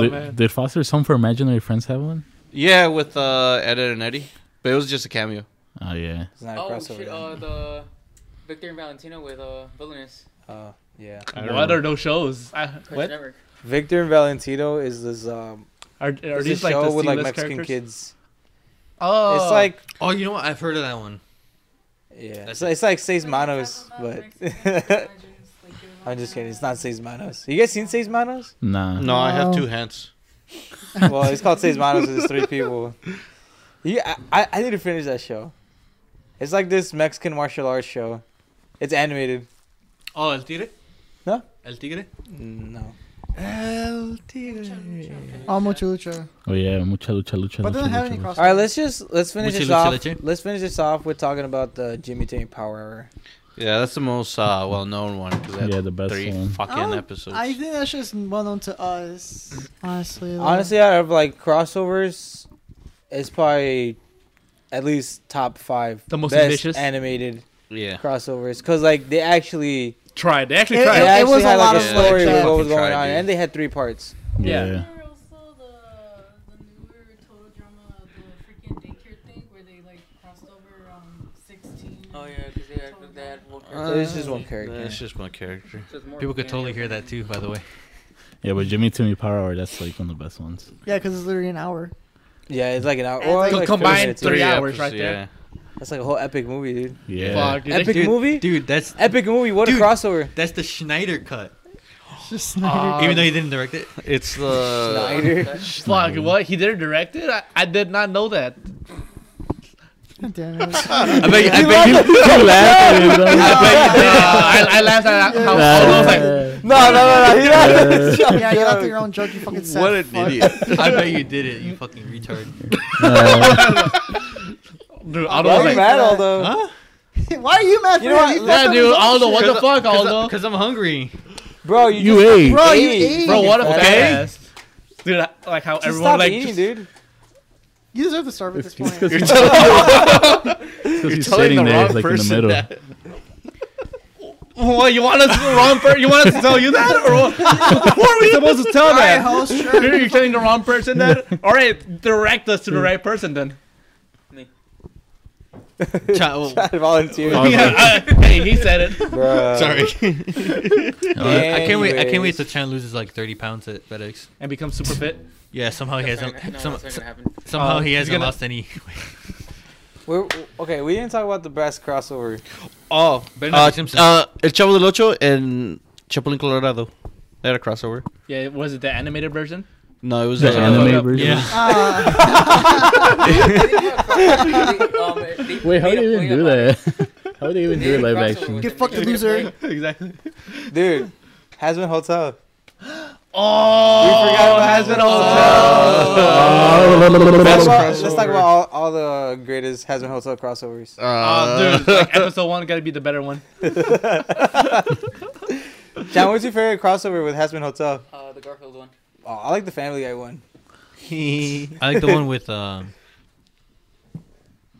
Speaker 7: did,
Speaker 5: man,
Speaker 7: did Foster's Home for Imaginary Friends have one?
Speaker 2: yeah, with uh, Ed Ed, and Eddie, but it was just a cameo.
Speaker 7: Oh yeah.
Speaker 3: It's not a
Speaker 15: Oh
Speaker 3: crossover.
Speaker 15: shit! Uh, the Victor and Valentino with uh Villainous.
Speaker 3: then. Uh, yeah.
Speaker 5: what are those shows? I, what
Speaker 15: Network.
Speaker 3: Victor and Valentino is this um
Speaker 5: are, are
Speaker 3: is
Speaker 5: these
Speaker 3: this
Speaker 5: like
Speaker 3: show
Speaker 5: the
Speaker 3: with like
Speaker 5: C-list
Speaker 3: Mexican
Speaker 5: characters?
Speaker 3: kids.
Speaker 5: Oh,
Speaker 3: It's like
Speaker 9: Oh, you know what? I've heard of that one.
Speaker 3: yeah.
Speaker 9: That's
Speaker 3: It's, it's like Seis
Speaker 16: When you
Speaker 3: Manos,
Speaker 16: talk about
Speaker 3: but
Speaker 16: Mexican origins, like, you're
Speaker 3: I'm just
Speaker 16: like,
Speaker 3: kidding. It's
Speaker 16: uh,
Speaker 3: not Seis Manos. You guys seen Seis Manos?
Speaker 7: Nah.
Speaker 2: No, I have
Speaker 4: No.
Speaker 2: two hands.
Speaker 3: well, it's called Seis Manos. and It's three people. Yeah, I, I- I need to finish that show. It's like this Mexican martial arts show. It's animated.
Speaker 9: Oh, El Tigre.
Speaker 3: Huh?
Speaker 9: El Tigre.
Speaker 3: No.
Speaker 4: Amo Chulucha.
Speaker 7: Oh yeah. Mucha lucha lucha.
Speaker 4: But
Speaker 7: lucha,
Speaker 4: they don't
Speaker 7: lucha,
Speaker 4: have any
Speaker 7: lucha.
Speaker 4: crossover.
Speaker 3: All right, let's just let's finish
Speaker 9: Mucha
Speaker 3: this
Speaker 9: lucha,
Speaker 3: off.
Speaker 9: leche.
Speaker 3: Let's finish this off with talking about the Jimmy Tang Power Hour.
Speaker 2: Yeah, that's the most uh, well-known one. 'cause that's
Speaker 7: Yeah, the best
Speaker 2: three
Speaker 7: one.
Speaker 2: fucking
Speaker 4: Oh,
Speaker 2: episodes.
Speaker 4: I think that's just well known to us, honestly. though.
Speaker 3: Honestly, out of like crossovers, it's probably at least top five
Speaker 5: The most
Speaker 3: best
Speaker 5: ambitious?
Speaker 3: animated
Speaker 2: yeah,
Speaker 3: crossovers because like they actually
Speaker 5: try. They
Speaker 4: It-
Speaker 5: actually
Speaker 3: they
Speaker 5: tried.
Speaker 4: it
Speaker 3: actually
Speaker 4: was a
Speaker 3: had
Speaker 4: lot
Speaker 3: like
Speaker 4: of
Speaker 3: a
Speaker 4: fun,
Speaker 3: story
Speaker 4: yeah.
Speaker 3: with what was
Speaker 2: Fucking
Speaker 3: going
Speaker 2: tried,
Speaker 3: on
Speaker 2: dude.
Speaker 3: and they had three parts.
Speaker 7: Yeah.
Speaker 5: Yeah.
Speaker 16: there also the the newer total drama, the freaking daycare thing where they like crossed over um 16.
Speaker 15: Oh yeah, because they had they had one
Speaker 7: Uh,
Speaker 3: So it's
Speaker 4: Oh,
Speaker 3: just one
Speaker 2: Yeah,
Speaker 3: character.
Speaker 2: it's just one character.
Speaker 15: So it's more
Speaker 9: People could totally
Speaker 15: cameos
Speaker 9: hear
Speaker 15: than-
Speaker 9: that too. By the way,
Speaker 7: Yeah, but Jimmy Timmy Power Hour. That's like one of the best ones.
Speaker 4: yeah, because it's literally an hour.
Speaker 3: Yeah, it's like an hour.
Speaker 4: And it's
Speaker 3: Well,
Speaker 4: like-
Speaker 3: like
Speaker 5: Combined
Speaker 3: combined
Speaker 5: three
Speaker 3: three.
Speaker 5: hours
Speaker 2: episodes,
Speaker 5: right there.
Speaker 2: yeah.
Speaker 3: That's like a whole epic movie, dude.
Speaker 7: Yeah.
Speaker 5: Fuck, dude,
Speaker 3: Epic
Speaker 5: they-
Speaker 9: dude,
Speaker 3: movie?
Speaker 9: dude. That's
Speaker 3: Epic movie. What
Speaker 9: Dude.
Speaker 3: a crossover.
Speaker 9: that's the Schneider cut.
Speaker 4: Just
Speaker 5: Ah,
Speaker 9: Even though he didn't direct it.
Speaker 2: It's the
Speaker 3: Snyder.
Speaker 5: fuck, what he did direct it? I, I did not know that.
Speaker 4: God damn it.
Speaker 9: I bet. I bet.
Speaker 7: you laugh. you know?
Speaker 5: Uh, I, I laughed at how I was like,
Speaker 3: no, no, no, no. He not.
Speaker 4: yeah, you laughed at your own joke, you fucking sad
Speaker 2: what an
Speaker 4: fuck.
Speaker 2: idiot.
Speaker 9: I bet you did it. You fucking retard.
Speaker 5: dude,
Speaker 3: Why
Speaker 5: I was
Speaker 3: are you
Speaker 5: like,
Speaker 3: mad, Aldo?
Speaker 9: Huh?
Speaker 4: Why are you mad for
Speaker 3: You know
Speaker 4: him?
Speaker 3: what?
Speaker 4: You
Speaker 5: yeah,
Speaker 4: fucked up
Speaker 5: dude,
Speaker 4: his own
Speaker 5: Aldo, what
Speaker 4: shit.
Speaker 5: the fuck, Aldo?
Speaker 9: Because I'm hungry.
Speaker 3: Bro, you,
Speaker 7: You
Speaker 3: just-
Speaker 7: ate.
Speaker 4: Bro, you
Speaker 3: Hey.
Speaker 4: ate.
Speaker 5: Bro, what a
Speaker 3: Okay.
Speaker 5: fat ass. Dude, I- like how
Speaker 3: just
Speaker 5: everyone
Speaker 3: stop
Speaker 5: like
Speaker 3: eating,
Speaker 5: just-
Speaker 3: dude.
Speaker 4: You deserve to starve at this point.
Speaker 7: You're Because he's
Speaker 2: telling the
Speaker 7: sitting there
Speaker 2: wrong
Speaker 7: like in the
Speaker 2: person
Speaker 7: middle.
Speaker 2: that.
Speaker 5: What you want us the wrong person? You want us to tell you that, or what? Who are we supposed to tell
Speaker 4: All right,
Speaker 5: that?
Speaker 4: host, sure.
Speaker 5: You're, you're telling the wrong person that. All right, direct us to the right person then.
Speaker 9: Child,
Speaker 3: Not volunteering.
Speaker 7: I was
Speaker 5: Yeah,
Speaker 7: like,
Speaker 5: I- hey, he said it.
Speaker 3: Bruh.
Speaker 9: sorry. I can't wait. I can't wait
Speaker 3: Anyways.
Speaker 9: till Chan loses like 30 pounds at FedEx.
Speaker 5: And become super fit.
Speaker 9: Yeah, somehow he
Speaker 15: That's not
Speaker 9: hasn't.
Speaker 15: gonna- No,
Speaker 9: some,
Speaker 15: that's not gonna happen.
Speaker 9: somehow
Speaker 5: Uh,
Speaker 9: he
Speaker 5: he's
Speaker 9: hasn't
Speaker 5: gonna-
Speaker 9: lost any.
Speaker 3: We're, okay, we didn't talk about the best crossover.
Speaker 2: Oh,
Speaker 9: Better not
Speaker 2: uh,
Speaker 9: be Simpson.
Speaker 2: uh, El Chavo del Ocho and Chapulín Colorado. They had a crossover.
Speaker 5: Yeah, was it the animated version?
Speaker 2: No, it was
Speaker 7: The
Speaker 2: uh,
Speaker 7: anime version.
Speaker 9: yeah.
Speaker 4: Ah,
Speaker 15: um,
Speaker 7: Wait, how do you even do that? How do they even do live action?
Speaker 4: Get fucked, loser.
Speaker 5: Exactly.
Speaker 3: Dude, Hasbin Hotel.
Speaker 5: Oh, Oh,
Speaker 3: forgot about
Speaker 5: has been all.
Speaker 3: Hotel. Let's,
Speaker 7: Oh,
Speaker 3: talk about,
Speaker 12: Best
Speaker 3: let's talk about all, all the greatest Hazard Hotel crossovers.
Speaker 2: Uh,
Speaker 5: Oh, dude, like episode one got to be the better one.
Speaker 3: John, what's your favorite crossover with Hazman Hotel?
Speaker 15: Uh, the Garfield one.
Speaker 3: Oh, I like the Family Guy one.
Speaker 12: I like the one with. Um,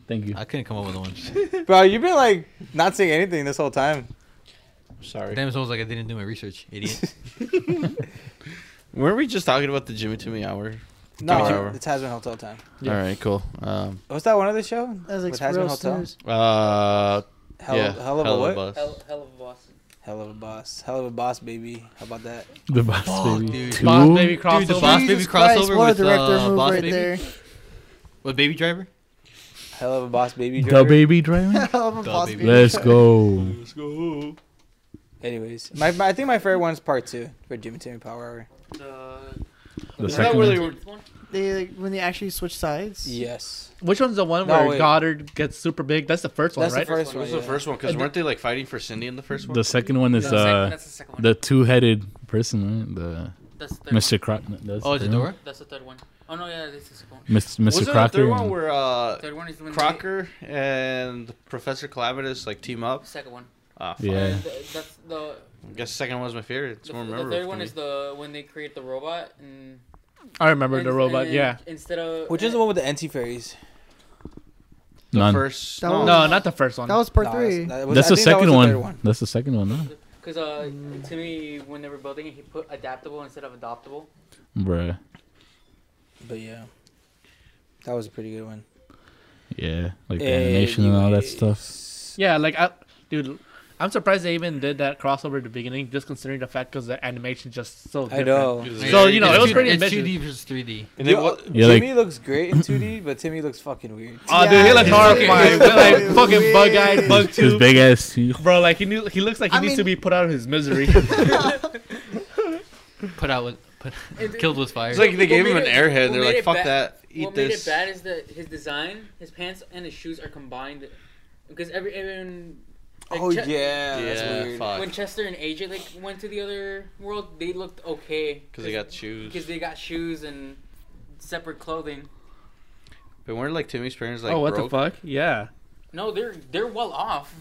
Speaker 1: Thank you.
Speaker 12: I couldn't come up with one.
Speaker 3: Bro, you've been like not saying anything this whole time.
Speaker 1: Sorry.
Speaker 12: Damn, it's almost like I didn't do my research, idiot.
Speaker 2: Weren't we just talking about the Jimmy Timmy hour? Jimmy
Speaker 3: No,
Speaker 2: Timmy
Speaker 3: it's Hazman Hotel time.
Speaker 2: hour. All right, cool. Um,
Speaker 3: What's that one other show?
Speaker 4: That's
Speaker 3: With
Speaker 4: like
Speaker 3: Hazman
Speaker 4: real
Speaker 3: Hotel?
Speaker 4: snooze.
Speaker 2: uh,
Speaker 3: Hell,
Speaker 2: yeah,
Speaker 3: hell of a what?
Speaker 2: bus.
Speaker 15: Hell, hell of a boss.
Speaker 3: Hell of a boss. Hell of a boss, baby. How about that?
Speaker 7: The boss baby. Two?
Speaker 5: Boss baby
Speaker 12: Dude, the
Speaker 5: crossover.
Speaker 12: Boss Baby
Speaker 4: Jesus Christ,
Speaker 12: crossover
Speaker 4: what a
Speaker 12: with
Speaker 4: director
Speaker 12: uh,
Speaker 4: move
Speaker 12: Boss
Speaker 4: right
Speaker 12: Baby.
Speaker 4: there.
Speaker 12: With Baby Driver?
Speaker 3: Hell of a boss, baby.
Speaker 7: The
Speaker 3: Driver.
Speaker 7: baby driver.
Speaker 4: Hell of a
Speaker 12: Duh,
Speaker 4: boss
Speaker 12: baby.
Speaker 4: baby.
Speaker 7: Let's go.
Speaker 3: Anyways, my, my- I think my favorite one's part two for Jimmy Timmy Power Hour.
Speaker 15: The,
Speaker 7: The
Speaker 1: Is that
Speaker 7: second
Speaker 1: where
Speaker 7: one.
Speaker 1: they were?
Speaker 15: one?
Speaker 4: They like, when they actually switch sides.
Speaker 3: Yes.
Speaker 5: Which one's the one
Speaker 3: No,
Speaker 5: where
Speaker 3: wait.
Speaker 5: Goddard gets super big? That's the first
Speaker 3: That's
Speaker 5: one, right?
Speaker 3: the first
Speaker 15: First
Speaker 3: one.
Speaker 15: one
Speaker 2: What was the
Speaker 3: yeah.
Speaker 2: first one? Because weren't they like fighting for Cindy in the first one?
Speaker 7: The second one is
Speaker 15: That's the second-
Speaker 7: uh
Speaker 15: that's the second one.
Speaker 7: the two-headed person, right? The
Speaker 15: that's the third
Speaker 7: Mr. Croc. no, that's
Speaker 12: Oh,
Speaker 7: the
Speaker 12: is it
Speaker 7: third
Speaker 12: Dora?
Speaker 15: one. That's the third one. Oh no, yeah, this is the second one.
Speaker 7: one? Mis-
Speaker 2: Wasn't
Speaker 7: Mr.
Speaker 2: there a
Speaker 7: Crocker.
Speaker 2: third one
Speaker 7: and-
Speaker 2: where uh,
Speaker 15: Third one is when they-
Speaker 2: Crocker and Professor Calamitous like team up?
Speaker 15: Second one.
Speaker 2: Ah, fuck.
Speaker 7: Yeah.
Speaker 15: Uh, th- that's the.
Speaker 2: I guess the second one was my favorite. It's
Speaker 15: The,
Speaker 2: more
Speaker 15: the
Speaker 2: memorable.
Speaker 15: third
Speaker 2: for
Speaker 15: one
Speaker 2: me.
Speaker 15: is the when they create the robot and.
Speaker 5: I remember
Speaker 15: and-
Speaker 5: the robot.
Speaker 15: and
Speaker 5: Yeah.
Speaker 15: Instead of
Speaker 3: Which is the one with the anti fairies?
Speaker 2: the
Speaker 7: None.
Speaker 2: first.
Speaker 4: That
Speaker 2: no,
Speaker 4: one-
Speaker 5: No, not the first one.
Speaker 4: That was part three.
Speaker 7: That's the second one. That's the second one, huh?
Speaker 15: Because uh, to me, when they were building it, he put adaptable instead of adoptable.
Speaker 7: Bruh.
Speaker 3: But yeah, that was a pretty good one.
Speaker 7: Yeah. Like the animation and all that stuff.
Speaker 3: Anyways.
Speaker 5: Yeah, like I, dude, I'm surprised they even did that crossover at the beginning, just considering the fact because the animation's just so.
Speaker 3: I
Speaker 5: Different.
Speaker 3: know.
Speaker 5: So you know,
Speaker 12: It's
Speaker 5: it was
Speaker 12: two-
Speaker 5: pretty
Speaker 12: It's
Speaker 5: ambitious.
Speaker 12: 2D versus 3D.
Speaker 2: And then
Speaker 3: Yo,
Speaker 2: what?
Speaker 7: Yeah,
Speaker 3: Jimmy
Speaker 7: like-
Speaker 3: looks great in 2D, but Timmy looks fucking weird.
Speaker 5: Oh, dude, he
Speaker 4: Yeah,
Speaker 5: looked
Speaker 4: it's
Speaker 5: horrifying.
Speaker 4: okay.
Speaker 5: like fucking bug eyed,
Speaker 4: His-
Speaker 5: bug
Speaker 7: His
Speaker 5: tooth.
Speaker 7: big ass teeth.
Speaker 5: Bro, like he knew, he looks like he
Speaker 4: I
Speaker 5: needs to be
Speaker 4: mean-
Speaker 5: put out of his misery.
Speaker 12: Put out with. Put, killed with fire.
Speaker 2: It's like they
Speaker 15: What
Speaker 2: gave him
Speaker 15: made
Speaker 2: an
Speaker 15: it-
Speaker 2: airhead.
Speaker 15: what
Speaker 2: They're
Speaker 15: made
Speaker 2: like,
Speaker 15: it
Speaker 2: "Fuck
Speaker 15: bad-
Speaker 2: that, eat
Speaker 15: what
Speaker 2: this."
Speaker 15: made it bad is that his design, his pants and his shoes are combined, because every even. like,
Speaker 3: oh
Speaker 15: Che-
Speaker 3: yeah, that's
Speaker 2: Yeah,
Speaker 3: weird.
Speaker 2: fuck.
Speaker 15: When Chester and AJ like went to the other world, they looked okay
Speaker 2: Because they got shoes.
Speaker 15: because they got shoes and separate clothing.
Speaker 2: But weren't like Timmy's parents like
Speaker 5: oh, what
Speaker 2: broke?
Speaker 5: the fuck? Yeah.
Speaker 15: No, they're they're well off.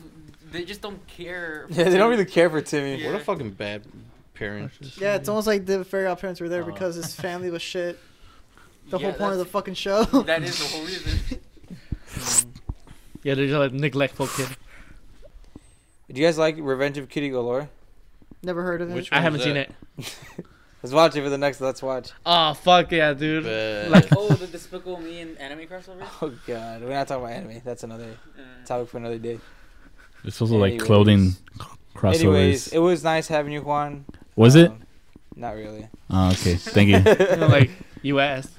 Speaker 15: They just don't care.
Speaker 3: Yeah, they don't really care for Timmy.
Speaker 2: What
Speaker 15: Yeah.
Speaker 2: a fucking bad parent.
Speaker 4: Yeah, it's almost like the fairy godparents were there because his family was shit. The
Speaker 15: Yeah,
Speaker 4: whole point of the
Speaker 15: that's-
Speaker 4: fucking show.
Speaker 15: That is the whole reason.
Speaker 5: Yeah, they're just like neglectful kid.
Speaker 3: Do you guys like Revenge of Kitty Galore?
Speaker 4: Never heard of it.
Speaker 2: Which
Speaker 5: I
Speaker 2: one's
Speaker 5: haven't seen
Speaker 2: that?
Speaker 5: it.
Speaker 3: Let's watch it for the next. Let's watch.
Speaker 5: Oh fuck yeah, dude.
Speaker 2: But-
Speaker 5: Like-
Speaker 15: oh, the Despicable Me and anime crossover.
Speaker 3: Oh god, we're not talking about anime. That's another
Speaker 15: Uh,
Speaker 3: topic for another day.
Speaker 7: It's also like clothing crossovers.
Speaker 3: Anyways, it was nice having you, Juan.
Speaker 7: Was it?
Speaker 3: Um, Not really.
Speaker 7: Oh, okay. Thank you.
Speaker 5: You know, like you asked.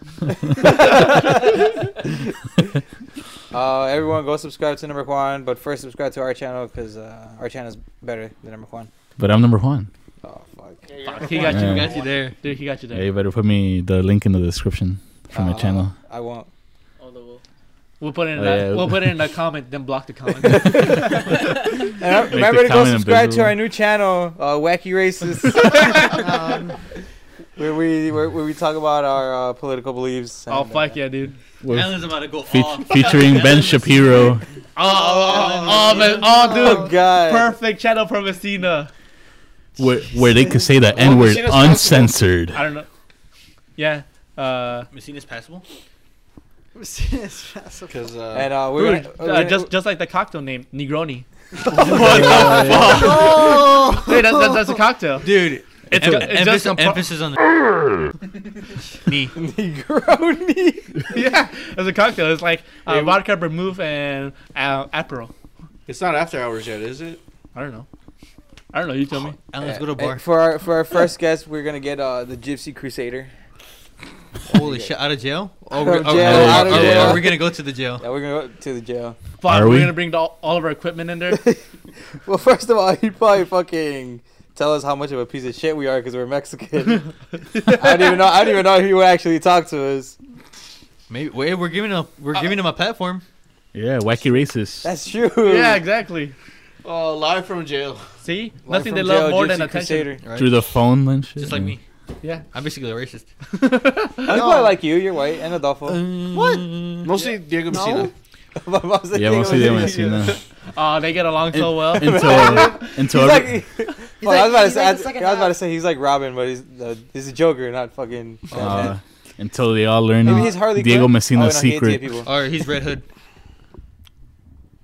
Speaker 3: Uh, everyone, go subscribe to Number Juan, but first subscribe to our channel because uh, our channel is better than Number Juan.
Speaker 7: But I'm number one.
Speaker 3: Oh fuck.
Speaker 15: yeah, you're-
Speaker 5: He got you.
Speaker 7: Yeah.
Speaker 12: got you there.
Speaker 5: Dude, he got you there.
Speaker 7: Yeah, you better put me the link in the description for my
Speaker 3: Uh,
Speaker 7: channel.
Speaker 3: I won't.
Speaker 15: Although,
Speaker 5: We'll put it in
Speaker 7: Oh,
Speaker 5: that.
Speaker 7: yeah.
Speaker 5: We'll put it in a comment, then block the comment.
Speaker 3: And I-
Speaker 7: Make
Speaker 3: remember
Speaker 7: the
Speaker 3: to go
Speaker 7: comment
Speaker 3: subscribe to
Speaker 7: invisible.
Speaker 3: our new channel, uh, Wacky Racist,
Speaker 4: um,
Speaker 3: where we where, where we talk about our uh, political beliefs.
Speaker 5: oh
Speaker 3: and,
Speaker 5: fuck yeah, dude.
Speaker 7: With
Speaker 12: Alan's about to go
Speaker 7: fe-
Speaker 12: off.
Speaker 7: featuring Ben Shapiro.
Speaker 5: Oh, oh, oh, oh, man. oh
Speaker 3: Oh
Speaker 5: dude.
Speaker 3: god.
Speaker 5: Perfect channel for Messina.
Speaker 7: where, where they could say the N word
Speaker 2: Messina's possible.
Speaker 7: uncensored.
Speaker 5: I don't know. Yeah. Uh,
Speaker 12: Messina's passable?
Speaker 2: Because uh,
Speaker 3: And uh, we're
Speaker 5: dude,
Speaker 3: gonna,
Speaker 5: uh,
Speaker 3: we're gonna-
Speaker 5: just just like the cocktail name, Negroni.
Speaker 4: oh,
Speaker 5: Hey, that's, that's, that's a cocktail.
Speaker 12: Dude.
Speaker 5: It's,
Speaker 12: em-
Speaker 5: a- it's just
Speaker 12: emphasis, emphasis
Speaker 5: a pro-
Speaker 12: on the knee.
Speaker 3: Negroni.
Speaker 5: yeah, it's a cocktail. It's like uh, vodka, vermouth, and uh, Aperol.
Speaker 2: it's not after hours yet, is it?
Speaker 5: I don't know. I don't know. You tell me.
Speaker 12: Alan, let's go to a
Speaker 3: And
Speaker 12: bar.
Speaker 3: For our for our first guest, we're gonna get uh, the Gypsy Crusader.
Speaker 12: Holy shit, out of jail? Oh,
Speaker 3: From
Speaker 12: we're, oh,
Speaker 3: jail,
Speaker 12: oh,
Speaker 3: out of
Speaker 12: oh,
Speaker 3: jail.
Speaker 12: oh, we're gonna go to the jail.
Speaker 3: Yeah, we're gonna go to the jail.
Speaker 5: Fuck,
Speaker 7: Are
Speaker 5: we're
Speaker 7: we?
Speaker 5: gonna bring the, all of our equipment in there.
Speaker 3: Well, first of all, he'd probably fucking tell us how much of a piece of shit we are because we're Mexican. I don't even know. I don't even know if he would actually talk to us.
Speaker 12: Maybe wait, we're giving him we're giving him a platform.
Speaker 7: Yeah, wacky racist.
Speaker 3: That's true.
Speaker 5: yeah, exactly.
Speaker 2: Oh, live from jail.
Speaker 5: See,
Speaker 3: Live
Speaker 5: nothing
Speaker 3: from
Speaker 5: they
Speaker 3: jail,
Speaker 5: love more
Speaker 3: Gypsy
Speaker 5: than attention.
Speaker 3: Crusader.
Speaker 12: Right?
Speaker 7: Through the phone and shit.
Speaker 12: Just like me.
Speaker 5: Yeah.
Speaker 9: I'm basically a racist.
Speaker 3: That's why I like you. You're white and Adolfo.
Speaker 2: What? Mostly Diego Messina.
Speaker 7: Yeah, mostly they haven't seen that.
Speaker 5: Oh, they get along so well.
Speaker 7: Until, until
Speaker 3: He's like, well, I was about to
Speaker 4: he's
Speaker 3: say,
Speaker 4: like
Speaker 3: I,
Speaker 4: the second
Speaker 3: I was about to
Speaker 4: half.
Speaker 3: say he's like Robin, but he's uh, he's a Joker, not fucking.
Speaker 7: uh, until they all learn
Speaker 3: Maybe he's Harley
Speaker 7: Diego
Speaker 3: Quinn. Oh,
Speaker 7: Messina's
Speaker 3: no, he hates gay
Speaker 7: secret.
Speaker 3: people.
Speaker 9: or he's Red Hood.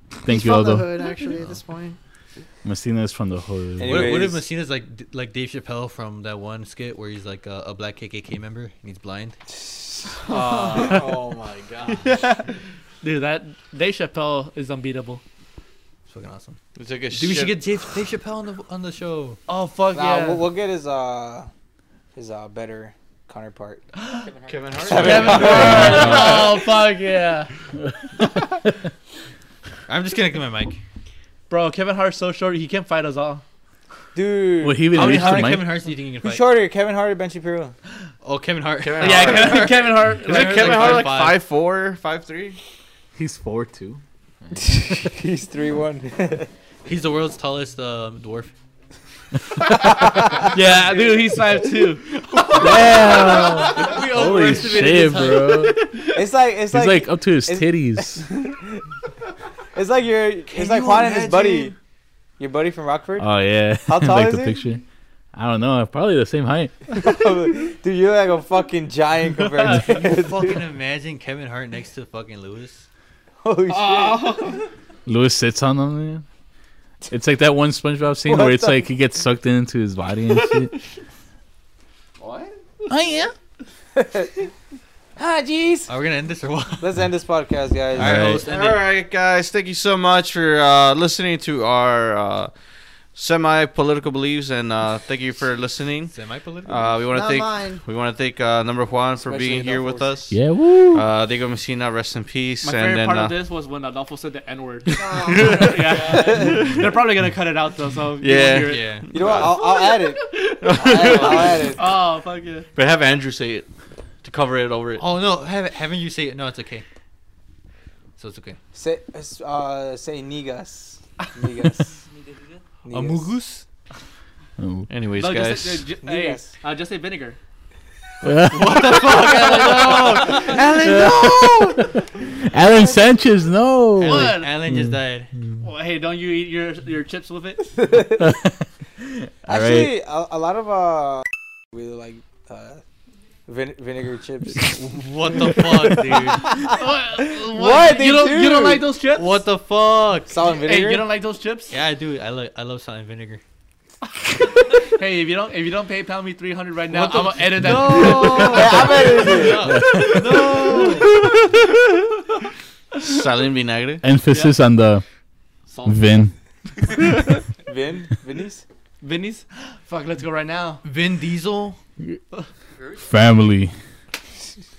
Speaker 7: Thank
Speaker 4: He's
Speaker 7: you,
Speaker 4: from the
Speaker 7: Aldo.
Speaker 4: hood, actually, at this point.
Speaker 7: Messina is from the hood.
Speaker 3: Anyway.
Speaker 9: What, if- what if
Speaker 3: Anyways.
Speaker 9: Messina's like d- like Dave Chappelle from that one skit where he's like a, a black KKK member and he's blind?
Speaker 17: oh my god.
Speaker 5: Dude, that Dave Chappelle is unbeatable.
Speaker 9: It's fucking awesome.
Speaker 2: We took a
Speaker 9: Dude, we
Speaker 2: shit-
Speaker 9: should get Dave, Dave Chappelle on the on the show.
Speaker 5: Oh fuck
Speaker 3: Nah,
Speaker 5: yeah.
Speaker 3: we'll, we'll get his uh his uh better counterpart.
Speaker 2: Kevin
Speaker 3: Kevin
Speaker 2: Hart.
Speaker 5: Kevin Hart. oh fuck yeah,
Speaker 9: I'm just connecting my mic.
Speaker 5: bro. Kevin Hart's so short, he can fight us all.
Speaker 3: Dude,
Speaker 7: Would he even
Speaker 9: How many,
Speaker 7: reach
Speaker 9: how
Speaker 7: the
Speaker 9: many
Speaker 7: mic?
Speaker 9: Kevin Harts do you think you can
Speaker 3: who's
Speaker 9: fight?
Speaker 3: shorter, Kevin Hart or Ben Shapiro?
Speaker 9: Oh, Kevin Hart.
Speaker 2: Kevin
Speaker 5: Yeah,
Speaker 2: Hart.
Speaker 5: Kevin, Kevin Hart.
Speaker 2: Isn't
Speaker 9: Kevin
Speaker 2: Kevin
Speaker 9: Hart's
Speaker 2: Hart
Speaker 9: like
Speaker 2: like
Speaker 9: five-
Speaker 2: five four, five three?
Speaker 7: He's four two.
Speaker 3: He's three one.
Speaker 9: He's the world's tallest um, dwarf.
Speaker 5: yeah, dude, he's five two.
Speaker 9: We
Speaker 7: Holy shit, bro!
Speaker 3: it's like it's
Speaker 7: He's like,
Speaker 3: like,
Speaker 7: up to his
Speaker 3: it's-
Speaker 7: titties.
Speaker 3: it's like your it's like Juan and his buddy, your buddy from Rockford.
Speaker 7: oh yeah,
Speaker 3: How tall
Speaker 7: like
Speaker 3: is
Speaker 7: the
Speaker 3: he?
Speaker 7: picture. I don't know. Probably the same height.
Speaker 3: dude, you're like a fucking giant compared to
Speaker 9: Can you fucking imagine Kevin Hart next to fucking Lewis?
Speaker 3: Holy shit.
Speaker 7: Lewis sits on them. Man. It's like that one SpongeBob scene where
Speaker 3: What
Speaker 7: it's
Speaker 3: the-
Speaker 7: like he gets sucked into his body and shit. Oh,
Speaker 3: Ah, jeez.
Speaker 9: Are we gonna end this or what?
Speaker 3: Let's end this podcast, guys.
Speaker 9: All right,
Speaker 7: right.
Speaker 9: host,
Speaker 2: All
Speaker 9: end it.
Speaker 2: right, guys. Thank you so much for uh, listening to our uh, semi-political beliefs, and uh, thank you for listening.
Speaker 9: Semi-political.
Speaker 2: Uh, we want to
Speaker 4: Not
Speaker 2: thank
Speaker 4: mine.
Speaker 2: we want to thank uh, Number Juan for
Speaker 3: Especially
Speaker 2: being here with
Speaker 3: Adolfo's.
Speaker 2: us.
Speaker 7: Yeah, woo.
Speaker 2: Uh, Diego Messina, rest in peace.
Speaker 5: My
Speaker 2: and
Speaker 5: favorite
Speaker 2: then,
Speaker 5: part
Speaker 2: uh,
Speaker 5: of this was when Adolfo said the N word.
Speaker 4: Oh,
Speaker 5: yeah, they're probably gonna cut it out though. So you won't
Speaker 2: Yeah.
Speaker 5: hear it.
Speaker 9: yeah.
Speaker 3: You know what? I'll, I'll add it. I'll add it. I'll add it.
Speaker 5: Oh fuck yeah.
Speaker 2: but have Andrew say it to cover it over it.
Speaker 9: Oh no, have, haven't you say it? No, it's okay. So it's okay.
Speaker 3: Say, uh, say niggas. Niggas.
Speaker 9: A mugus?
Speaker 7: Oh.
Speaker 2: Anyways,
Speaker 5: No,
Speaker 2: guys.
Speaker 5: just, say, uh, ju-
Speaker 3: You
Speaker 5: hey,
Speaker 3: guys.
Speaker 5: uh, just say vinegar.
Speaker 7: Alan Sanchez, no.
Speaker 5: What?
Speaker 9: Alan, Alan just died.
Speaker 5: Well, hey, don't you eat your your chips with it?
Speaker 3: Actually, a, a lot of uh, really like uh, vin- vinegar chips.
Speaker 9: What the fuck, dude?
Speaker 5: what?
Speaker 3: What? They
Speaker 5: You don't you
Speaker 3: do.
Speaker 5: don't like those chips?
Speaker 9: What the fuck?
Speaker 3: Salt and vinegar.
Speaker 5: Hey, you don't like those chips?
Speaker 9: Yeah, I do. I love I love salt and vinegar.
Speaker 5: Hey, if you don't if you don't pay pound me three hundred right now,
Speaker 9: What the
Speaker 5: I'm gonna edit that.
Speaker 3: Yeah, I bet it is.
Speaker 5: uh,
Speaker 2: Silent Vinagre.
Speaker 7: Emphasis on the
Speaker 5: Salt.
Speaker 7: Vin.
Speaker 3: Vin, Vinny's.
Speaker 5: Vinny's. Fuck, let's go right now.
Speaker 9: Vin Diesel.
Speaker 7: Family.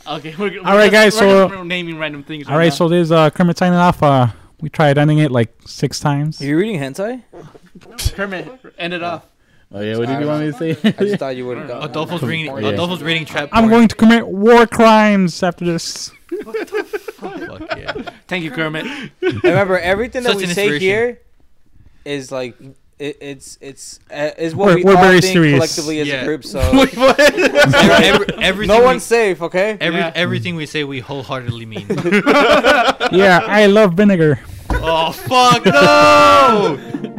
Speaker 5: Okay, we're, we're
Speaker 7: All right, guys,
Speaker 5: just- We're
Speaker 7: so-
Speaker 5: just re- naming random things.
Speaker 7: All right,
Speaker 5: now.
Speaker 7: so there's uh, Kermit signing off. Uh, we tried ending it like six times.
Speaker 3: you reading hentai?
Speaker 5: Kermit, end it off.
Speaker 7: Oh yeah, what did you want me to
Speaker 3: I just
Speaker 7: say?
Speaker 3: thought you would have done.
Speaker 9: Adolfo's reading.
Speaker 7: Yeah.
Speaker 9: Adolfo's reading trap.
Speaker 7: I'm
Speaker 9: porn.
Speaker 7: going to commit war crimes after this.
Speaker 9: Fuck yeah.
Speaker 5: Thank you, Kermit.
Speaker 3: Remember, everything that
Speaker 9: Such
Speaker 3: we
Speaker 9: an
Speaker 3: say
Speaker 9: inspiration.
Speaker 3: here is like it, it's it's uh, is what
Speaker 7: We're-
Speaker 3: we
Speaker 7: we're
Speaker 3: all
Speaker 7: very
Speaker 3: think
Speaker 7: serious.
Speaker 3: collectively as a
Speaker 9: Yeah.
Speaker 3: group. So
Speaker 9: Every, everything
Speaker 3: no
Speaker 9: we-
Speaker 3: one's safe, okay?
Speaker 9: Every,
Speaker 5: Yeah.
Speaker 9: Everything we say, we wholeheartedly mean.
Speaker 7: yeah, I love vinegar.
Speaker 9: oh fuck no!